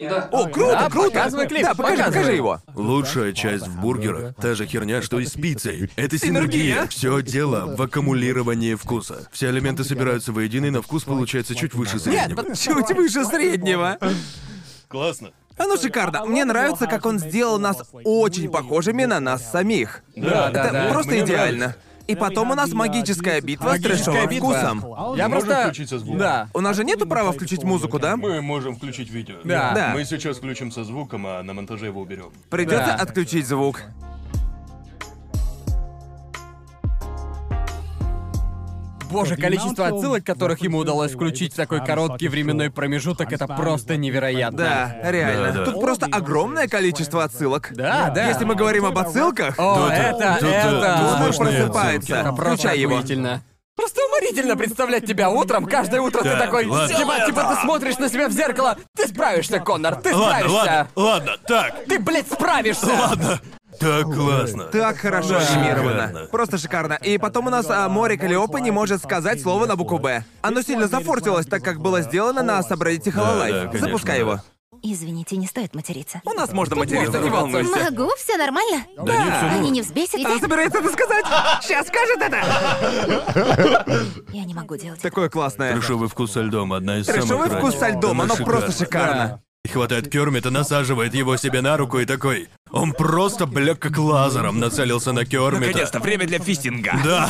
[SPEAKER 5] Да.
[SPEAKER 3] О, круто,
[SPEAKER 1] Да,
[SPEAKER 3] круто!
[SPEAKER 1] показывай клип,
[SPEAKER 3] да, покажи,
[SPEAKER 1] показывай.
[SPEAKER 3] покажи его.
[SPEAKER 4] Лучшая часть в бургерах — та же херня, что и с пиццей. Это синергия.
[SPEAKER 3] а?
[SPEAKER 4] Все дело в аккумулировании вкуса. Все элементы собираются воедино, и на вкус получается чуть выше
[SPEAKER 1] Нет, ну,
[SPEAKER 4] среднего.
[SPEAKER 1] под-
[SPEAKER 3] Чуть выше среднего.
[SPEAKER 4] Классно.
[SPEAKER 3] Оно ну, шикарно. Мне нравится, как он сделал нас очень похожими на нас самих.
[SPEAKER 1] Да, да,
[SPEAKER 3] Это
[SPEAKER 1] да.
[SPEAKER 3] просто
[SPEAKER 4] Мне
[SPEAKER 3] идеально.
[SPEAKER 4] нравится.
[SPEAKER 3] И потом у нас магическая битва с
[SPEAKER 1] Магическая
[SPEAKER 3] трешовым
[SPEAKER 1] битва.
[SPEAKER 3] вкусом.
[SPEAKER 1] Я
[SPEAKER 4] Можно
[SPEAKER 1] просто...
[SPEAKER 4] включить со звуком?
[SPEAKER 1] Да.
[SPEAKER 3] У нас же нету права включить музыку, да?
[SPEAKER 4] Мы можем включить видео.
[SPEAKER 1] Да.
[SPEAKER 3] Да.
[SPEAKER 4] Мы сейчас включим со звуком, а на монтаже его уберем.
[SPEAKER 3] Придется
[SPEAKER 1] Да.
[SPEAKER 3] отключить звук.
[SPEAKER 1] Боже, количество отсылок, которых ему удалось включить в такой короткий временной промежуток, это просто невероятно.
[SPEAKER 3] Да, реально.
[SPEAKER 4] Да, да.
[SPEAKER 3] Тут просто огромное количество отсылок.
[SPEAKER 1] Да, да.
[SPEAKER 3] Если мы говорим об отсылках,
[SPEAKER 1] О,
[SPEAKER 4] Да, да.
[SPEAKER 1] это,
[SPEAKER 4] Да, да.
[SPEAKER 1] это...
[SPEAKER 4] Да,
[SPEAKER 3] мозг
[SPEAKER 4] сплошные
[SPEAKER 3] просыпается.
[SPEAKER 1] Это просто
[SPEAKER 3] Включай его.
[SPEAKER 1] охуительно. Просто уморительно представлять тебя утром, каждое утро ты
[SPEAKER 4] Да,
[SPEAKER 1] такой,
[SPEAKER 4] ладно.
[SPEAKER 1] типа, типа ты смотришь на себя в зеркало, ты справишься, Коннор, ты справишься,
[SPEAKER 4] ладно, так,
[SPEAKER 1] ты, блядь, справишься.
[SPEAKER 4] ладно. Так классно.
[SPEAKER 3] Так хорошо анимировано.
[SPEAKER 4] Шикарно.
[SPEAKER 3] Просто шикарно. И потом у нас а, Море Калиопа не может сказать слово на букву «Б». Оно сильно зафортилось, так как было сделано на Сабреддите
[SPEAKER 4] Да, да,
[SPEAKER 3] Хололайф.
[SPEAKER 4] конечно,
[SPEAKER 3] Запускай
[SPEAKER 4] да.
[SPEAKER 3] его.
[SPEAKER 8] Извините, не стоит материться.
[SPEAKER 3] У нас можно материться,
[SPEAKER 1] можно
[SPEAKER 3] не волнуйся.
[SPEAKER 8] Могу, все нормально? Да,
[SPEAKER 4] нет, всё
[SPEAKER 8] Они
[SPEAKER 4] норм.
[SPEAKER 8] не взбесят а
[SPEAKER 3] Она
[SPEAKER 8] тебя?
[SPEAKER 3] собирается это сказать? Сейчас скажет это!
[SPEAKER 8] Я не могу делать это.
[SPEAKER 3] Такое классное.
[SPEAKER 4] Трешовый вкус со льдом одна из
[SPEAKER 3] Трешовый
[SPEAKER 4] самых
[SPEAKER 3] вкус со
[SPEAKER 4] ранних.
[SPEAKER 3] льдом,
[SPEAKER 4] Она
[SPEAKER 3] оно
[SPEAKER 4] шикарна.
[SPEAKER 3] просто шикарно.
[SPEAKER 4] Хватает Кермита, насаживает его себе на руку и такой. Он просто, бля, как лазером нацелился на Кермита.
[SPEAKER 3] время для фистинга.
[SPEAKER 4] Да,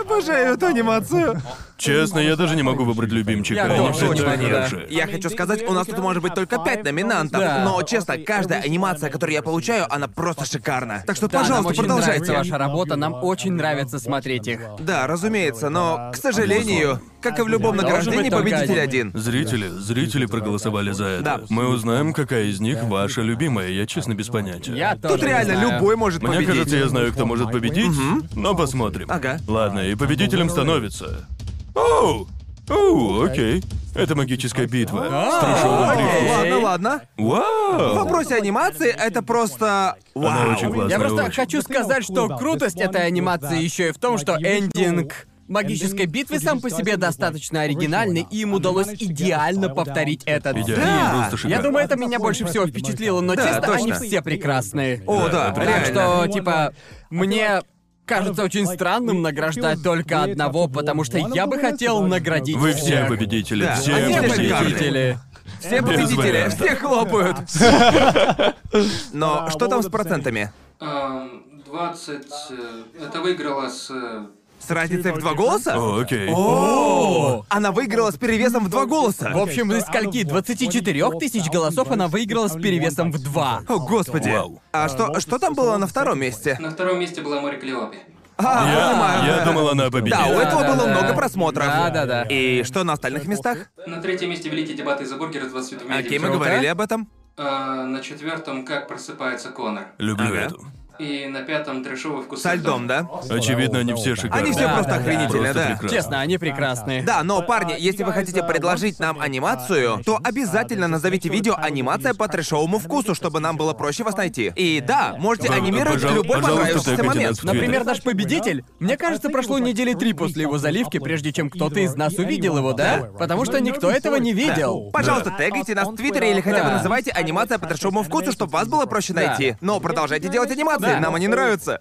[SPEAKER 3] Обожаю эту анимацию.
[SPEAKER 4] честно, я даже не могу выбрать любимчика.
[SPEAKER 1] Я
[SPEAKER 4] Они
[SPEAKER 1] тоже
[SPEAKER 4] все
[SPEAKER 1] не
[SPEAKER 4] так
[SPEAKER 1] могу, да.
[SPEAKER 4] хороши.
[SPEAKER 3] Я хочу сказать, у нас тут может быть только пять номинантов,
[SPEAKER 1] Да.
[SPEAKER 3] но честно, каждая анимация, которую я получаю, она просто шикарна. Так что,
[SPEAKER 1] Да, нам
[SPEAKER 3] пожалуйста,
[SPEAKER 1] очень нравится
[SPEAKER 3] продолжайте.
[SPEAKER 1] ваша работа, нам очень нравится смотреть их.
[SPEAKER 3] Да, разумеется, но, к сожалению, как и в любом
[SPEAKER 1] Должен быть
[SPEAKER 3] награждении,
[SPEAKER 1] только
[SPEAKER 3] победитель
[SPEAKER 1] один.
[SPEAKER 3] один.
[SPEAKER 4] Зрители, зрители проголосовали за это.
[SPEAKER 3] Да.
[SPEAKER 4] Мы узнаем, какая из них ваша любимая, я честно без понятия.
[SPEAKER 1] Я тоже
[SPEAKER 3] Тут
[SPEAKER 1] не
[SPEAKER 3] реально
[SPEAKER 1] знаю.
[SPEAKER 3] любой может
[SPEAKER 4] Мне кажется,
[SPEAKER 3] победить.
[SPEAKER 4] я знаю, кто может победить, но посмотрим.
[SPEAKER 3] Ага.
[SPEAKER 4] Ладно, и победителем становится... Оу! Оу, окей. Это магическая битва.
[SPEAKER 1] А?
[SPEAKER 4] С трешовым
[SPEAKER 3] Окей,
[SPEAKER 4] прикусом.
[SPEAKER 3] Ладно, ладно. В
[SPEAKER 4] Вау!
[SPEAKER 3] вопросе анимации это просто...
[SPEAKER 4] Она
[SPEAKER 3] Вау.
[SPEAKER 4] очень классная.
[SPEAKER 1] Я просто
[SPEAKER 4] очень.
[SPEAKER 1] хочу сказать, что крутость этой анимации еще и в том, что эндинг магической битвы сам по себе достаточно оригинальный, и им удалось идеально повторить этот.
[SPEAKER 4] Идеально,
[SPEAKER 3] Да.
[SPEAKER 4] просто шикарно.
[SPEAKER 1] Я думаю, это меня больше всего впечатлило, но
[SPEAKER 3] Да,
[SPEAKER 1] честно, они
[SPEAKER 3] точно.
[SPEAKER 1] все прекрасные.
[SPEAKER 3] О, да,
[SPEAKER 4] это
[SPEAKER 1] Так
[SPEAKER 3] реально.
[SPEAKER 1] что, типа, мне кажется очень странным награждать только одного, потому что я бы хотел наградить
[SPEAKER 4] Вы все
[SPEAKER 1] всех.
[SPEAKER 4] победители,
[SPEAKER 3] Да, А
[SPEAKER 4] все
[SPEAKER 3] они
[SPEAKER 1] Все
[SPEAKER 4] победители.
[SPEAKER 1] победители.
[SPEAKER 3] Все
[SPEAKER 4] Без
[SPEAKER 3] победители,
[SPEAKER 4] вариантов.
[SPEAKER 3] все хлопают. Но что там с процентами?
[SPEAKER 5] Эм, 20... э, Это выиграла с... э,
[SPEAKER 3] С разницей в два голоса?
[SPEAKER 4] О, окей.
[SPEAKER 3] О, она выиграла с перевесом в два
[SPEAKER 1] В
[SPEAKER 3] голоса.
[SPEAKER 1] общем, из скольки? 24 тысяч голосов она выиграла с перевесом в два.
[SPEAKER 3] О, господи.
[SPEAKER 4] Вау.
[SPEAKER 3] А что, что там было на втором месте?
[SPEAKER 5] На втором месте была Мэри Клеопи.
[SPEAKER 3] А, понимаю.
[SPEAKER 4] Я думал, она
[SPEAKER 3] Да, у
[SPEAKER 4] победила.
[SPEAKER 3] этого
[SPEAKER 1] да,
[SPEAKER 3] было
[SPEAKER 1] да.
[SPEAKER 3] много просмотров.
[SPEAKER 1] Да, да, да.
[SPEAKER 3] И что на остальных местах?
[SPEAKER 5] На третьем месте великие дебаты из-за бургера с 25
[SPEAKER 3] Окей, мы
[SPEAKER 5] девчонками.
[SPEAKER 3] говорили об этом.
[SPEAKER 5] Э, На четвертом «Как просыпается Конор».
[SPEAKER 4] Люблю
[SPEAKER 3] Ага.
[SPEAKER 4] эту.
[SPEAKER 5] И на пятом трешовый вкус.
[SPEAKER 3] Со льдом, да?
[SPEAKER 4] Очевидно, они все шикарные.
[SPEAKER 3] Они все
[SPEAKER 1] Да,
[SPEAKER 3] просто
[SPEAKER 1] да, да.
[SPEAKER 3] охренительные,
[SPEAKER 4] Просто
[SPEAKER 3] да.
[SPEAKER 4] прекрасно.
[SPEAKER 1] Честно, они прекрасные.
[SPEAKER 3] Да, но, парни, если вы хотите предложить нам анимацию, то обязательно назовите видео «Анимация по трешовому вкусу», чтобы нам было проще вас найти. И да, можете
[SPEAKER 4] Пожалуйста,
[SPEAKER 3] анимировать любой
[SPEAKER 4] пожалуйста,
[SPEAKER 3] понравившийся
[SPEAKER 4] тегайте нас
[SPEAKER 3] момент.
[SPEAKER 4] в Твиттер.
[SPEAKER 1] Например, наш победитель. Мне кажется, прошло недели три после его заливки, прежде чем кто-то из нас увидел его, да? Потому что никто этого не
[SPEAKER 3] Да.
[SPEAKER 1] видел.
[SPEAKER 3] Пожалуйста, тегайте нас в Твиттере или хотя бы
[SPEAKER 1] Да.
[SPEAKER 3] называйте анимация по трешовому вкусу, чтобы вас было проще
[SPEAKER 1] Да.
[SPEAKER 3] найти. Но продолжайте делать анимации,
[SPEAKER 1] Да.
[SPEAKER 3] нам они нравятся.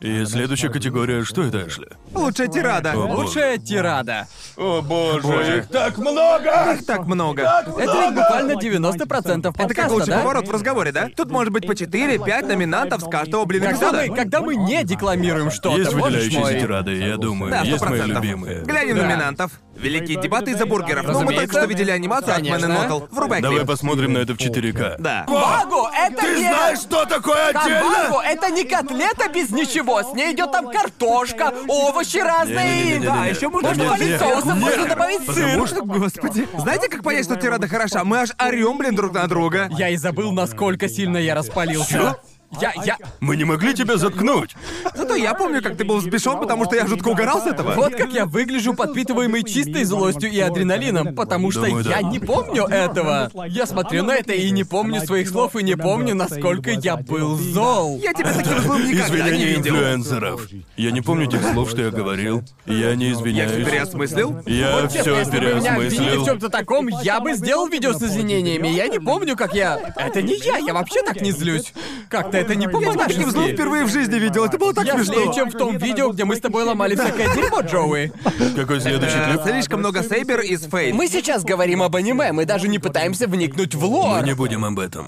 [SPEAKER 4] И следующая категория, что это, Эшли?
[SPEAKER 3] Лучшая тирада.
[SPEAKER 4] О, боже.
[SPEAKER 1] Лучшая тирада.
[SPEAKER 4] О боже, их так много!
[SPEAKER 3] Их так много.
[SPEAKER 1] Это ведь буквально 90% подкаста,
[SPEAKER 3] Это как лучший
[SPEAKER 1] да?
[SPEAKER 3] поворот в разговоре, да? Тут может быть по 4-5 номинантов с каждого, блин,
[SPEAKER 1] Когда
[SPEAKER 3] эпизода.
[SPEAKER 1] мы, когда мы не декламируем что-то,
[SPEAKER 4] Есть
[SPEAKER 1] боже мой.
[SPEAKER 4] выделяющиеся тирады, я думаю,
[SPEAKER 3] Да, сто
[SPEAKER 4] есть мои
[SPEAKER 3] процентов.
[SPEAKER 4] любимые.
[SPEAKER 3] Глянем
[SPEAKER 1] Да.
[SPEAKER 3] номинантов. Великие дебаты из-за бургеров. Но мы
[SPEAKER 1] Разумеется.
[SPEAKER 3] только что видели анимацию от Man
[SPEAKER 1] Конечно.
[SPEAKER 3] Immortal. Врубай
[SPEAKER 4] Давай
[SPEAKER 3] клип.
[SPEAKER 4] посмотрим на это в 4К.
[SPEAKER 3] Да.
[SPEAKER 1] Багу, это
[SPEAKER 4] Ты
[SPEAKER 1] не...
[SPEAKER 4] знаешь, что такое
[SPEAKER 1] Камбагу
[SPEAKER 4] отдельно?
[SPEAKER 1] это не котлета без ничего, с ней идет там картошка, овощи разные.
[SPEAKER 4] Не-не-не-не-не-не.
[SPEAKER 1] Да, еще можно
[SPEAKER 4] Нет,
[SPEAKER 1] добавить
[SPEAKER 4] нет,
[SPEAKER 1] соусов,
[SPEAKER 4] нет.
[SPEAKER 1] можно добавить сыр.
[SPEAKER 4] Потому что...
[SPEAKER 3] Господи. Знаете, как понять, что тирада хороша? Мы аж орем, блин, друг на друга.
[SPEAKER 1] Я и забыл, насколько сильно я распалился. Я, я...
[SPEAKER 4] Мы не могли тебя заткнуть.
[SPEAKER 3] Зато Ну, я помню, как ты был взбешен, потому что я жутко угорал с этого.
[SPEAKER 1] Вот как я выгляжу, подпитываемый чистой злостью и адреналином, потому что
[SPEAKER 4] Думаю, да.
[SPEAKER 1] я не помню этого. Я смотрю на это и не помню своих слов, и не помню, насколько я был зол.
[SPEAKER 3] Я тебя таким злым никогда не
[SPEAKER 4] Извинения
[SPEAKER 3] видел.
[SPEAKER 4] инфлюенсеров. Я не помню тех слов, что я говорил. Я не
[SPEAKER 3] Я все
[SPEAKER 4] извиняюсь.
[SPEAKER 3] переосмыслил.
[SPEAKER 4] Я
[SPEAKER 1] Вот честно,
[SPEAKER 4] все
[SPEAKER 1] если бы меня обвинили в
[SPEAKER 4] переосмыслил.
[SPEAKER 1] чем-то таком, я бы сделал видео с извинениями. Я не помню, как я. Это не я, я вообще так не злюсь. Как-то это не
[SPEAKER 3] Я тебя таким злым
[SPEAKER 1] по-монашески.
[SPEAKER 3] впервые в жизни видел. Это было так
[SPEAKER 1] Я
[SPEAKER 3] смешно.
[SPEAKER 1] злее, чем в том видео, где мы с тобой ломали всякое дерьмо, Джоуи.
[SPEAKER 4] Какой следующий
[SPEAKER 3] Э,
[SPEAKER 4] клип?
[SPEAKER 3] Слишком много Сейбер из Фейт.
[SPEAKER 1] Мы сейчас говорим об аниме, мы даже не пытаемся вникнуть в лор.
[SPEAKER 4] Мы не будем об этом.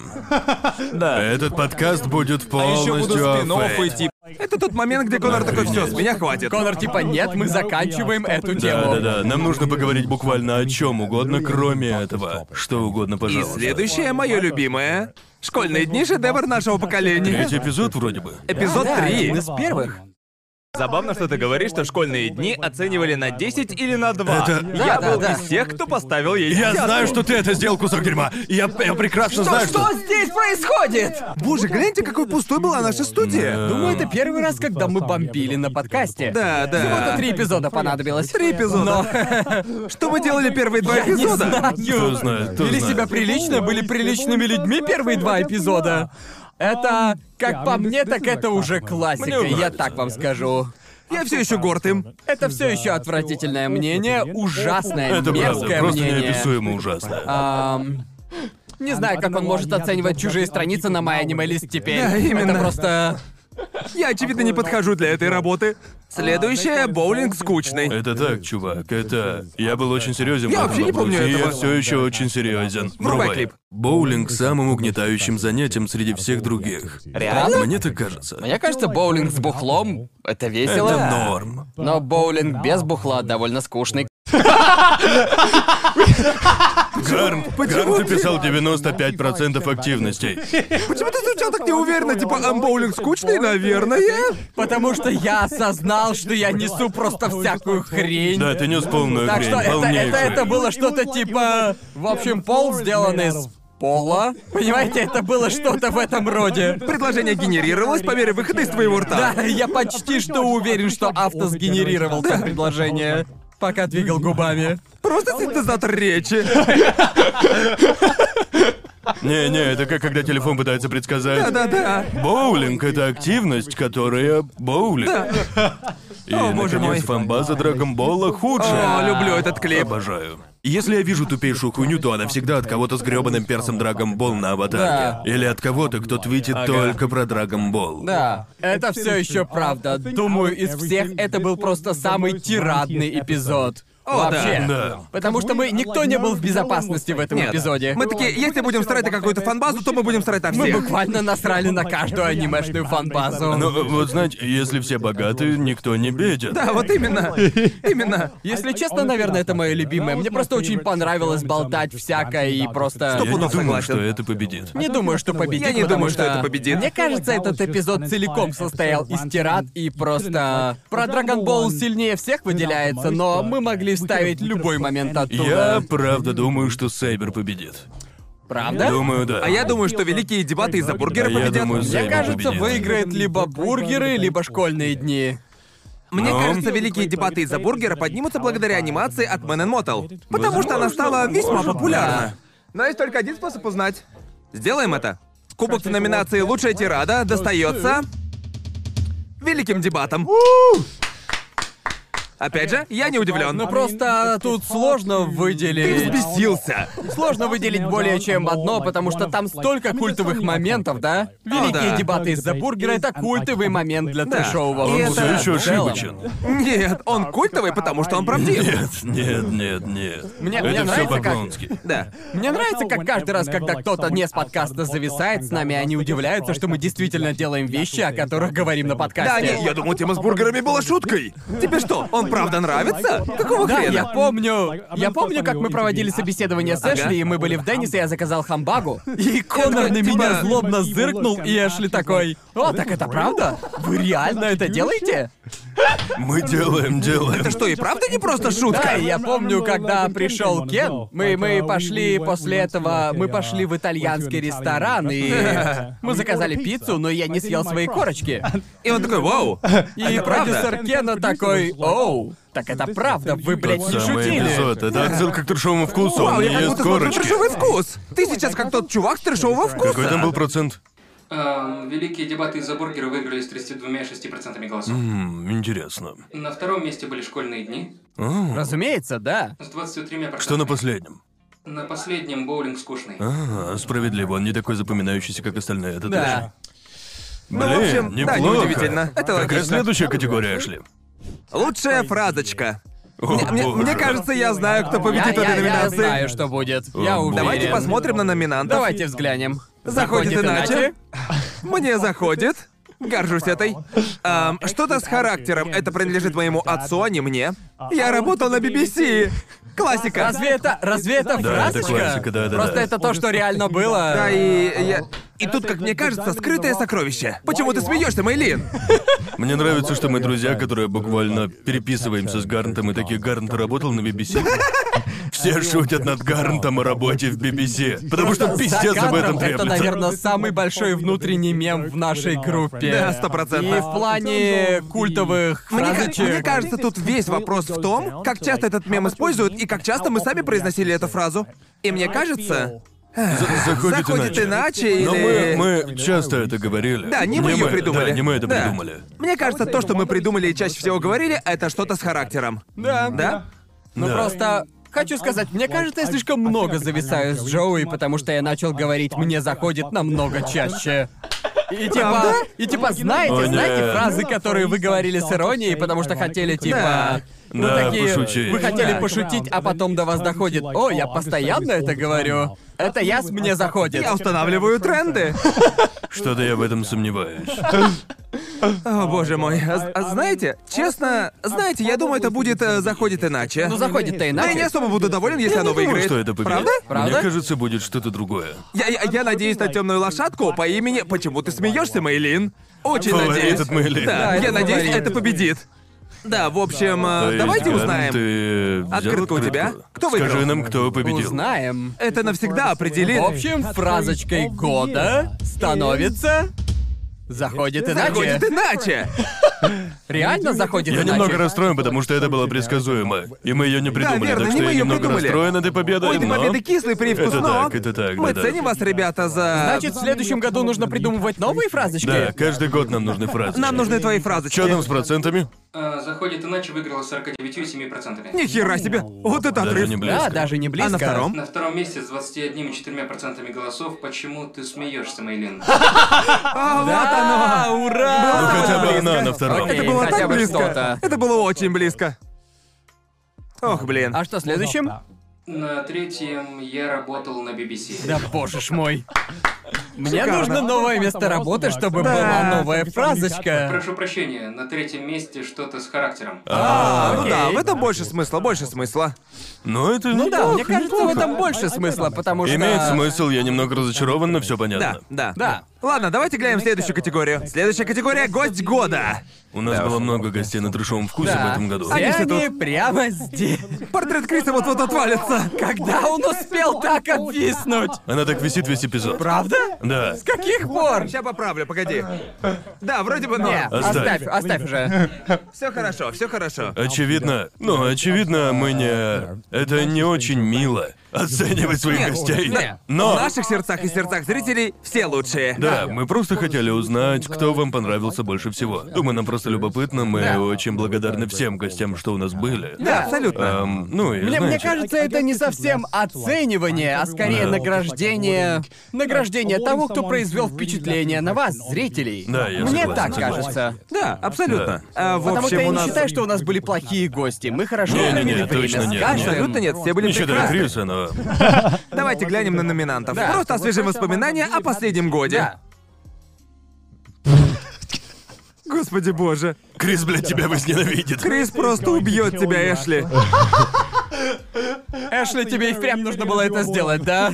[SPEAKER 4] Да. Этот подкаст будет
[SPEAKER 2] Еще А будут
[SPEAKER 4] полностью о
[SPEAKER 2] спин-оффы,
[SPEAKER 4] Фейт.
[SPEAKER 2] типа.
[SPEAKER 3] Это тот момент, где Конор такой, все, с меня хватит.
[SPEAKER 1] Конор типа, нет, мы заканчиваем эту
[SPEAKER 4] Да,
[SPEAKER 1] тему.
[SPEAKER 4] да, да. Нам нужно поговорить буквально о чем угодно, кроме этого. Что угодно,
[SPEAKER 3] И
[SPEAKER 4] пожалуйста.
[SPEAKER 3] следующее мое любимое. Школьные дни шедевр нашего поколения.
[SPEAKER 4] Третий эпизод вроде бы.
[SPEAKER 3] Эпизод
[SPEAKER 1] Да,
[SPEAKER 3] 3.
[SPEAKER 1] один из первых.
[SPEAKER 3] Забавно, что ты говоришь, что школьные дни оценивали на 10 или на 2.
[SPEAKER 4] Это-
[SPEAKER 3] Я
[SPEAKER 1] Да, да,
[SPEAKER 3] был
[SPEAKER 1] да.
[SPEAKER 3] из тех, кто поставил ей
[SPEAKER 4] Я
[SPEAKER 3] десятку.
[SPEAKER 4] знаю, что ты это сделал, кусок дерьма. Я, я прекрасно
[SPEAKER 1] Что,
[SPEAKER 4] знаю, что...
[SPEAKER 1] что здесь происходит?
[SPEAKER 3] Боже, гляньте, какой пустой была наша студия.
[SPEAKER 1] Думаю, это первый раз, когда мы бомбили на подкасте.
[SPEAKER 3] Да, да.
[SPEAKER 1] Всего-то три эпизода понадобилось.
[SPEAKER 3] Три эпизода. Ну, Что мы делали первые два
[SPEAKER 1] Я не
[SPEAKER 3] эпизода?
[SPEAKER 1] знаю.
[SPEAKER 4] Кто знает, кто
[SPEAKER 1] Вели
[SPEAKER 4] знает.
[SPEAKER 1] себя прилично, были приличными людьми первые два эпизода. Это, как по мне, так это уже классика, я так вам скажу.
[SPEAKER 3] Я все еще горд им.
[SPEAKER 1] Это все еще отвратительное мнение, ужасное,
[SPEAKER 4] Это правда,
[SPEAKER 1] мерзкое
[SPEAKER 4] просто
[SPEAKER 1] мнение.
[SPEAKER 4] неописуемо ужасно.
[SPEAKER 1] Ам, Не знаю, как он может оценивать чужие страницы на My Anime List теперь.
[SPEAKER 3] Да, именно.
[SPEAKER 1] Это просто...
[SPEAKER 3] Я, очевидно, не подхожу для этой работы. Следующее — боулинг скучный.
[SPEAKER 4] Это так, чувак, это... Я был очень
[SPEAKER 3] Я
[SPEAKER 4] серьезен в этом
[SPEAKER 3] вообще не
[SPEAKER 4] вопросе,
[SPEAKER 3] помню
[SPEAKER 4] и я
[SPEAKER 3] этого.
[SPEAKER 4] все еще очень серьезен.
[SPEAKER 3] Врубай
[SPEAKER 4] Врубай.
[SPEAKER 3] клип.
[SPEAKER 4] Боулинг самым угнетающим занятием среди всех других.
[SPEAKER 1] Реально?
[SPEAKER 4] Мне так кажется.
[SPEAKER 1] Мне кажется, боулинг с бухлом — это весело.
[SPEAKER 4] Это норм.
[SPEAKER 1] Но боулинг без бухла довольно скучный.
[SPEAKER 4] Гарн, Гарн записал 95% активностей.
[SPEAKER 3] Почему ты звучал так неуверенно? Типа, «Ам, боулинг скучный, наверное?
[SPEAKER 1] Потому что я осознал, что я несу просто всякую хрень.
[SPEAKER 4] Да, ты нес полную
[SPEAKER 1] Так
[SPEAKER 4] хрень,
[SPEAKER 1] что это, это,
[SPEAKER 4] полнейшую.
[SPEAKER 1] это было что-то типа... В общем, пол сделан из пола. Понимаете, это было что-то в этом роде.
[SPEAKER 3] Предложение генерировалось по мере выхода из твоего рта.
[SPEAKER 1] Да, я почти что уверен, что авто сгенерировал это предложение. Пока двигал губами.
[SPEAKER 3] Просто синтезатор речи.
[SPEAKER 4] Не-не, это как когда телефон пытается предсказать.
[SPEAKER 3] Да-да-да.
[SPEAKER 4] Боулинг — это активность, которая боулинг. И,
[SPEAKER 3] О, боже мой.
[SPEAKER 4] наконец, фанбаза Драгонбола худшая.
[SPEAKER 3] О, люблю этот клип.
[SPEAKER 4] Обожаю. Если я вижу тупейшую хуйню, то она всегда от кого-то с грёбаным персом Драгонбол на аватарке. Или от кого-то, кто твитит только про Драгонбол.
[SPEAKER 1] Да, это все еще правда. Думаю, из всех это был просто самый тирадный эпизод.
[SPEAKER 3] О, да.
[SPEAKER 1] Вообще.
[SPEAKER 4] Да.
[SPEAKER 1] Потому что мы никто не был в безопасности в этом
[SPEAKER 3] Нет.
[SPEAKER 1] эпизоде.
[SPEAKER 3] Мы такие, если будем срать на какую-то фанбазу, то мы будем срать на
[SPEAKER 1] Мы
[SPEAKER 3] всех.
[SPEAKER 1] буквально насрали на каждую анимешную фанбазу.
[SPEAKER 4] Ну, э, вот знаете, если все богаты, никто не беден.
[SPEAKER 3] Да, вот именно. Именно.
[SPEAKER 1] Если честно, наверное, это мое любимое. Мне просто очень понравилось болтать всякое и просто...
[SPEAKER 4] Я не думаю,
[SPEAKER 3] пудов согласен. Ну,
[SPEAKER 4] что это победит.
[SPEAKER 1] Не думаю, что победит.
[SPEAKER 3] Я не
[SPEAKER 1] потому
[SPEAKER 3] думаю, что это победит.
[SPEAKER 1] Мне кажется, этот эпизод целиком состоял из тират и просто... Про Драгонбол сильнее всех выделяется, но мы могли вставить любой момент
[SPEAKER 4] Я
[SPEAKER 1] оттуда.
[SPEAKER 4] правда думаю, что Сейбер победит.
[SPEAKER 1] Правда?
[SPEAKER 4] Думаю, да.
[SPEAKER 3] А я думаю, что великие дебаты из-за бургера
[SPEAKER 4] А я
[SPEAKER 3] победят.
[SPEAKER 4] думаю,
[SPEAKER 1] Мне
[SPEAKER 4] Сейбер
[SPEAKER 1] кажется,
[SPEAKER 4] победит.
[SPEAKER 1] выиграет либо бургеры, либо школьные дни.
[SPEAKER 3] Мне
[SPEAKER 4] Ну?
[SPEAKER 3] кажется, великие дебаты из-за бургера поднимутся благодаря анимации от Man Motel. Потому что она стала весьма популярна. Но есть только один способ узнать. Сделаем это. Кубок в номинации «Лучшая тирада» достается... Великим дебатам. Опять же, я не удивлен.
[SPEAKER 1] Ну просто тут сложно
[SPEAKER 3] Ты
[SPEAKER 1] выделить...
[SPEAKER 3] взбесился.
[SPEAKER 1] Сложно выделить более чем одно, потому что там столько культовых моментов, да? Великие
[SPEAKER 3] да.
[SPEAKER 1] дебаты из-за бургера — это культовый момент для
[SPEAKER 3] Да.
[SPEAKER 1] трешового
[SPEAKER 3] И
[SPEAKER 4] Он
[SPEAKER 3] это-
[SPEAKER 4] все еще
[SPEAKER 1] в целом.
[SPEAKER 4] ошибочен.
[SPEAKER 3] Нет, он культовый, потому что он правдив.
[SPEAKER 4] Нет, нет, нет, нет.
[SPEAKER 1] Мне-
[SPEAKER 4] это
[SPEAKER 1] мне
[SPEAKER 4] все
[SPEAKER 1] нравится, как-
[SPEAKER 4] по-клоунски.
[SPEAKER 3] Да.
[SPEAKER 1] Мне нравится, как каждый раз, когда кто-то не с подкаста зависает с нами, они удивляются, что мы действительно делаем вещи, о которых говорим на
[SPEAKER 3] Да,
[SPEAKER 1] подкасте.
[SPEAKER 3] не, я думал, тема с бургерами была шуткой. Тебе что, он правда нравится? Какого
[SPEAKER 1] да,
[SPEAKER 3] хрена?
[SPEAKER 1] я помню. Я помню, как мы проводили собеседование с
[SPEAKER 3] Ага.
[SPEAKER 1] Эшли, и мы были в Деннисе, я заказал хамбагу. И Конор на меня злобно зыркнул, и Эшли такой, «О, так это правда? Вы реально это делаете?»
[SPEAKER 4] Мы делаем, делаем.
[SPEAKER 3] Это что, и правда не просто
[SPEAKER 1] Да,
[SPEAKER 3] шутка?
[SPEAKER 1] и я помню, когда пришел Кен, мы, мы пошли после этого, мы пошли в итальянский ресторан, и мы заказали пиццу, но я не съел свои корочки.
[SPEAKER 3] И он такой, вау,
[SPEAKER 1] И
[SPEAKER 3] Это правда?
[SPEAKER 1] продюсер Кена такой, «Оу, так это правда, вы, блядь, не
[SPEAKER 4] Самый
[SPEAKER 1] шутили».
[SPEAKER 4] эпизод. Это отсылка к трешовому вкусу,
[SPEAKER 3] вау,
[SPEAKER 4] он не
[SPEAKER 3] я как
[SPEAKER 4] ест
[SPEAKER 3] будто смотрю
[SPEAKER 4] корочки.
[SPEAKER 3] трешовый вкус. Ты сейчас как тот чувак с трешового вкуса.
[SPEAKER 4] Какой там был процент?
[SPEAKER 5] Эм, великие дебаты из-за бургера выиграли с 32,6% голосов.
[SPEAKER 4] М, Интересно.
[SPEAKER 5] На втором месте были школьные дни
[SPEAKER 4] А,
[SPEAKER 1] Разумеется, да.
[SPEAKER 5] с 23%.
[SPEAKER 4] Что на последнем?
[SPEAKER 5] На последнем боулинг скучный.
[SPEAKER 4] А, справедливо, он не такой запоминающийся, как остальные, это
[SPEAKER 1] Да.
[SPEAKER 4] точно.
[SPEAKER 3] Ну, в
[SPEAKER 4] Блин,
[SPEAKER 3] общем, да,
[SPEAKER 4] неплохо.
[SPEAKER 3] неудивительно. Это
[SPEAKER 4] Какая
[SPEAKER 3] логично.
[SPEAKER 4] следующая категория, Эшли?
[SPEAKER 3] Лучшая фразочка.
[SPEAKER 4] О,
[SPEAKER 3] Мне, мне-
[SPEAKER 4] боже.
[SPEAKER 3] мне кажется, я знаю, кто
[SPEAKER 1] Я,
[SPEAKER 3] победит в
[SPEAKER 1] я-
[SPEAKER 3] этой
[SPEAKER 1] я знаю,
[SPEAKER 3] номинации.
[SPEAKER 1] что будет.
[SPEAKER 4] О,
[SPEAKER 1] Я
[SPEAKER 4] боже.
[SPEAKER 1] уверен.
[SPEAKER 3] Давайте посмотрим на номинантов.
[SPEAKER 1] Давайте взглянем.
[SPEAKER 3] Заходит иначе. Мне заходит. Горжусь этой. Ам, Что-то с характером. Это принадлежит моему отцу, а не мне. Я работал на BBC. Классика.
[SPEAKER 1] Разве это, разве это
[SPEAKER 4] Да, это
[SPEAKER 1] фразочка?
[SPEAKER 4] классика, да, да,
[SPEAKER 1] Просто
[SPEAKER 4] да.
[SPEAKER 1] это то, что реально было.
[SPEAKER 3] Да, и я... И тут, как мне кажется, скрытое сокровище. Почему ты смеешься, Мейлин?
[SPEAKER 4] Мне нравится, что мы друзья, которые буквально переписываемся с Гарнтом, и такие Гарнт работал на BBC. Все шутят над Гарнтом о работе в BBC, потому что
[SPEAKER 1] За
[SPEAKER 4] пиздец об
[SPEAKER 1] кадром
[SPEAKER 4] этом
[SPEAKER 1] это,
[SPEAKER 4] треплется.
[SPEAKER 1] наверное, самый большой внутренний мем в нашей группе.
[SPEAKER 3] Да, сто процентов.
[SPEAKER 1] И в плане культовых
[SPEAKER 3] Э, Мне, ка-
[SPEAKER 1] фразочек.
[SPEAKER 3] мне кажется, тут весь вопрос в том, как часто этот мем используют и как часто мы сами произносили эту фразу. И мне кажется,
[SPEAKER 4] За- Заходит
[SPEAKER 3] заходит
[SPEAKER 4] иначе.
[SPEAKER 3] иначе
[SPEAKER 4] Но
[SPEAKER 3] или...
[SPEAKER 4] мы, мы часто это говорили.
[SPEAKER 3] Да, не мы её придумали.
[SPEAKER 4] Да, не мы это
[SPEAKER 3] Да.
[SPEAKER 4] придумали.
[SPEAKER 3] Мне кажется, то, что мы придумали и чаще всего говорили, это что-то с характером.
[SPEAKER 1] Да.
[SPEAKER 3] Да?
[SPEAKER 1] Ну
[SPEAKER 4] Да.
[SPEAKER 1] просто... Хочу сказать, мне кажется, я слишком много зависаю с Джоуи, потому что я начал говорить «мне заходит» намного чаще. И типа, и типа, знаете,
[SPEAKER 4] О,
[SPEAKER 1] знаете
[SPEAKER 4] нет.
[SPEAKER 1] фразы, которые вы говорили с иронией, потому что хотели, типа,
[SPEAKER 3] Да.
[SPEAKER 1] ну
[SPEAKER 4] Да,
[SPEAKER 1] такие,
[SPEAKER 4] пошутить.
[SPEAKER 1] вы хотели
[SPEAKER 4] Да.
[SPEAKER 1] пошутить, а потом до вас доходит, о, я постоянно это говорю, это я с мне заходит.
[SPEAKER 3] Я устанавливаю тренды.
[SPEAKER 4] Что-то я в этом сомневаюсь.
[SPEAKER 3] О, боже мой. А, а знаете, честно, знаете, я думаю, это будет э, заходит иначе.
[SPEAKER 1] Ну заходит-то
[SPEAKER 3] Да я не
[SPEAKER 1] иначе.
[SPEAKER 3] особо буду доволен, если
[SPEAKER 4] Я
[SPEAKER 3] оно
[SPEAKER 4] не думаю,
[SPEAKER 3] выиграет.
[SPEAKER 4] что это победит.
[SPEAKER 3] Правда?
[SPEAKER 1] Правда?
[SPEAKER 4] Мне кажется, будет что-то другое.
[SPEAKER 3] Я, я- я надеюсь на темную лошадку по имени. Почему ты смеешься, Мейлин? Очень
[SPEAKER 4] Фаворит
[SPEAKER 3] надеюсь.
[SPEAKER 4] от Мэйлин.
[SPEAKER 3] Да,
[SPEAKER 4] Да,
[SPEAKER 3] я
[SPEAKER 1] это
[SPEAKER 3] надеюсь,
[SPEAKER 1] фаворит.
[SPEAKER 3] это победит. Да, в общем, э,
[SPEAKER 4] То есть,
[SPEAKER 3] давайте
[SPEAKER 4] Гарн,
[SPEAKER 3] узнаем.
[SPEAKER 4] ты взял
[SPEAKER 3] Открытка у тебя? Кто выиграл?
[SPEAKER 4] Скажи нам, кто победил.
[SPEAKER 1] Узнаем.
[SPEAKER 3] Это навсегда определит.
[SPEAKER 1] В общем, фразочкой года становится... Заходит иначе.
[SPEAKER 3] Заходит иначе.
[SPEAKER 1] Реально заходит
[SPEAKER 4] Я
[SPEAKER 1] иначе.
[SPEAKER 4] немного расстроен, потому что это было предсказуемо. И мы ее не придумали,
[SPEAKER 3] верно,
[SPEAKER 4] так
[SPEAKER 3] не
[SPEAKER 4] что
[SPEAKER 3] мы
[SPEAKER 4] я
[SPEAKER 3] её
[SPEAKER 4] немного
[SPEAKER 3] придумали.
[SPEAKER 4] расстроен этой победой,
[SPEAKER 3] Ой, ты
[SPEAKER 4] но...
[SPEAKER 3] победы кислый привкус,
[SPEAKER 4] ну. Это
[SPEAKER 3] но...
[SPEAKER 4] так, это так,
[SPEAKER 3] Мы
[SPEAKER 4] да-да.
[SPEAKER 3] ценим вас, ребята, за...
[SPEAKER 1] Значит, в следующем году нужно придумывать новые фразочки?
[SPEAKER 4] Да, каждый год нам нужны фразы.
[SPEAKER 3] Нам нужны твои фразочки.
[SPEAKER 1] ну,
[SPEAKER 4] Чё там с процентами?
[SPEAKER 5] Э, заходит иначе выиграла с 49,7%.
[SPEAKER 3] Ни хера себе. Вот это
[SPEAKER 4] Даже
[SPEAKER 3] отрыв.
[SPEAKER 4] не близко.
[SPEAKER 1] Да, даже не близко.
[SPEAKER 3] А на втором?
[SPEAKER 5] На втором месте с 21,4% голосов «Почему ты смеешься, Мейлин?»
[SPEAKER 3] А
[SPEAKER 1] Да, ура!
[SPEAKER 4] Ну хотя бы она на втором. Ну,
[SPEAKER 1] Окей.
[SPEAKER 3] Это было
[SPEAKER 1] хотя
[SPEAKER 3] так
[SPEAKER 1] бы
[SPEAKER 3] близко.
[SPEAKER 1] что-то.
[SPEAKER 3] Это было очень близко. Ох, блин.
[SPEAKER 1] А что следующим?
[SPEAKER 5] На третьем я работал на BBC.
[SPEAKER 1] Да боже ж мой. Мне нужно новое место работы, чтобы
[SPEAKER 7] Да.
[SPEAKER 1] была новая фразочка.
[SPEAKER 5] Прошу прощения, на третьем месте что-то с характером.
[SPEAKER 3] А, ну
[SPEAKER 1] окей.
[SPEAKER 3] да, в этом больше смысла, больше смысла.
[SPEAKER 4] Но это...
[SPEAKER 1] Ну да, мне кажется, в
[SPEAKER 4] неплохо.
[SPEAKER 1] этом больше смысла, потому что...
[SPEAKER 4] Имеет смысл, я немного разочарован, но все
[SPEAKER 3] Да,
[SPEAKER 4] понятно.
[SPEAKER 3] да.
[SPEAKER 1] Да.
[SPEAKER 3] Ладно, давайте глянем следующую категорию. Следующая категория — гость года.
[SPEAKER 4] У нас было много гостей на трешовом вкусе в
[SPEAKER 1] Да.
[SPEAKER 4] этом году.
[SPEAKER 1] Все
[SPEAKER 3] все
[SPEAKER 1] они прямо здесь.
[SPEAKER 3] Портрет Криса вот-вот отвалится.
[SPEAKER 1] Когда он успел так обвиснуть?
[SPEAKER 4] Она так висит весь эпизод.
[SPEAKER 1] Правда?
[SPEAKER 4] Да.
[SPEAKER 1] С каких пор?
[SPEAKER 3] Сейчас поправлю, погоди. Да, вроде бы,
[SPEAKER 1] Не,
[SPEAKER 3] но...
[SPEAKER 4] Оставь.
[SPEAKER 1] оставь, оставь уже.
[SPEAKER 3] Все хорошо, все хорошо.
[SPEAKER 4] Очевидно, ну, очевидно, мы не... Это не очень мило оценивать своих гостей.
[SPEAKER 3] Не, В
[SPEAKER 4] Но...
[SPEAKER 3] наших сердцах и сердцах зрителей все лучшие.
[SPEAKER 4] Да, мы просто хотели узнать, кто вам понравился больше всего. Думаю, нам просто любопытно, мы очень благодарны всем гостям, что у нас были.
[SPEAKER 3] Да, абсолютно.
[SPEAKER 4] Эм, ну и
[SPEAKER 1] Мне, мне
[SPEAKER 4] знаете,
[SPEAKER 1] кажется, это не совсем оценивание, а скорее
[SPEAKER 4] Да.
[SPEAKER 1] награждение. Награждение того, кто произвел впечатление на вас, зрителей.
[SPEAKER 4] Да, я
[SPEAKER 1] Мне
[SPEAKER 4] согласен,
[SPEAKER 1] так
[SPEAKER 4] согласен.
[SPEAKER 1] кажется.
[SPEAKER 3] Да, абсолютно. А, в
[SPEAKER 1] Потому что
[SPEAKER 3] общем,
[SPEAKER 1] я
[SPEAKER 3] у
[SPEAKER 1] не
[SPEAKER 3] нас...
[SPEAKER 1] считаю, что у нас были плохие гости. Мы хорошо провели
[SPEAKER 4] Не-не-не, точно
[SPEAKER 1] время с
[SPEAKER 4] нет,
[SPEAKER 1] каждым.
[SPEAKER 3] Абсолютно нет, все были
[SPEAKER 4] не считая
[SPEAKER 3] прекрасны.
[SPEAKER 4] Криса, но...
[SPEAKER 3] Давайте глянем на номинантов. Просто освежим воспоминания о последнем годе.
[SPEAKER 1] Да.
[SPEAKER 3] Господи боже.
[SPEAKER 4] Крис, блядь, тебя возненавидит.
[SPEAKER 3] Крис просто убьет тебя, Эшли.
[SPEAKER 1] Эшли, тебе и впрямь нужно было это сделать, да?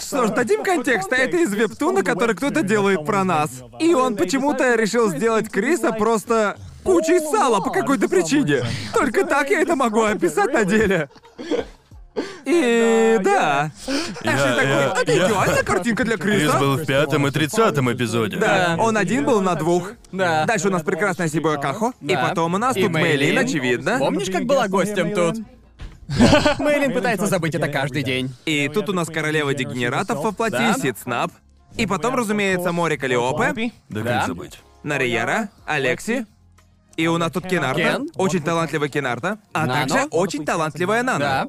[SPEAKER 3] Что ж, дадим контекст, а это из вебтуна, который кто-то делает про нас. И он почему-то решил сделать Криса просто кучей сала по какой-то причине. Только так я это могу описать на деле. И да. Эшли
[SPEAKER 4] я-
[SPEAKER 3] такой, «А это
[SPEAKER 4] я-
[SPEAKER 3] идеальная картинка для
[SPEAKER 4] Крис
[SPEAKER 3] Криса.
[SPEAKER 4] был в пятом и тридцатом эпизоде.
[SPEAKER 3] Да, он один был на двух.
[SPEAKER 1] Да.
[SPEAKER 3] Дальше у нас прекрасная Сибоя Кахо. И
[SPEAKER 1] Да.
[SPEAKER 3] потом у нас
[SPEAKER 1] И
[SPEAKER 3] тут Мейлин,
[SPEAKER 1] Мэйлин.
[SPEAKER 3] очевидно.
[SPEAKER 1] Помнишь, как была гостем тут? Мэйлин пытается забыть это каждый день.
[SPEAKER 3] И тут у нас королева дегенератов во плоти
[SPEAKER 1] Да.
[SPEAKER 3] Сидснап. И потом, разумеется, море Калиопе,
[SPEAKER 4] Да как забыть?
[SPEAKER 3] Нарияра, Алекси. И у нас тут Кинарта.
[SPEAKER 1] Кен.
[SPEAKER 3] Очень талантливая Кинарта. А
[SPEAKER 1] Нано.
[SPEAKER 3] также очень талантливая Нана.
[SPEAKER 1] Да.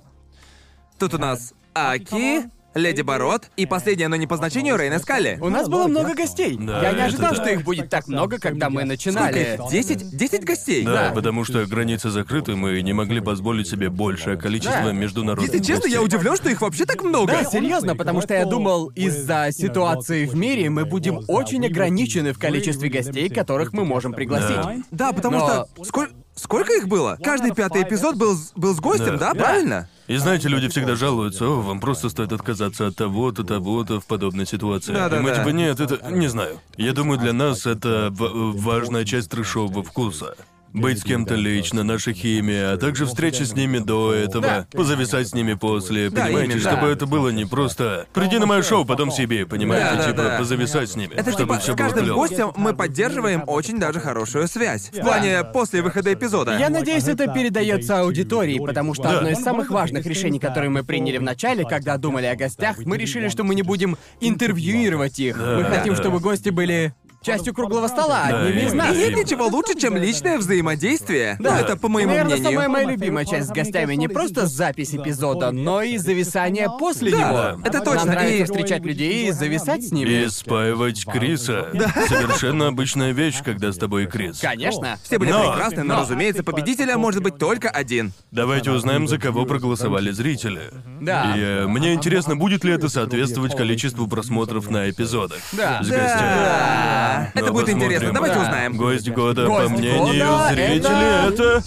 [SPEAKER 3] Тут у нас Аки, Леди Бород и последняя, но не по значению, Рейна Скалли.
[SPEAKER 1] У нас было много гостей.
[SPEAKER 4] Да,
[SPEAKER 1] Я не
[SPEAKER 4] это
[SPEAKER 1] ожидал,
[SPEAKER 4] да.
[SPEAKER 1] что их будет так много, когда мы
[SPEAKER 3] Сколько
[SPEAKER 1] начинали.
[SPEAKER 3] их? Десять? Десять гостей?
[SPEAKER 4] Да, потому что границы закрыты, мы не могли позволить себе большее количество
[SPEAKER 1] Да.
[SPEAKER 4] международных
[SPEAKER 3] Если честно, я
[SPEAKER 4] гостей.
[SPEAKER 3] удивлен, что их вообще так много.
[SPEAKER 1] Да, серьезно, потому что я думал, из-за ситуации в мире мы будем очень ограничены в количестве гостей, которых мы можем пригласить.
[SPEAKER 3] Да, потому
[SPEAKER 1] Но-
[SPEAKER 3] что сколь- сколько их было? Каждый пятый эпизод был с, был с гостем, да,
[SPEAKER 4] Да.
[SPEAKER 3] правильно?
[SPEAKER 4] И знаете, люди всегда жалуются, о, вам просто стоит отказаться от того-то, того-то в подобной ситуации.
[SPEAKER 3] Да-да-да.
[SPEAKER 4] И мы типа, нет, это... не знаю. Я думаю, для нас это в- важная часть трешового вкуса. Быть с кем-то лично, наша химия, а также встречи с ними до этого, позависать с ними после,
[SPEAKER 3] Да,
[SPEAKER 4] понимаете,
[SPEAKER 3] именно.
[SPEAKER 4] чтобы
[SPEAKER 3] Да.
[SPEAKER 4] это было не просто «приди на мое шоу, потом себе», понимаете,
[SPEAKER 3] Да-да-да.
[SPEAKER 4] типа позависать с ними,
[SPEAKER 3] Это
[SPEAKER 4] чтобы
[SPEAKER 3] типа
[SPEAKER 4] все
[SPEAKER 3] с
[SPEAKER 4] было
[SPEAKER 3] каждым
[SPEAKER 4] клёво.
[SPEAKER 3] гостем мы поддерживаем очень даже хорошую связь. В плане после выхода эпизода.
[SPEAKER 1] Я надеюсь, это передается аудитории, потому что
[SPEAKER 4] Да.
[SPEAKER 1] одно из самых важных решений, которые мы приняли в начале, когда думали о гостях, мы решили, что мы не будем интервьюировать их. Мы
[SPEAKER 4] Да.
[SPEAKER 1] хотим,
[SPEAKER 4] Да.
[SPEAKER 1] чтобы гости были частью круглого стола,
[SPEAKER 4] Да,
[SPEAKER 1] одними из
[SPEAKER 4] именно.
[SPEAKER 1] нас.
[SPEAKER 3] И нет ничего лучше, чем личное взаимодействие.
[SPEAKER 1] Да.
[SPEAKER 3] Ну, это по моему
[SPEAKER 1] Наверное,
[SPEAKER 3] мнению.
[SPEAKER 1] самая моя любимая часть с гостями не просто запись эпизода, но и зависание после
[SPEAKER 3] Да,
[SPEAKER 1] него.
[SPEAKER 3] это точно,
[SPEAKER 1] Нам нравится
[SPEAKER 3] и-
[SPEAKER 1] встречать людей и зависать с ними.
[SPEAKER 4] И спаивать Криса. Совершенно обычная вещь, когда с тобой Крис.
[SPEAKER 1] Конечно.
[SPEAKER 3] Все были
[SPEAKER 4] Но-
[SPEAKER 3] прекрасны, но, типа, разумеется, победителя может быть только один.
[SPEAKER 4] Давайте узнаем, за кого проголосовали зрители.
[SPEAKER 1] Да.
[SPEAKER 4] И э, мне интересно, будет ли это соответствовать количеству просмотров на эпизодах.
[SPEAKER 1] Да.
[SPEAKER 4] С гостями.
[SPEAKER 3] Да.
[SPEAKER 4] Но
[SPEAKER 3] Это будет
[SPEAKER 4] посмотрим.
[SPEAKER 3] интересно. Давайте
[SPEAKER 1] Да.
[SPEAKER 3] узнаем.
[SPEAKER 4] Гость года,
[SPEAKER 1] Гость
[SPEAKER 4] по мнению
[SPEAKER 1] года
[SPEAKER 4] зрителей, это...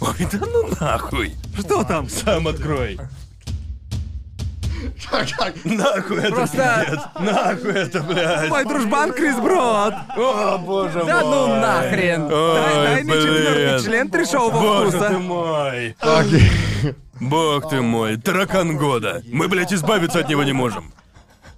[SPEAKER 4] Ой, да ну нахуй.
[SPEAKER 3] Что там?
[SPEAKER 4] Сам открой. Нахуй это,
[SPEAKER 1] Просто...
[SPEAKER 4] блядь. Нахуй это, блядь.
[SPEAKER 3] Мой дружбан Крис Брод.
[SPEAKER 4] О, боже
[SPEAKER 1] Да ну
[SPEAKER 4] мой.
[SPEAKER 1] нахрен!
[SPEAKER 4] Ой,
[SPEAKER 3] Тайный
[SPEAKER 4] блин.
[SPEAKER 3] четвертый член трешового
[SPEAKER 4] Боже ты
[SPEAKER 3] вкуса.
[SPEAKER 4] мой. Бог ты мой, таракан года. Мы, блядь, избавиться от него не можем.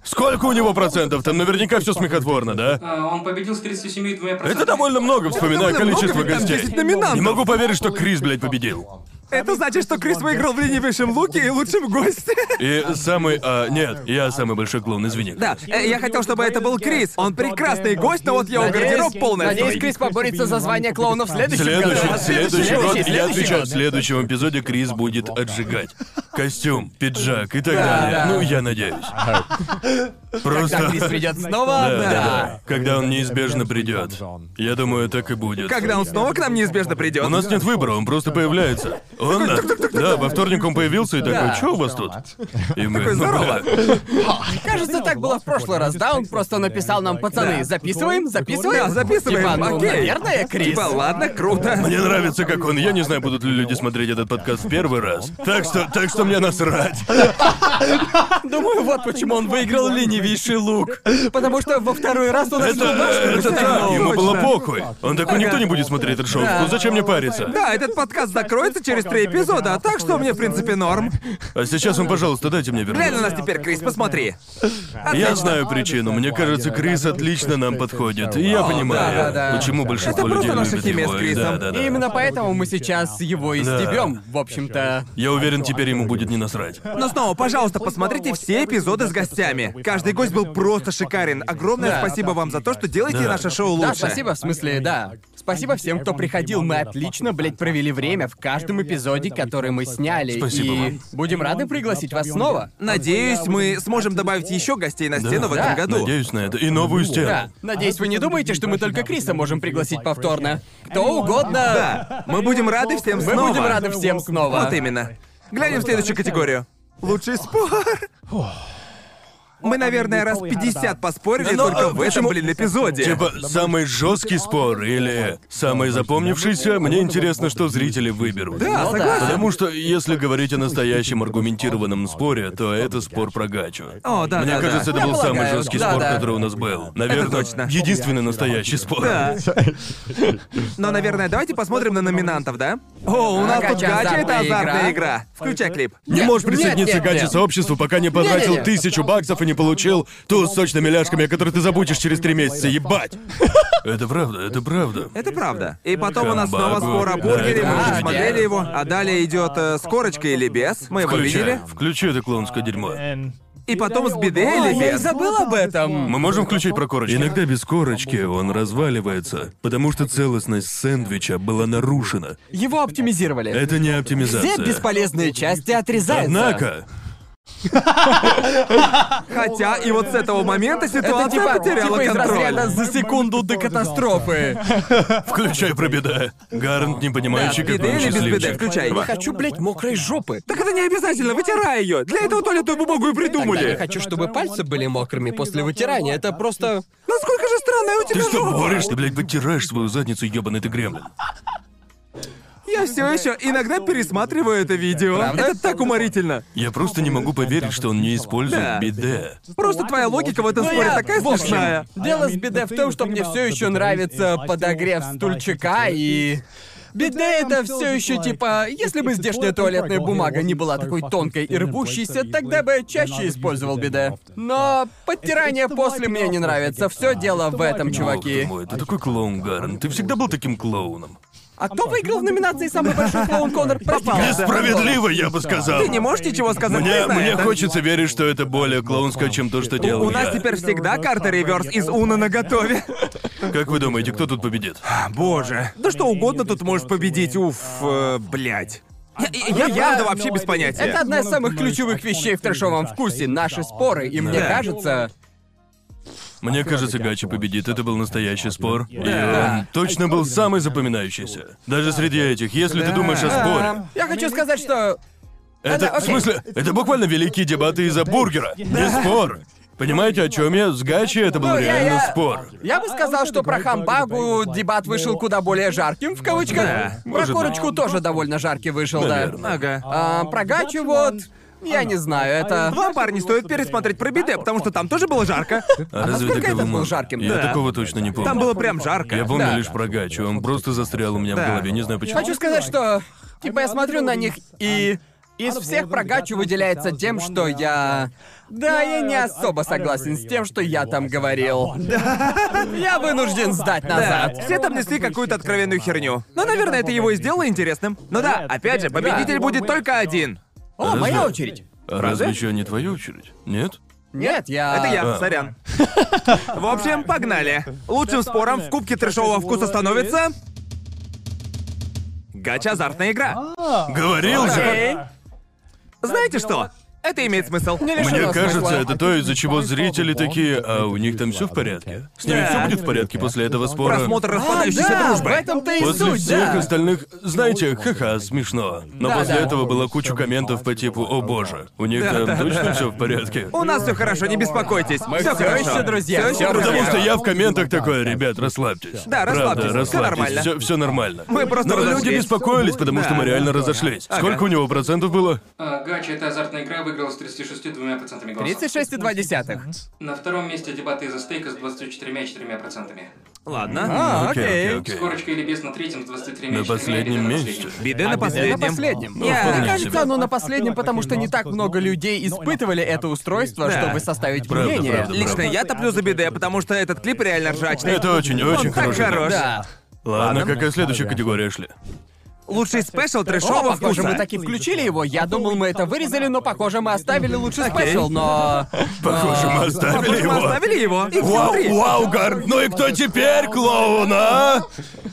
[SPEAKER 4] Сколько у него процентов? Там наверняка все смехотворно, да?
[SPEAKER 5] А, Он победил с 37,2%.
[SPEAKER 4] Это довольно много, вспоминая
[SPEAKER 3] довольно много,
[SPEAKER 4] количество
[SPEAKER 3] ведь там
[SPEAKER 4] гостей.
[SPEAKER 3] 10 номинантов.
[SPEAKER 4] Не могу поверить, что Крис, блядь, победил.
[SPEAKER 3] Это значит, что Крис выиграл в ленивейшем луке и лучшем госте.
[SPEAKER 4] И самый... а, нет, я самый большой клоун, извини.
[SPEAKER 3] Да, э, я хотел, чтобы это был Крис. Он прекрасный гость, но вот его гардероб полный.
[SPEAKER 1] Надеюсь,
[SPEAKER 3] отстой.
[SPEAKER 1] Крис поборется за звание клоуна в следующем году.
[SPEAKER 4] Следующий, следующий год,
[SPEAKER 1] следующий,
[SPEAKER 4] я
[SPEAKER 1] следующий
[SPEAKER 4] отвечаю,
[SPEAKER 1] год.
[SPEAKER 4] в следующем эпизоде Крис будет отжигать. Костюм, пиджак и так далее. Ну, я надеюсь.
[SPEAKER 1] Когда
[SPEAKER 4] Просто...
[SPEAKER 1] Крис придет снова,
[SPEAKER 4] Да,
[SPEAKER 1] да.
[SPEAKER 4] да. Когда он неизбежно придет. Я думаю, так и будет.
[SPEAKER 3] Когда он снова к нам неизбежно придет.
[SPEAKER 4] У нас нет выбора, он просто появляется. Он... Да, во вторник он появился и такой, что у вас тут? И мы... ну,
[SPEAKER 3] здорово.
[SPEAKER 4] бля.
[SPEAKER 1] Кажется, так было в прошлый раз, да? Он просто написал нам, пацаны, записываем,
[SPEAKER 4] ну,
[SPEAKER 1] записываем.
[SPEAKER 3] Да, записываем,
[SPEAKER 1] Типа, ну,
[SPEAKER 3] окей.
[SPEAKER 1] наверное, Крис.
[SPEAKER 3] Типа, ладно, круто.
[SPEAKER 4] Мне нравится, как он. Я не знаю, будут ли люди смотреть этот подкаст в первый раз. Так что, так что мне насрать.
[SPEAKER 1] Думаю, вот почему он выиграл ленивейший лук. Потому что во второй раз он
[SPEAKER 4] Это, э, это
[SPEAKER 3] Ну,
[SPEAKER 4] так, ему было похуй. Он такой, никто не будет смотреть этот шоу. Ну зачем мне париться?
[SPEAKER 3] Да, этот подкаст закроется через три эпизода, а так что мне, в принципе, норм.
[SPEAKER 4] А сейчас он, пожалуйста, дайте мне
[SPEAKER 3] Реально у
[SPEAKER 4] вернуться.
[SPEAKER 3] нас теперь, Крис, посмотри.
[SPEAKER 4] Я знаю причину. Мне кажется, Крис отлично нам подходит. И я
[SPEAKER 1] О,
[SPEAKER 4] понимаю,
[SPEAKER 1] да-да-да.
[SPEAKER 4] почему большинство
[SPEAKER 3] просто
[SPEAKER 4] людей
[SPEAKER 3] наша
[SPEAKER 4] любит
[SPEAKER 3] химия с
[SPEAKER 4] его. И
[SPEAKER 3] Крисом.
[SPEAKER 4] Да, да, да.
[SPEAKER 1] И именно поэтому мы сейчас его истебем, в общем-то.
[SPEAKER 4] Я уверен, теперь ему будет не насрать.
[SPEAKER 3] Но снова, пожалуйста, посмотрите все эпизоды с гостями. Каждый гость был просто шикарен. Огромное
[SPEAKER 1] Да.
[SPEAKER 3] спасибо вам за то, что делаете
[SPEAKER 4] Да.
[SPEAKER 3] наше шоу лучше.
[SPEAKER 1] Да, спасибо, в смысле, да. Спасибо всем, кто приходил. Мы отлично, блядь, провели время в каждом эпизоде, который мы сняли.
[SPEAKER 4] Спасибо
[SPEAKER 1] и
[SPEAKER 4] вам.
[SPEAKER 1] будем рады пригласить вас снова.
[SPEAKER 3] Надеюсь, мы сможем добавить еще гостей на стену в этом
[SPEAKER 1] Да.
[SPEAKER 3] году.
[SPEAKER 4] Надеюсь на это. И новую стену.
[SPEAKER 1] Да. Надеюсь, вы не думаете, что мы только Криса можем пригласить повторно. Кто угодно.
[SPEAKER 3] Да, мы будем рады всем
[SPEAKER 1] Мы
[SPEAKER 3] снова.
[SPEAKER 1] будем рады всем снова.
[SPEAKER 3] Вот именно. Глянем в следующую категорию. Лучший спор. Мы, наверное, раз 50 поспорили только в этом, блин, эпизоде.
[SPEAKER 4] Типа, самый жесткий спор или самый запомнившийся, мне интересно, что зрители выберут. Ну
[SPEAKER 3] Да, согласен.
[SPEAKER 4] Потому что, если говорить о настоящем аргументированном споре, то это спор про гачу.
[SPEAKER 3] О, да,
[SPEAKER 4] Мне
[SPEAKER 3] да,
[SPEAKER 4] кажется,
[SPEAKER 3] да.
[SPEAKER 4] это был
[SPEAKER 3] Я
[SPEAKER 4] самый
[SPEAKER 3] полагаю,
[SPEAKER 4] жесткий
[SPEAKER 3] да,
[SPEAKER 4] спор,
[SPEAKER 3] да.
[SPEAKER 4] который у нас был. Наверное,
[SPEAKER 3] точно.
[SPEAKER 4] единственный настоящий спор.
[SPEAKER 3] Да. Но, наверное, давайте посмотрим на номинантов, да? О, у нас
[SPEAKER 1] Гача
[SPEAKER 3] тут гача это
[SPEAKER 1] азартная игра.
[SPEAKER 3] азартная игра. Включай клип.
[SPEAKER 4] Не можешь
[SPEAKER 1] нет,
[SPEAKER 4] присоединиться
[SPEAKER 1] нет,
[SPEAKER 4] к гаче
[SPEAKER 1] нет.
[SPEAKER 4] сообществу, пока не потратил
[SPEAKER 1] Не-не-не.
[SPEAKER 4] тысячу баксов и не получил ту с сочными ляжками, о которой ты забудешь через три месяца, ебать! Это правда, это правда.
[SPEAKER 3] Это правда. И потом у нас снова
[SPEAKER 4] Хамбаргу.
[SPEAKER 3] скоро бургеры, мы уже
[SPEAKER 4] Да.
[SPEAKER 3] смотрели его, а далее идет э, с корочкой или без, мы его
[SPEAKER 4] Включай,
[SPEAKER 3] видели.
[SPEAKER 4] включи это клоунское дерьмо.
[SPEAKER 3] И потом с беды или
[SPEAKER 1] я и
[SPEAKER 3] без.
[SPEAKER 1] забыл об этом.
[SPEAKER 4] Мы можем включить про корочки? Иногда без корочки он разваливается, потому что целостность сэндвича была нарушена.
[SPEAKER 1] Его оптимизировали.
[SPEAKER 4] Это не оптимизация.
[SPEAKER 1] Все бесполезные части отрезаются.
[SPEAKER 4] Однако,
[SPEAKER 3] Хотя и вот с этого момента
[SPEAKER 1] Это
[SPEAKER 3] ситуация
[SPEAKER 1] типа,
[SPEAKER 3] потеряла
[SPEAKER 1] типа из
[SPEAKER 3] контроль.
[SPEAKER 1] разряда за секунду до катастрофы.
[SPEAKER 4] включай про беда. Гарнт, не понимающий,
[SPEAKER 3] Да,
[SPEAKER 4] как он
[SPEAKER 3] беда или без беды,
[SPEAKER 4] счастливчик.
[SPEAKER 3] включай его.
[SPEAKER 1] Хочу, блядь, мокрой жопы.
[SPEAKER 3] Так это не обязательно, вытирай ее. Для этого туалетную бумагу и
[SPEAKER 1] Тогда я
[SPEAKER 3] придумали.
[SPEAKER 1] хочу, чтобы пальцы были мокрыми после вытирания. Это просто...
[SPEAKER 3] Насколько Ну, же странная у
[SPEAKER 4] Ты
[SPEAKER 3] тебя
[SPEAKER 4] что,
[SPEAKER 3] жопа?
[SPEAKER 4] борешься? Ты, блядь, вытираешь свою задницу, ебаный ты гремлин.
[SPEAKER 3] Я все еще иногда пересматриваю это видео. Это так уморительно.
[SPEAKER 4] Я просто не могу поверить, что он не использует
[SPEAKER 3] Да.
[SPEAKER 4] биде.
[SPEAKER 3] Просто твоя логика в этом
[SPEAKER 1] Ну,
[SPEAKER 3] споре
[SPEAKER 1] я-
[SPEAKER 3] такая
[SPEAKER 1] в общем, а,
[SPEAKER 3] смешная.
[SPEAKER 1] Дело с беде в том, что мне все еще нравится подогрев стульчика и... Беда это все еще типа, если бы здешняя туалетная бумага не была такой тонкой и рвущейся, тогда бы я чаще использовал беде. Но подтирание после мне не нравится, все дело в этом,
[SPEAKER 4] Бог ты
[SPEAKER 1] чуваки.
[SPEAKER 4] мой, ты такой клоун, Гарн. Ты всегда был таким клоуном.
[SPEAKER 1] А кто выиграл в номинации «Самый большой клоун Конор пропал»?
[SPEAKER 4] Справедливо, я бы сказал.
[SPEAKER 3] Ты не можешь ничего сказать,
[SPEAKER 4] Мне,
[SPEAKER 3] не знаю.
[SPEAKER 4] мне
[SPEAKER 3] это.
[SPEAKER 4] хочется верить, что это более клоунское, чем то, что делал
[SPEAKER 3] У нас
[SPEAKER 4] я.
[SPEAKER 3] теперь всегда карта реверс из Уна на готове.
[SPEAKER 4] Как вы думаете, кто тут победит?
[SPEAKER 3] Боже. Да что угодно тут может победить, уф, э, блядь. Я, я, я правда вообще без понятия.
[SPEAKER 1] Это одна из самых ключевых вещей в трешовом вкусе, наши споры, и мне
[SPEAKER 4] Да.
[SPEAKER 1] кажется...
[SPEAKER 4] Мне кажется, Гачи победит. Это был настоящий спор. И
[SPEAKER 3] Да.
[SPEAKER 4] он точно был самый запоминающийся. Даже среди этих, если ты думаешь о споре.
[SPEAKER 1] Я хочу сказать, что...
[SPEAKER 4] Это, в
[SPEAKER 1] окей.
[SPEAKER 4] смысле, это буквально великие дебаты из-за бургера. Не спор. Понимаете, о чем я? С Гачи это был
[SPEAKER 1] Ну, я-
[SPEAKER 4] реально
[SPEAKER 1] я-
[SPEAKER 4] спор. А
[SPEAKER 1] Я бы сказал, что про хамбагу дебат вышел куда более жарким, в кавычках. про
[SPEAKER 4] может
[SPEAKER 1] корочку тоже довольно жаркий вышел,
[SPEAKER 4] Наверное.
[SPEAKER 1] да. А, про гачу вот... Я не знаю, это...
[SPEAKER 3] Вам, парни, стоит пересмотреть про биде, потому что там тоже было жарко.
[SPEAKER 4] А разве
[SPEAKER 1] насколько
[SPEAKER 4] такого
[SPEAKER 1] этот был
[SPEAKER 4] мало?
[SPEAKER 1] жарким?
[SPEAKER 4] Я
[SPEAKER 3] Да.
[SPEAKER 4] такого точно не помню.
[SPEAKER 3] Там было прям жарко.
[SPEAKER 4] Я помню
[SPEAKER 1] Да.
[SPEAKER 4] лишь про Гачу. Он просто застрял у меня в
[SPEAKER 3] Да.
[SPEAKER 4] голове. Не знаю почему.
[SPEAKER 1] Хочу сказать, что... Типа я смотрю на них и... Из всех про гачу выделяется тем, что я... Да, я
[SPEAKER 3] а-
[SPEAKER 1] не особо согласен с тем, что я там говорил. Я вынужден сдать
[SPEAKER 3] Да,
[SPEAKER 1] назад.
[SPEAKER 3] все там несли какую-то откровенную херню. Но, наверное, это его и сделало интересным. Ну да, опять же, победитель будет только один.
[SPEAKER 1] О, моя
[SPEAKER 4] Разве-
[SPEAKER 1] очередь.
[SPEAKER 4] А Разве еще не твоя очередь? Нет?
[SPEAKER 1] Нет, я...
[SPEAKER 3] Это я,
[SPEAKER 4] А.
[SPEAKER 3] сорян. В общем, погнали. Лучшим спором в кубке трешового вкуса становится... Гача азартная
[SPEAKER 4] А.
[SPEAKER 3] игра.
[SPEAKER 4] Говорил же!
[SPEAKER 3] Знаете что? Это имеет смысл.
[SPEAKER 4] Мне
[SPEAKER 1] Лишено
[SPEAKER 4] кажется,
[SPEAKER 1] смысла.
[SPEAKER 4] это то, из-за чего зрители такие, а у них там все в порядке. С ними
[SPEAKER 3] Да.
[SPEAKER 4] все будет в порядке после этого спора.
[SPEAKER 3] Просмотр
[SPEAKER 1] А,
[SPEAKER 3] распадающейся
[SPEAKER 1] да, в
[SPEAKER 3] дружбы.
[SPEAKER 1] этом-то и
[SPEAKER 4] После
[SPEAKER 1] суть,
[SPEAKER 4] всех
[SPEAKER 1] да.
[SPEAKER 4] остальных, знаете, ха-ха, смешно. Но
[SPEAKER 1] Да,
[SPEAKER 4] после
[SPEAKER 1] да.
[SPEAKER 4] этого было кучу комментов по типу «О боже, у них там точно все в порядке?» Ну,
[SPEAKER 3] У нас все хорошо, не беспокойтесь. все
[SPEAKER 1] всё
[SPEAKER 3] хорошо.
[SPEAKER 1] ещё друзья,
[SPEAKER 3] Всё
[SPEAKER 1] всё
[SPEAKER 3] ещё
[SPEAKER 1] хорошо.
[SPEAKER 4] Потому
[SPEAKER 3] друзья.
[SPEAKER 4] что я в комментах такой, ребят, расслабьтесь.
[SPEAKER 3] Да, расслабьтесь,
[SPEAKER 4] Правда,
[SPEAKER 3] всё
[SPEAKER 4] расслабьтесь,
[SPEAKER 3] нормально.
[SPEAKER 4] все, нормально.
[SPEAKER 3] Мы просто
[SPEAKER 4] Но люди
[SPEAKER 3] разошлись.
[SPEAKER 4] беспокоились, потому что мы
[SPEAKER 3] Да.
[SPEAKER 4] реально разошлись. Сколько у него процентов было?
[SPEAKER 5] А, Гача это азартная игра выиграла с 36,2% голосов.
[SPEAKER 1] 36,2.
[SPEAKER 5] На втором месте дебаты из-за стейка с 24,4%.
[SPEAKER 3] Ладно.
[SPEAKER 1] А,
[SPEAKER 4] Окей,
[SPEAKER 1] окей.
[SPEAKER 4] окей.
[SPEAKER 5] Корочка или без на третьем с 23
[SPEAKER 4] На последнем месте.
[SPEAKER 3] Биде на
[SPEAKER 1] А На
[SPEAKER 3] последнем.
[SPEAKER 1] последнем.
[SPEAKER 4] Ну, вполне
[SPEAKER 1] Мне
[SPEAKER 4] себе.
[SPEAKER 1] кажется, оно на последнем, потому что не так много людей испытывали это устройство,
[SPEAKER 3] Да.
[SPEAKER 1] чтобы составить
[SPEAKER 4] Правда,
[SPEAKER 1] мнение.
[SPEAKER 4] правда.
[SPEAKER 3] Лично я топлю за биде, потому что этот клип реально ржачный.
[SPEAKER 4] Это очень-очень
[SPEAKER 3] Он так
[SPEAKER 4] хороший клип.
[SPEAKER 3] хорош.
[SPEAKER 1] Да.
[SPEAKER 4] Ладно,
[SPEAKER 1] ну,
[SPEAKER 4] какая следующая категория, Шли?
[SPEAKER 3] Лучший спешл
[SPEAKER 1] О,
[SPEAKER 3] трешового
[SPEAKER 1] похоже,
[SPEAKER 3] вкуса.
[SPEAKER 1] мы таки включили его. Я думал, мы это вырезали, но, похоже, мы оставили лучший спешл, но...
[SPEAKER 4] Похоже, мы
[SPEAKER 3] А
[SPEAKER 4] оставили
[SPEAKER 3] Мы
[SPEAKER 4] его.
[SPEAKER 3] оставили его. И все
[SPEAKER 4] Вау,
[SPEAKER 3] три.
[SPEAKER 4] вау, Гард, ну и кто теперь, клоун, а?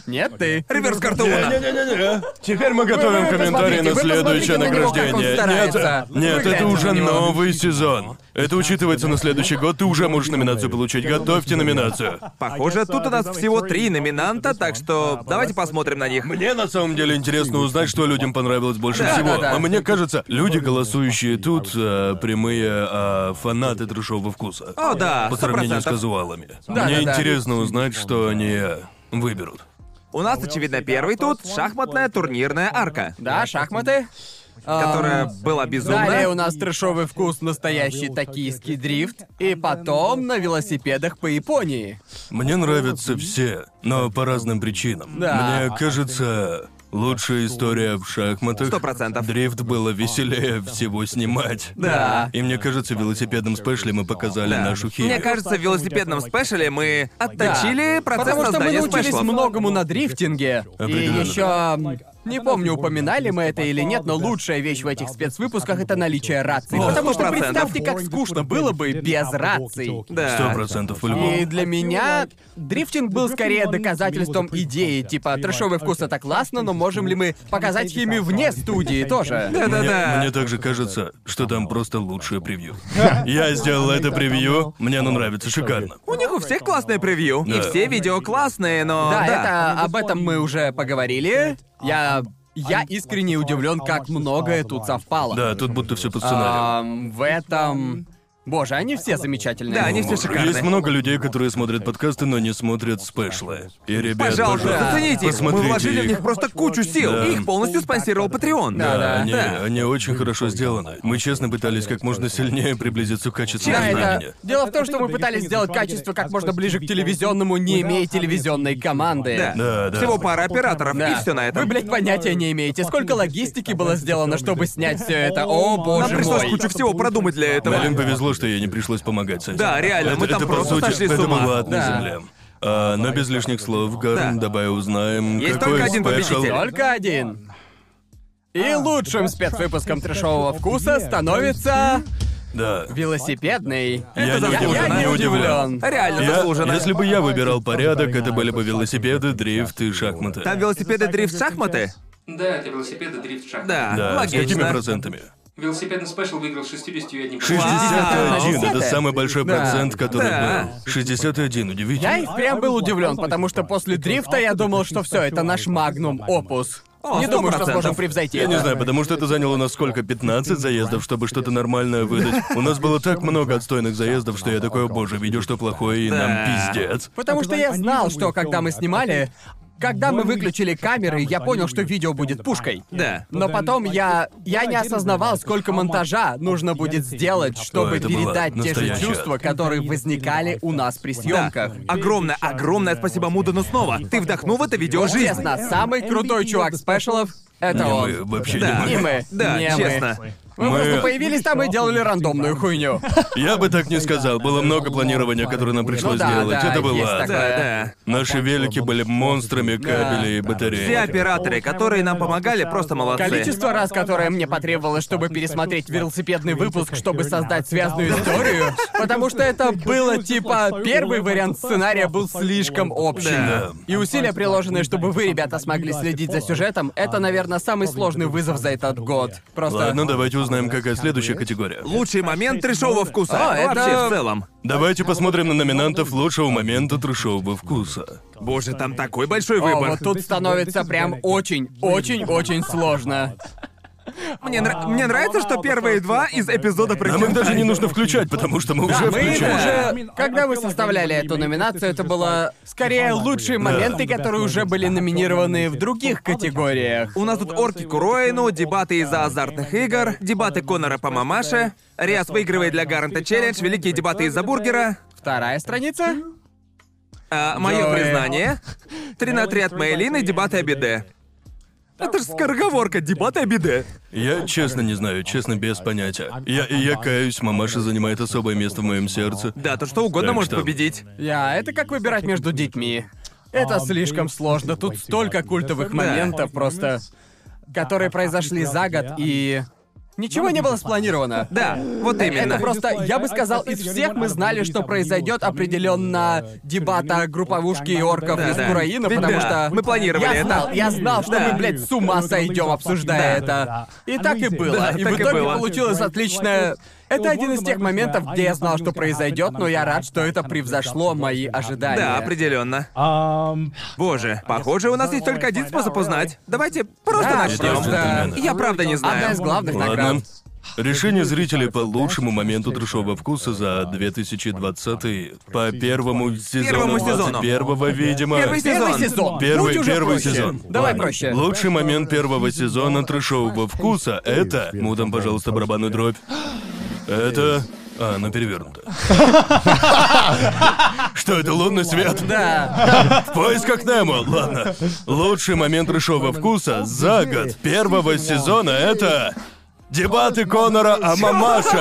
[SPEAKER 1] Нет, ты.
[SPEAKER 3] Реверс картуна.
[SPEAKER 4] Не-не-не-не. Теперь мы готовим комментарии на
[SPEAKER 1] посмотрите, вы
[SPEAKER 4] следующее
[SPEAKER 1] посмотрите на него, как он
[SPEAKER 4] награждение.
[SPEAKER 1] старается.
[SPEAKER 4] Нет, нет,
[SPEAKER 1] Вы гляньте
[SPEAKER 4] это уже
[SPEAKER 1] на него.
[SPEAKER 4] новый сезон. Это учитывается на следующий год, ты уже можешь номинацию получить. Готовьте номинацию.
[SPEAKER 3] Похоже, тут у нас всего три номинанта, так что давайте посмотрим на них.
[SPEAKER 4] Мне на самом деле интересно узнать, что людям понравилось больше
[SPEAKER 3] Да,
[SPEAKER 4] всего.
[SPEAKER 1] да, да.
[SPEAKER 4] А мне кажется, люди, голосующие тут, э, прямые э, фанаты трешового вкуса.
[SPEAKER 3] О, да,
[SPEAKER 4] По
[SPEAKER 3] 100%.
[SPEAKER 4] сравнению с казуалами.
[SPEAKER 1] Да,
[SPEAKER 4] мне
[SPEAKER 1] да, да.
[SPEAKER 4] интересно узнать, что они э, выберут.
[SPEAKER 3] У нас, очевидно, первый тут шахматная турнирная арка,
[SPEAKER 1] Да, шахматы.
[SPEAKER 3] которая
[SPEAKER 1] Ам,
[SPEAKER 3] была
[SPEAKER 1] Далее у
[SPEAKER 3] безумна.
[SPEAKER 1] нас трешовый вкус, настоящий токийский дрифт, и потом на велосипедах по Японии.
[SPEAKER 4] Мне нравятся все, но по разным причинам.
[SPEAKER 1] Да.
[SPEAKER 4] Мне кажется, лучшая история в шахматах.
[SPEAKER 3] Сто процентов.
[SPEAKER 4] Дрифт было веселее всего снимать.
[SPEAKER 1] Да.
[SPEAKER 4] И мне кажется, в велосипедном спешле мы показали
[SPEAKER 3] Да.
[SPEAKER 4] нашу химию.
[SPEAKER 3] Мне кажется, в велосипедном спешле мы
[SPEAKER 1] Да.
[SPEAKER 3] отточили процесс
[SPEAKER 1] Потому что мы
[SPEAKER 3] создания
[SPEAKER 1] научились
[SPEAKER 3] спешлов.
[SPEAKER 1] многому на дрифтинге. И
[SPEAKER 4] Определенно,
[SPEAKER 1] еще... ам, Не помню, упоминали мы это или нет, но лучшая вещь в этих спецвыпусках — это наличие рации.
[SPEAKER 3] О,
[SPEAKER 1] Потому что
[SPEAKER 3] 100%.
[SPEAKER 1] представьте, как скучно было бы без раций.
[SPEAKER 4] Сто
[SPEAKER 3] Да.
[SPEAKER 4] процентов по-любому.
[SPEAKER 1] И для меня дрифтинг был скорее доказательством идеи, типа трешовый вкус это классно, но можем ли мы показать химию вне студии тоже?
[SPEAKER 4] Мне,
[SPEAKER 3] Да-да-да.
[SPEAKER 4] мне также кажется, что там просто лучшее превью. Я сделал это превью, мне оно нравится, шикарно.
[SPEAKER 3] У них у всех классное превью. И
[SPEAKER 4] Да.
[SPEAKER 3] все видео классные, но...
[SPEAKER 1] Да, это об этом мы уже поговорили. Я я искренне удивлен, как многое тут совпало.
[SPEAKER 4] Да, тут будто все по сценарию.
[SPEAKER 3] А,
[SPEAKER 1] Ам, в этом. Боже, они все замечательные.
[SPEAKER 3] Да, они все
[SPEAKER 4] Боже, Есть
[SPEAKER 3] шикарные.
[SPEAKER 4] много людей, которые смотрят подкасты, но не смотрят спешлы. И, ребят,
[SPEAKER 3] Пожалуйста, зацените их. Мы
[SPEAKER 4] посмотрите
[SPEAKER 3] вложили в
[SPEAKER 4] их.
[SPEAKER 3] них просто кучу сил.
[SPEAKER 4] Да.
[SPEAKER 3] И Их полностью спонсировал Patreon.
[SPEAKER 1] Да.
[SPEAKER 4] Они, они очень хорошо сделаны. Мы честно пытались как можно сильнее приблизиться к качеству
[SPEAKER 1] Да,
[SPEAKER 4] знания.
[SPEAKER 1] это... Дело в том, что мы пытались сделать качество как можно ближе к телевизионному, не имея телевизионной команды.
[SPEAKER 3] Да.
[SPEAKER 4] Да, да.
[SPEAKER 3] Всего пара операторов,
[SPEAKER 1] Да.
[SPEAKER 3] и все на этом.
[SPEAKER 1] Вы, блядь, понятия не имеете, сколько логистики было сделано, чтобы снять все это. О,
[SPEAKER 3] Нам
[SPEAKER 1] боже
[SPEAKER 3] пришлось
[SPEAKER 1] мой.
[SPEAKER 3] кучу всего продумать для этого.
[SPEAKER 4] Блин, повезло, что ей не пришлось помогать с этим.
[SPEAKER 3] Да, реально,
[SPEAKER 4] это,
[SPEAKER 3] мы там
[SPEAKER 4] это,
[SPEAKER 3] просто
[SPEAKER 4] по сути,
[SPEAKER 3] сошли с
[SPEAKER 4] это
[SPEAKER 3] ума.
[SPEAKER 4] было ад на
[SPEAKER 1] Да.
[SPEAKER 4] земле. А, но без лишних слов, Гарн,
[SPEAKER 3] Да.
[SPEAKER 4] давай узнаем,
[SPEAKER 3] Есть
[SPEAKER 4] какой
[SPEAKER 3] только один
[SPEAKER 4] спешл...
[SPEAKER 3] победитель.
[SPEAKER 1] Только один. И лучшим спецвыпуском трешового вкуса становится
[SPEAKER 4] Да.
[SPEAKER 1] велосипедный.
[SPEAKER 4] Я не удивлен,
[SPEAKER 1] не
[SPEAKER 4] не удивлен.
[SPEAKER 1] удивлен.
[SPEAKER 3] Реально
[SPEAKER 4] Я-
[SPEAKER 3] заслуженно.
[SPEAKER 4] если бы я выбирал порядок, это были бы велосипеды, дрифт и шахматы.
[SPEAKER 3] Там велосипеды дрифт-шахматы?
[SPEAKER 5] Да, это велосипеды дрифт шаг.
[SPEAKER 3] Да,
[SPEAKER 4] Да, с
[SPEAKER 3] логично.
[SPEAKER 4] какими процентами?
[SPEAKER 5] Велосипедный спешл выиграл 61%.
[SPEAKER 4] 61, это
[SPEAKER 1] Десятое.
[SPEAKER 4] самый большой процент, который
[SPEAKER 3] Да.
[SPEAKER 4] был. 61, удивительно.
[SPEAKER 1] Я и впрямь был удивлен, потому что после дрифта я думал, что все, это наш магнум опус.
[SPEAKER 3] О,
[SPEAKER 1] не думаю, что
[SPEAKER 3] 100%.
[SPEAKER 1] сможем превзойти.
[SPEAKER 4] Я не
[SPEAKER 1] это.
[SPEAKER 4] знаю, потому что это заняло нас сколько? 15 заездов, чтобы что-то нормальное выдать. У нас было так много отстойных заездов, что я такой, «О, боже, видео, что плохое, и
[SPEAKER 3] Да.
[SPEAKER 4] нам пиздец.
[SPEAKER 1] Потому что я знал, что когда мы снимали, когда мы выключили камеры, я понял, что видео будет пушкой.
[SPEAKER 3] Да.
[SPEAKER 1] Но потом я я не осознавал, сколько монтажа нужно будет сделать, чтобы
[SPEAKER 4] это была
[SPEAKER 1] передать те же
[SPEAKER 4] настоящая.
[SPEAKER 1] чувства, которые возникали у нас при
[SPEAKER 3] Да.
[SPEAKER 1] съемках.
[SPEAKER 3] Огромное, огромное спасибо Мудану снова. Ты вдохнул в это видео
[SPEAKER 1] Вот
[SPEAKER 3] жизнь.
[SPEAKER 1] честно, самый крутой чувак спешалов — это
[SPEAKER 4] Не мы,
[SPEAKER 1] он.
[SPEAKER 4] вообще
[SPEAKER 3] Да.
[SPEAKER 4] не
[SPEAKER 1] Не
[SPEAKER 4] мы.
[SPEAKER 1] мы.
[SPEAKER 3] Да,
[SPEAKER 1] не мы.
[SPEAKER 3] честно.
[SPEAKER 1] Мы,
[SPEAKER 4] Мы-
[SPEAKER 1] просто появились там и делали рандомную хуйню.
[SPEAKER 4] Я бы так не сказал. Было много планирования, которое нам пришлось
[SPEAKER 1] Ну да,
[SPEAKER 4] делать.
[SPEAKER 1] да,
[SPEAKER 4] Это было.
[SPEAKER 1] есть
[SPEAKER 4] ад.
[SPEAKER 1] такое.
[SPEAKER 3] Да, да.
[SPEAKER 4] Наши велики были монстрами кабелей и
[SPEAKER 3] Все
[SPEAKER 4] батареи.
[SPEAKER 3] операторы, которые нам помогали, просто молодцы.
[SPEAKER 1] Количество раз, которое мне потребовалось, чтобы пересмотреть велосипедный выпуск, чтобы создать связанную историю, потому что это было типа первый вариант сценария был слишком
[SPEAKER 3] Да.
[SPEAKER 1] общим. И усилия, приложенные, чтобы вы, ребята, смогли следить за сюжетом, это, наверное, самый сложный вызов за этот год. Просто.
[SPEAKER 4] Ладно, давайте узнаем, какая следующая категория.
[SPEAKER 3] Лучший момент трешового вкуса.
[SPEAKER 1] А, это-
[SPEAKER 3] Вообще в целом.
[SPEAKER 4] Давайте посмотрим на номинантов лучшего момента трешового вкуса.
[SPEAKER 3] Боже, там такой большой
[SPEAKER 1] О,
[SPEAKER 3] выбор.
[SPEAKER 1] вот тут становится прям очень, очень, очень сложно.
[SPEAKER 3] Мне, нра- мне нравится, что первые два из эпизода
[SPEAKER 4] Нам их
[SPEAKER 3] причем...
[SPEAKER 4] даже не нужно включать, потому что мы уже
[SPEAKER 1] Мы
[SPEAKER 4] включили.
[SPEAKER 1] уже, когда вы составляли эту номинацию, это было скорее лучшие моменты, которые уже были номинированы в других категориях.
[SPEAKER 3] У нас тут орки Куроину, дебаты из-за азартных игр, дебаты Конора по мамаше, Риас выигрывает для Гарнта челлендж, великие дебаты из-за бургера, А,
[SPEAKER 1] Вторая страница.
[SPEAKER 3] мое
[SPEAKER 1] Джоэ.
[SPEAKER 3] признание, 3 на 3 от Мэйлины, дебаты о биде. Это же скороговорка, дебаты о биде.
[SPEAKER 4] Я честно не знаю, честно без понятия. Я, и я каюсь, мамаша занимает особое место в моем сердце.
[SPEAKER 3] Да, то что угодно
[SPEAKER 4] Так
[SPEAKER 3] может
[SPEAKER 4] что-
[SPEAKER 3] победить.
[SPEAKER 1] Я, это как выбирать между детьми. Это слишком сложно. Тут столько культовых моментов просто, которые произошли за год, и Ничего не было спланировано.
[SPEAKER 3] Да, вот именно.
[SPEAKER 1] Это просто, я бы сказал, из всех мы знали, что произойдет определенно дебата групповушки и орков
[SPEAKER 3] Да,
[SPEAKER 1] из
[SPEAKER 3] да.
[SPEAKER 1] Кураина,
[SPEAKER 3] Ведь
[SPEAKER 1] потому
[SPEAKER 3] да,
[SPEAKER 1] что...
[SPEAKER 3] мы планировали
[SPEAKER 1] я
[SPEAKER 3] это.
[SPEAKER 1] Знал, я знал, что
[SPEAKER 3] Да.
[SPEAKER 1] мы, блядь, с ума сойдем, обсуждая это. И так и было.
[SPEAKER 3] Да,
[SPEAKER 1] и
[SPEAKER 3] так
[SPEAKER 1] в
[SPEAKER 3] и
[SPEAKER 1] итоге
[SPEAKER 3] было.
[SPEAKER 1] получилось отличное... Это один из тех моментов, где я знал, что произойдет, но я рад, что это превзошло мои ожидания.
[SPEAKER 3] Да, определенно. Боже, похоже, у нас есть только один способ узнать. Давайте просто
[SPEAKER 1] Да,
[SPEAKER 3] начнем.
[SPEAKER 1] просто-
[SPEAKER 3] Я правда не
[SPEAKER 1] Одна
[SPEAKER 3] знаю.
[SPEAKER 1] из главных
[SPEAKER 4] Ладно.
[SPEAKER 1] наград.
[SPEAKER 4] Решение зрителей по лучшему моменту трешового вкуса за 2020 по первому сезону
[SPEAKER 3] Первому сезону.
[SPEAKER 4] 21 видимо.
[SPEAKER 3] Первый сезон.
[SPEAKER 1] Первый сезон.
[SPEAKER 4] Первый,
[SPEAKER 1] Будь уже
[SPEAKER 4] первый
[SPEAKER 1] проще.
[SPEAKER 4] сезон.
[SPEAKER 1] Давай
[SPEAKER 4] Ладно.
[SPEAKER 1] проще.
[SPEAKER 4] Лучший момент первого сезона трешового вкуса — это... Мудом, пожалуйста, барабанную дробь. Это... А, она перевернута. Что это, лунный свет?
[SPEAKER 1] Да.
[SPEAKER 4] В поисках Немо, ладно. Лучший момент рыжового вкуса за год первого сезона — это... Дебаты Конора о мамаше.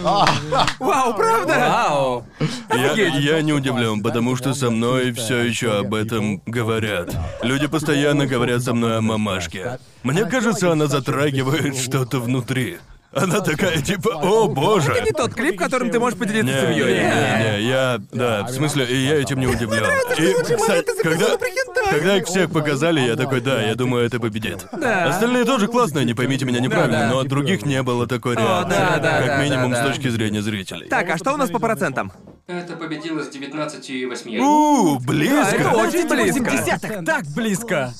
[SPEAKER 3] Вау, правда?
[SPEAKER 1] Вау.
[SPEAKER 4] Я, я не удивлен, потому что со мной все еще об этом говорят. Люди постоянно говорят со мной о мамашке. Мне кажется, она затрагивает что-то внутри. Она такая типа, о боже.
[SPEAKER 3] Не тот клип, которым ты можешь
[SPEAKER 4] Не,
[SPEAKER 3] поделиться с
[SPEAKER 4] не,
[SPEAKER 3] семьей.
[SPEAKER 4] не, не, я, да, в смысле, и я этим не удивлен. И, кстати, когда, когда их всех показали, я такой, да, я думаю, это победит. Остальные тоже классные, не поймите меня неправильно,
[SPEAKER 1] да.
[SPEAKER 4] но от других не было такой реакции,
[SPEAKER 1] да, да,
[SPEAKER 4] как
[SPEAKER 1] да,
[SPEAKER 4] минимум
[SPEAKER 1] да,
[SPEAKER 4] с
[SPEAKER 1] да.
[SPEAKER 4] точки зрения зрителей.
[SPEAKER 3] Так, а что у нас по процентам?
[SPEAKER 5] Это победило с 19,8.
[SPEAKER 4] У, близко.
[SPEAKER 3] это очень близко.
[SPEAKER 1] 80-х, так близко.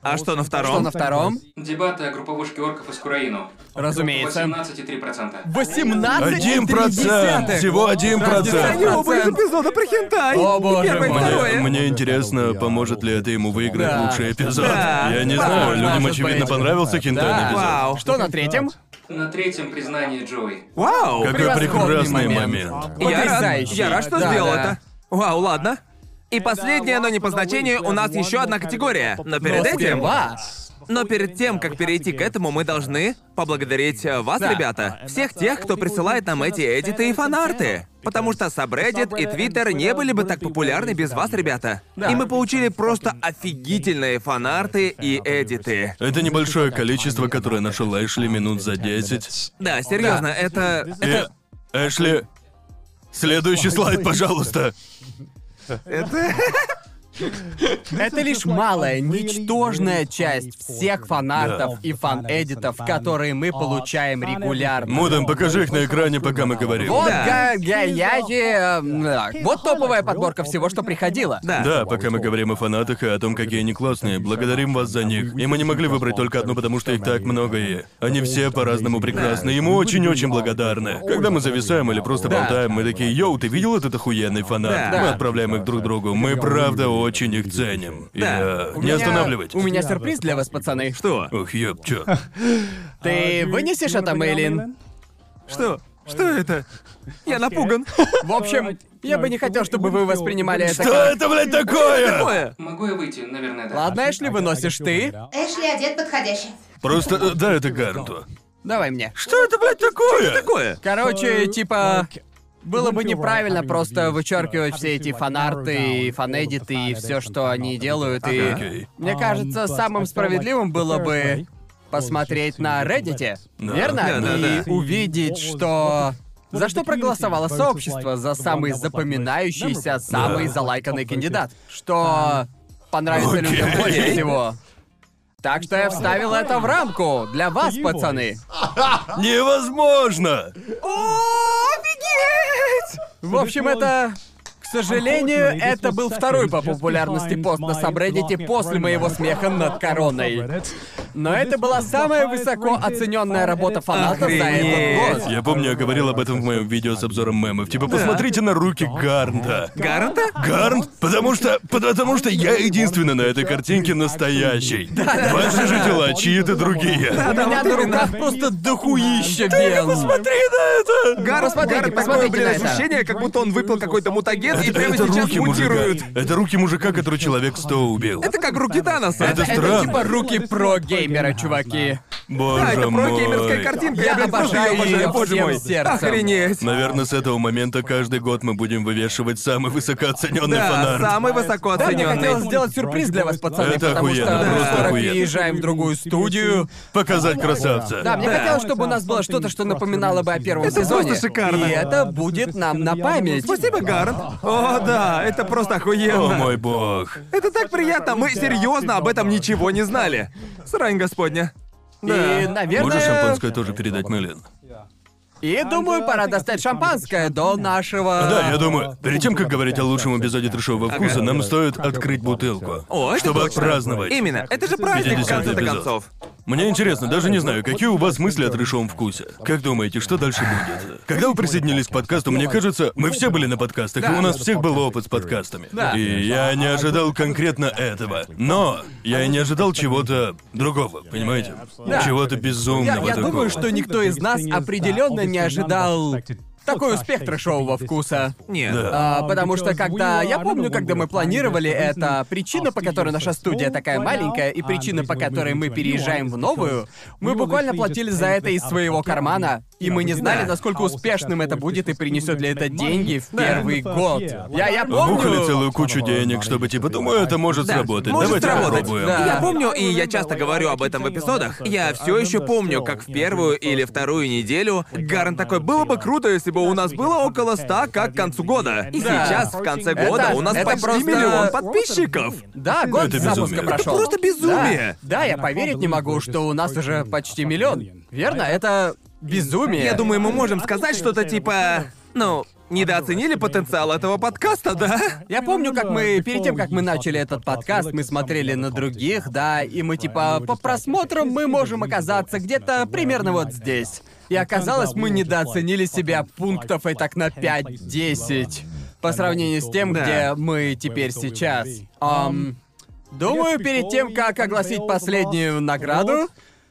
[SPEAKER 3] А что на втором?
[SPEAKER 1] Что на втором?
[SPEAKER 5] Дебаты о групповушке орков из Кураину.
[SPEAKER 1] Разумеется.
[SPEAKER 5] 18,3%.
[SPEAKER 1] 18
[SPEAKER 4] Один процент, всего один процент.
[SPEAKER 3] Оба из эпизода про хентай.
[SPEAKER 1] О, боже
[SPEAKER 3] Первое и
[SPEAKER 1] мой.
[SPEAKER 3] второе.
[SPEAKER 4] Мне, мне интересно, поможет ли это ему выиграть
[SPEAKER 1] Да.
[SPEAKER 4] лучший эпизод.
[SPEAKER 3] Да.
[SPEAKER 4] Я не знаю,
[SPEAKER 1] Возможно,
[SPEAKER 4] людям
[SPEAKER 1] может
[SPEAKER 4] очевидно
[SPEAKER 1] быть.
[SPEAKER 4] понравился хентайный эпизод.
[SPEAKER 3] Вау.
[SPEAKER 1] Что на третьем?
[SPEAKER 5] На третьем признании Джоуи.
[SPEAKER 3] Вау.
[SPEAKER 4] Какой прекрасный
[SPEAKER 1] Превосходный
[SPEAKER 3] Я
[SPEAKER 4] момент.
[SPEAKER 3] рад,
[SPEAKER 1] Потрясающий.
[SPEAKER 3] я рад, что
[SPEAKER 1] Да,
[SPEAKER 3] сделал
[SPEAKER 1] да.
[SPEAKER 3] это. Вау, ладно. И последнее, но не по значению, у нас еще одна категория. Но перед
[SPEAKER 1] Но
[SPEAKER 3] этим...
[SPEAKER 1] сперва.
[SPEAKER 3] Но перед тем, как перейти к этому, мы должны поблагодарить э, вас,
[SPEAKER 1] Да.
[SPEAKER 3] ребята. Всех тех, кто присылает нам эти эдиты и фанарты. Потому что Subreddit и Twitter не были бы так популярны без вас, ребята. И мы получили просто офигительные фанарты и эдиты.
[SPEAKER 4] Это небольшое количество, которое нашел Эшли минут за 10.
[SPEAKER 3] Да, серьезно, это...
[SPEAKER 4] Э, Эшли, следующий слайд, пожалуйста.
[SPEAKER 1] Это лишь малая, ничтожная
[SPEAKER 4] а
[SPEAKER 1] часть всех фанартов и фан-эдитов, которые мы получаем регулярно.
[SPEAKER 4] Мудом, покажи их на экране, пока мы говорим.
[SPEAKER 1] Вот
[SPEAKER 3] Да.
[SPEAKER 1] га- га- я же, эм, так, Вот топовая подборка всего, что приходило.
[SPEAKER 3] Да.
[SPEAKER 4] Да, пока мы говорим о фанатах и о том, какие они классные, благодарим вас за них. И мы не могли выбрать только одну, потому что их так много, и они все по-разному прекрасны, и мы очень-очень благодарны. Когда мы зависаем или просто
[SPEAKER 1] Да.
[SPEAKER 4] болтаем, мы такие, йоу, ты видел этот охуенный фанат?
[SPEAKER 3] Да.
[SPEAKER 4] Мы отправляем их друг другу, мы правда очень их ценим. И,
[SPEAKER 3] Да.
[SPEAKER 4] э,
[SPEAKER 1] У
[SPEAKER 4] не
[SPEAKER 1] меня-
[SPEAKER 4] останавливайтесь.
[SPEAKER 1] У меня сюрприз для вас, пацаны.
[SPEAKER 3] Что?
[SPEAKER 4] Ох, ёб, чё?
[SPEAKER 1] Ты вынесешь это, Мейлин?
[SPEAKER 3] Что? Что это? Я напуган.
[SPEAKER 1] В общем, я бы не хотел, чтобы вы воспринимали это
[SPEAKER 4] Что
[SPEAKER 1] как...
[SPEAKER 4] это, блядь, такое?
[SPEAKER 3] Такое.
[SPEAKER 5] Могу я выйти? Наверное, да.
[SPEAKER 4] А
[SPEAKER 1] Ладно, Эшли, выносишь ты.
[SPEAKER 8] Эшли одет подходящий.
[SPEAKER 4] Просто, э, да, это Гарнту.
[SPEAKER 1] Давай мне.
[SPEAKER 4] Что это, блядь, такое?
[SPEAKER 3] Такое.
[SPEAKER 1] Короче, типа... Было бы неправильно просто вычеркивать все эти фанарты и фанэдиты и все, что они делают, и...
[SPEAKER 4] Окей.
[SPEAKER 1] Мне кажется, самым справедливым было бы посмотреть на Reddit,
[SPEAKER 4] Да.
[SPEAKER 1] верно?
[SPEAKER 3] Да, да,
[SPEAKER 1] и
[SPEAKER 3] да.
[SPEAKER 1] увидеть, что... За что проголосовало сообщество? За самый запоминающийся, самый залайканный кандидат. Что понравится
[SPEAKER 4] Окей.
[SPEAKER 1] людям больше всего. Так что я вставил это в рамку для вас, пацаны.
[SPEAKER 4] Невозможно!
[SPEAKER 1] В общем, это... К сожалению, это был второй по популярности пост на Сабреддите после моего смеха над короной. Но это была самая высоко оцененная работа фаната за этот год.
[SPEAKER 4] Я помню, я говорил об этом в моем видео с обзором мемов. Типа, посмотрите на руки Гарнта.
[SPEAKER 3] Гарнта?
[SPEAKER 4] Гарнт? Потому что... Потому что я единственный на этой картинке настоящий. Ваши же тела чьи-то
[SPEAKER 1] У
[SPEAKER 4] другие.
[SPEAKER 1] меня на руках просто дохуища вен.
[SPEAKER 3] Посмотри на это! Гарн,
[SPEAKER 1] Посмотрите,
[SPEAKER 3] Гарн,
[SPEAKER 1] посмотрите на
[SPEAKER 3] такое, блин,
[SPEAKER 1] это.
[SPEAKER 3] ощущение, как будто он выпил какой-то мутаген и
[SPEAKER 4] Это,
[SPEAKER 3] прямо
[SPEAKER 4] это
[SPEAKER 3] сейчас
[SPEAKER 4] руки
[SPEAKER 3] мутирует.
[SPEAKER 4] мужика. Это руки мужика, который человек сто убил.
[SPEAKER 3] Это как руки Таноса.
[SPEAKER 4] Это
[SPEAKER 1] Это
[SPEAKER 4] странно.
[SPEAKER 1] типа руки про геймера, чуваки.
[SPEAKER 4] Боже
[SPEAKER 3] Да, это про
[SPEAKER 4] мой.
[SPEAKER 3] геймерская картинка. Я,
[SPEAKER 1] Я
[SPEAKER 3] блин, тоже
[SPEAKER 1] обожаю
[SPEAKER 3] её обожаю,
[SPEAKER 1] её
[SPEAKER 3] боже
[SPEAKER 1] всем
[SPEAKER 3] мой.
[SPEAKER 1] сердцем.
[SPEAKER 3] Охренеть.
[SPEAKER 4] Наверное, с этого момента каждый год мы будем вывешивать самый высокооцененный
[SPEAKER 3] Да,
[SPEAKER 4] фонарь.
[SPEAKER 3] самый высоко
[SPEAKER 1] Да, мне
[SPEAKER 3] оцененный.
[SPEAKER 1] хотелось сделать сюрприз для вас, пацаны,
[SPEAKER 4] Это
[SPEAKER 1] потому
[SPEAKER 4] охуенно,
[SPEAKER 1] что мы
[SPEAKER 4] просто
[SPEAKER 1] скоро
[SPEAKER 4] охуенно.
[SPEAKER 1] переезжаем в другую студию.
[SPEAKER 4] Показать красавца.
[SPEAKER 1] Да, мне
[SPEAKER 3] Да.
[SPEAKER 1] хотелось, чтобы у нас было что-то, что напоминало бы о первом
[SPEAKER 3] Это
[SPEAKER 1] сезоне.
[SPEAKER 3] просто шикарно.
[SPEAKER 1] И это будет нам на память.
[SPEAKER 3] Спасибо, Гарнт. О, да, это просто
[SPEAKER 4] О
[SPEAKER 3] охуенно.
[SPEAKER 4] мой бог.
[SPEAKER 3] Это так приятно. Мы серьезно об этом ничего не знали. Срань господня.
[SPEAKER 1] И,
[SPEAKER 4] Можешь
[SPEAKER 1] наверное,
[SPEAKER 4] шампанское тоже передать, Мэлен?
[SPEAKER 1] и думаю, пора достать шампанское до нашего.
[SPEAKER 4] Да, я думаю, перед тем, как говорить о лучшем эпизоде трешового вкуса, нам стоит открыть бутылку.
[SPEAKER 3] О, это
[SPEAKER 4] чтобы
[SPEAKER 3] точно.
[SPEAKER 4] отпраздновать.
[SPEAKER 3] Именно. Это же праздник, в
[SPEAKER 4] 50-й
[SPEAKER 3] конце-то
[SPEAKER 4] эпизод.
[SPEAKER 3] концов.
[SPEAKER 4] Мне интересно, даже не знаю, какие у вас мысли о трешовом вкусе. Как думаете, что дальше будет? Когда вы присоединились к подкасту, мне кажется, мы все были на подкастах, и у нас всех был опыт с подкастами.
[SPEAKER 1] Да.
[SPEAKER 4] И я не ожидал конкретно этого. Но я и не ожидал чего-то другого, понимаете?
[SPEAKER 1] Да.
[SPEAKER 4] Чего-то
[SPEAKER 1] Я,
[SPEAKER 4] безумного
[SPEAKER 1] я
[SPEAKER 4] такого.
[SPEAKER 1] думаю, что никто из нас определенно не ожидал такой успех трешового вкуса.
[SPEAKER 3] Нет.
[SPEAKER 4] Да.
[SPEAKER 1] А, потому что когда... Я помню, когда мы планировали это, причина, по которой наша студия такая маленькая, и причина, по которой мы переезжаем в новую, мы буквально платили за это из своего кармана, и мы не знали,
[SPEAKER 3] Да.
[SPEAKER 1] насколько успешным это будет и принесет ли это денги в первый год. Я, я
[SPEAKER 4] Бухали
[SPEAKER 1] помню...
[SPEAKER 4] целую кучу денег, чтобы типа, думаю, это может сработать.
[SPEAKER 3] Может
[SPEAKER 4] Давайте
[SPEAKER 3] сработать.
[SPEAKER 4] попробуем.
[SPEAKER 1] Да.
[SPEAKER 3] Я помню, и я часто говорю об этом в эпизодах. Я все еще помню, как в первую или вторую неделю Гарн такой, было бы круто, если бы у нас было около 100 как к концу года. И
[SPEAKER 1] Да.
[SPEAKER 3] сейчас, в конце года,
[SPEAKER 1] Это-
[SPEAKER 3] у нас
[SPEAKER 1] это
[SPEAKER 3] почти
[SPEAKER 1] просто-
[SPEAKER 3] миллион подписчиков.
[SPEAKER 1] Да, год
[SPEAKER 4] Это
[SPEAKER 1] запуска
[SPEAKER 4] безумие.
[SPEAKER 1] прошел.
[SPEAKER 3] Это просто безумие.
[SPEAKER 1] Да, да, я поверить не могу, что у нас уже почти миллион. Верно, это безумие.
[SPEAKER 3] Я думаю, мы можем сказать что-то типа... Ну, недооценили потенциал этого подкаста, Ну да?
[SPEAKER 1] Я помню, как мы, перед тем, как мы начали этот подкаст, мы смотрели на других, да, и мы типа, по просмотрам мы можем оказаться где-то примерно вот здесь. И оказалось, мы недооценили себя пунктов и так на 5-10 по сравнению с тем,
[SPEAKER 3] Да.
[SPEAKER 1] где мы теперь сейчас. Ам, думаю, перед тем, как огласить последнюю награду,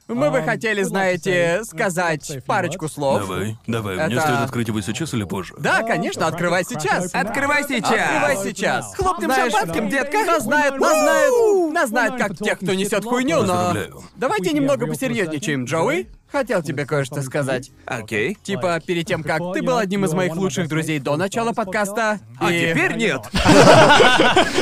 [SPEAKER 1] мы бы хотели, знаете, сказать парочку слов.
[SPEAKER 4] Давай, давай. Мне
[SPEAKER 1] Это-
[SPEAKER 4] стоит открыть его сейчас или позже?
[SPEAKER 1] Да, конечно, открывай сейчас.
[SPEAKER 3] Открывай сейчас.
[SPEAKER 1] Открывай сейчас.
[SPEAKER 3] Хлопнем
[SPEAKER 1] Знаешь,
[SPEAKER 3] шампанским, детка.
[SPEAKER 1] Нас знает, нас знает, нас знает, как тех, кто несет хуйню, но...
[SPEAKER 4] Поздравляю.
[SPEAKER 1] Давайте немного посерьезничаем, Джоуи. Хотел тебе кое-что сказать.
[SPEAKER 3] Окей.
[SPEAKER 1] Типа, перед тем, как ты был одним из моих лучших друзей до начала подкаста,
[SPEAKER 3] А
[SPEAKER 1] и,
[SPEAKER 3] теперь нет.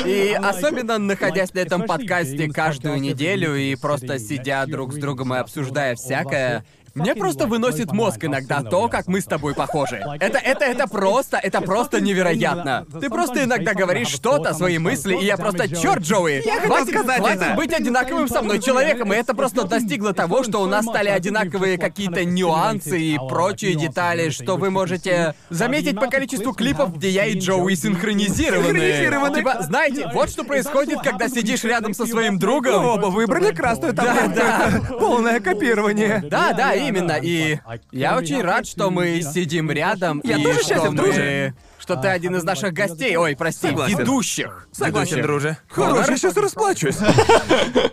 [SPEAKER 1] и особенно находясь на этом подкасте каждую неделю и просто сидя друг с другом и обсуждая всякое, мне просто выносит мозг иногда то, как мы с тобой похожи. Это, это, это просто, это просто невероятно. Ты просто иногда говоришь что-то, свои мысли, и я просто, черт, Джоуи,
[SPEAKER 3] Я хотел
[SPEAKER 1] хватит-
[SPEAKER 3] сказать
[SPEAKER 1] хватит
[SPEAKER 3] это!»
[SPEAKER 1] быть одинаковым со мной человеком, и это просто достигло того, что у нас стали одинаковые какие-то нюансы и прочие детали, что вы можете заметить по количеству клипов, где я и Джоуи синхронизированы.
[SPEAKER 3] Синхронизированы.
[SPEAKER 1] Типа, знаете, вот что происходит, когда сидишь рядом со своим другом.
[SPEAKER 3] Оба выбрали красную
[SPEAKER 1] Да,
[SPEAKER 3] таблетку.
[SPEAKER 1] да.
[SPEAKER 3] Полное копирование.
[SPEAKER 1] Да, да, А именно. И я очень рад, что мы сидим рядом.
[SPEAKER 3] Я
[SPEAKER 1] и
[SPEAKER 3] тоже
[SPEAKER 1] что А,
[SPEAKER 3] счастлив,
[SPEAKER 1] мы-
[SPEAKER 3] друже.
[SPEAKER 1] Что ты один из наших гостей. Ой, прости,
[SPEAKER 3] Согласен.
[SPEAKER 1] ведущих.
[SPEAKER 3] Согласен,
[SPEAKER 1] Ведущих.
[SPEAKER 3] друже. Хорош, я сейчас расплачусь.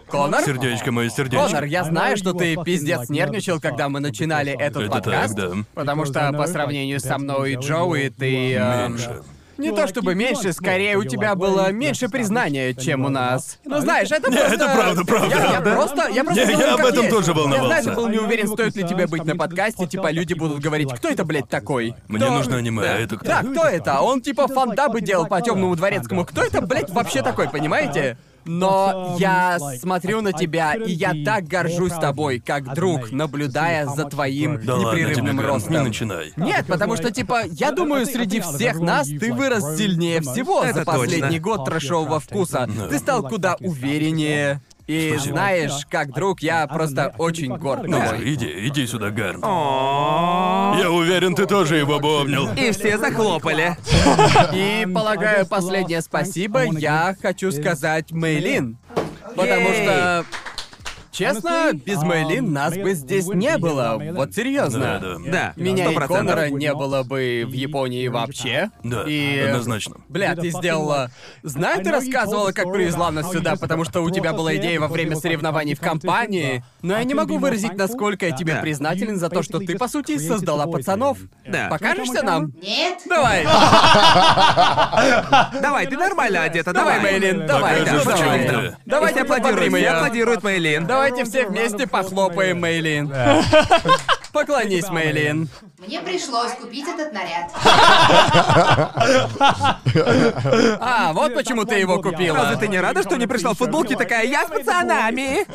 [SPEAKER 1] Конор?
[SPEAKER 4] Сердечко мое, сердечко.
[SPEAKER 1] Конор, я знаю, что ты пиздец нервничал, когда мы начинали этот
[SPEAKER 4] Это
[SPEAKER 1] подкаст.
[SPEAKER 4] так, да.
[SPEAKER 1] Потому что по сравнению со мной и Джоуи, ты... эм,
[SPEAKER 4] Меньше.
[SPEAKER 1] Не то чтобы меньше, скорее у тебя было меньше признания, чем у нас. Ну знаешь, это просто...
[SPEAKER 4] А это правда, правда.
[SPEAKER 1] Я, я просто... Я просто...
[SPEAKER 4] Я- я
[SPEAKER 1] говорю,
[SPEAKER 4] об
[SPEAKER 1] как
[SPEAKER 4] этом
[SPEAKER 1] есть.
[SPEAKER 4] тоже
[SPEAKER 1] Я, знаешь,
[SPEAKER 4] волновался. А
[SPEAKER 1] был не уверен, стоит ли тебе быть на подкасте, типа люди будут говорить, кто это, блядь, такой?
[SPEAKER 4] Мне нужно аниме, а это кто?
[SPEAKER 1] Да, кто это? Он типа фандабы делал по темному дворецкому. Кто это, блядь, вообще такой, понимаете?
[SPEAKER 4] Ну,
[SPEAKER 1] Но я смотрю на тебя, и я так горжусь тобой, как друг, наблюдая за твоим
[SPEAKER 4] Да ладно тебе,
[SPEAKER 1] непрерывным
[SPEAKER 4] Гарн, не
[SPEAKER 1] ростом.
[SPEAKER 4] начинай. Ну
[SPEAKER 1] Нет, потому что, типа, я думаю, среди всех нас ты вырос сильнее всего
[SPEAKER 3] Это
[SPEAKER 1] за последний
[SPEAKER 3] точно.
[SPEAKER 1] год трэшового вкуса. Ты стал куда увереннее. И
[SPEAKER 4] Спасибо.
[SPEAKER 1] знаешь, как друг, я просто очень горд
[SPEAKER 4] Ну
[SPEAKER 1] тобой.
[SPEAKER 4] же, иди, иди сюда, Гарн. Я уверен, ты тоже его обнял.
[SPEAKER 3] И все захлопали.
[SPEAKER 1] И, полагаю, последнее спасибо я хочу сказать Мэйлин. Потому что... Честно, без Мэйлин нас бы здесь не было. Вот
[SPEAKER 4] Да,
[SPEAKER 1] серьезно.
[SPEAKER 4] да.
[SPEAKER 3] Да,
[SPEAKER 1] Меня
[SPEAKER 3] сто
[SPEAKER 1] и
[SPEAKER 3] процентов.
[SPEAKER 1] Конора не было бы в Японии вообще.
[SPEAKER 4] Да,
[SPEAKER 1] и...
[SPEAKER 4] однозначно.
[SPEAKER 1] Бля, ты сделала... Знаю, ты рассказывала, как привезла нас сюда, потому что у тебя была идея во время соревнований в компании Но
[SPEAKER 3] А
[SPEAKER 1] я не могу выразить, насколько я тебе
[SPEAKER 3] Да.
[SPEAKER 1] признателен за то, что ты, по сути, создала пацанов.
[SPEAKER 3] Да.
[SPEAKER 1] Покажешься нам?
[SPEAKER 8] Нет.
[SPEAKER 1] Давай.
[SPEAKER 3] Давай, ты нормально одета,
[SPEAKER 1] Давай,
[SPEAKER 3] давай.
[SPEAKER 1] Мэйлин, давай.
[SPEAKER 4] Покажешь,
[SPEAKER 1] ну давай.
[SPEAKER 4] в чём ты.
[SPEAKER 1] Давайте
[SPEAKER 3] Давайте
[SPEAKER 1] аплодируем
[SPEAKER 3] аплодируют,
[SPEAKER 1] её.
[SPEAKER 3] я аплодирует Мэйлин.
[SPEAKER 1] Давайте все вместе похлопаем, Мейлин. Поклонись, Мейлин.
[SPEAKER 8] Мне пришлось купить этот наряд.
[SPEAKER 1] А, вот почему ты его купила.
[SPEAKER 3] Разве ты не рада, что не пришла в футболке такая «Я с пацанами»?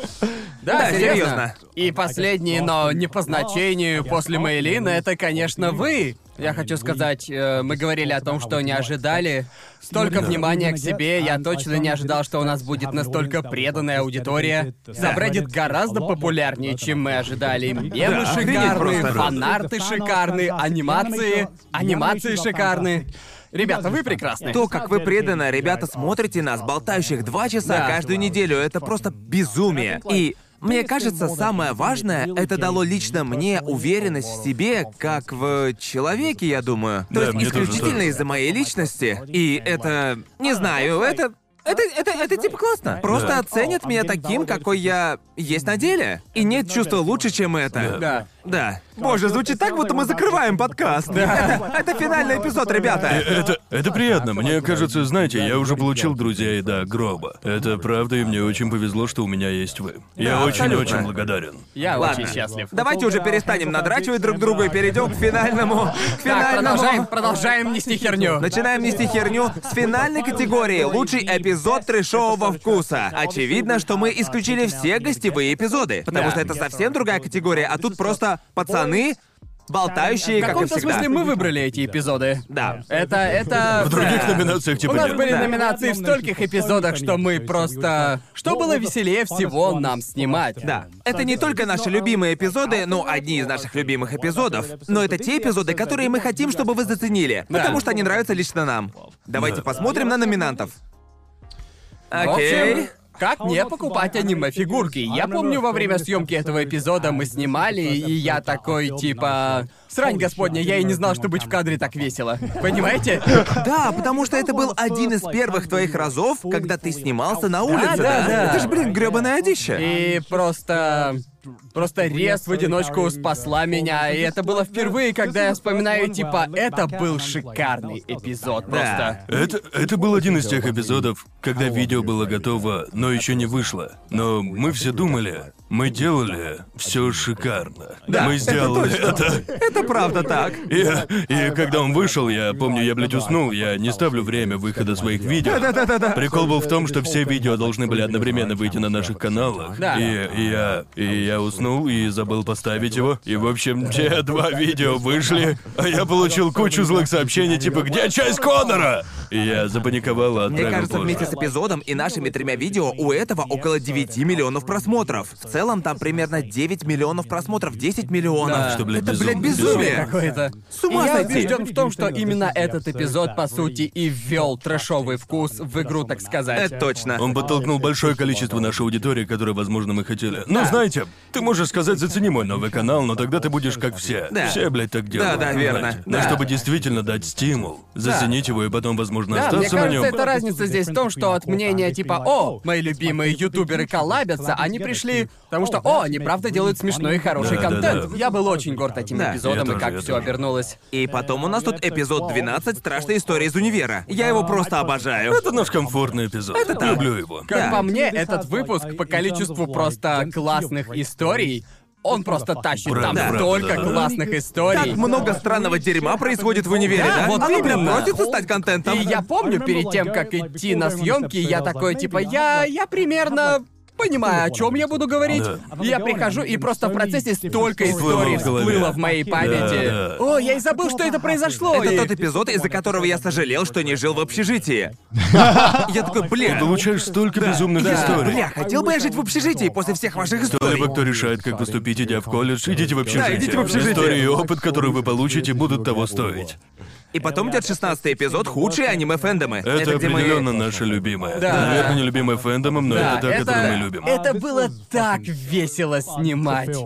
[SPEAKER 1] Да,
[SPEAKER 3] Да,
[SPEAKER 1] серьезно.
[SPEAKER 3] серьезно.
[SPEAKER 1] И последнее, но не по значению, после Мейлина, это, конечно, вы. Я хочу сказать, э, мы говорили о том, что не ожидали столько внимания к себе. Я точно не ожидал, что у нас будет настолько преданная аудитория. Забредит гораздо популярнее, чем мы ожидали. Мемы
[SPEAKER 3] Да, охренеть
[SPEAKER 1] шикарные,
[SPEAKER 3] просто.
[SPEAKER 1] фанарты шикарные, анимации, анимации шикарные. Ребята, вы прекрасны.
[SPEAKER 3] То, как вы преданно, ребята, смотрите нас, болтающих два часа
[SPEAKER 1] Да.
[SPEAKER 3] каждую неделю, это просто безумие. И мне кажется, самое важное, это дало лично мне уверенность в себе, как в человеке, я думаю. То
[SPEAKER 4] Да,
[SPEAKER 3] есть
[SPEAKER 4] мне тоже
[SPEAKER 3] исключительно
[SPEAKER 4] так.
[SPEAKER 3] из-за моей личности. И это... Не знаю, это... Это, это, это типа классно. Просто
[SPEAKER 4] Да.
[SPEAKER 3] оценят меня таким, какой я есть на деле. И нет чувства лучше, чем это.
[SPEAKER 1] Да.
[SPEAKER 3] Да. Боже, звучит так, будто мы закрываем подкаст. Это, это финальный эпизод, ребята.
[SPEAKER 4] Э, Это, это приятно. Мне кажется, знаете, я уже получил друзей до гроба. Это правда, и мне очень повезло, что у меня есть вы. Я
[SPEAKER 3] Да,
[SPEAKER 4] очень-очень
[SPEAKER 3] абсолютно.
[SPEAKER 4] благодарен.
[SPEAKER 1] Я
[SPEAKER 3] Ладно.
[SPEAKER 1] очень счастлив.
[SPEAKER 3] Давайте уже перестанем надрачивать друг друга и перейдем к финальному.
[SPEAKER 1] Так,
[SPEAKER 3] к финальному-
[SPEAKER 1] продолжаем, продолжаем нести херню.
[SPEAKER 3] Начинаем нести херню с финальной категории «Лучший эпизод трешового вкуса». Очевидно, что мы исключили все гостевые эпизоды, потому
[SPEAKER 1] Да.
[SPEAKER 3] что это совсем другая категория, а тут просто пацаны, болтающие,
[SPEAKER 1] В
[SPEAKER 3] как и
[SPEAKER 1] каком-то
[SPEAKER 3] всегда.
[SPEAKER 1] смысле мы выбрали эти эпизоды.
[SPEAKER 3] Да.
[SPEAKER 1] Это, это...
[SPEAKER 4] В других
[SPEAKER 1] да.
[SPEAKER 4] номинациях типа
[SPEAKER 1] У нас
[SPEAKER 4] нет.
[SPEAKER 1] были
[SPEAKER 4] Да.
[SPEAKER 1] номинации в стольких эпизодах, что мы просто... Что было веселее всего нам снимать.
[SPEAKER 3] Да. Это не только наши любимые эпизоды, ну, одни из наших любимых эпизодов, но это те эпизоды, которые мы хотим, чтобы вы заценили,
[SPEAKER 1] Да.
[SPEAKER 3] потому что они нравятся лично нам. Давайте посмотрим на номинантов.
[SPEAKER 1] В общем,
[SPEAKER 3] Окей.
[SPEAKER 1] как не покупать аниме-фигурки? Я помню, во время съемки этого эпизода мы снимали, и я такой, типа... Срань господня, я и не знал, что быть в кадре так весело. Понимаете?
[SPEAKER 3] Да, потому что это был один из первых твоих разов, когда ты снимался на
[SPEAKER 1] да,
[SPEAKER 3] улице, да?
[SPEAKER 1] да.
[SPEAKER 3] Это ж, блин, грёбаное одище.
[SPEAKER 1] И просто... Просто Рес в одиночку спасла меня, и это было впервые, когда я вспоминаю, типа, это был шикарный эпизод, просто.
[SPEAKER 3] Да.
[SPEAKER 4] Это, это был один из тех эпизодов, когда видео было готово, но еще не вышло. Но мы все думали, мы делали все шикарно.
[SPEAKER 3] Да,
[SPEAKER 4] мы
[SPEAKER 3] это
[SPEAKER 4] сделали
[SPEAKER 3] точно.
[SPEAKER 4] это.
[SPEAKER 3] Это правда так.
[SPEAKER 4] И, и когда он вышел, я помню, я, блядь, уснул, я не ставлю время выхода своих видео.
[SPEAKER 3] Да-да-да-да.
[SPEAKER 4] Прикол был в том, что все видео должны были одновременно выйти на наших каналах.
[SPEAKER 1] Да.
[SPEAKER 4] И, и я. И я уснул и забыл поставить его. И в общем, те два видео вышли, а я получил кучу злых сообщений, типа «Где часть Конора?» И я запаниковал и отправил
[SPEAKER 3] Мне кажется,
[SPEAKER 4] позже.
[SPEAKER 3] вместе с эпизодом и нашими тремя видео у этого около 9 миллионов просмотров. В целом там примерно 9 миллионов просмотров, 10 миллионов.
[SPEAKER 1] Да. Что,
[SPEAKER 4] блядь,
[SPEAKER 3] Это, блядь,
[SPEAKER 4] безумно,
[SPEAKER 3] безумие.
[SPEAKER 1] Какое-то...
[SPEAKER 3] С ума
[SPEAKER 1] И я
[SPEAKER 3] сойти.
[SPEAKER 1] убежден в том, что именно этот эпизод, по сути, и ввел трэшовый вкус в игру, так сказать.
[SPEAKER 3] Это Э, точно.
[SPEAKER 4] Он подтолкнул большое количество нашей аудитории, которую, возможно, мы хотели. Ну, знаете, ты можешь сказать, зацени мой новый канал, но тогда ты будешь как все.
[SPEAKER 3] Да.
[SPEAKER 4] Все, блядь, так делают.
[SPEAKER 3] да, верно.
[SPEAKER 4] понимаете? Но
[SPEAKER 3] Да.
[SPEAKER 4] чтобы действительно дать стимул, заценить его и потом, возможно,
[SPEAKER 1] Да, мне
[SPEAKER 4] остаться на нем.
[SPEAKER 1] кажется, эта разница здесь в том, что от мнения типа «О, мои любимые ютуберы коллабятся», они пришли, потому что «О, они правда делают смешной и хороший
[SPEAKER 4] Да, да,
[SPEAKER 1] контент».
[SPEAKER 4] да.
[SPEAKER 1] Я был очень горд этим
[SPEAKER 3] Да.
[SPEAKER 1] эпизодом
[SPEAKER 4] Я
[SPEAKER 1] и
[SPEAKER 4] тоже,
[SPEAKER 1] как
[SPEAKER 4] я
[SPEAKER 1] все
[SPEAKER 4] тоже.
[SPEAKER 1] обернулось.
[SPEAKER 3] И потом у нас тут эпизод 12 «Страшная история из универа». Я его просто обожаю.
[SPEAKER 4] Это наш комфортный эпизод.
[SPEAKER 3] так.
[SPEAKER 4] Люблю его.
[SPEAKER 1] Как
[SPEAKER 3] Да.
[SPEAKER 1] по мне, этот выпуск по количеству просто классных историй, он просто тащит. Там
[SPEAKER 4] Правда, правда,
[SPEAKER 1] столько
[SPEAKER 4] да.
[SPEAKER 1] классных историй.
[SPEAKER 3] Так много странного дерьма происходит в универе,
[SPEAKER 1] Да,
[SPEAKER 3] да?
[SPEAKER 1] вот
[SPEAKER 3] Оно прям
[SPEAKER 1] именно.
[SPEAKER 3] просится стать контентом.
[SPEAKER 1] И я помню, перед тем, как идти на съемки, я такой, типа, я, я примерно понимаю, о чем я буду говорить.
[SPEAKER 4] Да.
[SPEAKER 1] И Я прихожу, и просто в процессе столько
[SPEAKER 4] Всплыло
[SPEAKER 1] историй
[SPEAKER 4] типа в голове.
[SPEAKER 1] всплыло в моей памяти.
[SPEAKER 4] Да, да.
[SPEAKER 1] О, я и забыл, что это произошло.
[SPEAKER 3] Это
[SPEAKER 1] и-
[SPEAKER 3] тот эпизод, из-за которого я сожалел, что не жил в общежитии. Я такой,
[SPEAKER 4] Ты
[SPEAKER 3] бля,
[SPEAKER 4] получаешь столько безумных
[SPEAKER 3] я-
[SPEAKER 4] историй.
[SPEAKER 3] бля, хотел бы я жить в общежитии после всех ваших историй.
[SPEAKER 4] Кто-либо, кто решает, как поступить, идя в колледж, идите в общежитие.
[SPEAKER 3] идите в общежитие.
[SPEAKER 4] Истории и опыт, который вы получите, будут того стоить.
[SPEAKER 3] И потом идет 16 эпизод «Худшие аниме-фэндомы».
[SPEAKER 4] Это,
[SPEAKER 3] где мы-
[SPEAKER 4] определенно наше любимое.
[SPEAKER 1] Да.
[SPEAKER 4] Наверное, не любимое фэндомом, но
[SPEAKER 1] Да,
[SPEAKER 4] это та, которую мы любим.
[SPEAKER 1] это было так весело снимать.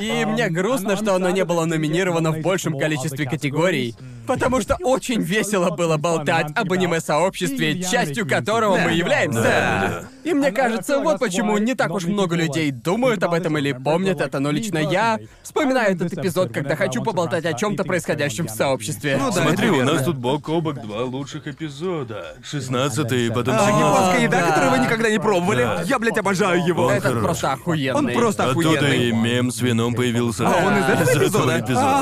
[SPEAKER 1] И мне грустно, что оно не было номинировано в большем количестве категорий. Потому что очень весело было болтать об аниме-сообществе, частью которого мы являемся.
[SPEAKER 4] Да.
[SPEAKER 1] И мне кажется, вот почему не так уж много людей думают об этом или помнят это, но лично я вспоминаю этот эпизод, когда хочу поболтать о чем-то происходящем в сообществе.
[SPEAKER 3] Ну да,
[SPEAKER 4] Смотри,
[SPEAKER 3] это
[SPEAKER 4] у
[SPEAKER 3] верно.
[SPEAKER 4] нас тут бок о бок два лучших эпизода. 16 и потом...
[SPEAKER 3] Это же японская еда,
[SPEAKER 1] да.
[SPEAKER 3] которую вы никогда не пробовали.
[SPEAKER 4] Да.
[SPEAKER 3] Я, блядь, обожаю его.
[SPEAKER 4] Это-
[SPEAKER 1] Этот просто охуенный.
[SPEAKER 3] Он просто
[SPEAKER 4] Оттуда и
[SPEAKER 3] охуенный.
[SPEAKER 4] мем с вином появился.
[SPEAKER 3] А он из этого эпизода? А,
[SPEAKER 4] эпизода.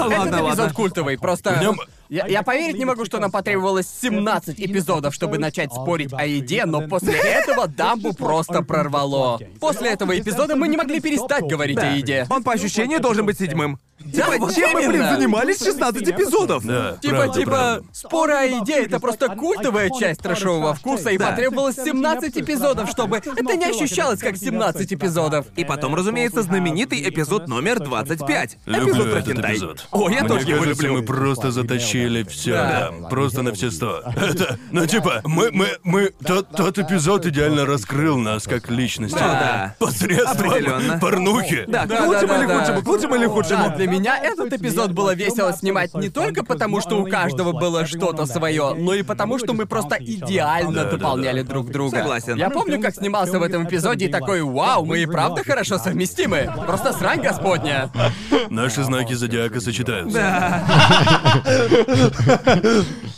[SPEAKER 1] Этот
[SPEAKER 3] Ладно,
[SPEAKER 1] эпизод
[SPEAKER 3] ладно.
[SPEAKER 1] культовый, просто...
[SPEAKER 4] В нём-
[SPEAKER 1] Я, я поверить не могу, что нам потребовалось 17 эпизодов, чтобы начать спорить о еде, но после этого дамбу просто прорвало. После этого эпизода мы не могли перестать говорить о еде.
[SPEAKER 3] Он по ощущению должен быть седьмым.
[SPEAKER 1] Да,
[SPEAKER 3] Типа,
[SPEAKER 1] вот
[SPEAKER 3] чем мы, блин,
[SPEAKER 1] именно.
[SPEAKER 3] занимались 16 эпизодов?
[SPEAKER 4] Да,
[SPEAKER 1] Типа,
[SPEAKER 4] правда,
[SPEAKER 1] типа,
[SPEAKER 4] правда.
[SPEAKER 1] споры о еде это просто культовая часть трэшового вкуса, и
[SPEAKER 3] Да.
[SPEAKER 1] потребовалось 17 эпизодов, чтобы это не ощущалось как 17 эпизодов.
[SPEAKER 3] И потом, разумеется, знаменитый эпизод номер 25.
[SPEAKER 4] Люблю
[SPEAKER 3] эпизод про
[SPEAKER 4] этот
[SPEAKER 3] хентай.
[SPEAKER 4] эпизод.
[SPEAKER 3] О, я
[SPEAKER 4] Мне
[SPEAKER 3] тоже его
[SPEAKER 4] кажется,
[SPEAKER 3] люблю.
[SPEAKER 4] мы просто затащили все, да. просто на все сто. Это, ну типа, мы, мы, мы, тот, тот эпизод идеально раскрыл нас как личности.
[SPEAKER 3] Ну Да. Определённо.
[SPEAKER 4] Посредством порнухи.
[SPEAKER 3] Да,
[SPEAKER 1] Да,
[SPEAKER 3] лучшим
[SPEAKER 1] да,
[SPEAKER 3] или
[SPEAKER 1] да,
[SPEAKER 3] худшим,
[SPEAKER 1] да.
[SPEAKER 3] лучшим или худшим.
[SPEAKER 1] Да, для меня этот эпизод было весело снимать не только потому, что у каждого было что-то свое, но и потому, что мы просто идеально
[SPEAKER 4] Да, да,
[SPEAKER 1] дополняли друг друга.
[SPEAKER 3] Согласен.
[SPEAKER 1] Я помню, как снимался в этом эпизоде и такой, вау, мы и правда хорошо совместимы. Просто срань господня.
[SPEAKER 4] Наши знаки зодиака сочетаются.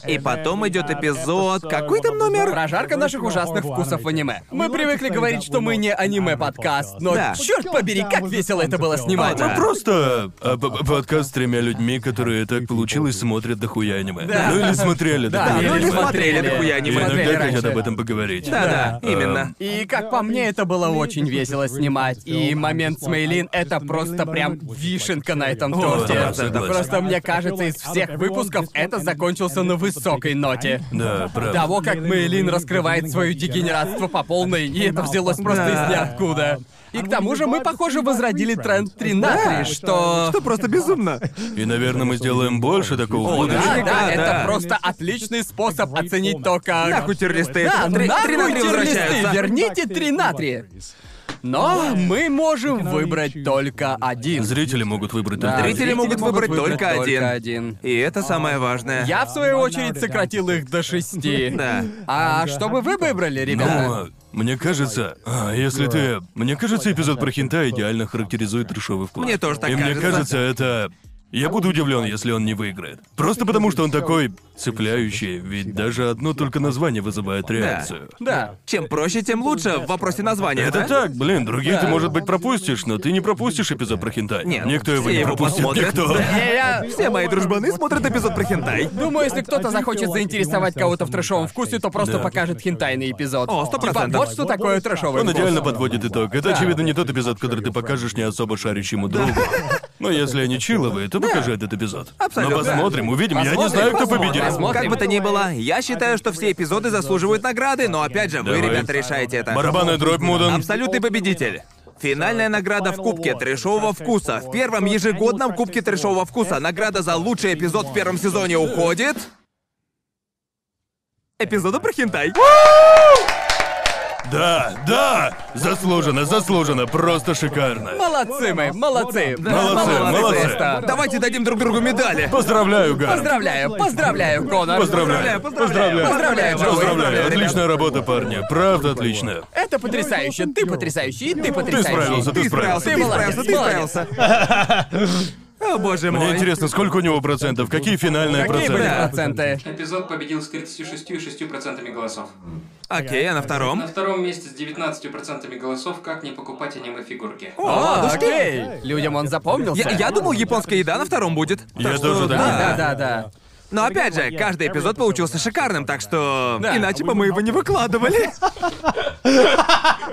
[SPEAKER 3] И потом идет эпизод. Какой там номер?
[SPEAKER 1] Прожарка наших ужасных вкусов в аниме. Мы привыкли говорить, что мы не аниме-подкаст, но
[SPEAKER 3] Да.
[SPEAKER 1] черт побери, как весело это было снимать.
[SPEAKER 4] Ну просто э, п- п- подкаст с тремя людьми, которые так получилось смотрят дохуя аниме.
[SPEAKER 1] Да.
[SPEAKER 4] Ну или смотрели
[SPEAKER 1] Да,
[SPEAKER 4] дохуя
[SPEAKER 3] ну или
[SPEAKER 4] аниме.
[SPEAKER 3] смотрели дохуя
[SPEAKER 4] И
[SPEAKER 3] аниме.
[SPEAKER 1] Смотрели
[SPEAKER 4] иногда хотят
[SPEAKER 1] раньше.
[SPEAKER 4] об этом поговорить.
[SPEAKER 3] Да, да, именно.
[SPEAKER 1] И как по мне, это было очень весело снимать. И момент с Мейлин — это просто прям вишенка на этом
[SPEAKER 4] О,
[SPEAKER 1] торте.
[SPEAKER 4] да, согласен.
[SPEAKER 1] Просто мне кажется, из всех выпусков это закончился на высокой ноте.
[SPEAKER 4] Да, правда.
[SPEAKER 1] Того, как Мейлин раскрывает свое дегенератство по полной, и это взялось просто из ниоткуда. И к тому же мы, похоже, возродили тренд 3 на 3, что...
[SPEAKER 3] Это просто безумно.
[SPEAKER 4] И, наверное, мы сделаем больше такого в
[SPEAKER 3] да.
[SPEAKER 4] будущем.
[SPEAKER 1] Да,
[SPEAKER 3] наверняка,
[SPEAKER 1] да, это
[SPEAKER 3] да.
[SPEAKER 1] просто отличный способ оценить то, как...
[SPEAKER 3] Нахуй терлисты.
[SPEAKER 1] Да,
[SPEAKER 3] Три- три на
[SPEAKER 1] нахуй
[SPEAKER 3] три
[SPEAKER 1] терлисты,
[SPEAKER 3] возвращаются.
[SPEAKER 1] верните три на три. Но мы можем выбрать только один.
[SPEAKER 4] Зрители могут выбрать
[SPEAKER 1] Да,
[SPEAKER 4] только
[SPEAKER 3] Зрители могут выбрать только один.
[SPEAKER 1] один.
[SPEAKER 3] И это самое важное.
[SPEAKER 1] Я, в свою очередь, сократил их до шести.
[SPEAKER 3] Да. а
[SPEAKER 1] А что бы вы выбрали, ребята?
[SPEAKER 4] Ну, мне кажется, а, если ты... Мне кажется, эпизод про хинта идеально характеризует трешовый вкус.
[SPEAKER 3] Мне тоже так
[SPEAKER 4] И мне
[SPEAKER 3] кажется.
[SPEAKER 4] кажется, это... Я буду удивлен, если он не выиграет. Просто потому, что он такой цепляющий, ведь даже одно только название вызывает реакцию.
[SPEAKER 1] Да.
[SPEAKER 3] Чем проще, тем лучше в вопросе названия.
[SPEAKER 4] Это
[SPEAKER 3] да?
[SPEAKER 4] так, блин, другие ты, может быть, пропустишь, но ты не пропустишь эпизод про хентай.
[SPEAKER 3] Нет,
[SPEAKER 4] Никто его
[SPEAKER 3] ну, все
[SPEAKER 4] не
[SPEAKER 3] его
[SPEAKER 4] пропустит,
[SPEAKER 3] посмотрят.
[SPEAKER 4] никто.
[SPEAKER 1] Не, я...
[SPEAKER 3] Все мои дружбаны смотрят эпизод про хентай.
[SPEAKER 1] Думаю, если кто-то захочет заинтересовать кого-то в трэшовом вкусе, то просто
[SPEAKER 4] Да.
[SPEAKER 1] покажет хентайный эпизод.
[SPEAKER 3] О, сто
[SPEAKER 1] Типа,
[SPEAKER 3] процентов.
[SPEAKER 1] вот что такое трэшовый
[SPEAKER 4] Он
[SPEAKER 1] вкус.
[SPEAKER 4] идеально подводит итог. Это, очевидно, не тот эпизод, который ты покажешь не особо шарящему другу. Но если они чиловые, то покажи этот эпизод.
[SPEAKER 3] Абсолютно.
[SPEAKER 4] Но посмотрим, увидим. Я не знаю, кто победит.
[SPEAKER 3] Как бы то ни было, я считаю, что все эпизоды заслуживают награды, но опять же, вы,
[SPEAKER 4] Давай.
[SPEAKER 3] ребята, решаете это.
[SPEAKER 4] Барабанная дробь, Мудан.
[SPEAKER 3] Абсолютный победитель. Финальная награда в Кубке Трешового Вкуса. В первом ежегодном Кубке Трешового Вкуса награда за лучший эпизод в первом сезоне уходит... Эпизоду про хентай.
[SPEAKER 4] Да, да! Заслуженно, заслуженно, просто шикарно.
[SPEAKER 1] Молодцы мы, молодцы.
[SPEAKER 4] Молодцы, молодцы.
[SPEAKER 1] просто.
[SPEAKER 3] Давайте дадим друг другу медали.
[SPEAKER 4] Поздравляю, Гар.
[SPEAKER 1] Поздравляю, поздравляю, Конор.
[SPEAKER 3] поздравляю.
[SPEAKER 4] Поздравляю, поздравляю.
[SPEAKER 1] Поздравляю, Джоуи.
[SPEAKER 4] Поздравляю,
[SPEAKER 1] Поздравляю,
[SPEAKER 4] отличная работа, парни. Правда, отличная.
[SPEAKER 1] Это потрясающе, ты потрясающий, и ты
[SPEAKER 4] Ты
[SPEAKER 1] потрясающий.
[SPEAKER 4] справился, ты
[SPEAKER 3] справился,
[SPEAKER 4] справился.
[SPEAKER 3] ты
[SPEAKER 1] молодец,
[SPEAKER 3] справился, ты
[SPEAKER 1] молодец.
[SPEAKER 3] справился. О, боже
[SPEAKER 4] Мне
[SPEAKER 3] мой.
[SPEAKER 4] интересно, сколько у него процентов? Какие финальные
[SPEAKER 1] Какие были
[SPEAKER 4] проценты?
[SPEAKER 1] проценты?
[SPEAKER 5] Эпизод победил с 36,6% голосов.
[SPEAKER 3] Окей, а на втором?
[SPEAKER 5] На втором месте с 19% голосов «Как не покупать аниме-фигурки».
[SPEAKER 1] О, окей. Людям он запомнился.
[SPEAKER 3] Я, я думал, японская еда на втором будет.
[SPEAKER 4] Я
[SPEAKER 3] Так что-
[SPEAKER 4] тоже так
[SPEAKER 3] А, да.
[SPEAKER 4] думаю.
[SPEAKER 1] Да, да, да.
[SPEAKER 3] Но опять же, каждый эпизод получился шикарным, так что...
[SPEAKER 1] Да.
[SPEAKER 3] Иначе бы мы его не выкладывали.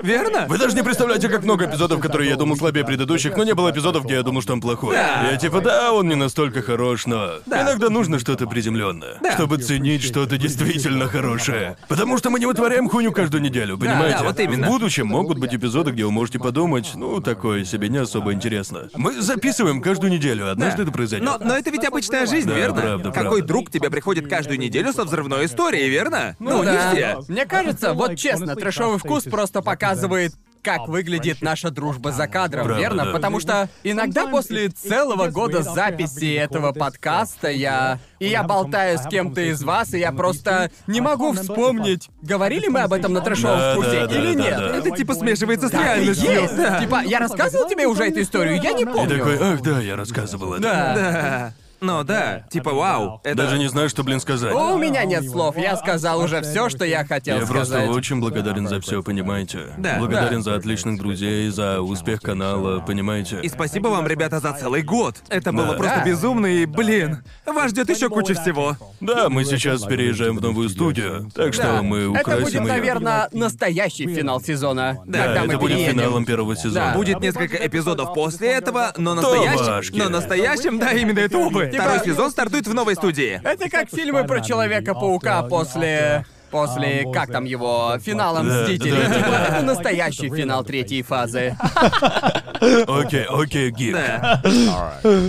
[SPEAKER 3] Верно?
[SPEAKER 4] Вы даже не представляете, как много эпизодов, которые я думал слабее предыдущих, но не было эпизодов, где я думал, что он плохой.
[SPEAKER 3] Да.
[SPEAKER 4] Я типа, да, он не настолько хорош, но иногда нужно что-то приземленное, чтобы ценить что-то действительно хорошее. Потому что мы не вытворяем хуйню каждую неделю, понимаете?
[SPEAKER 3] да, вот именно.
[SPEAKER 4] В будущем могут быть эпизоды, где вы можете подумать, ну, такое себе не особо интересно. Мы записываем каждую неделю, однажды это произойдет.
[SPEAKER 3] Но, но это ведь обычная жизнь,
[SPEAKER 4] Да,
[SPEAKER 3] верно?
[SPEAKER 4] правда,
[SPEAKER 3] Какой
[SPEAKER 4] правда.
[SPEAKER 3] друг тебе приходит каждую неделю со взрывной историей, верно? Ну, не
[SPEAKER 1] да.
[SPEAKER 3] все.
[SPEAKER 1] Мне кажется, вот честно, трэшовый вкус просто показывает как выглядит наша дружба за кадром,
[SPEAKER 4] Правда,
[SPEAKER 1] верно?
[SPEAKER 4] да.
[SPEAKER 1] Потому что иногда после целого года записи этого подкаста я... И я болтаю с кем-то из вас, и я просто не могу вспомнить, говорили мы об этом на трэшовом
[SPEAKER 4] Да,
[SPEAKER 1] вкусе
[SPEAKER 4] да, да,
[SPEAKER 1] или
[SPEAKER 4] да,
[SPEAKER 1] нет.
[SPEAKER 4] да.
[SPEAKER 3] Это типа смешивается с
[SPEAKER 1] Да, и
[SPEAKER 3] реальностью.
[SPEAKER 1] есть.
[SPEAKER 3] Да.
[SPEAKER 1] Типа, я рассказывал тебе уже эту историю, я не
[SPEAKER 4] И
[SPEAKER 1] помню.
[SPEAKER 4] такой, ах да, я рассказывал это.
[SPEAKER 1] Да.
[SPEAKER 3] Да. Ну да, типа вау. Это...
[SPEAKER 4] Даже не знаю, что, блин, сказать.
[SPEAKER 1] У меня нет слов, я сказал уже все, что я хотел
[SPEAKER 4] Я просто
[SPEAKER 1] сказать.
[SPEAKER 4] очень благодарен за все, понимаете?
[SPEAKER 3] Да.
[SPEAKER 4] Благодарен за отличных друзей, за успех канала, понимаете?
[SPEAKER 3] И спасибо вам, ребята, за целый год. Это было
[SPEAKER 4] Да.
[SPEAKER 3] просто
[SPEAKER 1] Да.
[SPEAKER 3] безумно, и, блин, вас ждет еще куча всего.
[SPEAKER 4] Да, мы сейчас переезжаем в новую студию, так что
[SPEAKER 1] Да.
[SPEAKER 4] а мы украсим
[SPEAKER 1] Это будет,
[SPEAKER 4] её.
[SPEAKER 1] наверное, настоящий финал сезона.
[SPEAKER 4] Да,
[SPEAKER 1] когда мы
[SPEAKER 4] это будет
[SPEAKER 1] переедем.
[SPEAKER 4] финалом первого сезона.
[SPEAKER 1] Да.
[SPEAKER 3] Будет несколько эпизодов после этого, но настоящим,
[SPEAKER 4] Томашки.
[SPEAKER 3] но настоящим, да, именно это оба. Второй сезон стартует в новой студии.
[SPEAKER 1] Это как фильмы про Человека-паука после... После, как там его, финала
[SPEAKER 4] Да,
[SPEAKER 1] Мстителей.
[SPEAKER 4] да, да,
[SPEAKER 1] Типа,
[SPEAKER 4] да.
[SPEAKER 1] это настоящий финал третьей фазы.
[SPEAKER 4] Окей, окей, Гик.
[SPEAKER 3] Да.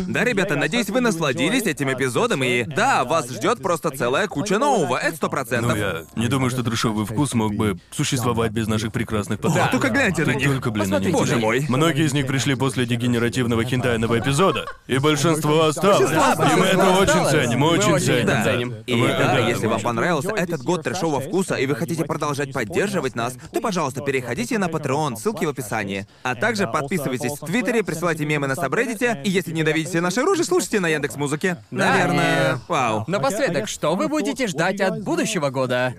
[SPEAKER 3] Да, ребята, надеюсь, вы насладились этим эпизодом, и да, вас ждет просто целая куча нового, это сто
[SPEAKER 4] Ну,
[SPEAKER 3] процентов.
[SPEAKER 4] я не думаю, что трешовый вкус мог бы существовать без наших прекрасных
[SPEAKER 3] А
[SPEAKER 4] подкастов.
[SPEAKER 3] только гляньте на
[SPEAKER 4] Тут
[SPEAKER 3] них.
[SPEAKER 4] Только, блин, на них.
[SPEAKER 3] Боже мой.
[SPEAKER 4] Многие из них пришли после дегенеративного хентайного эпозода, и большинство осталось.
[SPEAKER 3] А,
[SPEAKER 1] осталось,
[SPEAKER 4] И мы это
[SPEAKER 1] осталось.
[SPEAKER 4] очень ценим,
[SPEAKER 1] Мы
[SPEAKER 4] очень
[SPEAKER 1] очень
[SPEAKER 4] ценим.
[SPEAKER 1] это
[SPEAKER 3] Да.
[SPEAKER 1] ценим.
[SPEAKER 3] И
[SPEAKER 4] Вы-
[SPEAKER 3] да,
[SPEAKER 4] да,
[SPEAKER 3] если
[SPEAKER 4] мы-
[SPEAKER 3] вам понравился этот год трэшового вкуса, и вы хотите продолжать поддерживать нас, то, пожалуйста, переходите на Patreon, ссылки в описании. А также подписывайтесь в Твиттере, присылайте мемы на Сабреддите, и если ненавидите наши рожи, слушайте на Яндекс Музыке.
[SPEAKER 1] Да,
[SPEAKER 3] Наверное, вау.
[SPEAKER 1] Напоследок, что вы будете ждать от будущего года?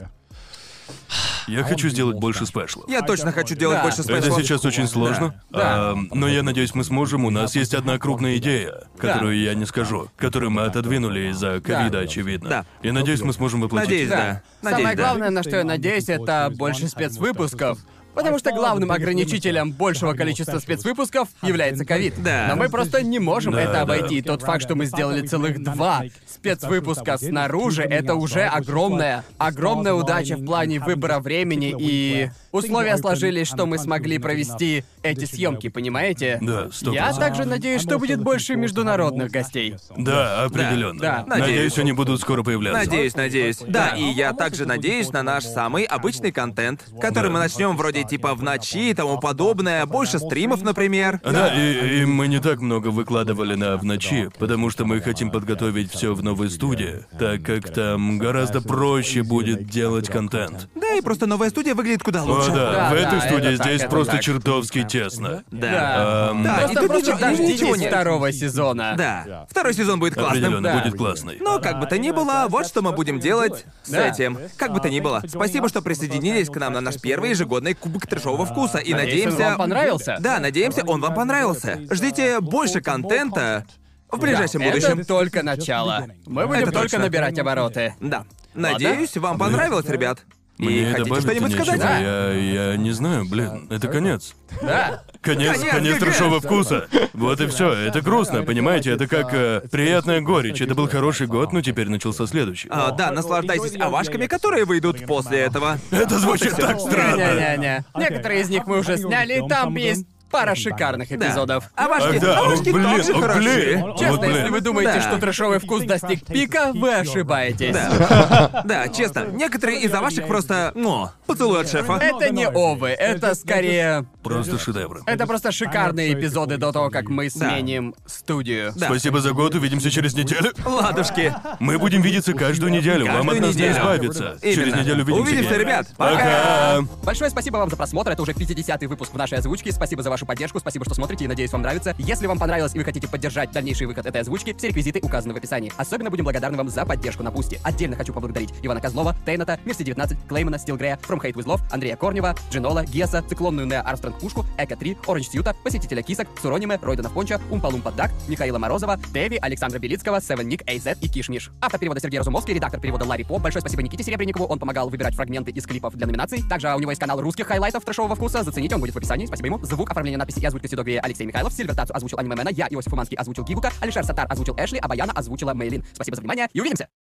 [SPEAKER 4] Я хочу сделать больше спешлов.
[SPEAKER 3] Я точно хочу делать
[SPEAKER 1] Да.
[SPEAKER 3] больше
[SPEAKER 4] Это
[SPEAKER 3] спешлов.
[SPEAKER 4] сейчас очень сложно,
[SPEAKER 1] Да.
[SPEAKER 4] эм, но я надеюсь, мы сможем. У нас есть одна крупная идея, которую я не скажу, которую мы отодвинули из-за ковида, очевидно.
[SPEAKER 3] Да.
[SPEAKER 4] И надеюсь, мы сможем воплотить.
[SPEAKER 3] Надеюсь, да.
[SPEAKER 1] Самое
[SPEAKER 3] Надеюсь, да.
[SPEAKER 1] главное, на что я надеюсь, это больше спецвыпусков. Потому что главным ограничителем большего количества спецвыпусков является ковид.
[SPEAKER 3] Да.
[SPEAKER 1] Но мы просто не можем
[SPEAKER 4] Да,
[SPEAKER 1] это
[SPEAKER 4] да.
[SPEAKER 1] обойти. Тот факт, что мы сделали целых два спецвыпуска снаружи, это уже огромная, огромная удача в плане выбора времени и условия сложились, что мы смогли провести эти съемки, понимаете?
[SPEAKER 4] Да, сто
[SPEAKER 1] Я
[SPEAKER 4] процентов.
[SPEAKER 1] также надеюсь, что будет больше международных гостей.
[SPEAKER 4] Да, определенно.
[SPEAKER 1] Да,
[SPEAKER 4] Надеюсь,
[SPEAKER 3] Надеюсь.
[SPEAKER 4] они будут скоро появляться.
[SPEAKER 3] Надеюсь, надеюсь. Да, и я также надеюсь на наш самый обычный контент, который мы начнем вроде типа в ночи и тому подобное, больше стримов, например.
[SPEAKER 4] Да, и, и мы не так много выкладывали на в ночи, потому что мы хотим подготовить все в новой студии, так как там гораздо проще будет делать контент.
[SPEAKER 3] Да, и просто новая студия выглядит куда
[SPEAKER 4] О,
[SPEAKER 3] лучше.
[SPEAKER 4] да,
[SPEAKER 1] Да,
[SPEAKER 4] в
[SPEAKER 1] да,
[SPEAKER 4] этой
[SPEAKER 1] это
[SPEAKER 4] студии
[SPEAKER 1] так,
[SPEAKER 4] здесь
[SPEAKER 1] это
[SPEAKER 4] просто
[SPEAKER 1] так.
[SPEAKER 4] чертовски тесно.
[SPEAKER 1] Да.
[SPEAKER 4] Эм,
[SPEAKER 3] Да, и
[SPEAKER 1] Просто,
[SPEAKER 3] тут
[SPEAKER 1] просто
[SPEAKER 3] ничего- ничего
[SPEAKER 1] дождитесь
[SPEAKER 3] нет.
[SPEAKER 1] второго сезона.
[SPEAKER 3] Да. Второй сезон будет классным.
[SPEAKER 4] определенно
[SPEAKER 1] Да. Ну,
[SPEAKER 4] будет классный.
[SPEAKER 3] Но как бы то ни было, вот что мы будем делать с
[SPEAKER 1] Да.
[SPEAKER 3] этим. Как бы то ни было, спасибо, что присоединились к нам на наш первый ежегодный кубок трешового вкуса. И
[SPEAKER 1] А, Надеюсь, он
[SPEAKER 3] надеемся.
[SPEAKER 1] вам понравился.
[SPEAKER 3] Да, надеемся, он вам понравился. Ждите больше контента в ближайшем
[SPEAKER 1] это
[SPEAKER 3] будущем.
[SPEAKER 1] только начало. Мы будем
[SPEAKER 3] Это
[SPEAKER 1] только
[SPEAKER 3] точно.
[SPEAKER 1] набирать обороты.
[SPEAKER 3] Да. Надеюсь, вам понравилось, ребят.
[SPEAKER 4] Мне
[SPEAKER 3] И хотите
[SPEAKER 4] добавить-то
[SPEAKER 3] что-нибудь
[SPEAKER 4] нечего.
[SPEAKER 3] сказать?
[SPEAKER 4] Я, я не знаю, блин, это конец.
[SPEAKER 1] Да.
[SPEAKER 4] Конец,
[SPEAKER 3] Конец,
[SPEAKER 4] конец,
[SPEAKER 3] конец.
[SPEAKER 4] трешового вкуса. Вот и все. Это грустно, понимаете? Это как э, приятная горечь. Это был хороший год, но теперь начался следующий.
[SPEAKER 3] А, да, наслаждайтесь овашками, которые выйдут после этого.
[SPEAKER 4] Это звучит так странно.
[SPEAKER 1] Не-не-не. Некоторые из них мы уже сняли, и там есть пара шикарных эпизодов.
[SPEAKER 3] Овашки,
[SPEAKER 4] Ах да, ох,
[SPEAKER 3] овашки
[SPEAKER 4] блин,
[SPEAKER 3] тоже
[SPEAKER 4] ох, блин.
[SPEAKER 3] хороши.
[SPEAKER 4] Вот,
[SPEAKER 1] Честно,
[SPEAKER 4] блин.
[SPEAKER 1] если вы думаете,
[SPEAKER 3] Да.
[SPEAKER 1] что трэшовый вкус достиг пика, вы ошибаетесь.
[SPEAKER 3] Да. Да, честно, некоторые из овашек просто, ну, поцелуй от шефа.
[SPEAKER 1] Это не овы, это скорее...
[SPEAKER 4] Просто шедевр.
[SPEAKER 1] Это просто шикарные эпизоды до того, как мы сменим студию.
[SPEAKER 3] Да.
[SPEAKER 4] Спасибо за год, увидимся через неделю.
[SPEAKER 3] Ладушки.
[SPEAKER 4] Мы будем видеться каждую неделю, вам от
[SPEAKER 3] Каждую
[SPEAKER 4] нас не
[SPEAKER 3] неделю.
[SPEAKER 4] избавиться. Через
[SPEAKER 3] Именно.
[SPEAKER 4] неделю увидимся.
[SPEAKER 3] Увидимся,
[SPEAKER 4] Гик.
[SPEAKER 3] ребят.
[SPEAKER 4] Пока.
[SPEAKER 1] Большое спасибо вам за просмотр. Это уже 50-й выпуск в нашей озвучке. Спасибо за вашу поддержку, спасибо, что смотрите и надеюсь, вам нравится. Если вам понравилось и вы хотите поддержать дальнейший выход этой озвучки, все реквизиты указаны в описании. Особенно будем благодарны вам за поддержку на пусте. Отдельно хочу поблагодарить Ивана Козлова, Тейната, Мерси 19, Клеймана, Стилгрея, From Hate With Love, Андрея Корнева, Джинола, Геса, Циклонную Нео Армстронг Пушку, Эко 3, Оранж Сьюта, Посетителя Кисок, Сурониме, Ройдена Понча, Умпалумпа Дак, Михаила Морозова, Дэви, Александра Белицкого, Севен Ник, Эйзет и Киш Миш. Автор перевода Сергей Разумовский, редактор перевода Ларри По. Большое спасибо Никите Серебренникову, он помогал выбирать фрагменты из клипов для номинаций. Также у него есть канал русских хайлайтов трэшового вкуса, зацените, он будет в описании. Спасибо ему. Звук, оформление надписи и озвучка Седогрия Алексей Михайлов, Сильвертацию озвучил Анимемена, я, Иосиф Уманский, озвучил Гигука, Алишер Сатар озвучил Эшли, а Баяна озвучила Мейлин. Спасибо за внимание и увидимся!